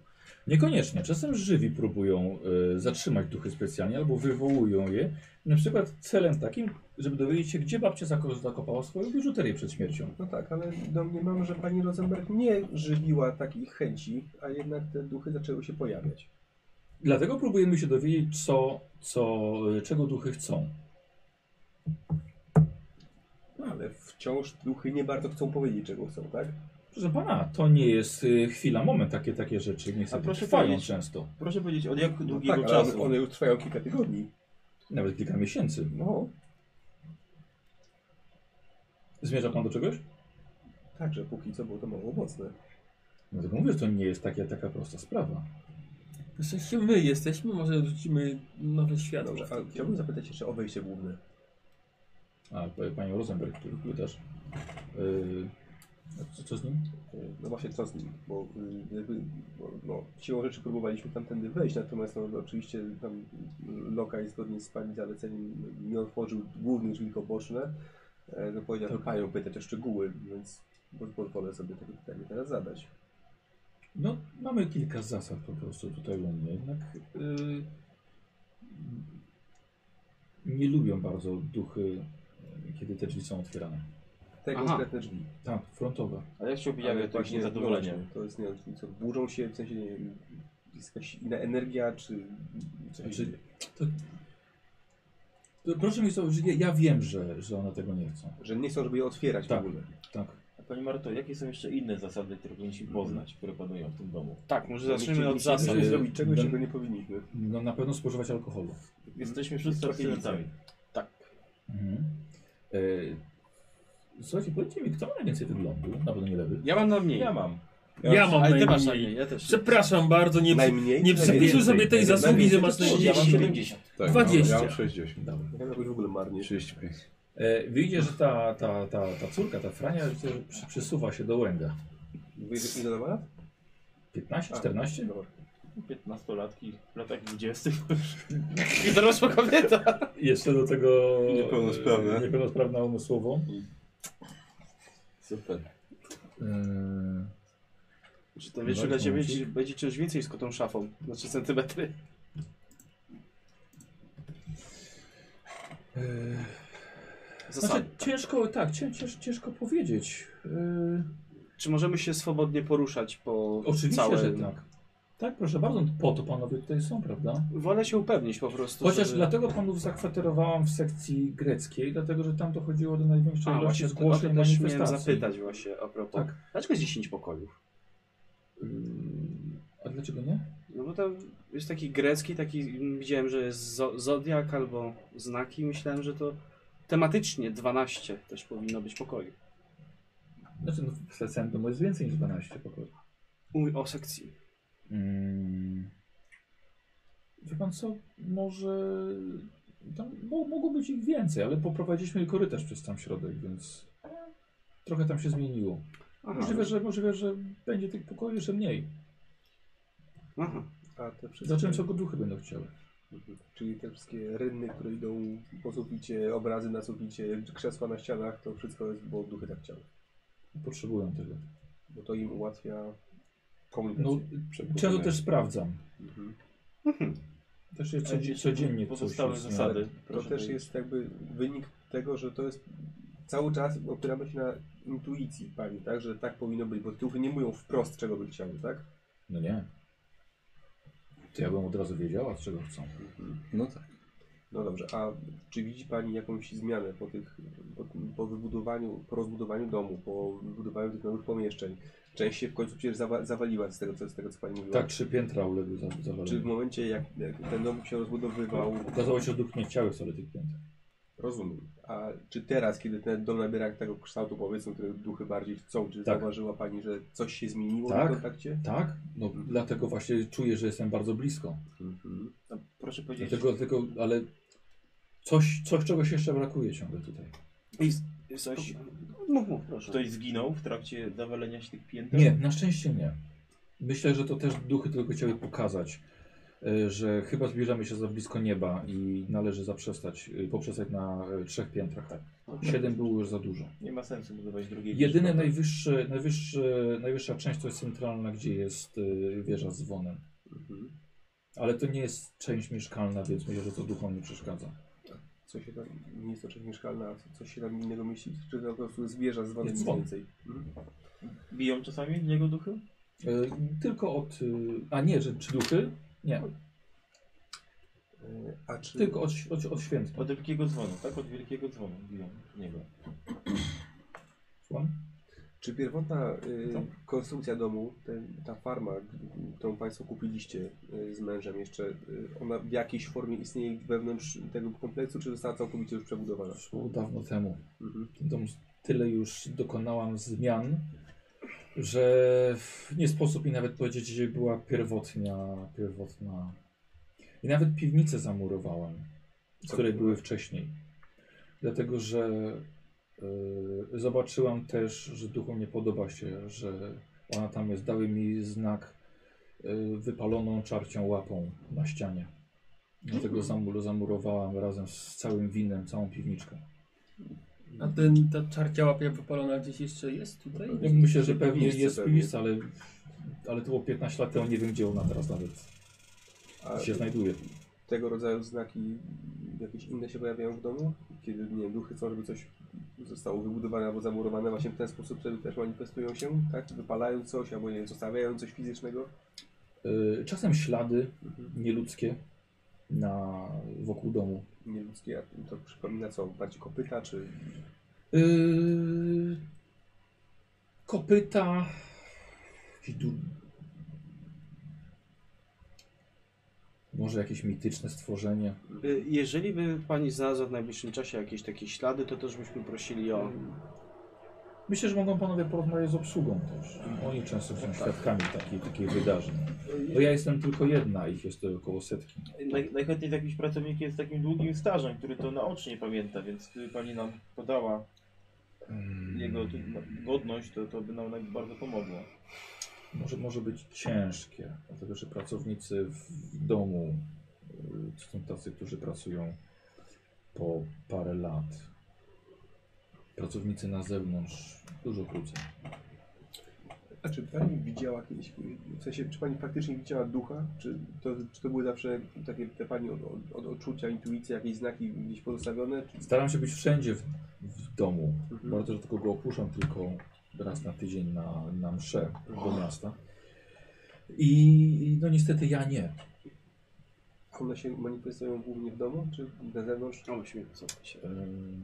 Speaker 2: Niekoniecznie. Czasem żywi próbują y, zatrzymać duchy specjalnie albo wywołują je. Na przykład celem takim, żeby dowiedzieć się, gdzie babcia zako- zakopała swoją biżuterię przed śmiercią.
Speaker 8: No tak, ale domniemam, że pani Rosenberg nie żywiła takich chęci, a jednak te duchy zaczęły się pojawiać.
Speaker 2: Dlatego próbujemy się dowiedzieć, co, co, y, czego duchy chcą.
Speaker 8: No, ale wciąż duchy nie bardzo chcą powiedzieć czego chcą, tak?
Speaker 2: Proszę pana, to nie jest y, chwila, moment. Takie, takie rzeczy niestety
Speaker 5: proszę
Speaker 2: trwają
Speaker 5: powiedzieć-
Speaker 2: często.
Speaker 5: Proszę powiedzieć, od jak
Speaker 8: No
Speaker 5: długiego
Speaker 8: tak, ale
Speaker 5: czasu?
Speaker 8: one, one już trwają kilka tygodni.
Speaker 2: Nawet kilka miesięcy.
Speaker 8: No,
Speaker 2: Zmierza pan do czegoś?
Speaker 8: także póki co było to mało mocne.
Speaker 2: Dlatego No mówię, że to nie jest takie, taka prosta sprawa.
Speaker 7: W sensie my jesteśmy, może rzucimy nowe światło.
Speaker 8: No Dobrze, a chciałbym zapytać jeszcze o wejście główne.
Speaker 2: A p- panią Rosenberg, którą pytasz. Yy, a co, co z nim?
Speaker 8: No właśnie co z nim, bo, y, jakby, bo no, siłą rzeczy próbowaliśmy tamtędy wejść, natomiast no, oczywiście tam lokaj zgodnie z pani zaleceniem nie otworzył głównych drzwi, tylko boczne. E, No powiedział, że
Speaker 5: Tak.
Speaker 8: panią pytać o szczegóły, więc po- pozwolę sobie takie pytanie teraz zadać.
Speaker 2: No, mamy kilka zasad po prostu tutaj u mnie. Jednak yy, nie lubią bardzo duchy, yy, kiedy te drzwi są otwierane.
Speaker 8: Te
Speaker 6: Aha.
Speaker 8: konkretne drzwi.
Speaker 2: Tak, frontowe.
Speaker 5: A jak się objawia
Speaker 8: Ale
Speaker 5: to ich
Speaker 8: właśnie,
Speaker 5: niezadowolenie?
Speaker 8: no właśnie, To jest, nie wiem, co, burzą się, w sensie, nie wiem, jest jakaś inna energia, czy coś
Speaker 2: Znaczy, to, to proszę mi sobie, że ja, ja wiem, że, że one tego nie chcą.
Speaker 8: że nie chcą, żeby je otwierać
Speaker 2: Tak.
Speaker 8: w ogóle.
Speaker 2: Tak.
Speaker 5: A Pani Marto, jakie są jeszcze inne zasady, które
Speaker 2: Mm.
Speaker 5: powinniśmy poznać, które panują w tym domu?
Speaker 6: Tak, może
Speaker 5: Zrobić
Speaker 6: zaczniemy od
Speaker 5: jakiś-
Speaker 6: zasad.
Speaker 8: Chcemy zrobić czegoś,
Speaker 2: Ben-
Speaker 8: czego nie powinniśmy.
Speaker 2: No, na pewno spożywać alkoholu.
Speaker 5: Jesteśmy wszyscy
Speaker 8: Trochę
Speaker 5: abstynentami.
Speaker 2: Mhm. Yy, słuchajcie, powiedzcie mi, kto ma najwięcej wyglądu? Na pewno nie lewy.
Speaker 6: Ja mam na mniej.
Speaker 5: Ja mam.
Speaker 7: Ja mam
Speaker 6: Ale ty masz na
Speaker 7: najmniej.
Speaker 6: mniej, ja też.
Speaker 7: Przepraszam bardzo, nie,
Speaker 8: Najmniej?
Speaker 7: nie przypisuj
Speaker 8: Najwięcej.
Speaker 7: sobie tej zasługi, że masz
Speaker 5: O, Ja mam
Speaker 7: 40.
Speaker 5: 70.
Speaker 3: Tak,
Speaker 7: 20.
Speaker 3: Ja mam 60.
Speaker 2: Dobra.
Speaker 8: Ja jakoś w ogóle marnie.
Speaker 3: 35.
Speaker 2: E, Widzicie, że ta, ta, ta, ta córka, ta frania widzicie, że przy, przysuwa się do łęga.
Speaker 8: Wiesz, ile ma lat?
Speaker 2: 15,
Speaker 8: A,
Speaker 2: 14?
Speaker 8: Dobra.
Speaker 5: 15-latki w latach 20.
Speaker 6: I dorosła kobieta.
Speaker 2: Jeszcze do tego
Speaker 3: Niepełnosprawna.
Speaker 2: e, niepełnosprawna umysłowo.
Speaker 3: Super.
Speaker 2: E,
Speaker 6: Czy ten wieczór dla ciebie będzie- będzie ciąć więcej z tą szafą na 3 centymetry? Zasad.
Speaker 2: e, Znaczy, ciężko, tak, cię, cięż, ciężko powiedzieć. Yy,
Speaker 6: Czy możemy się swobodnie poruszać po
Speaker 2: oczywiście,
Speaker 6: całym...
Speaker 2: że tak. Tak, proszę bardzo, po to panowie tutaj są, prawda?
Speaker 6: Wolę się upewnić po prostu,
Speaker 2: Chociaż
Speaker 6: żeby...
Speaker 2: dlatego panów zakwaterowałam w sekcji greckiej, dlatego że tam dochodziło do największej
Speaker 6: A,
Speaker 2: ilości
Speaker 6: właśnie
Speaker 2: zgłoszeń
Speaker 6: zgłoszeń też miałem
Speaker 2: manifestacji.
Speaker 6: zapytać właśnie a propos.
Speaker 2: Tak.
Speaker 6: Dlaczego jest 10 pokojów?
Speaker 2: Mm, A dlaczego nie?
Speaker 6: No bo tam jest taki grecki, taki mm, widziałem, że jest zo- zodiak albo znaki. Myślałem, że to tematycznie 12 też powinno być pokoi.
Speaker 2: Znaczy, no, w Secentum jest więcej niż 12 pokoi.
Speaker 6: Mówi o sekcji.
Speaker 2: Mm. Wie pan co, może tam mo- mogło być ich więcej, ale poprowadziliśmy korytarz przez tam środek, więc trochę tam się zmieniło.
Speaker 6: Aha,
Speaker 2: Możliwe, że, możliwe, że będzie tych pokoi jeszcze mniej.
Speaker 6: Aha.
Speaker 8: A te wszystkie, Mhm.
Speaker 2: Zobaczymy, czego duchy będą chciały.
Speaker 8: Czyli te wszystkie rynny, które idą po suficie, obrazy na suficie, krzesła na ścianach, to wszystko jest, bo duchy tak chciały.
Speaker 2: Potrzebują tego.
Speaker 8: Bo to im ułatwia komunikację.
Speaker 2: No, często też sprawdzam.
Speaker 8: Mhm.
Speaker 2: Też je
Speaker 5: gdzieś
Speaker 2: codzie-
Speaker 5: tu
Speaker 2: codziennie
Speaker 5: pozostałe
Speaker 2: coś jest,
Speaker 5: zasady.
Speaker 2: nie?
Speaker 8: To
Speaker 5: Proszę
Speaker 8: też
Speaker 5: powiedzieć.
Speaker 8: jest jakby wynik tego, że to jest cały czas opieramy się na intuicji pani, tak? Że tak powinno być, bo duchy nie mówią wprost, czego by chciały, tak?
Speaker 2: No nie. To ja bym od razu wiedziała, czego chcą.
Speaker 3: No tak.
Speaker 8: No dobrze, a czy widzi Pani jakąś zmianę po, tych, po, tym- po wybudowaniu, po rozbudowaniu domu, po wybudowaniu tych nowych pomieszczeń? Część się w końcu przecież zawa, zawaliła z tego, co, z tego, co Pani mówiła.
Speaker 2: Tak, trzy piętra uległy za- zawaleniu.
Speaker 8: Czy w momencie, jak, jak ten dom się rozbudowywał,
Speaker 2: Okazało się, że duch nie chciały wcale tych pięter.
Speaker 8: rozumiem, a czy teraz, kiedy ten dom nabiera tego kształtu, powiedzmy, który duchy bardziej chcą, czy
Speaker 2: Tak.
Speaker 8: zauważyła Pani, że coś się zmieniło
Speaker 2: Tak.
Speaker 8: w kontakcie?
Speaker 2: Tak, no dlatego właśnie czuję, że jestem bardzo blisko.
Speaker 8: Mhm.
Speaker 5: No, proszę powiedzieć,
Speaker 2: Dlatego, dlatego ale coś, coś czegoś jeszcze brakuje ciągle tutaj.
Speaker 5: coś,
Speaker 6: Mów, mów, proszę.
Speaker 5: ktoś zginął w trakcie zawalenia się tych pięter?
Speaker 2: Nie, na szczęście nie. Myślę, że to też duchy tylko chciały pokazać, y, że chyba zbliżamy się za blisko nieba i należy zaprzestać, y, poprzestać na y, trzech piętrach. Siedem było już za dużo.
Speaker 5: Nie ma sensu budować drugiej
Speaker 2: Jedyne
Speaker 5: wieży.
Speaker 2: najwyższe, najwyższe, najwyższa część to jest centralna, gdzie jest y, wieża z dzwonem.
Speaker 8: Mhm.
Speaker 2: Ale to nie jest część mieszkalna, więc myślę, że to duchom nie przeszkadza.
Speaker 8: Co się tam, nie jest to część mieszkalna, a coś się tam innego mieści, czy to po prostu zwierza zwane
Speaker 2: Jest
Speaker 8: nic
Speaker 2: dzwon.
Speaker 8: więcej? Mhm.
Speaker 5: Biją czasami w niego duchy?
Speaker 2: Y, tylko od. Y, a nie, że czy duchy? Nie.
Speaker 8: E, A czy...
Speaker 2: Tylko od, od, od świętych.
Speaker 5: Od wielkiego dzwonu, tak? Od wielkiego dzwonu biją w niego.
Speaker 2: Słucham?
Speaker 8: Czy pierwotna y,
Speaker 2: No.
Speaker 5: Co?
Speaker 8: konstrukcja domu, ten, ta farma, g- którą Państwo kupiliście y, z mężem jeszcze, y, ona w jakiejś formie istnieje wewnątrz tego kompleksu, czy została całkowicie już przebudowana?
Speaker 2: Szło dawno temu.
Speaker 8: Mhm.
Speaker 2: Ten dom tyle już dokonałam zmian, że w- nie sposób mi nawet powiedzieć, gdzie była pierwotnia. pierwotna. I nawet piwnicę zamurowałem, z której były wcześniej. Dlatego, że y, zobaczyłam też, że duchom nie podoba się, że ona tam jest. Dały mi znak y, wypaloną czarcią łapą na ścianie. Dlatego zamur- zamurowałam razem z całym winem całą piwniczkę.
Speaker 7: A ten, ta czarcia łapia wypalona gdzieś jeszcze jest tutaj?
Speaker 2: Ja myślę, że pewnie
Speaker 8: Piwniczce
Speaker 2: jest
Speaker 8: pewnie.
Speaker 2: PiS, ale, ale to było 15 lat temu, nie wiem gdzie ona teraz nawet
Speaker 8: A
Speaker 2: się znajduje.
Speaker 8: tego rodzaju znaki jakieś inne się pojawiają w domu? Kiedy, nie wiem, duchy chcą, żeby coś zostało wybudowane albo zamurowane właśnie w ten sposób, wtedy też manifestują się, tak? Wypalają coś albo, nie wiem, zostawiają coś fizycznego?
Speaker 2: Y, Czasem ślady
Speaker 8: Mhm.
Speaker 2: nieludzkie na, wokół domu.
Speaker 8: Nieludzkie, a to przypomina co? Bardziej kopyta, czy...
Speaker 2: E, Yy, kopyta. jakiś Du... Może jakieś mityczne stworzenie.
Speaker 6: Y, Jeżeli by pani znalazła w najbliższym czasie jakieś takie ślady, to też byśmy prosili o...
Speaker 2: Myślę, że mogą panowie porozmawiać z obsługą też. Oni często są świadkami takich, takich wydarzeń. Bo ja jestem tylko jedna, ich jest to około setki.
Speaker 5: Naj, najchętniej jakiś pracownik jest takim długim stażem, który to naocznie pamięta, więc gdyby pani nam podała
Speaker 2: Hmm.
Speaker 5: jego tu- no, godność, to, to by nam naj- bardzo pomogło.
Speaker 2: Może, może być ciężkie, dlatego że pracownicy w domu y, to są tacy, którzy pracują po parę lat. Pracownicy na zewnątrz dużo krócej.
Speaker 8: A czy pani widziała kiedyś, w sensie, czy pani faktycznie widziała ducha? Czy to, czy to były zawsze takie te pani od, od, od odczucia, intuicji, jakieś znaki gdzieś pozostawione? Czy...
Speaker 2: Staram się być wszędzie w, w domu.
Speaker 5: Mhm.
Speaker 2: Bardzo rzadko go opuszczam, tylko raz na tydzień na, na mszę do miasta. I i no niestety ja nie.
Speaker 8: One się manifestują głównie w domu, czy na zewnątrz?
Speaker 6: O, śmieję, co się.
Speaker 2: Em,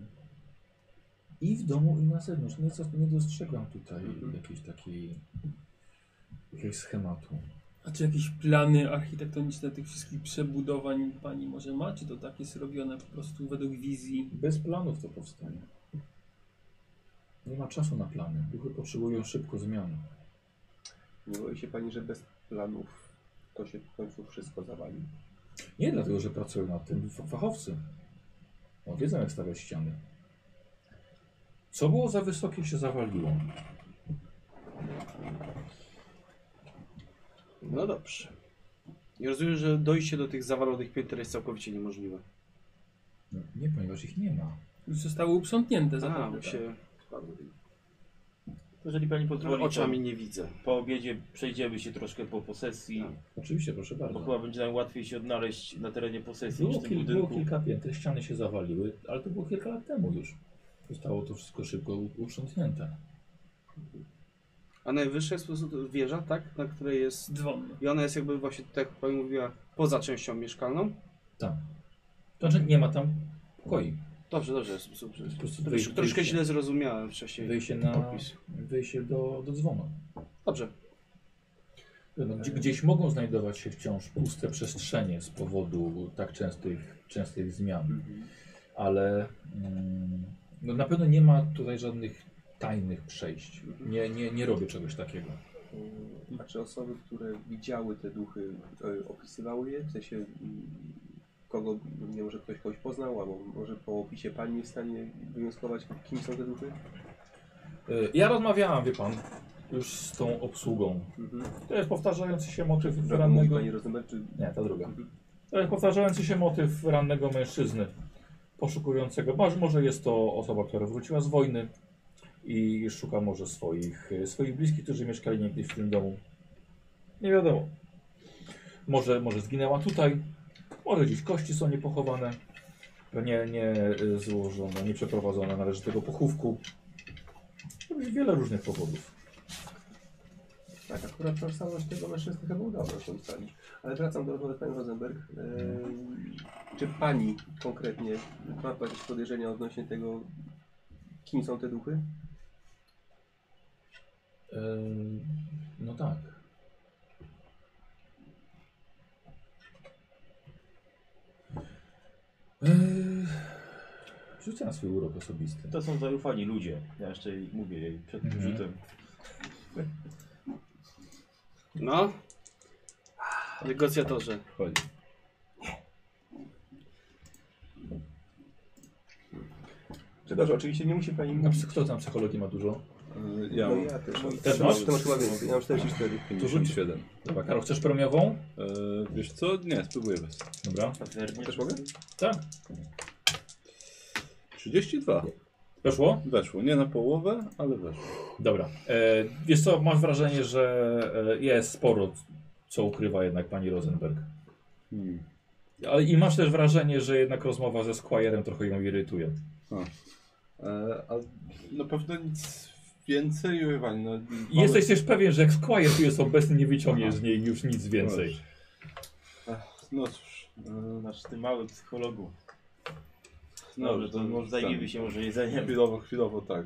Speaker 2: I w domu, i na zewnątrz. Nie, zas- nie dostrzegam tutaj jakiejś takiej jakiegoś schematu.
Speaker 7: A czy jakieś plany architektoniczne tych wszystkich przebudowań pani może ma? Czy to takie zrobione po prostu według wizji?
Speaker 2: Bez planów to powstanie. Nie ma czasu na plany. Duchy potrzebują szybko zmian.
Speaker 8: Nie boi się pani, że bez planów to się w końcu wszystko zawali?
Speaker 2: Nie dlatego, że pracują nad tym fa- fachowcy. No, wiedzą jak stawiać ściany. Co było za wysokie się zawaliło.
Speaker 6: No dobrze. I rozumiem, że dojście do tych zawalonych pięter jest całkowicie niemożliwe.
Speaker 2: No, nie, ponieważ ich nie ma.
Speaker 7: Już zostały uprzątnięte
Speaker 6: A, bo
Speaker 7: zapewne. tak?
Speaker 6: się
Speaker 5: Jeżeli pani pozwoli,
Speaker 6: No, oczami nie widzę.
Speaker 5: to po obiedzie przejdziemy się troszkę po posesji,
Speaker 2: Oczywiście, proszę
Speaker 5: bo
Speaker 2: bardzo.
Speaker 5: chyba będzie nam łatwiej się odnaleźć na terenie posesji
Speaker 2: Było,
Speaker 5: niż w tym
Speaker 2: kil, było
Speaker 5: budynku.
Speaker 2: kilka pięter, ściany się zawaliły, ale to było kilka lat temu już. Zostało to wszystko szybko u- uprzątnięte.
Speaker 6: A najwyższa jest po prostu wieża, tak? Na której jest.
Speaker 7: Dzwonne.
Speaker 6: I ona jest jakby właśnie, tak jak pani mówiła, poza częścią mieszkalną.
Speaker 2: To znaczy nie ma tam pokoi.
Speaker 6: Dobrze, dobrze, jest, jest,
Speaker 2: To jest po prostu
Speaker 6: Trosz,
Speaker 2: wyjście,
Speaker 6: troszkę
Speaker 2: wyjście,
Speaker 6: źle zrozumiałem wcześniej.
Speaker 2: wyjście, na,
Speaker 6: opis.
Speaker 2: wyjście do, do dzwonu.
Speaker 6: Dobrze.
Speaker 2: No,
Speaker 6: Tak.
Speaker 2: Gdzie, gdzieś mogą znajdować się wciąż puste przestrzenie z powodu tak częstych, częstych zmian, ale mm, no, na pewno nie ma tutaj żadnych tajnych przejść. Nie, nie, nie robię czegoś takiego.
Speaker 8: Mm. A czy osoby, które widziały te duchy, e, opisywały je? W sensie, mm, kogo, no nie może ktoś kogoś poznał, albo może po opisie pani jest w stanie wywnioskować, kim są te duchy?
Speaker 2: Y, Ja rozmawiałam, wie pan, już z tą obsługą.
Speaker 8: Mhm.
Speaker 2: To jest powtarzający się motyw
Speaker 8: Dobra, mówi
Speaker 2: rannego...
Speaker 8: pani Rosenberg, czy
Speaker 2: Nie, ta druga. To jest Mhm. E, powtarzający się motyw rannego mężczyzny poszukującego. Może, może jest to osoba, która wróciła z wojny i szuka może swoich, e, swoich bliskich, którzy mieszkali niegdyś w tym domu. Nie wiadomo. Może, może zginęła tutaj, może gdzieś kości są niepochowane, nie, nie e, złożone, nie przeprowadzone należytego pochówku. To jest Wiele różnych powodów.
Speaker 8: Tak, akurat tożsamość tego mężczyzny chyba udało się ustalić. Ale wracam do rozmowy z panią Rosenberg. Eee, czy pani konkretnie ma tu jakieś podejrzenia odnośnie tego, kim są te duchy?
Speaker 2: Ym, no tak. Yy, Rzucę na swój urok osobisty.
Speaker 5: To są zaufani ludzie. Ja jeszcze jej mówię jej przed tym
Speaker 2: Mhm.
Speaker 5: rzutem.
Speaker 6: No. Negocjatorze.
Speaker 3: Chodzi.
Speaker 8: Przepraszam, oczywiście nie musi pani
Speaker 2: A
Speaker 8: mówić.
Speaker 2: psy- kto tam psychologii ma dużo?
Speaker 3: Y, Ja
Speaker 8: No
Speaker 3: mam
Speaker 8: ja też.
Speaker 2: Też
Speaker 8: Też
Speaker 2: masz?
Speaker 8: masz? To masz chyba więcej. Ja mam 44.
Speaker 3: 57.
Speaker 2: Dobra, Karol, chcesz promiową?
Speaker 3: Y, Wiesz co? Nie, spróbuję bez.
Speaker 2: Dobra.
Speaker 5: Paternie.
Speaker 8: Też mogę?
Speaker 2: Tak.
Speaker 3: 32.
Speaker 2: Weszło?
Speaker 3: Weszło. Nie na połowę, ale weszło.
Speaker 2: Dobra. E, wiesz co, masz wrażenie, że e, jest sporo, co ukrywa jednak pani Rosenberg.
Speaker 3: Hmm.
Speaker 2: Ale i masz też wrażenie, że jednak rozmowa ze Squirem trochę ją irytuje.
Speaker 3: E, a na pewno nic więcej, Wie pani, no, mamy-
Speaker 2: I jesteś też pewien, że jak Squire tu jest obecny, nie wyciągniesz z niej już nic więcej.
Speaker 3: Ach, No cóż, e,
Speaker 5: Nasz ty mały psychologu.
Speaker 3: no,
Speaker 5: Dobrze, to
Speaker 3: ten-
Speaker 5: może zajmiemy
Speaker 3: ten-
Speaker 5: się może jedzeniem.
Speaker 3: Chwilowo, chwilowo tak.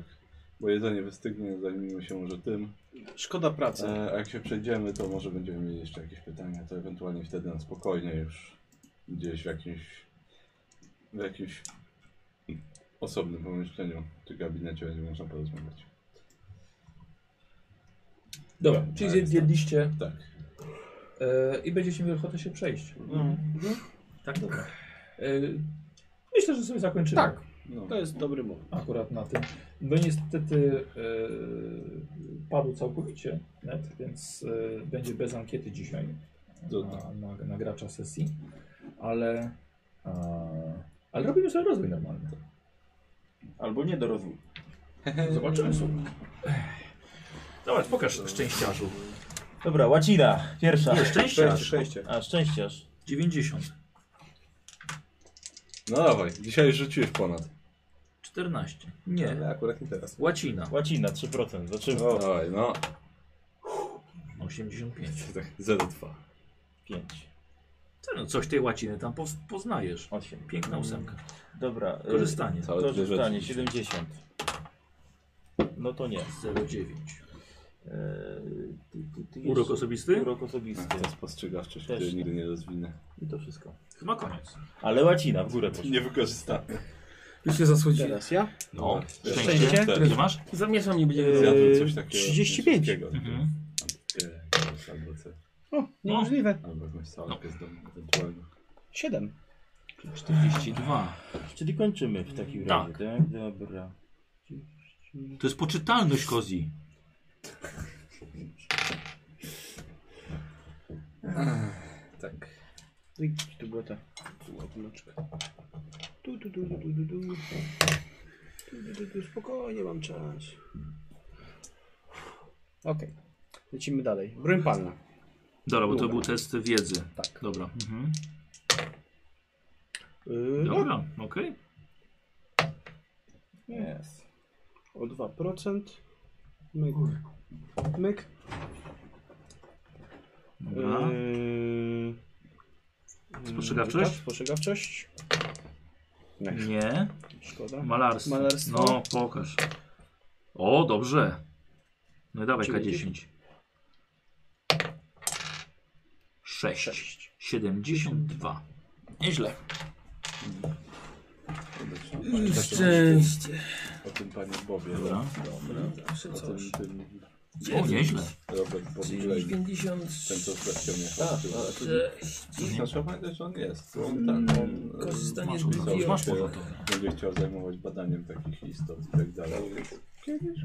Speaker 3: Bo jedzenie wystygnie, zajmijmy się może tym.
Speaker 6: Szkoda pracy.
Speaker 3: E, a jak się przejdziemy, to może będziemy mieli jeszcze jakieś pytania, to ewentualnie wtedy na spokojnie już gdzieś w jakimś, w jakimś osobnym pomieszczeniu czy gabinecie będzie można porozmawiać.
Speaker 2: Dobra, czyli
Speaker 3: Tak,
Speaker 2: zjedliście
Speaker 3: Tak.
Speaker 2: e, i będziecie mieli ochotę się przejść.
Speaker 5: No.
Speaker 2: Tak, dobra. E, myślę, że sobie zakończymy. Tak.
Speaker 3: No.
Speaker 6: To jest dobry moment.
Speaker 2: Akurat na tym. No niestety e, padł całkowicie net, więc e, będzie bez ankiety dzisiaj na, na, na gracza sesji. Ale, a, ale robimy sobie rozwój normalny.
Speaker 5: Albo nie do rozwój.
Speaker 2: Zobaczymy sobie.
Speaker 1: Zobacz, pokaż szczęściarzu.
Speaker 5: Dobra, łacina. Pierwsza.
Speaker 1: Nie, szczęściarz.
Speaker 8: Szczęście.
Speaker 5: A, szczęściarz.
Speaker 1: 90.
Speaker 3: No dawaj, dzisiaj już rzuciłeś ponad.
Speaker 1: 14. Nie.
Speaker 8: Ale akurat nie teraz.
Speaker 1: Łacina.
Speaker 5: Łacina, 3%. Znaczy
Speaker 3: Dawaj, no.
Speaker 1: 85.
Speaker 3: Tak, 0,2.
Speaker 5: 5.
Speaker 1: Co, No, coś tej łaciny tam poz- poznajesz.
Speaker 5: 8.
Speaker 1: Piękna
Speaker 6: Mm.
Speaker 1: ósemka.
Speaker 5: Dobra. y,
Speaker 1: Korzystanie.
Speaker 3: Całe dwie rzeczy.
Speaker 5: Korzystanie, 70. No to nie.
Speaker 1: 0,9.
Speaker 5: Yy, ty, ty, ty
Speaker 1: Urok
Speaker 5: jeszcze-
Speaker 1: osobisty?
Speaker 5: Urok osobisty.
Speaker 3: Ten spostrzegawczy,
Speaker 5: Też
Speaker 3: który
Speaker 5: nie.
Speaker 3: nigdy nie rozwinę.
Speaker 5: I to wszystko.
Speaker 1: Chyba koniec.
Speaker 5: Ale łacina w górę poszła.
Speaker 3: Nie wykorzysta.
Speaker 7: Już się zasłodziłem.
Speaker 6: Teraz ja?
Speaker 1: No.
Speaker 6: Szczęście?
Speaker 1: Szczęście. Ile masz?
Speaker 7: Zamieszam nie będzie.
Speaker 3: Zjadłem coś takiego.
Speaker 6: 35.
Speaker 3: szybkiego.
Speaker 1: Mhm.
Speaker 3: Jakiegoś Albo coś.
Speaker 6: No. Niemożliwe.
Speaker 3: Albo jakąś
Speaker 1: No.
Speaker 3: salkę z domu ewentualnie.
Speaker 6: 7.
Speaker 1: 42.
Speaker 5: Czyli kończymy w takim
Speaker 1: Tak.
Speaker 5: razie, tak? Dobra.
Speaker 1: To jest poczytalność Kozi.
Speaker 3: Tak.
Speaker 6: No i Tu była ta ładunoczka. Tu, tu, tu, tu, tu, tu, tu. Tu, tu, tu, tu, spokojnie, mam czas. Okej. Lecimy dalej. Broń palna.
Speaker 1: Dobra, bo to
Speaker 6: Dobra.
Speaker 1: był test wiedzy.
Speaker 6: Tak.
Speaker 1: Dobra. Mhm.
Speaker 6: Yy, no,
Speaker 1: Dobra, okej.
Speaker 5: Jest.
Speaker 6: Y, o 2%. Myk. Myk. Y,
Speaker 1: Dobra.
Speaker 6: Yy,
Speaker 1: Spostrzegawczość?
Speaker 6: tak, Spostrzegawczość.
Speaker 2: Yy,
Speaker 6: Nice.
Speaker 1: Nie.
Speaker 6: Szkoda.
Speaker 1: Malarstwo.
Speaker 6: Malarstwo.
Speaker 1: No, pokaż. O, dobrze. No i dawaj K10.
Speaker 6: 90.
Speaker 1: 6. 72. Nieźle.
Speaker 3: tak,
Speaker 7: Szczęście.
Speaker 3: O tym panie Bobie.
Speaker 1: Dobra.
Speaker 3: O tym, tym
Speaker 1: O, nieźle.
Speaker 3: Robert Bob Gray. Ten co
Speaker 7: 56.
Speaker 3: z Bastią jechał. No trzeba pamiętać, że on jest. On ten, on e,
Speaker 7: Mm, Korzystanie z
Speaker 1: Masz
Speaker 3: Wziął
Speaker 1: urodę.
Speaker 7: BTO.
Speaker 1: Masz
Speaker 3: się-
Speaker 1: pogotowe.
Speaker 3: będzie chciał zajmować badaniem takich istot i tak dalej. Więc Kiedyś,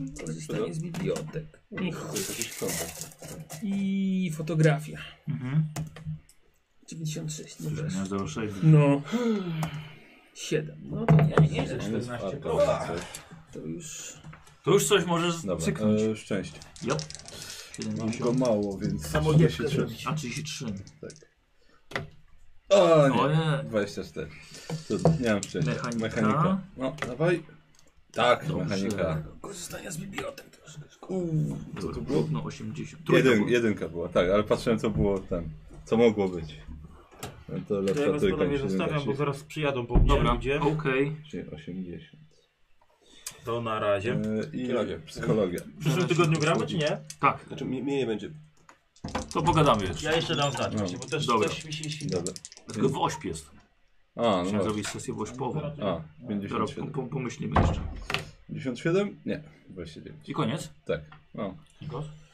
Speaker 3: nie
Speaker 7: Korzystanie z bibliotek.
Speaker 3: wiem, to jest jakiś kontakt.
Speaker 7: I fotografia.
Speaker 1: Mhm.
Speaker 7: 96. No,
Speaker 1: Już
Speaker 7: też.
Speaker 1: miałem 06.
Speaker 7: no. 7. No to nie, nie,
Speaker 3: On jest
Speaker 1: 14
Speaker 3: warto,
Speaker 1: koła.
Speaker 3: coś.
Speaker 7: to już.
Speaker 1: To już coś możesz
Speaker 3: Dobra,
Speaker 1: cyknąć.
Speaker 3: e, szczęście.
Speaker 1: Jop.
Speaker 3: Mam go
Speaker 1: 70.
Speaker 3: mało, więc
Speaker 11: Samodzielnie
Speaker 3: 33.
Speaker 1: A 33.
Speaker 3: O
Speaker 1: O
Speaker 3: nie,
Speaker 1: nie.
Speaker 3: 24. Trudno, nie mam szczęścia.
Speaker 1: Mechanika.
Speaker 3: No, dawaj. Tak, mechanika.
Speaker 7: Korzystania z bibliotek troszkę.
Speaker 1: Dobra, Równo 80. no, Trójka
Speaker 3: Jeden,
Speaker 1: była.
Speaker 3: jedynka była, tak, ale patrzyłem co było tam, co mogło być. No to
Speaker 5: To ja
Speaker 3: lepsza
Speaker 5: was
Speaker 3: trójka
Speaker 5: panowie
Speaker 3: niż
Speaker 5: zostawiam, bo
Speaker 3: jedynka,
Speaker 5: zaraz przyjadą po mnie
Speaker 1: Dobra,
Speaker 5: ludzie.
Speaker 1: okej.
Speaker 3: czyli 80.
Speaker 5: To na razie.
Speaker 3: E, I psychologia.
Speaker 5: W przyszłym tygodniu gramy, czy nie?
Speaker 1: Tak,
Speaker 8: Znaczy mnie, mnie nie będzie.
Speaker 1: to pogadamy jeszcze.
Speaker 5: Ja jeszcze dam znać,
Speaker 3: No.
Speaker 5: bo też
Speaker 1: Dobra.
Speaker 5: coś mi się świta.
Speaker 3: Dobra.
Speaker 1: Tylko w ośp jest.
Speaker 3: A, no
Speaker 1: Chciałem
Speaker 3: właśnie.
Speaker 1: zrobić sesję wośpową.
Speaker 3: A,
Speaker 1: Dobra,
Speaker 3: 57.
Speaker 1: po- pomyślimy jeszcze.
Speaker 3: 57? Nie, 29.
Speaker 1: I koniec?
Speaker 3: Tak, no.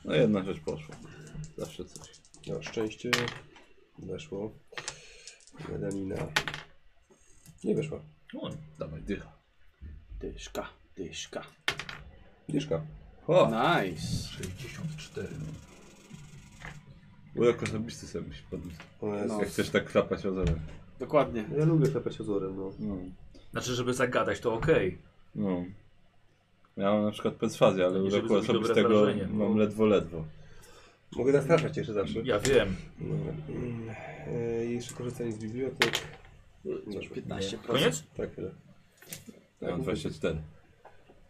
Speaker 3: No jedna rzecz poszła. Zawsze coś.
Speaker 8: No, szczęście weszło. Gadanina. Nie weszła.
Speaker 1: O,
Speaker 3: Dawaj, dycha.
Speaker 6: Dyszka, dyszka.
Speaker 8: Dyszka.
Speaker 3: O,
Speaker 6: Nice.
Speaker 1: 64.
Speaker 3: urok osobisty sobie musi podnieść.
Speaker 8: Ona jest
Speaker 6: No.
Speaker 3: Jak chcesz tak klapać ozorem.
Speaker 6: Dokładnie.
Speaker 8: Ja lubię klepać ozorem, no.
Speaker 3: No.
Speaker 1: Znaczy, żeby zagadać, to okej.
Speaker 3: No. Ja mam na przykład perswazję, ale
Speaker 1: Żeby
Speaker 3: uroku
Speaker 1: zrobić dobre
Speaker 3: osobistego
Speaker 1: wrażenie.
Speaker 3: mam ledwo, ledwo.
Speaker 8: Mogę zastraszać jeszcze zawsze.
Speaker 1: Ja wiem.
Speaker 8: Dobra. Mm, e, jeszcze korzystanie z bibliotek. Weszło.
Speaker 6: 15%.
Speaker 1: Koniec?
Speaker 8: Tak, tyle.
Speaker 3: Ja mam 24.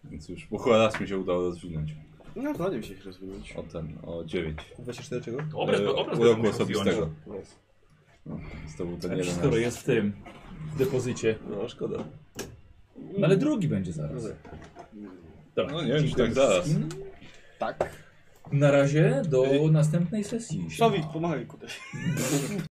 Speaker 3: Więc już, bo chyba raz mi się udało rozwinąć.
Speaker 6: No, ładnie mi się ich rozwinąć.
Speaker 3: O ten, o 9.
Speaker 8: 24 czego?
Speaker 1: Obraz,
Speaker 3: E,
Speaker 1: obraz będę
Speaker 3: uroku
Speaker 1: musiał
Speaker 3: osobistego.
Speaker 1: zdjąć.
Speaker 8: Nice.
Speaker 3: No, więc to był ten
Speaker 2: Jak
Speaker 3: jeden.
Speaker 2: skoro jest w tym, w depozycie.
Speaker 8: No, szkoda.
Speaker 2: No ale drugi będzie zaraz. Dobra.
Speaker 3: No nie wiem, czy
Speaker 2: Dziękuję
Speaker 3: tak zaraz.
Speaker 2: wszystkim.
Speaker 6: Tak.
Speaker 2: Na razie do następnej sesji.
Speaker 6: Sławik, pomagaj mi kutek.